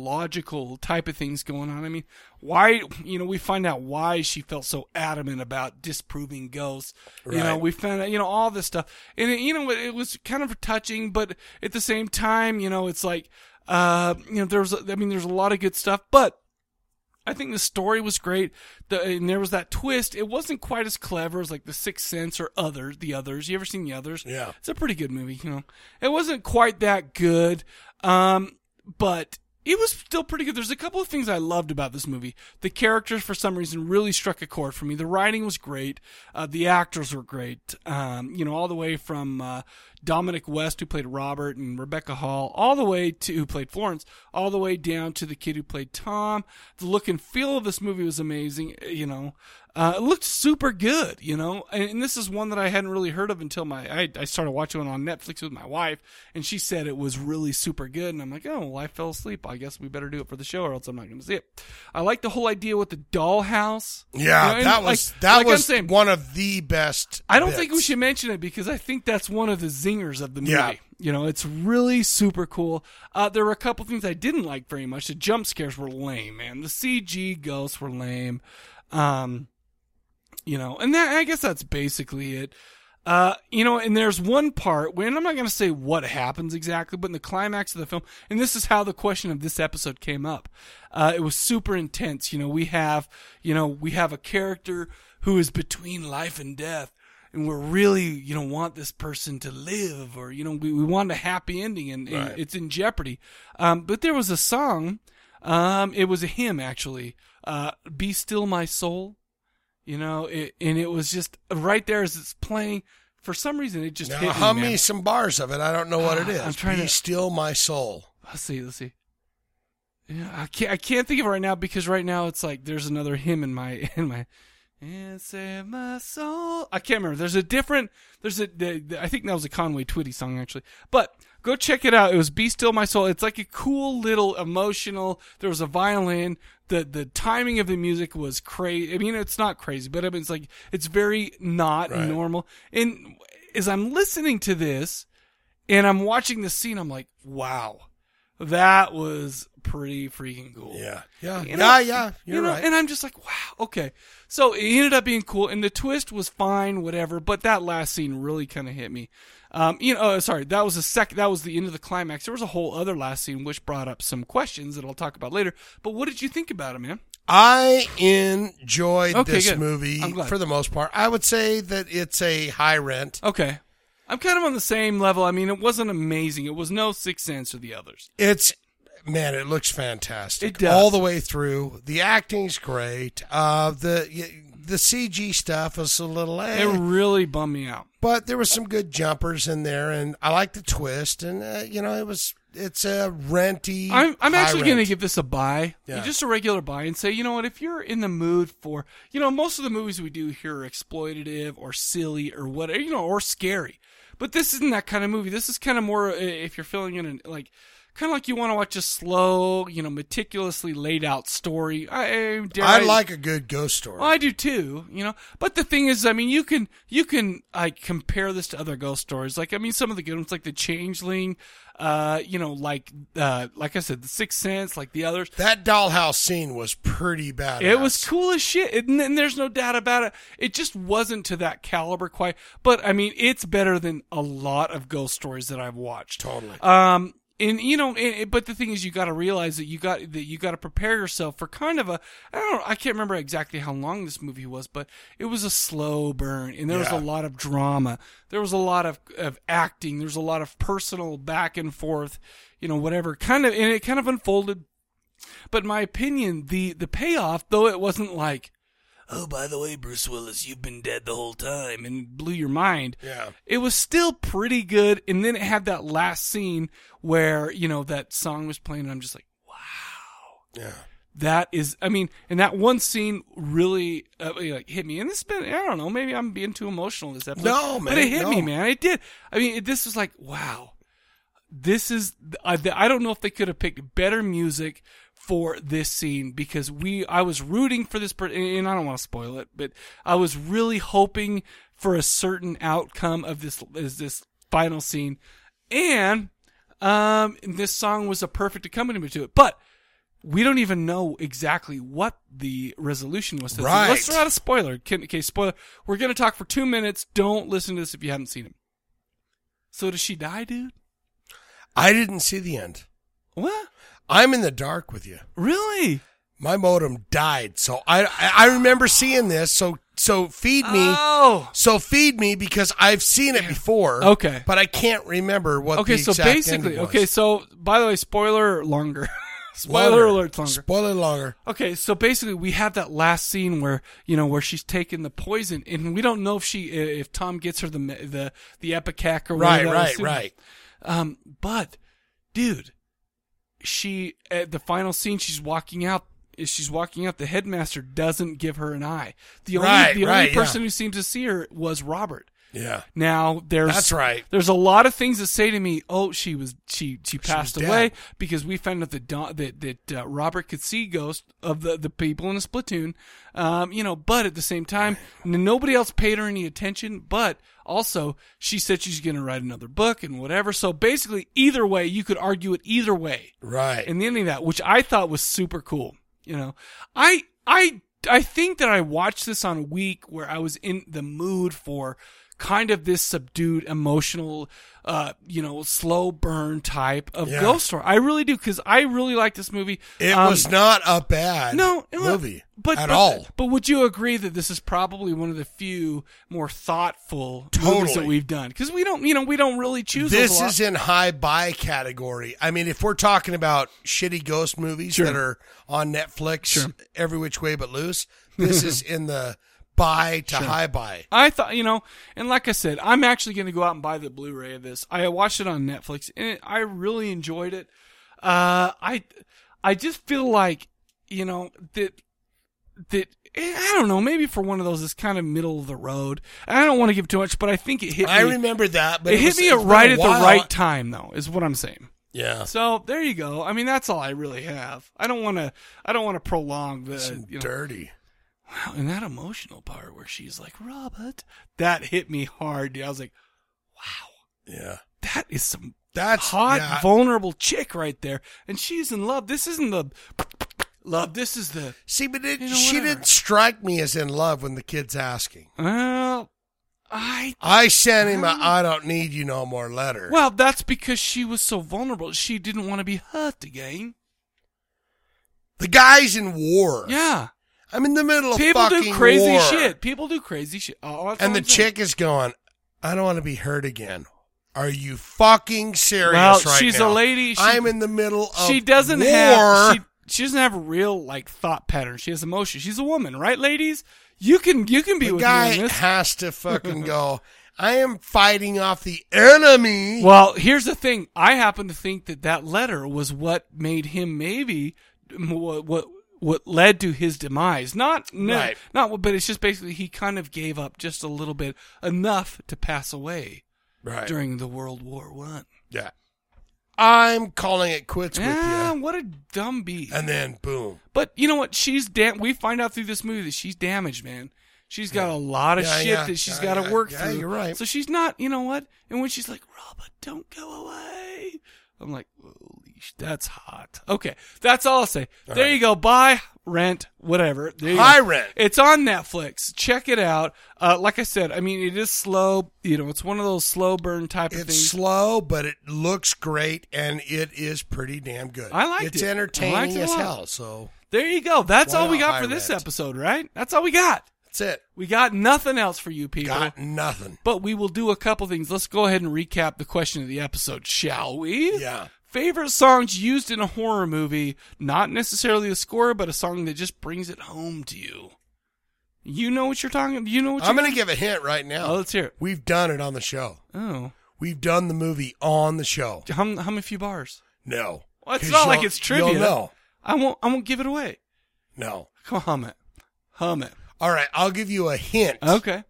Speaker 1: psychological type of things going on. I mean, why you know we find out why she felt so adamant about disproving ghosts. You know,
Speaker 2: Right.
Speaker 1: we found out you know all this stuff, and it, you know it, it was kind of touching, but at the same time, you know, it's like uh, you know there's I mean there's a lot of good stuff, but I think the story was great, the, and there was that twist. It wasn't quite as clever as like The Sixth Sense or others. The others, you ever seen the others?
Speaker 2: Yeah,
Speaker 1: it's a pretty good movie. You know, it wasn't quite that good, um, but it was still pretty good. There's a couple of things I loved about this movie. The characters, for some reason, really struck a chord for me. The writing was great. Uh, the actors were great. Um, you know, all the way from uh, Dominic West, who played Robert, and Rebecca Hall, all the way to who played Florence, all the way down to the kid who played Tom. The look and feel of this movie was amazing. You know, uh, it looked super good. You know, and, and this is one that I hadn't really heard of until my I, I started watching it on Netflix with my wife, and she said it was really super good. And I'm like, oh, well, I fell asleep. I guess we better do it for the show, or else I'm not going to see it. I like the whole idea with the dollhouse. You know,
Speaker 2: Yeah,
Speaker 1: and
Speaker 2: that was
Speaker 1: like-
Speaker 2: that
Speaker 1: like I'm
Speaker 2: was
Speaker 1: saying,
Speaker 2: one of the best.
Speaker 1: I don't
Speaker 2: bits.
Speaker 1: think we should mention it because I think that's one of the zingers of the movie.
Speaker 2: Yeah.
Speaker 1: You know, it's really super cool. Uh, there were a couple things I didn't like very much. The jump scares were lame, man. The CG ghosts were lame. Um, you know, and that I guess that's basically it. Uh, you know, and there's one part when I'm not going to say what happens exactly, but in the climax of the film, and this is how the question of this episode came up. Uh, it was super intense. You know, we have, you know, we have a character who is between life and death and we're really you know want this person to live or you know we, we want a happy ending and, and
Speaker 13: Right.
Speaker 1: it's in jeopardy um, but there was a song um, it was a hymn actually uh, be still my soul you know it, and it was just right there as it's playing for some reason it just
Speaker 2: Now,
Speaker 1: hit
Speaker 2: hum
Speaker 1: me,
Speaker 2: me,
Speaker 1: man.
Speaker 2: some bars of it. I don't know what it
Speaker 1: Ah,
Speaker 2: is.
Speaker 1: I'm trying
Speaker 2: Be
Speaker 1: to-
Speaker 2: steal my soul.
Speaker 1: Let's see. Let's see. Yeah, I can't. I can't think of it right now because right now it's like there's another hymn in my in my. And save my soul. I can't remember. There's a different. There's a. The, the- I think that was a Conway Twitty song actually. But go check it out. It was "Be Still My Soul." It's like a cool little emotional. There was a violin. the The timing of the music was crazy. I mean, it's not crazy, but I mean, it's like it's very not
Speaker 13: Right.
Speaker 1: normal. And as I'm listening to this, and I'm watching the scene, I'm like, wow, that was pretty freaking cool. Yeah.
Speaker 2: Yeah,
Speaker 1: You
Speaker 2: yeah, yeah. You're
Speaker 1: you know,
Speaker 2: right.
Speaker 1: And I'm just like, wow, okay. So it ended up being cool, and the twist was fine, whatever. But that last scene really kind of hit me. Um, you know, oh, sorry, that was the second. That was the end of the climax. There was a whole other last scene which brought up some questions that I'll talk about later. But what did you think about it, man?
Speaker 2: I enjoyed
Speaker 1: Okay,
Speaker 2: this
Speaker 1: good.
Speaker 2: movie
Speaker 1: I'm glad.
Speaker 2: for the most part. I would say that it's a high rent.
Speaker 1: Okay. I'm kind of on the same level. I mean, it wasn't amazing. It was no Sixth Sense or the others.
Speaker 2: It's man, it looks fantastic.
Speaker 1: It does.
Speaker 2: all the way through. The acting's great. Uh, the y- the CG stuff is a little. eh.
Speaker 1: It really bummed me out.
Speaker 2: but there was some good jumpers in there, and I like the twist. And uh, you know, it was it's a renty.
Speaker 1: I'm, I'm
Speaker 2: high
Speaker 1: actually
Speaker 2: rent.
Speaker 1: going to give this a buy,
Speaker 2: Yeah.
Speaker 1: just a regular buy, and say, you know what, if you're in the mood for, you know, most of the movies we do here are exploitative or silly or whatever, you know, or scary. But this isn't that kind of movie. This is kind of more uh, if you're feeling in an, like kind of like you want to watch a slow, you know, meticulously laid out story. I, I, dare
Speaker 2: I like a good ghost story.
Speaker 1: well, I do too, you know. But the thing is, I mean, you can you can I compare this to other ghost stories. Like, I mean, some of the good ones, like the Changeling, uh, you know, like uh, like I said, the Sixth Sense, like the others.
Speaker 2: That dollhouse scene was pretty bad.
Speaker 1: It was cool as shit, and, and there's no doubt about it. It just wasn't to that caliber quite. But I mean, it's better than a lot of ghost stories that I've watched.
Speaker 2: Totally.
Speaker 1: Um, and you know, and, and- but the thing is, you got to realize that you got that you got to prepare yourself for kind of a. I don't. I can't remember exactly how long this movie was, but it was a slow burn, and there was a
Speaker 2: Yeah.
Speaker 1: lot of drama. There was a lot of of acting. There was a lot of personal back and forth. You know, whatever kind of, and it kind of unfolded. But in my opinion, the the payoff, though it wasn't like, oh, by the way, Bruce Willis, you've been dead the whole time, and blew your mind.
Speaker 2: Yeah.
Speaker 1: It was still pretty good, and then it had that last scene where you know that song was playing, and I'm just like,
Speaker 2: Yeah.
Speaker 1: that is, I mean, and that one scene really uh, like hit me, and this been, I don't know, maybe I'm being too emotional this episode,
Speaker 2: No, man,
Speaker 1: but it hit me,
Speaker 2: no.
Speaker 1: man, it did. I mean, it, this was like, wow, this is I, th- I don't know if they could have picked better music for this scene because we I was rooting for this per- and I don't want to spoil it but I was really hoping for a certain outcome of this is this final scene and um this song was a perfect accompaniment to it but we don't even know exactly what the resolution was to this.
Speaker 2: Right.
Speaker 1: let's throw out a spoiler Can- okay spoiler we're going to talk for 2 minutes don't listen to this if you haven't seen it so does she die dude
Speaker 2: I didn't see the end.
Speaker 1: What?
Speaker 2: I'm in the dark with you.
Speaker 1: Really?
Speaker 2: My modem died, so I I, I remember seeing this. So so feed me.
Speaker 1: Oh.
Speaker 2: So feed me because I've seen it before.
Speaker 1: Okay.
Speaker 2: But I can't remember what.
Speaker 1: okay
Speaker 2: the
Speaker 1: so
Speaker 2: exact
Speaker 1: basically
Speaker 2: ending was.
Speaker 1: okay so by the way spoiler longer spoiler
Speaker 2: Longer.
Speaker 1: alert longer
Speaker 2: Spoiler longer.
Speaker 1: okay so basically we have that last scene where you know where she's taking the poison and we don't know if she if tom gets her the me- the the epicac or
Speaker 2: Right,
Speaker 1: whatever
Speaker 2: right,
Speaker 1: that was.
Speaker 2: right.
Speaker 1: um but dude she at the final scene she's walking out is she's walking out the headmaster doesn't give her an eye the only
Speaker 2: Right,
Speaker 1: the
Speaker 2: right,
Speaker 1: only
Speaker 2: yeah.
Speaker 1: person who seems to see her was robert
Speaker 2: Yeah.
Speaker 1: now there's
Speaker 2: That's right.
Speaker 1: There's a lot of things that say to me, "Oh, she was she she passed
Speaker 2: dead.
Speaker 1: away because we found out that Don, that that uh, Robert could see ghosts of the the people in his platoon." Um, you know, but at the same time, n- nobody else paid her any attention. But also, she said she's going to write another book and whatever. So basically, either way, you could argue it either way.
Speaker 2: Right.
Speaker 1: And the ending of that, which I thought was super cool. You know, I, I, I think that I watched this on a week where I was in the mood for kind of this subdued, emotional, uh, you know, slow burn type of
Speaker 2: Yeah.
Speaker 1: ghost story. I really do because I really like this movie.
Speaker 2: It
Speaker 1: Um,
Speaker 2: was not a bad
Speaker 1: no no,
Speaker 2: movie
Speaker 1: but,
Speaker 2: at
Speaker 1: but-
Speaker 2: all.
Speaker 1: But would you agree that this is probably one of the few more thoughtful movies that
Speaker 2: Totally.
Speaker 1: we've done? Because we don't, you know, we don't really choose. those
Speaker 2: This
Speaker 1: a lot.
Speaker 2: is in high buy category. I mean, if we're talking about shitty ghost movies
Speaker 1: Sure.
Speaker 2: that are on Netflix every which way but loose, this is in the buy to
Speaker 1: Sure.
Speaker 2: high buy.
Speaker 1: I thought, you know, and like I said, I'm actually going to go out and buy the Blu-ray of this. I watched it on Netflix, and it, I really enjoyed it. Uh, I, I just feel like, you know, that that eh, I don't know. Maybe for one of those, it's kind of middle of the road. And I don't want to give too much, but I think it hit.
Speaker 2: I
Speaker 1: me-
Speaker 2: remember that, but
Speaker 1: it,
Speaker 2: it
Speaker 1: hit
Speaker 2: was-
Speaker 1: me
Speaker 2: it's been
Speaker 1: right
Speaker 2: a
Speaker 1: at the
Speaker 2: while.
Speaker 1: right time, though, is what I'm saying.
Speaker 2: Yeah.
Speaker 1: So there you go. I mean, that's all I really have. I don't want to. I don't want to prolong the you know,
Speaker 2: dirty.
Speaker 1: Wow, and that emotional part where she's like, "Robert," that hit me hard. Dude. I was like,
Speaker 2: Yeah.
Speaker 1: "That is some
Speaker 2: that's
Speaker 1: hot,
Speaker 2: yeah.
Speaker 1: vulnerable chick right there," and she's in love. This isn't the love. This is the
Speaker 2: See, but it,
Speaker 1: You know,
Speaker 2: she
Speaker 1: whatever.
Speaker 2: didn't strike me as in love when the kid's asking.
Speaker 1: Well, I
Speaker 2: I sent him a I don't need you no more letter.
Speaker 1: well, that's because she was so vulnerable. She didn't want to be hurt again.
Speaker 2: the guy's in war.
Speaker 1: Yeah.
Speaker 2: I'm in the middle of
Speaker 1: People
Speaker 2: fucking
Speaker 1: do crazy
Speaker 2: war.
Speaker 1: shit. People do crazy shit. Oh, that's
Speaker 2: And
Speaker 1: all
Speaker 2: the
Speaker 1: I'm saying.
Speaker 2: chick is going, I don't want to be hurt again. Are you fucking serious
Speaker 1: Well,
Speaker 2: right
Speaker 1: she's
Speaker 2: now?
Speaker 1: a lady. She-
Speaker 2: I'm in the middle of
Speaker 1: she doesn't
Speaker 2: war.
Speaker 1: have she, she doesn't have a real like thought pattern. She has emotion. She's a woman, right, ladies? You can you can be
Speaker 2: the
Speaker 1: with
Speaker 2: guy
Speaker 1: me on this.
Speaker 2: has to fucking go, I am fighting off the enemy.
Speaker 1: Well, here's the thing. I happen to think that that letter was what made him maybe what what, what led to his demise. Not no,
Speaker 2: Right.
Speaker 1: not what- but it's just basically he kind of gave up just a little bit enough to pass away
Speaker 2: Right.
Speaker 1: during the World War One.
Speaker 2: Yeah. I'm calling it quits
Speaker 1: Ah, what a dumb beat.
Speaker 2: And then boom.
Speaker 1: But you know what? She's damn. We find out through this movie that she's damaged, man. She's got a lot of
Speaker 2: Yeah,
Speaker 1: shit
Speaker 2: yeah.
Speaker 1: that she's
Speaker 2: Yeah,
Speaker 1: got to
Speaker 2: yeah.
Speaker 1: work
Speaker 2: Yeah,
Speaker 1: through.
Speaker 2: you're right.
Speaker 1: So she's not. You know what? And when she's like, Robert, don't go away. I'm like, holy sh- that's hot. Okay, that's all I'll say.
Speaker 2: All
Speaker 1: there
Speaker 2: right.
Speaker 1: you go. Buy, rent, whatever. There you
Speaker 2: High
Speaker 1: go.
Speaker 2: rent.
Speaker 1: It's on Netflix. Check it out. Uh, like I said, I mean, it is slow. You know, it's one of those slow burn type of
Speaker 2: It's
Speaker 1: things.
Speaker 2: slow, Oh, but it looks great, and it is pretty damn good.
Speaker 1: I liked
Speaker 2: it's
Speaker 1: it. I
Speaker 2: entertaining
Speaker 1: liked it a
Speaker 2: as
Speaker 1: lot.
Speaker 2: hell. So
Speaker 1: There you go. That's
Speaker 2: Why
Speaker 1: all we
Speaker 2: not
Speaker 1: got
Speaker 2: high
Speaker 1: for this
Speaker 2: rent?
Speaker 1: episode, right? That's all we got.
Speaker 2: That's it.
Speaker 1: We got nothing else for you people.
Speaker 2: Got nothing.
Speaker 1: But we will do a couple things. Let's go ahead and recap the question of the episode, shall we?
Speaker 2: Yeah.
Speaker 1: Favorite songs used in a horror movie, not necessarily the score, but a song that just brings it home to you. You know what you're talking. You know what
Speaker 2: I'm
Speaker 1: you're-
Speaker 2: going to give a hint right now.
Speaker 1: Oh, let's hear it.
Speaker 2: We've done it on the show.
Speaker 1: Oh,
Speaker 2: we've done the movie on the show.
Speaker 1: Hum, hum a few bars.
Speaker 2: No,
Speaker 1: Well, it's
Speaker 2: 'Cause
Speaker 1: not like
Speaker 2: you'll-
Speaker 1: it's trivia.
Speaker 2: You'll know.
Speaker 1: I won't. I won't give it away.
Speaker 2: No.
Speaker 1: Come on, hum it. Hum it.
Speaker 2: All right, I'll give you a hint.
Speaker 1: Okay.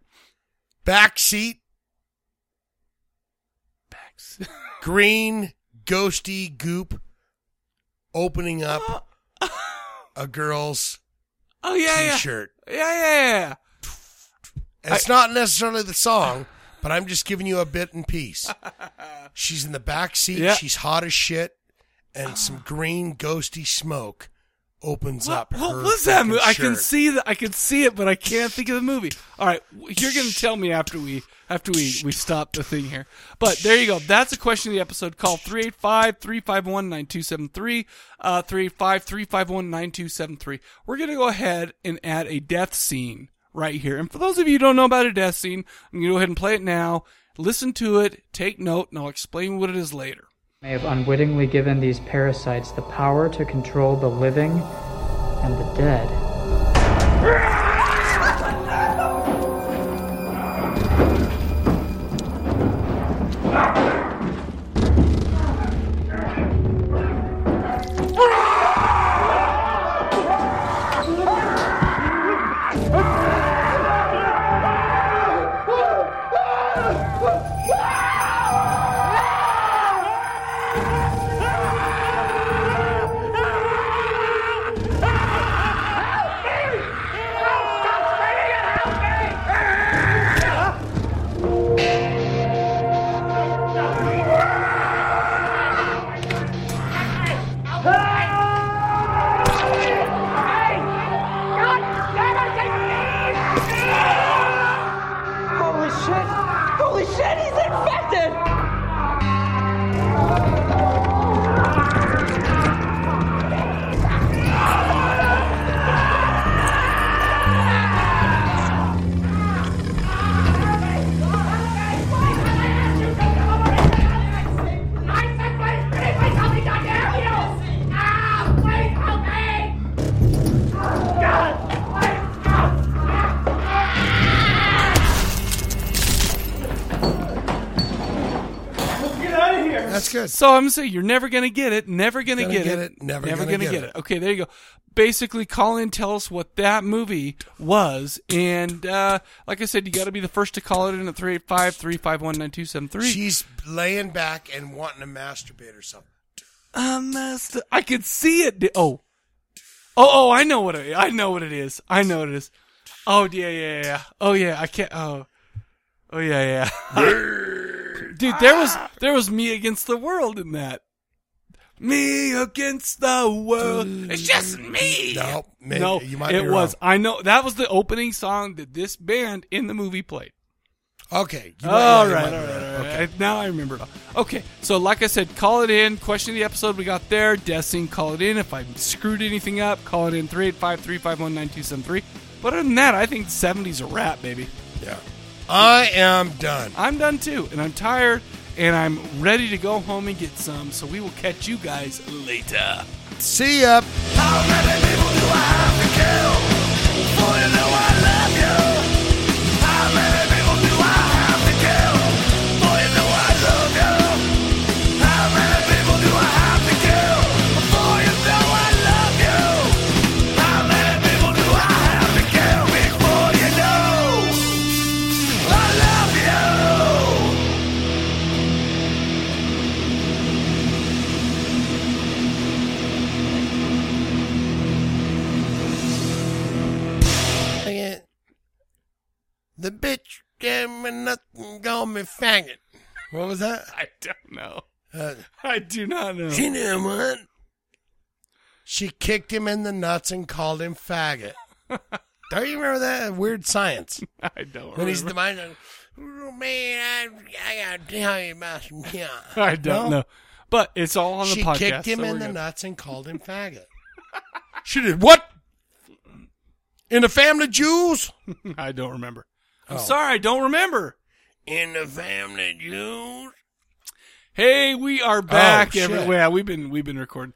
Speaker 2: Back seat. Green ghosty goop opening up a girl's
Speaker 1: Oh yeah, yeah.
Speaker 2: t-shirt.
Speaker 1: Yeah, yeah,
Speaker 2: And It's not necessarily the song, but I'm just giving you a bit in peace. She's in the back seat.
Speaker 1: Yeah.
Speaker 2: She's hot as shit, and some green ghosty smoke opens up.
Speaker 1: What
Speaker 2: her
Speaker 1: was that
Speaker 2: fucking
Speaker 1: movie? I can
Speaker 2: shirt.
Speaker 1: see that. I can see it, but I can't think of the movie. All right, you're gonna tell me after we after we we stop the thing here. But there you go. That's a question of the episode. Call 385-351-9273, uh, 385-351-9273. We're gonna go ahead and add a death scene right here. And for those of you who don't know about a death scene, I'm gonna go ahead and play it now. Listen to it, take note, and I'll explain what it is later.
Speaker 19: may have unwittingly given these parasites the power to control the living and the dead.
Speaker 13: Holy shit! Holy shit, he's infected! Ah,
Speaker 1: Get out of here.
Speaker 2: That's good.
Speaker 1: So I'm gonna say you're never gonna get it, never gonna,
Speaker 2: Gonna
Speaker 1: get,
Speaker 2: get
Speaker 1: it,
Speaker 2: it, never gonna
Speaker 1: gonna,
Speaker 2: get
Speaker 1: get
Speaker 2: it.
Speaker 1: it. Okay, there you go. Basically, call in, tell us what that movie was, and uh, like I said, you got to be the first to call it in at 385-351-9273.
Speaker 2: She's laying back and wanting to masturbate or something.
Speaker 1: I must. I could see it. Di- Oh, oh, oh! I know what it. I know what it is. I know what it is. Oh yeah, yeah, yeah. Oh yeah, I can't. Oh, oh yeah, yeah. Dude, there was there was me against the world in that. Me against the world. It's just me.
Speaker 2: No, maybe-
Speaker 1: no,
Speaker 2: you might
Speaker 1: it
Speaker 2: be
Speaker 1: was. I know that was the opening song that this band in the movie played.
Speaker 2: Okay. you might- yeah,
Speaker 1: All
Speaker 2: you
Speaker 1: right,
Speaker 2: might
Speaker 1: all
Speaker 2: be
Speaker 1: right, all right.
Speaker 2: Okay.
Speaker 1: I- Now I remember it all. Okay, so like I said, call it in. Question of the episode we got there. Death scene, call it in. If I screwed anything up, call it in 385 351 9273. But other than that, I think 70's a wrap, baby.
Speaker 2: Yeah. I am done.
Speaker 1: I'm done too, and I'm tired, and I'm ready to go home and get some. So we will catch you guys later.
Speaker 2: See ya.
Speaker 13: I love you.
Speaker 2: The bitch gave me nothing, called me faggot. What was that? I don't know.
Speaker 1: I do not know.
Speaker 2: She knew what. She kicked him in the nuts and called him faggot. don't you remember that weird science?
Speaker 1: I don't
Speaker 2: When he's
Speaker 1: remember.
Speaker 2: the mind, man, I, I gotta tell you about some yeah.
Speaker 1: I don't
Speaker 2: No?
Speaker 1: know. But it's all on the
Speaker 2: She
Speaker 1: podcast.
Speaker 2: kicked him
Speaker 1: so
Speaker 2: in
Speaker 1: we're
Speaker 2: the
Speaker 1: good.
Speaker 2: nuts and called him faggot. she did what? In the family jewels?
Speaker 1: I don't remember. I'm
Speaker 2: Oh.
Speaker 1: sorry, I don't remember.
Speaker 2: In the family jewels.
Speaker 1: Hey, we are back.
Speaker 2: shit.
Speaker 1: every- yeah, we've been we've been recording.